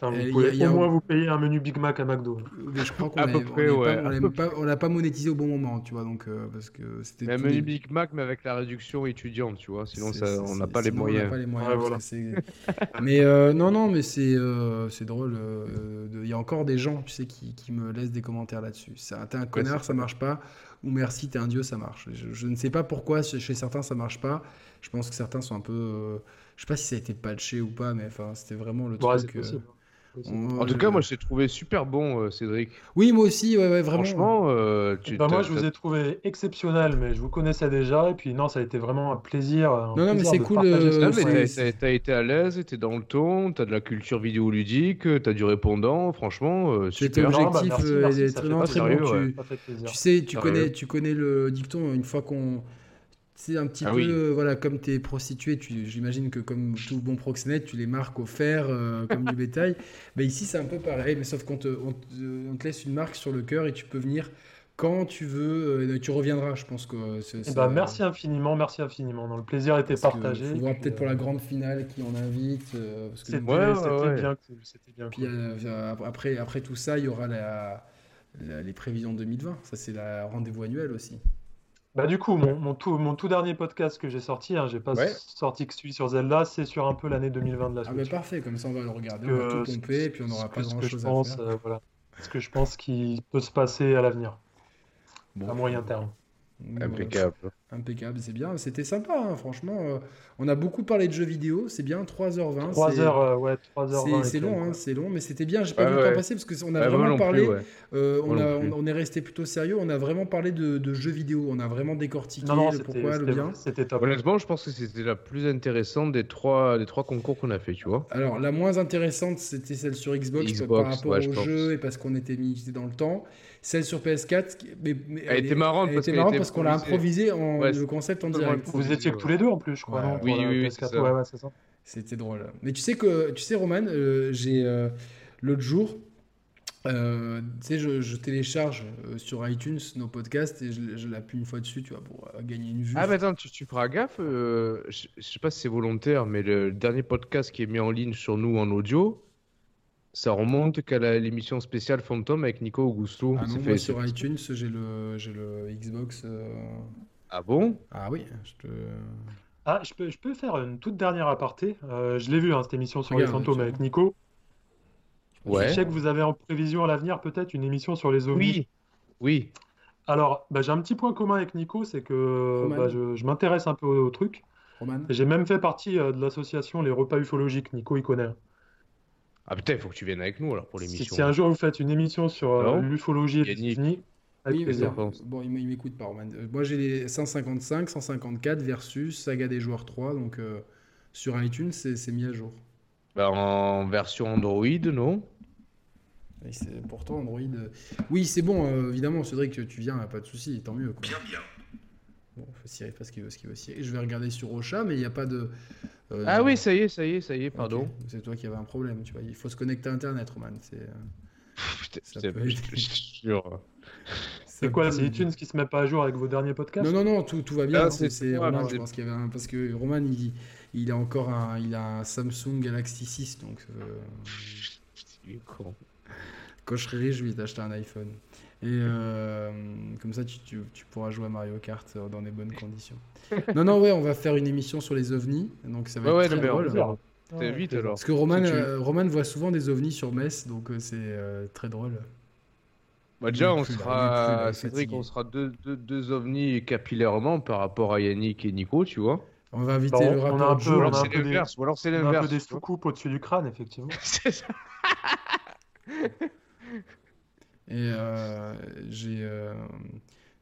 Speaker 3: Enfin,
Speaker 1: Et
Speaker 3: vous
Speaker 1: il y
Speaker 3: pouvez
Speaker 1: a- il y a-
Speaker 3: au moins vous payer un menu Big Mac à McDo.
Speaker 1: Mais je crois qu'on
Speaker 2: À peu
Speaker 1: l'avait- on
Speaker 2: près,
Speaker 1: l'avait
Speaker 2: ouais,
Speaker 1: pas- on
Speaker 2: à
Speaker 1: l'avait
Speaker 2: peu
Speaker 1: pas- on l'a pas monétisé au bon moment, tu vois, donc euh, parce que c'était
Speaker 2: Mais un
Speaker 1: tout
Speaker 2: menu
Speaker 1: début.
Speaker 2: Big Mac, mais avec la réduction étudiante, tu vois. Sinon,
Speaker 1: C'est-
Speaker 2: ça,
Speaker 1: c'est-
Speaker 2: on n'a
Speaker 1: c'est-
Speaker 2: pas les
Speaker 1: sinon, on n'a
Speaker 2: moyens.
Speaker 1: pas les moyens,
Speaker 3: Ouais,
Speaker 1: parce
Speaker 3: voilà.
Speaker 1: que c'est- mais euh, non, non, mais c'est euh, c'est drôle. euh, de- Il y a encore des gens, tu sais, qui, qui me laissent des commentaires là-dessus. Ça, T'es un connard,
Speaker 2: c'est
Speaker 1: ça
Speaker 2: vrai.
Speaker 1: marche pas. Ou merci, t'es un dieu, ça marche. Je, je ne sais pas pourquoi chez, chez certains ça marche pas. Je pense que certains sont un peu. euh, je sais pas si ça a été patché ou pas, mais enfin, c'était vraiment le
Speaker 3: Ouais, c'est
Speaker 1: truc. euh,
Speaker 3: possible.
Speaker 1: on-
Speaker 2: En tout cas,
Speaker 1: euh,
Speaker 2: moi, je t'ai trouvé super bon, euh, Cédric.
Speaker 1: Oui, moi aussi, ouais, ouais, vraiment.
Speaker 2: Franchement, euh, tu.
Speaker 3: Bah, moi,
Speaker 2: t'as-
Speaker 3: je vous
Speaker 2: t'as-
Speaker 3: ai trouvé exceptionnel, mais je vous connaissais déjà. Et puis, non, ça a été vraiment un plaisir. un
Speaker 1: Non, non, mais
Speaker 3: plaisir
Speaker 1: c'est
Speaker 3: de
Speaker 1: cool,
Speaker 3: partager
Speaker 1: euh,
Speaker 3: ce
Speaker 2: Non,
Speaker 3: moment.
Speaker 2: mais
Speaker 1: Ouais,
Speaker 2: t'as-
Speaker 1: c'est-
Speaker 2: t'as t'as été à l'aise, t'es dans le ton, t'as de la culture vidéoludique, euh, t'as du répondant, franchement, euh,
Speaker 1: C'était
Speaker 2: super.
Speaker 3: Non, bah,
Speaker 1: objectif,
Speaker 3: merci,
Speaker 1: euh,
Speaker 3: merci,
Speaker 1: et
Speaker 3: ça
Speaker 1: très-
Speaker 3: fait
Speaker 1: non,
Speaker 3: pas
Speaker 1: très
Speaker 2: sérieux,
Speaker 1: bon, tu-
Speaker 2: ouais.
Speaker 3: Ça fait plaisir.
Speaker 1: Tu sais, tu
Speaker 2: Sérieux.
Speaker 1: connais, tu connais le dicton, une fois qu'on. C'est un petit
Speaker 2: Ah
Speaker 1: peu,
Speaker 2: oui.
Speaker 1: euh, voilà, comme t'es prostitué, tu, j'imagine que comme tout bon proxénète, tu les marques au fer, euh, comme du bétail. Mais ici, c'est un peu pareil, mais sauf qu'on te, on te, on te laisse une marque sur le cœur et tu peux venir quand tu veux, euh, tu reviendras, je pense que euh, c'est.
Speaker 3: Eh
Speaker 1: c'est-
Speaker 3: ben, merci infiniment, merci infiniment. Donc, le plaisir était
Speaker 1: parce que
Speaker 3: partagé.
Speaker 1: Faut voir
Speaker 3: puis,
Speaker 1: peut-être pour la
Speaker 3: euh,
Speaker 1: grande finale qui on invite. euh, parce que
Speaker 3: C'était
Speaker 2: Ouais,
Speaker 3: c'était
Speaker 2: ouais, ouais.
Speaker 3: bien cool. C'était bien
Speaker 1: puis,
Speaker 3: cool.
Speaker 1: euh, euh, après, après tout ça, il y aura la, la- les prévisions 2020. Ça, c'est la rendez-vous annuel aussi.
Speaker 3: Bah, du coup, mon, mon tout, mon tout dernier podcast que j'ai sorti, hein, j'ai pas
Speaker 2: Ouais.
Speaker 3: sorti que celui sur Zelda, c'est sur un peu l'année 2020 de la
Speaker 1: Ah bah
Speaker 3: Switch.
Speaker 1: parfait, comme ça on va le regarder, on va
Speaker 3: Que-
Speaker 1: tout pomper et puis on n'aura pas
Speaker 3: ce que
Speaker 1: grand
Speaker 3: je
Speaker 1: chose à
Speaker 3: pense,
Speaker 1: faire.
Speaker 3: euh, voilà. Ce que je pense qui peut se passer à l'avenir,
Speaker 2: Bon.
Speaker 3: à moyen terme.
Speaker 1: Donc,
Speaker 2: Impeccable.
Speaker 1: euh, impeccable, c'est bien. C'était sympa, hein, franchement. euh, on a beaucoup parlé de jeux vidéo, c'est bien, 3h20.
Speaker 3: 3
Speaker 1: Hein, c'est-
Speaker 3: heures, euh, ouais, 3 heures.
Speaker 1: c'est-
Speaker 3: 20,
Speaker 1: C'est
Speaker 3: et
Speaker 1: long,
Speaker 3: quelques.
Speaker 1: hein, c'est long, mais c'était bien. J'ai pas
Speaker 2: Ouais,
Speaker 1: vu le temps
Speaker 2: ouais.
Speaker 1: passer parce qu'on a
Speaker 2: Ouais, moi
Speaker 1: vraiment
Speaker 2: non plus,
Speaker 1: parlé.
Speaker 2: ouais.
Speaker 1: Euh, on,
Speaker 2: Moi
Speaker 1: a-
Speaker 2: non plus.
Speaker 1: on- on est resté plutôt sérieux, on a vraiment parlé de, de jeux vidéo, on a vraiment décortiqué
Speaker 3: Non, non,
Speaker 1: le
Speaker 3: c'était-
Speaker 1: pourquoi, le
Speaker 3: c'était
Speaker 1: bien.
Speaker 3: c'était top.
Speaker 2: Honnêtement, je pense que c'était la plus intéressante des trois, des trois concours qu'on a fait, tu vois.
Speaker 1: Alors, la moins intéressante, c'était celle sur Xbox,
Speaker 2: Xbox,
Speaker 1: par rapport
Speaker 2: ouais, je
Speaker 1: au
Speaker 2: pense.
Speaker 1: jeu et parce qu'on était mis dans le temps. Celle sur PS4, qui- mais, mais
Speaker 2: Elle était marrante
Speaker 1: elle
Speaker 2: parce
Speaker 1: était
Speaker 2: qu'elle
Speaker 1: marrante
Speaker 2: était
Speaker 1: parce qu'on l'a improvisé en,
Speaker 2: Ouais,
Speaker 1: le concept en
Speaker 2: totalement
Speaker 1: direct.
Speaker 3: Vous étiez que tous les deux en plus, je crois.
Speaker 1: Ouais,
Speaker 3: non,
Speaker 1: ouais.
Speaker 3: pour
Speaker 2: Oui,
Speaker 3: la
Speaker 2: oui, oui,
Speaker 3: PS4,
Speaker 2: c'est ça.
Speaker 3: ouais, ouais, c'est ça.
Speaker 1: C'était drôle. Mais tu sais que, tu sais, Roman, euh, j'ai euh, l'autre jour, euh, tu sais, je, je télécharge euh, sur iTunes nos podcasts et je, je l'appuie une fois dessus, tu vois, pour euh, gagner une vue.
Speaker 2: Ah, mais attends, tu, tu feras gaffe. euh, je, je sais pas si c'est volontaire, mais le dernier podcast qui est mis en ligne sur nous en audio, ça remonte qu'à la- l'émission spéciale Fantôme avec Nico Augusto.
Speaker 1: Ah non,
Speaker 2: C'est
Speaker 1: moi
Speaker 2: fait-
Speaker 1: sur
Speaker 2: c'est-
Speaker 1: iTunes, j'ai le, j'ai le Xbox. euh,
Speaker 2: Ah bon
Speaker 1: Ah oui, je te.
Speaker 3: Ah, je peux, je peux faire une toute dernière aparté. Euh, je l'ai vu, hein, cette émission sur les
Speaker 1: Regarde,
Speaker 3: fantômes
Speaker 1: tu
Speaker 3: avec Nico.
Speaker 2: Ouais.
Speaker 3: Je sais que vous avez en prévision à l'avenir peut-être une émission sur les ovnis.
Speaker 2: Oui. Oui.
Speaker 3: Alors, bah, j'ai un petit point commun avec Nico, c'est que
Speaker 1: Roman.
Speaker 3: bah, je, je m'intéresse un peu au truc.
Speaker 1: Roman
Speaker 3: J'ai même fait partie euh, de l'association Les Repas Ufologiques. Nico, il connaît.
Speaker 2: Ah putain, il faut que tu viennes avec nous alors pour
Speaker 3: Si,
Speaker 2: l'émission.
Speaker 3: si un jour vous faites une émission sur euh,
Speaker 2: Non.
Speaker 3: l'ufologie et les
Speaker 2: Yannick.
Speaker 3: ovnis, avec
Speaker 1: Oui,
Speaker 3: plaisir.
Speaker 1: mais- Bon, il m- il m'écoute pas, Roman. Euh, Moi, j'ai les 155, 154 versus Saga des joueurs 3, donc euh, sur iTunes, c'est c'est mis à jour.
Speaker 2: Bah, en version Android, non
Speaker 1: Et c'est pourtant Android. euh, Oui, c'est bon, euh, évidemment, Cédric, tu viens, pas de souci, tant mieux. Bien, bien. Bon, faut s'y arriver, pas ce qu'il veut, ce qu'il veut s'y arriver. Je vais regarder sur Ocha, mais il n'y a pas de. euh,
Speaker 2: Ah oui, ça y est, ça y est, ça y est,
Speaker 1: ok,
Speaker 2: pardon.
Speaker 1: C'est toi qui avais un problème, tu vois. Il faut se connecter à Internet, Roman. C'est euh,
Speaker 2: Putain,
Speaker 1: Ça
Speaker 2: putain,
Speaker 1: peut
Speaker 2: je
Speaker 1: aider.
Speaker 2: te jure.
Speaker 1: ça
Speaker 3: C'est quoi,
Speaker 1: peut-
Speaker 3: c'est iTunes qui se met pas à jour avec vos derniers podcasts?
Speaker 1: Non, non, non, tout, tout va bien.
Speaker 2: Ah,
Speaker 1: c'est
Speaker 2: c'est-
Speaker 1: c'est
Speaker 2: voilà,
Speaker 1: Roman, je
Speaker 2: c'est-
Speaker 1: pense qu'il y avait un. Parce que Roman, il, il a encore un, il a un Samsung Galaxy 6, donc euh,
Speaker 2: Il est con.
Speaker 1: quand je serai riche, je vais t'acheter un iPhone. Et euh, comme ça, tu, tu- tu pourras jouer à Mario Kart euh, dans des bonnes conditions. non, non, ouais, on va faire une émission sur les ovnis, donc ça va
Speaker 2: Ouais, ouais,
Speaker 1: être très
Speaker 2: non, mais on
Speaker 1: drôle.
Speaker 2: va
Speaker 3: Plaisir.
Speaker 2: T'es
Speaker 3: Ouais,
Speaker 2: vite
Speaker 3: plaisir.
Speaker 2: alors.
Speaker 1: Parce que Roman,
Speaker 2: Si tu-
Speaker 1: euh, Roman voit souvent des ovnis sur Metz, donc euh, c'est euh, très drôle.
Speaker 2: Bah déjà,
Speaker 1: Il est
Speaker 2: on
Speaker 1: plus là, il est plus là, il
Speaker 2: sera,
Speaker 1: est
Speaker 2: Cédric,
Speaker 1: fatigué.
Speaker 2: on sera deux, deux, deux ovnis capillairement par rapport à Yannick et Nico, tu vois.
Speaker 1: On va inviter
Speaker 3: Bah,
Speaker 1: le
Speaker 3: on- on a
Speaker 1: rappeur
Speaker 3: un peu-
Speaker 1: Joe.
Speaker 2: Ou
Speaker 3: on
Speaker 2: alors
Speaker 3: a un
Speaker 2: c'est
Speaker 3: peu des-
Speaker 2: l'inverse, ou alors c'est
Speaker 3: On a un peu
Speaker 2: l'inverse.
Speaker 3: des
Speaker 2: tu vois.
Speaker 3: soucoupes au-dessus du crâne, effectivement.
Speaker 2: C'est ça.
Speaker 1: Et euh, j'ai, euh,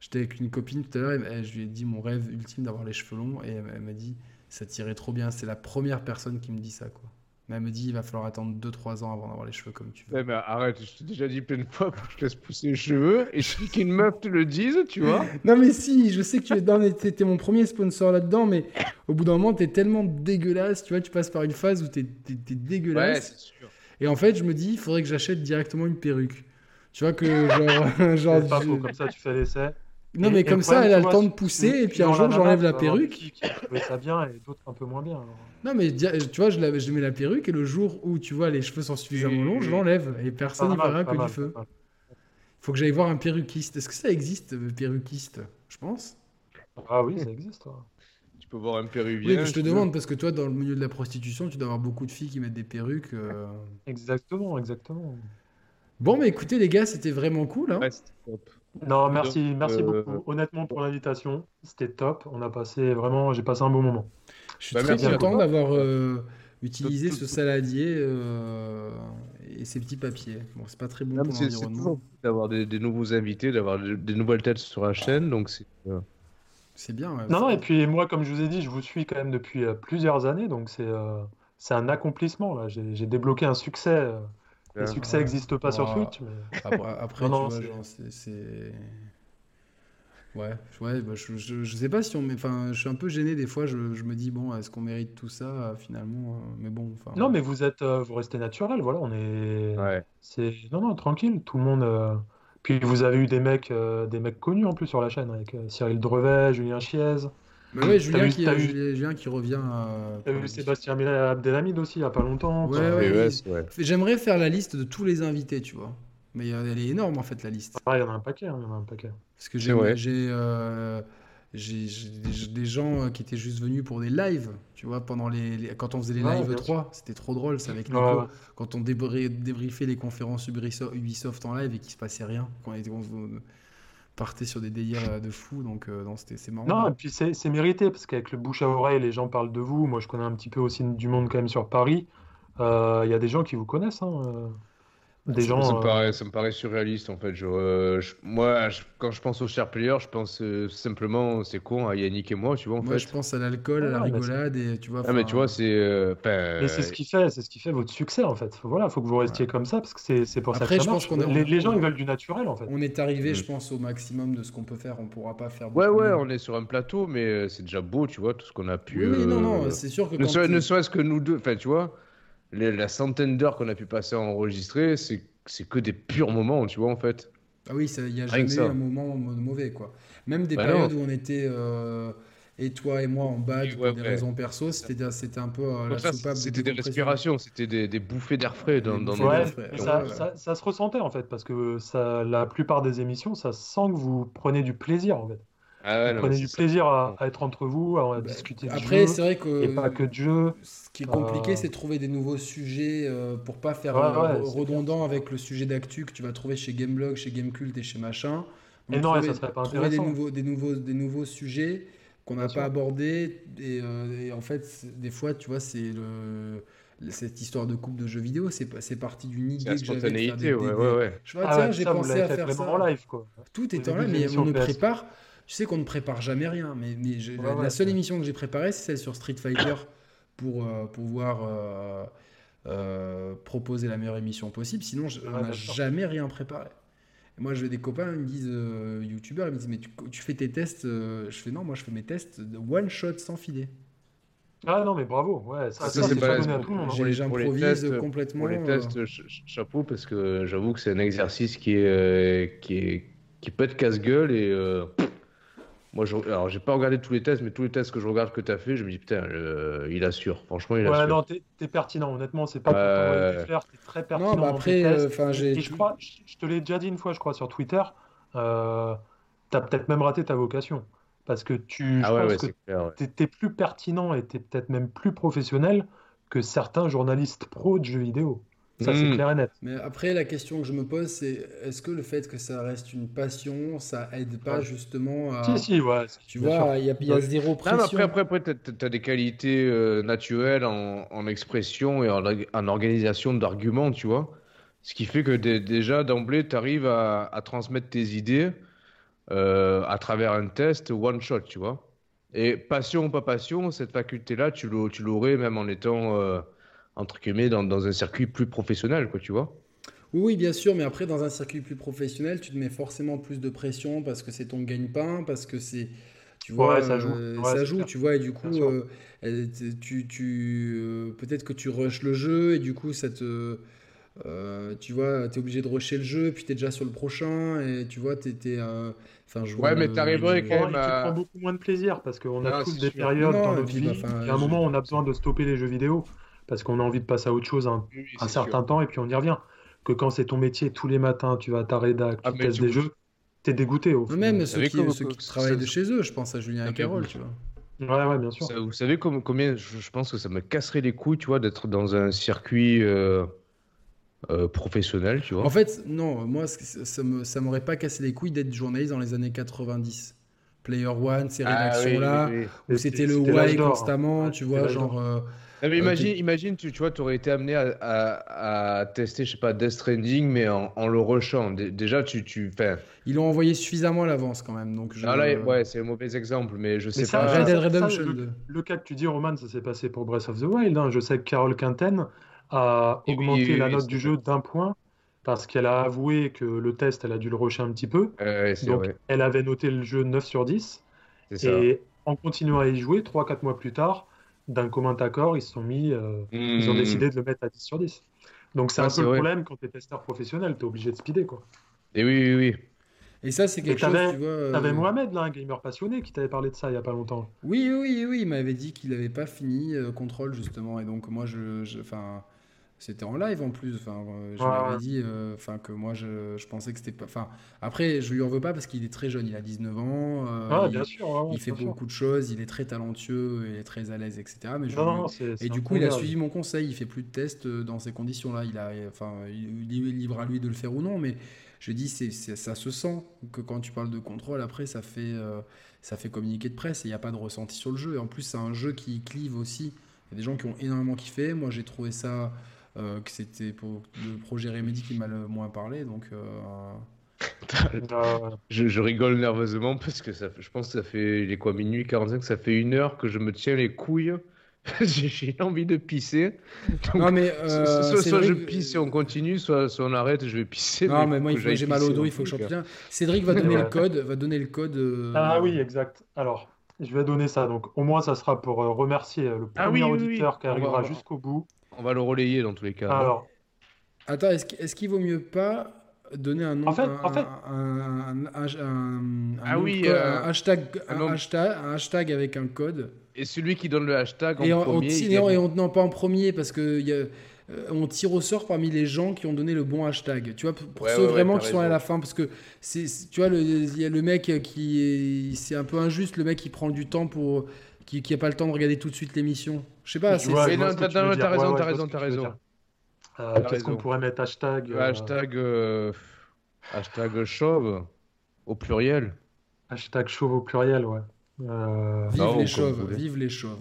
Speaker 1: j'étais avec une copine tout à l'heure, et je lui ai dit mon rêve ultime d'avoir les cheveux longs, et elle, elle m'a dit ça tirait trop bien. C'est la première personne qui me dit ça, quoi. Mais elle me dit il va falloir attendre 2-3 ans avant d'avoir les cheveux comme tu veux.
Speaker 2: Ouais, mais arrête, je t'ai déjà dit plein de fois, faut que je te laisse pousser les cheveux et je suis qu'une meuf te le dise, tu vois.
Speaker 1: Non, mais si, je sais que tu es, non, mais t'es- t'es mon premier sponsor là-dedans, mais au bout d'un moment, t'es tellement dégueulasse, tu vois, tu passes par une phase où t'es t'es- t'es
Speaker 2: Ouais,
Speaker 1: dégueulasse.
Speaker 2: c'est sûr.
Speaker 1: Et en fait, je me dis il faudrait que j'achète directement une perruque. Tu vois que genre, genre
Speaker 3: C'est
Speaker 1: Bah,
Speaker 3: pas
Speaker 1: je-
Speaker 3: faux, comme ça tu fais l'essai.
Speaker 1: non
Speaker 3: Et-
Speaker 1: mais
Speaker 3: et
Speaker 1: comme
Speaker 3: le
Speaker 1: ça,
Speaker 3: problème,
Speaker 1: elle a
Speaker 3: tu
Speaker 1: le
Speaker 3: vois,
Speaker 1: temps de pousser et puis un
Speaker 3: Dans hein.
Speaker 1: jour
Speaker 3: nana,
Speaker 1: j'enlève
Speaker 3: tu
Speaker 1: la
Speaker 3: vas avoir des
Speaker 1: perruque.
Speaker 3: filles Qui trouvaient ça bien et d'autres un peu moins bien. alors.
Speaker 1: Non, mais dia- tu vois, je, la- je mets la perruque et le jour où tu vois les cheveux sont suffisamment longs, je l'enlève et personne n'y
Speaker 3: Pas mal,
Speaker 1: verra
Speaker 3: pas
Speaker 1: que du
Speaker 3: mal,
Speaker 1: feu.
Speaker 3: pas mal.
Speaker 1: Faut que j'aille voir un perruquiste. Est-ce que ça existe, euh, perruquiste Je pense.
Speaker 3: Ah oui, ça existe. ouais.
Speaker 2: Tu peux voir un
Speaker 1: Oui,
Speaker 2: péruvien.
Speaker 1: mais je te
Speaker 2: tu peux-
Speaker 1: demande parce que toi, dans le milieu de la prostitution, tu dois avoir beaucoup de filles qui mettent des perruques. euh.
Speaker 3: Exactement, exactement.
Speaker 1: Bon, mais écoutez, les gars, c'était vraiment cool. hein.
Speaker 2: Ouais, c'était top.
Speaker 3: Non, merci, merci
Speaker 2: euh,
Speaker 3: beaucoup, honnêtement, pour l'invitation. C'était top. On a passé vraiment, j'ai passé un bon moment.
Speaker 1: Je suis
Speaker 2: Bah,
Speaker 1: très
Speaker 2: merci
Speaker 3: à
Speaker 1: content
Speaker 2: toi.
Speaker 1: d'avoir euh, utilisé
Speaker 2: Tout- tout-
Speaker 1: ce saladier euh, et ces petits papiers. Bon, c'est pas très bon
Speaker 2: Non, mais
Speaker 1: pour
Speaker 2: C'est c'est
Speaker 1: l'environnement.
Speaker 2: toujours cool d'avoir des, des nouveaux invités, d'avoir des, des nouvelles têtes sur la chaîne, donc c'est. euh,
Speaker 1: C'est bien. ouais.
Speaker 3: Non, non, et puis moi, comme je vous ai dit, je vous suis quand même depuis euh, plusieurs années, donc c'est euh, c'est un accomplissement là. J'ai j'ai débloqué un succès. euh,
Speaker 2: Ouais.
Speaker 3: Les succès n'existent pas sur
Speaker 1: Ouais.
Speaker 3: Twitch, mais
Speaker 1: Après, après,
Speaker 3: Non, non,
Speaker 1: tu vois,
Speaker 3: c'est-
Speaker 1: genre, c'est- c'est. Ouais, ouais bah, je, je, je sais pas si on. met- Enfin, je suis un peu gêné des fois, je, je me dis, bon, est-ce qu'on mérite tout ça euh, finalement euh, Mais bon, enfin.
Speaker 3: non, mais vous êtes, euh, vous restez naturel, voilà. On est,
Speaker 2: Ouais.
Speaker 3: c'est non, non, tranquille, tout le monde. euh, Puis vous avez eu des mecs, euh, des mecs connus en plus sur la chaîne avec euh, Cyril Drevet, Julien Chiez,
Speaker 1: Mais ouais,
Speaker 3: T'as
Speaker 1: Julien,
Speaker 3: vu-
Speaker 1: qui, euh,
Speaker 3: t'as vu-
Speaker 1: Julien, Julien qui revient. euh,
Speaker 3: t'as
Speaker 1: pour
Speaker 3: eu
Speaker 1: le-
Speaker 3: Sébastien Mila- Abdelhamid aussi, il y a pas longtemps.
Speaker 1: Ouais,
Speaker 3: quoi.
Speaker 1: ouais.
Speaker 2: PES, ouais.
Speaker 1: J'aimerais faire la liste de tous les invités, tu vois. Mais euh, elle est énorme en fait, la liste.
Speaker 3: Ah, il y en a un paquet, hein, il y en a un paquet.
Speaker 1: Parce que
Speaker 2: C'est
Speaker 1: j'ai
Speaker 2: vrai.
Speaker 1: j'ai, euh, j'ai- j'ai des- des gens euh, qui étaient juste venus pour des lives, tu vois, pendant les, les- quand on faisait les
Speaker 3: Ouais,
Speaker 1: lives
Speaker 3: bien
Speaker 1: 3, c'était trop drôle, c'est avec
Speaker 3: Ouais,
Speaker 1: Nico,
Speaker 3: ouais.
Speaker 1: quand on débri- débriefait les conférences Ubriso- Ubisoft en live et qu'il se passait rien, quand on était- on- partait sur des délires de fou, donc euh, non, c'était- c'est marrant.
Speaker 3: Non, et puis c'est c'est mérité, parce qu'avec le bouche à oreille, les gens parlent de vous. Moi, je connais un petit peu aussi du monde quand même sur Paris. Euh, Il y a des gens qui vous connaissent. hein, euh,
Speaker 1: Bah,
Speaker 3: des gens.
Speaker 2: Ça me,
Speaker 3: euh,
Speaker 2: paraît, ça me paraît surréaliste en fait. Je- euh, je- moi, je- quand je pense aux chers players, je pense euh, simplement, c'est con, à Yannick et moi, tu vois, en
Speaker 1: Moi,
Speaker 2: fait.
Speaker 1: je pense à l'alcool, à la
Speaker 3: Ah, bah, c'est-
Speaker 1: rigolade, et tu vois.
Speaker 2: Ah, mais
Speaker 1: enfin,
Speaker 2: tu vois, c'est. euh, ben,
Speaker 3: Mais c'est ce qui fait, c'est ce qui fait votre succès en fait. Faut- Voilà, faut que vous restiez comme ça parce que c'est c'est pour
Speaker 1: Après,
Speaker 3: ça que
Speaker 1: je
Speaker 3: ça
Speaker 1: pense
Speaker 3: marche.
Speaker 1: qu'on est-
Speaker 3: les, les gens ils veulent du naturel en fait.
Speaker 1: On est arrivé,
Speaker 2: Mm.
Speaker 1: je pense, au maximum de ce qu'on peut faire. On pourra pas faire.
Speaker 2: euh, Ouais,
Speaker 1: beaucoup
Speaker 2: ouais,
Speaker 1: mieux.
Speaker 2: on est sur un plateau, mais euh, c'est déjà beau, tu vois, tout ce qu'on a pu.
Speaker 1: Oui, oui, non,
Speaker 2: euh,
Speaker 1: non, c'est sûr que
Speaker 2: Ne,
Speaker 1: quand
Speaker 2: serait-
Speaker 1: t'es-
Speaker 2: ne serait-ce que nous deux, enfin, tu vois, les- la centaine d'heures qu'on a pu passer à enregistrer, c'est c'est que des purs moments, tu vois, en fait.
Speaker 1: Ah oui, il n'y a jamais
Speaker 2: Rien que
Speaker 1: eu
Speaker 2: ça.
Speaker 1: un moment mau- mauvais, quoi. Même des
Speaker 2: Bah
Speaker 1: périodes où on était, euh, et toi et moi, en bad
Speaker 2: Oui,
Speaker 1: pour
Speaker 2: ouais,
Speaker 1: des
Speaker 2: ouais.
Speaker 1: raisons perso, c'était c'était un peu euh, la
Speaker 2: Donc ça,
Speaker 1: soupape de
Speaker 2: c'était des
Speaker 1: décompression.
Speaker 2: respirations, c'était des, des bouffées d'air frais dans,
Speaker 1: Des
Speaker 2: dans
Speaker 1: bouffées
Speaker 2: nos
Speaker 1: est
Speaker 3: Ouais,
Speaker 1: bien,
Speaker 3: mais
Speaker 1: frère.
Speaker 3: ça,
Speaker 1: Ouais.
Speaker 3: ça- ça se ressentait en fait parce que ça, la plupart des émissions, ça sent que vous prenez du plaisir en fait.
Speaker 2: Ah ouais,
Speaker 3: vous
Speaker 2: non,
Speaker 3: prenez
Speaker 2: c'est
Speaker 3: du
Speaker 2: ça.
Speaker 3: plaisir à, à être entre vous, à,
Speaker 1: Bah,
Speaker 3: discuter du
Speaker 1: Après, c'est
Speaker 3: jeu
Speaker 1: vrai
Speaker 3: et
Speaker 1: que
Speaker 3: pas que de jeu.
Speaker 1: ce qui est compliqué,
Speaker 3: Euh,
Speaker 1: c'est de trouver des nouveaux sujets euh, pour pas faire
Speaker 3: Ouais,
Speaker 1: euh,
Speaker 3: ouais,
Speaker 1: re-
Speaker 3: c'est
Speaker 1: redondant avec le sujet d'actu que tu vas trouver chez Gameblog, chez Gamecult et chez machin.
Speaker 3: Et non, et ça serait pas
Speaker 1: trouver des
Speaker 3: intéressant.
Speaker 1: nouveaux, des nouveaux, des nouveaux sujets qu'on n'a
Speaker 3: Bien sûr.
Speaker 1: pas abordés. Et, euh, et en fait, c'est- des fois, tu vois, c'est le cette histoire de coupe de jeux vidéo, c'est pas- c'est parti d'une
Speaker 2: C'est
Speaker 1: idée
Speaker 2: la
Speaker 1: que j'avais de faire des-
Speaker 2: spontanéité, ouais,
Speaker 1: des-
Speaker 2: ouais, ouais.
Speaker 1: Je vois,
Speaker 3: Ah ouais,
Speaker 1: tiens, j'ai
Speaker 3: ça, vous
Speaker 1: pensé
Speaker 3: l'avez
Speaker 1: à
Speaker 3: fait
Speaker 1: faire
Speaker 3: vraiment
Speaker 1: ça.
Speaker 3: en live quoi.
Speaker 1: Tout
Speaker 3: Au
Speaker 1: est en
Speaker 3: début
Speaker 1: live,
Speaker 3: de
Speaker 1: mais
Speaker 3: l'émission
Speaker 1: on ne
Speaker 3: PS.
Speaker 1: prépare. Je sais qu'on ne prépare jamais rien, mais, mais j'ai-
Speaker 3: Ouais,
Speaker 1: la, la
Speaker 3: ouais,
Speaker 1: seule
Speaker 3: c'est-
Speaker 1: émission que j'ai préparée, c'est celle sur Street Fighter pour euh, pouvoir euh, euh, proposer la meilleure émission possible. Sinon,
Speaker 2: Ah,
Speaker 1: je- on
Speaker 3: Ouais,
Speaker 1: n'a
Speaker 3: bien sûr.
Speaker 1: jamais rien préparé. Et moi, j'ai des copains, ils me disent, euh, youtubeurs, ils me disent, mais tu, tu fais tes tests. euh, je fais, non, moi, je fais mes tests de one shot sans filet.
Speaker 3: Ah non, mais bravo. Ouais, ça,
Speaker 2: Ça,
Speaker 3: ça,
Speaker 2: c'est
Speaker 3: c'est
Speaker 2: pas
Speaker 3: pas
Speaker 2: la-
Speaker 3: donné à tout le monde. hein.
Speaker 2: Pour les- pour les
Speaker 1: J'improvise
Speaker 2: tests, pour
Speaker 1: complètement.
Speaker 2: Pour
Speaker 3: Mmh.
Speaker 2: les
Speaker 1: euh,
Speaker 2: tests, ch- ch- chapeau, parce que j'avoue que c'est un exercice qui est, euh, qui est- qui peut être casse-gueule et euh, moi, je, alors j'ai pas regardé tous les tests, mais tous les tests que je regarde que t'as fait, je me dis putain, euh, il assure. Franchement, il
Speaker 3: Ouais,
Speaker 2: assure.
Speaker 3: non, t'es t'es pertinent, honnêtement, c'est pas pour
Speaker 2: Ouais.
Speaker 3: t'envoyer du flair, t'es très pertinent.
Speaker 1: Non, bah
Speaker 3: dans
Speaker 1: après,
Speaker 3: tes tests.
Speaker 1: euh, enfin, j'ai.
Speaker 3: Et je crois, je, je te l'ai déjà dit une fois, je crois, sur Twitter, euh, t'as peut-être même raté ta vocation. Parce que tu, je
Speaker 2: ah ouais,
Speaker 3: pense
Speaker 2: ouais,
Speaker 3: que
Speaker 2: c'est clair. ouais.
Speaker 3: t'es, t'es plus pertinent et t'es peut-être même plus professionnel que certains journalistes pros de jeux vidéo. Ça, c'est
Speaker 2: Mm.
Speaker 3: clair et net.
Speaker 1: Mais après, la question que je me pose, c'est est-ce que le fait que ça reste une passion, ça aide pas
Speaker 3: Ouais.
Speaker 1: justement à...
Speaker 3: Si, si, ouais.
Speaker 1: Ah. Tu
Speaker 3: bien
Speaker 1: vois, il y a, il y a
Speaker 3: Ouais.
Speaker 1: zéro
Speaker 2: Non, mais
Speaker 1: pression.
Speaker 2: après, après, après t'as- t'as t'as des qualités euh, naturelles en, en expression et en, en organisation d'arguments, tu vois. Ce qui fait que dé- déjà, d'emblée, t'arrives à, à transmettre tes idées euh, à travers un test one shot, tu vois. Et passion ou pas passion, cette faculté-là, tu l'au- tu l'aurais même en étant, euh, entre guillemets, dans, dans un circuit plus professionnel, quoi, tu vois.
Speaker 1: Oui, oui, bien sûr, mais après, dans un circuit plus professionnel, tu te mets forcément plus de pression parce que c'est ton gagne-pain, parce que c'est. Tu vois,
Speaker 3: Ouais, ça joue.
Speaker 1: euh,
Speaker 3: Ouais,
Speaker 1: ça
Speaker 3: c'est
Speaker 1: joue,
Speaker 3: clair.
Speaker 1: tu vois, et du coup,
Speaker 3: Bien sûr.
Speaker 1: euh, euh, t- tu, tu, euh, peut-être que tu rushes le jeu, et du coup, ça te. euh, tu vois, t'es obligé de rusher le jeu, puis t'es déjà sur le prochain, et tu vois, t'es. t'es, euh, Enfin, je vois
Speaker 2: Ouais, mais
Speaker 1: le-
Speaker 2: t'arriverais
Speaker 1: le-
Speaker 2: quand même
Speaker 3: Et tu te
Speaker 2: à-
Speaker 3: prends beaucoup moins de plaisir parce qu'on a
Speaker 2: Non,
Speaker 3: tous
Speaker 2: c'est
Speaker 3: des
Speaker 2: sûr.
Speaker 3: périodes
Speaker 1: Non,
Speaker 3: dans
Speaker 1: et
Speaker 3: notre
Speaker 1: puis,
Speaker 3: vie.
Speaker 1: bah, enfin,
Speaker 3: et à un
Speaker 1: je-
Speaker 3: moment, on a besoin de stopper les jeux vidéo parce qu'on a envie de passer à autre chose un, un certain temps et puis on y revient. Que quand c'est ton métier, tous les matins, tu vas à ta rédac, tu
Speaker 2: Ah, mais
Speaker 3: testes
Speaker 2: tu-
Speaker 3: des jeux, t'es dégoûté au
Speaker 1: Non,
Speaker 3: final.
Speaker 1: même
Speaker 2: Vous
Speaker 1: ceux
Speaker 2: savez
Speaker 1: qui,
Speaker 2: que-
Speaker 1: ceux
Speaker 2: que-
Speaker 1: qui travaillent de
Speaker 2: ça-
Speaker 1: chez eux, je pense à Julien
Speaker 2: Ah, mais
Speaker 1: Carole,
Speaker 2: oui.
Speaker 1: tu vois.
Speaker 3: Ouais, ouais, bien sûr.
Speaker 2: Ça- vous savez com- combien je, je pense que ça me casserait les couilles, tu vois, d'être dans un circuit euh, euh, professionnel, tu vois.
Speaker 1: En fait, non, moi, c- c- ça me, ça m'aurait pas cassé les couilles d'être journaliste dans les années 90. Player One, ces rédactions-là,
Speaker 2: Ah oui, oui, oui.
Speaker 1: où c'était le
Speaker 3: C'était l'âge
Speaker 1: why
Speaker 3: d'or, hein.
Speaker 1: constamment,
Speaker 3: Ouais,
Speaker 1: tu
Speaker 3: c'était
Speaker 1: vois,
Speaker 3: l'âge d'or.
Speaker 1: genre. euh,
Speaker 2: Non, mais
Speaker 1: Euh,
Speaker 2: imagine,
Speaker 1: t'es-
Speaker 2: imagine, tu, tu vois, tu aurais été amené à, à- à tester, je sais pas, Death Stranding, mais en, en le rushant. Dé- déjà, tu. tu enfin,
Speaker 1: euh, ils l'ont envoyé suffisamment à l'avance quand même, donc je. euh,
Speaker 2: ah, là, ouais, Ah, c'est un mauvais exemple, mais je sais
Speaker 3: ça,
Speaker 2: pas.
Speaker 1: Red Dead
Speaker 3: ça,
Speaker 1: Redemption
Speaker 3: le-
Speaker 1: 2.
Speaker 3: Le cas que tu dis, Roman, ça s'est passé pour Breath of the Wild. hein. Je sais que Carole Quinten a
Speaker 2: Oui, oui,
Speaker 3: augmenté
Speaker 2: oui,
Speaker 3: la
Speaker 2: oui,
Speaker 3: note
Speaker 2: c'est
Speaker 3: du
Speaker 2: vrai.
Speaker 3: jeu d'un point parce qu'elle a avoué que le test, elle a dû le rusher un petit peu.
Speaker 2: Euh, ouais, c'est
Speaker 3: Donc,
Speaker 2: vrai,
Speaker 3: elle avait noté le jeu 9 sur 10.
Speaker 2: c'est ça.
Speaker 3: Et en continuant à y jouer, 3-4 mois plus tard, d'un commun accord, ils se sont mis, euh, ils ont
Speaker 2: Hmm.
Speaker 3: décidé de le mettre à 10 sur 10. Donc, c'est
Speaker 2: Ouais,
Speaker 3: un
Speaker 2: c'est
Speaker 3: peu le
Speaker 2: vrai.
Speaker 3: problème quand tu es testeur professionnel, tu es obligé de speeder. Quoi.
Speaker 2: Et oui, oui, oui.
Speaker 1: Et ça, c'est quelque
Speaker 3: Mais t'avais-
Speaker 1: chose, tu vois.
Speaker 2: Hmm.
Speaker 1: euh,
Speaker 3: T'avais Mohamed, là, un gamer passionné, qui t'avait parlé de ça il y a pas longtemps.
Speaker 1: Oui, oui, oui, il m'avait dit qu'il n'avait pas fini euh, Control justement, et donc moi je, je- enfin, c'était en live en plus, enfin, euh, je
Speaker 3: Ouais,
Speaker 1: lui avais
Speaker 3: ouais.
Speaker 1: dit, euh, enfin que moi je, je pensais que c'était pas, enfin, après je lui en veux pas parce qu'il est très jeune, il a 19 ans, euh,
Speaker 3: ah,
Speaker 1: il,
Speaker 3: bien sûr. ouais, ouais,
Speaker 1: il fait
Speaker 3: bien sûr.
Speaker 1: beaucoup de choses, il est très talentueux, il est très à l'aise, etc. Mais je
Speaker 3: Non,
Speaker 1: lui-
Speaker 3: non, non, c'est- c'est
Speaker 1: et
Speaker 3: un
Speaker 1: du coup
Speaker 3: bon
Speaker 1: il a
Speaker 3: gars,
Speaker 1: suivi mon conseil, il fait plus de tests euh, dans ces conditions-là, il a, enfin, il il est libre à lui de le faire ou non, mais Je dis, c'est, c'est- ça se sent que quand tu parles de contrôle, après, ça fait, euh, ça fait communiqué de presse et il n'y a pas de ressenti sur le jeu. Et en plus, c'est un jeu qui clive aussi. Il y a des gens qui ont énormément kiffé. Moi, j'ai trouvé ça euh, que c'était pour le projet Remedy qui m'a le moins parlé. Donc, euh,
Speaker 3: Euh,
Speaker 2: Je, je rigole nerveusement parce que ça, je pense que ça fait, il est quoi, minuit 45, ça fait une heure que je me tiens les couilles. J'ai- J'ai envie de pisser. Donc,
Speaker 1: Non, mais
Speaker 2: so-
Speaker 1: euh,
Speaker 2: soit
Speaker 1: c'est
Speaker 2: soit
Speaker 1: vrai
Speaker 2: je
Speaker 1: que-
Speaker 2: pisse et on continue, soit, soit on arrête et je vais pisser.
Speaker 1: Non, mais moi,
Speaker 2: faut
Speaker 1: il
Speaker 2: que
Speaker 1: faut-
Speaker 2: j'aille
Speaker 1: j'ai mal au
Speaker 2: pisser euh,
Speaker 1: dos,
Speaker 2: dans
Speaker 1: il faut que je
Speaker 2: le truc,
Speaker 1: revienne. Cédric va donner
Speaker 3: Ouais.
Speaker 1: le code. Va donner le code euh,
Speaker 3: Ah oui, exact. Alors, je vais donner ça. Donc, au moins, ça sera pour euh, remercier euh, le
Speaker 2: Ah
Speaker 3: premier
Speaker 2: oui, oui, oui.
Speaker 3: auditeur qui
Speaker 2: On va
Speaker 3: arrivera
Speaker 2: avoir-
Speaker 3: jusqu'au bout.
Speaker 2: hein. On va le relayer dans tous les cas.
Speaker 3: Alors,
Speaker 1: Attends, est-ce qu'- est-ce qu'il vaut mieux pas donner un nom,
Speaker 3: En fait-
Speaker 1: un,
Speaker 3: en fait-
Speaker 1: un- un- un- un-
Speaker 2: Ah
Speaker 1: un nom de
Speaker 2: oui,
Speaker 1: code,
Speaker 2: euh,
Speaker 1: un hashtag,
Speaker 2: un
Speaker 1: un,
Speaker 2: nom-
Speaker 1: hashtag, un hashtag avec un code.
Speaker 2: Et celui qui donne le hashtag en
Speaker 1: Et on, on
Speaker 2: premier. il
Speaker 1: tire-
Speaker 2: gagne.
Speaker 1: et on- non, pas en premier parce que il y a- euh, on tire au sort parmi les gens qui ont donné le bon hashtag. Tu vois, pour pour
Speaker 2: Ouais,
Speaker 1: ceux
Speaker 2: ouais, ouais,
Speaker 1: vraiment
Speaker 2: t'as
Speaker 1: qui sont à
Speaker 2: raison.
Speaker 1: la fin, parce que c'est, c'est- tu vois, le- il y a le mec qui est, c'est un peu injuste, le mec qui prend du temps pour, qui, qui a pas le temps de regarder tout de suite l'émission. Je sais pas,
Speaker 3: je
Speaker 1: c'est-
Speaker 3: vois-
Speaker 1: c'est-
Speaker 2: Mais
Speaker 3: je vois
Speaker 2: non,
Speaker 3: ce que
Speaker 2: t'as-
Speaker 3: tu veux
Speaker 2: t'as
Speaker 3: dire.
Speaker 2: raison,
Speaker 3: Ouais, ouais,
Speaker 2: t'as
Speaker 3: je vois
Speaker 2: raison,
Speaker 3: ce que
Speaker 2: t'as
Speaker 3: tu veux
Speaker 2: raison.
Speaker 3: dire. Euh,
Speaker 2: T'as
Speaker 3: Qu'est-ce qu'on
Speaker 2: raison.
Speaker 3: pourrait mettre hashtag
Speaker 2: Le
Speaker 3: euh,
Speaker 2: Hashtag, euh, hashtag chauve au pluriel.
Speaker 3: hashtag chauve au pluriel, ouais. Euh,
Speaker 1: vive
Speaker 2: Non,
Speaker 1: les
Speaker 2: comme vous
Speaker 1: chauves,
Speaker 2: voulez.
Speaker 1: vive les chauves.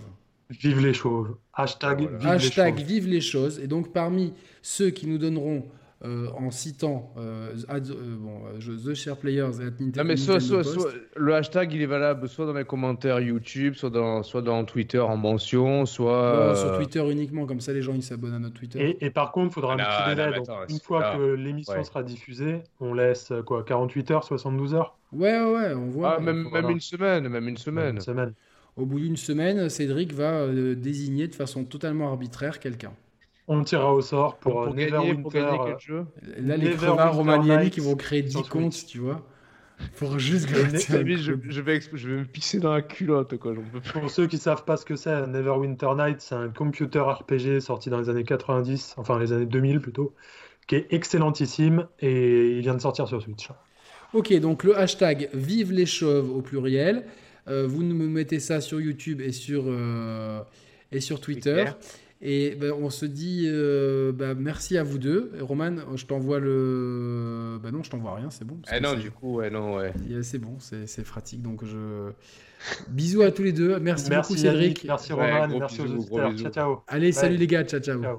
Speaker 3: vive les chauves. Hashtag
Speaker 2: Voilà.
Speaker 3: vive les
Speaker 1: Hashtag
Speaker 3: chauves.
Speaker 1: vive les choses. Et donc, parmi ceux qui nous donneront, euh, en citant euh, at- euh, bon, euh, je- The Share Players et at Ninte-
Speaker 2: Non, mais
Speaker 1: Nintendo
Speaker 2: soit, soit,
Speaker 1: Post,
Speaker 2: soit- le hashtag il est valable soit dans les commentaires YouTube, soit dans, soit dans Twitter en mention, soit.
Speaker 1: euh,
Speaker 2: euh,
Speaker 1: sur Twitter uniquement, comme ça les gens ils s'abonnent à notre Twitter.
Speaker 3: Et, et par contre, il faudra un
Speaker 2: Ah,
Speaker 3: petit
Speaker 2: non,
Speaker 3: délai.
Speaker 2: mais
Speaker 3: Donc,
Speaker 2: attends,
Speaker 3: une
Speaker 2: c'est-
Speaker 3: fois
Speaker 2: ah,
Speaker 3: que l'émission
Speaker 2: ouais.
Speaker 3: sera diffusée, on laisse euh, quoi 48 heures, 72 heures
Speaker 1: Ouais, ouais, ouais, on voit.
Speaker 2: Ah, même,
Speaker 3: Voilà.
Speaker 2: même une semaine, même une semaine.
Speaker 3: Une semaine.
Speaker 1: Au bout d'une semaine, Cédric va euh, désigner de façon totalement arbitraire quelqu'un.
Speaker 3: On tirera au sort pour,
Speaker 2: Pour,
Speaker 3: euh,
Speaker 2: gagner, pour
Speaker 3: Neverwinter,
Speaker 2: gagner
Speaker 3: euh,
Speaker 2: quel jeu
Speaker 1: Là, les
Speaker 3: Never
Speaker 1: crevards
Speaker 3: Winter
Speaker 1: romaniani
Speaker 3: Nights
Speaker 1: qui vont créer 10
Speaker 3: sur
Speaker 1: comptes, tu vois, pour juste gratter. un
Speaker 2: David, Eh je,
Speaker 1: coup.
Speaker 2: je vais, exp- je vais me pisser dans la culotte, quoi. J'en peux plus.
Speaker 3: Pour ceux qui savent pas ce que c'est, Neverwinter Night, c'est un computer RPG sorti dans les années 90, enfin les années 2000 plutôt, qui est excellentissime et il vient de sortir sur Switch.
Speaker 1: Ok, donc le hashtag Vive les chauves au pluriel. Euh, vous nous mettez ça sur YouTube et sur, euh, et sur Twitter.
Speaker 2: Twitter.
Speaker 1: Et ben, on se dit euh, ben, merci à vous deux. Et Roman, je t'envoie le. Ben non, je t'envoie rien, c'est bon. parce
Speaker 2: Eh
Speaker 1: que
Speaker 2: non,
Speaker 1: c'est-
Speaker 2: du coup, ouais, non, ouais.
Speaker 1: Yeah, C'est bon, c'est c'est pratique. Donc je. Bisous à tous les deux. Merci, beaucoup,
Speaker 3: Merci
Speaker 1: Cédric.
Speaker 3: Yannick, merci
Speaker 2: Ouais,
Speaker 3: Roman,
Speaker 2: gros
Speaker 3: merci aux
Speaker 2: bisous, gros
Speaker 3: auditeurs.
Speaker 2: bisous.
Speaker 3: Ciao, ciao.
Speaker 1: Allez, salut
Speaker 3: Bye.
Speaker 1: les gars. Ciao, ciao.
Speaker 3: Ciao.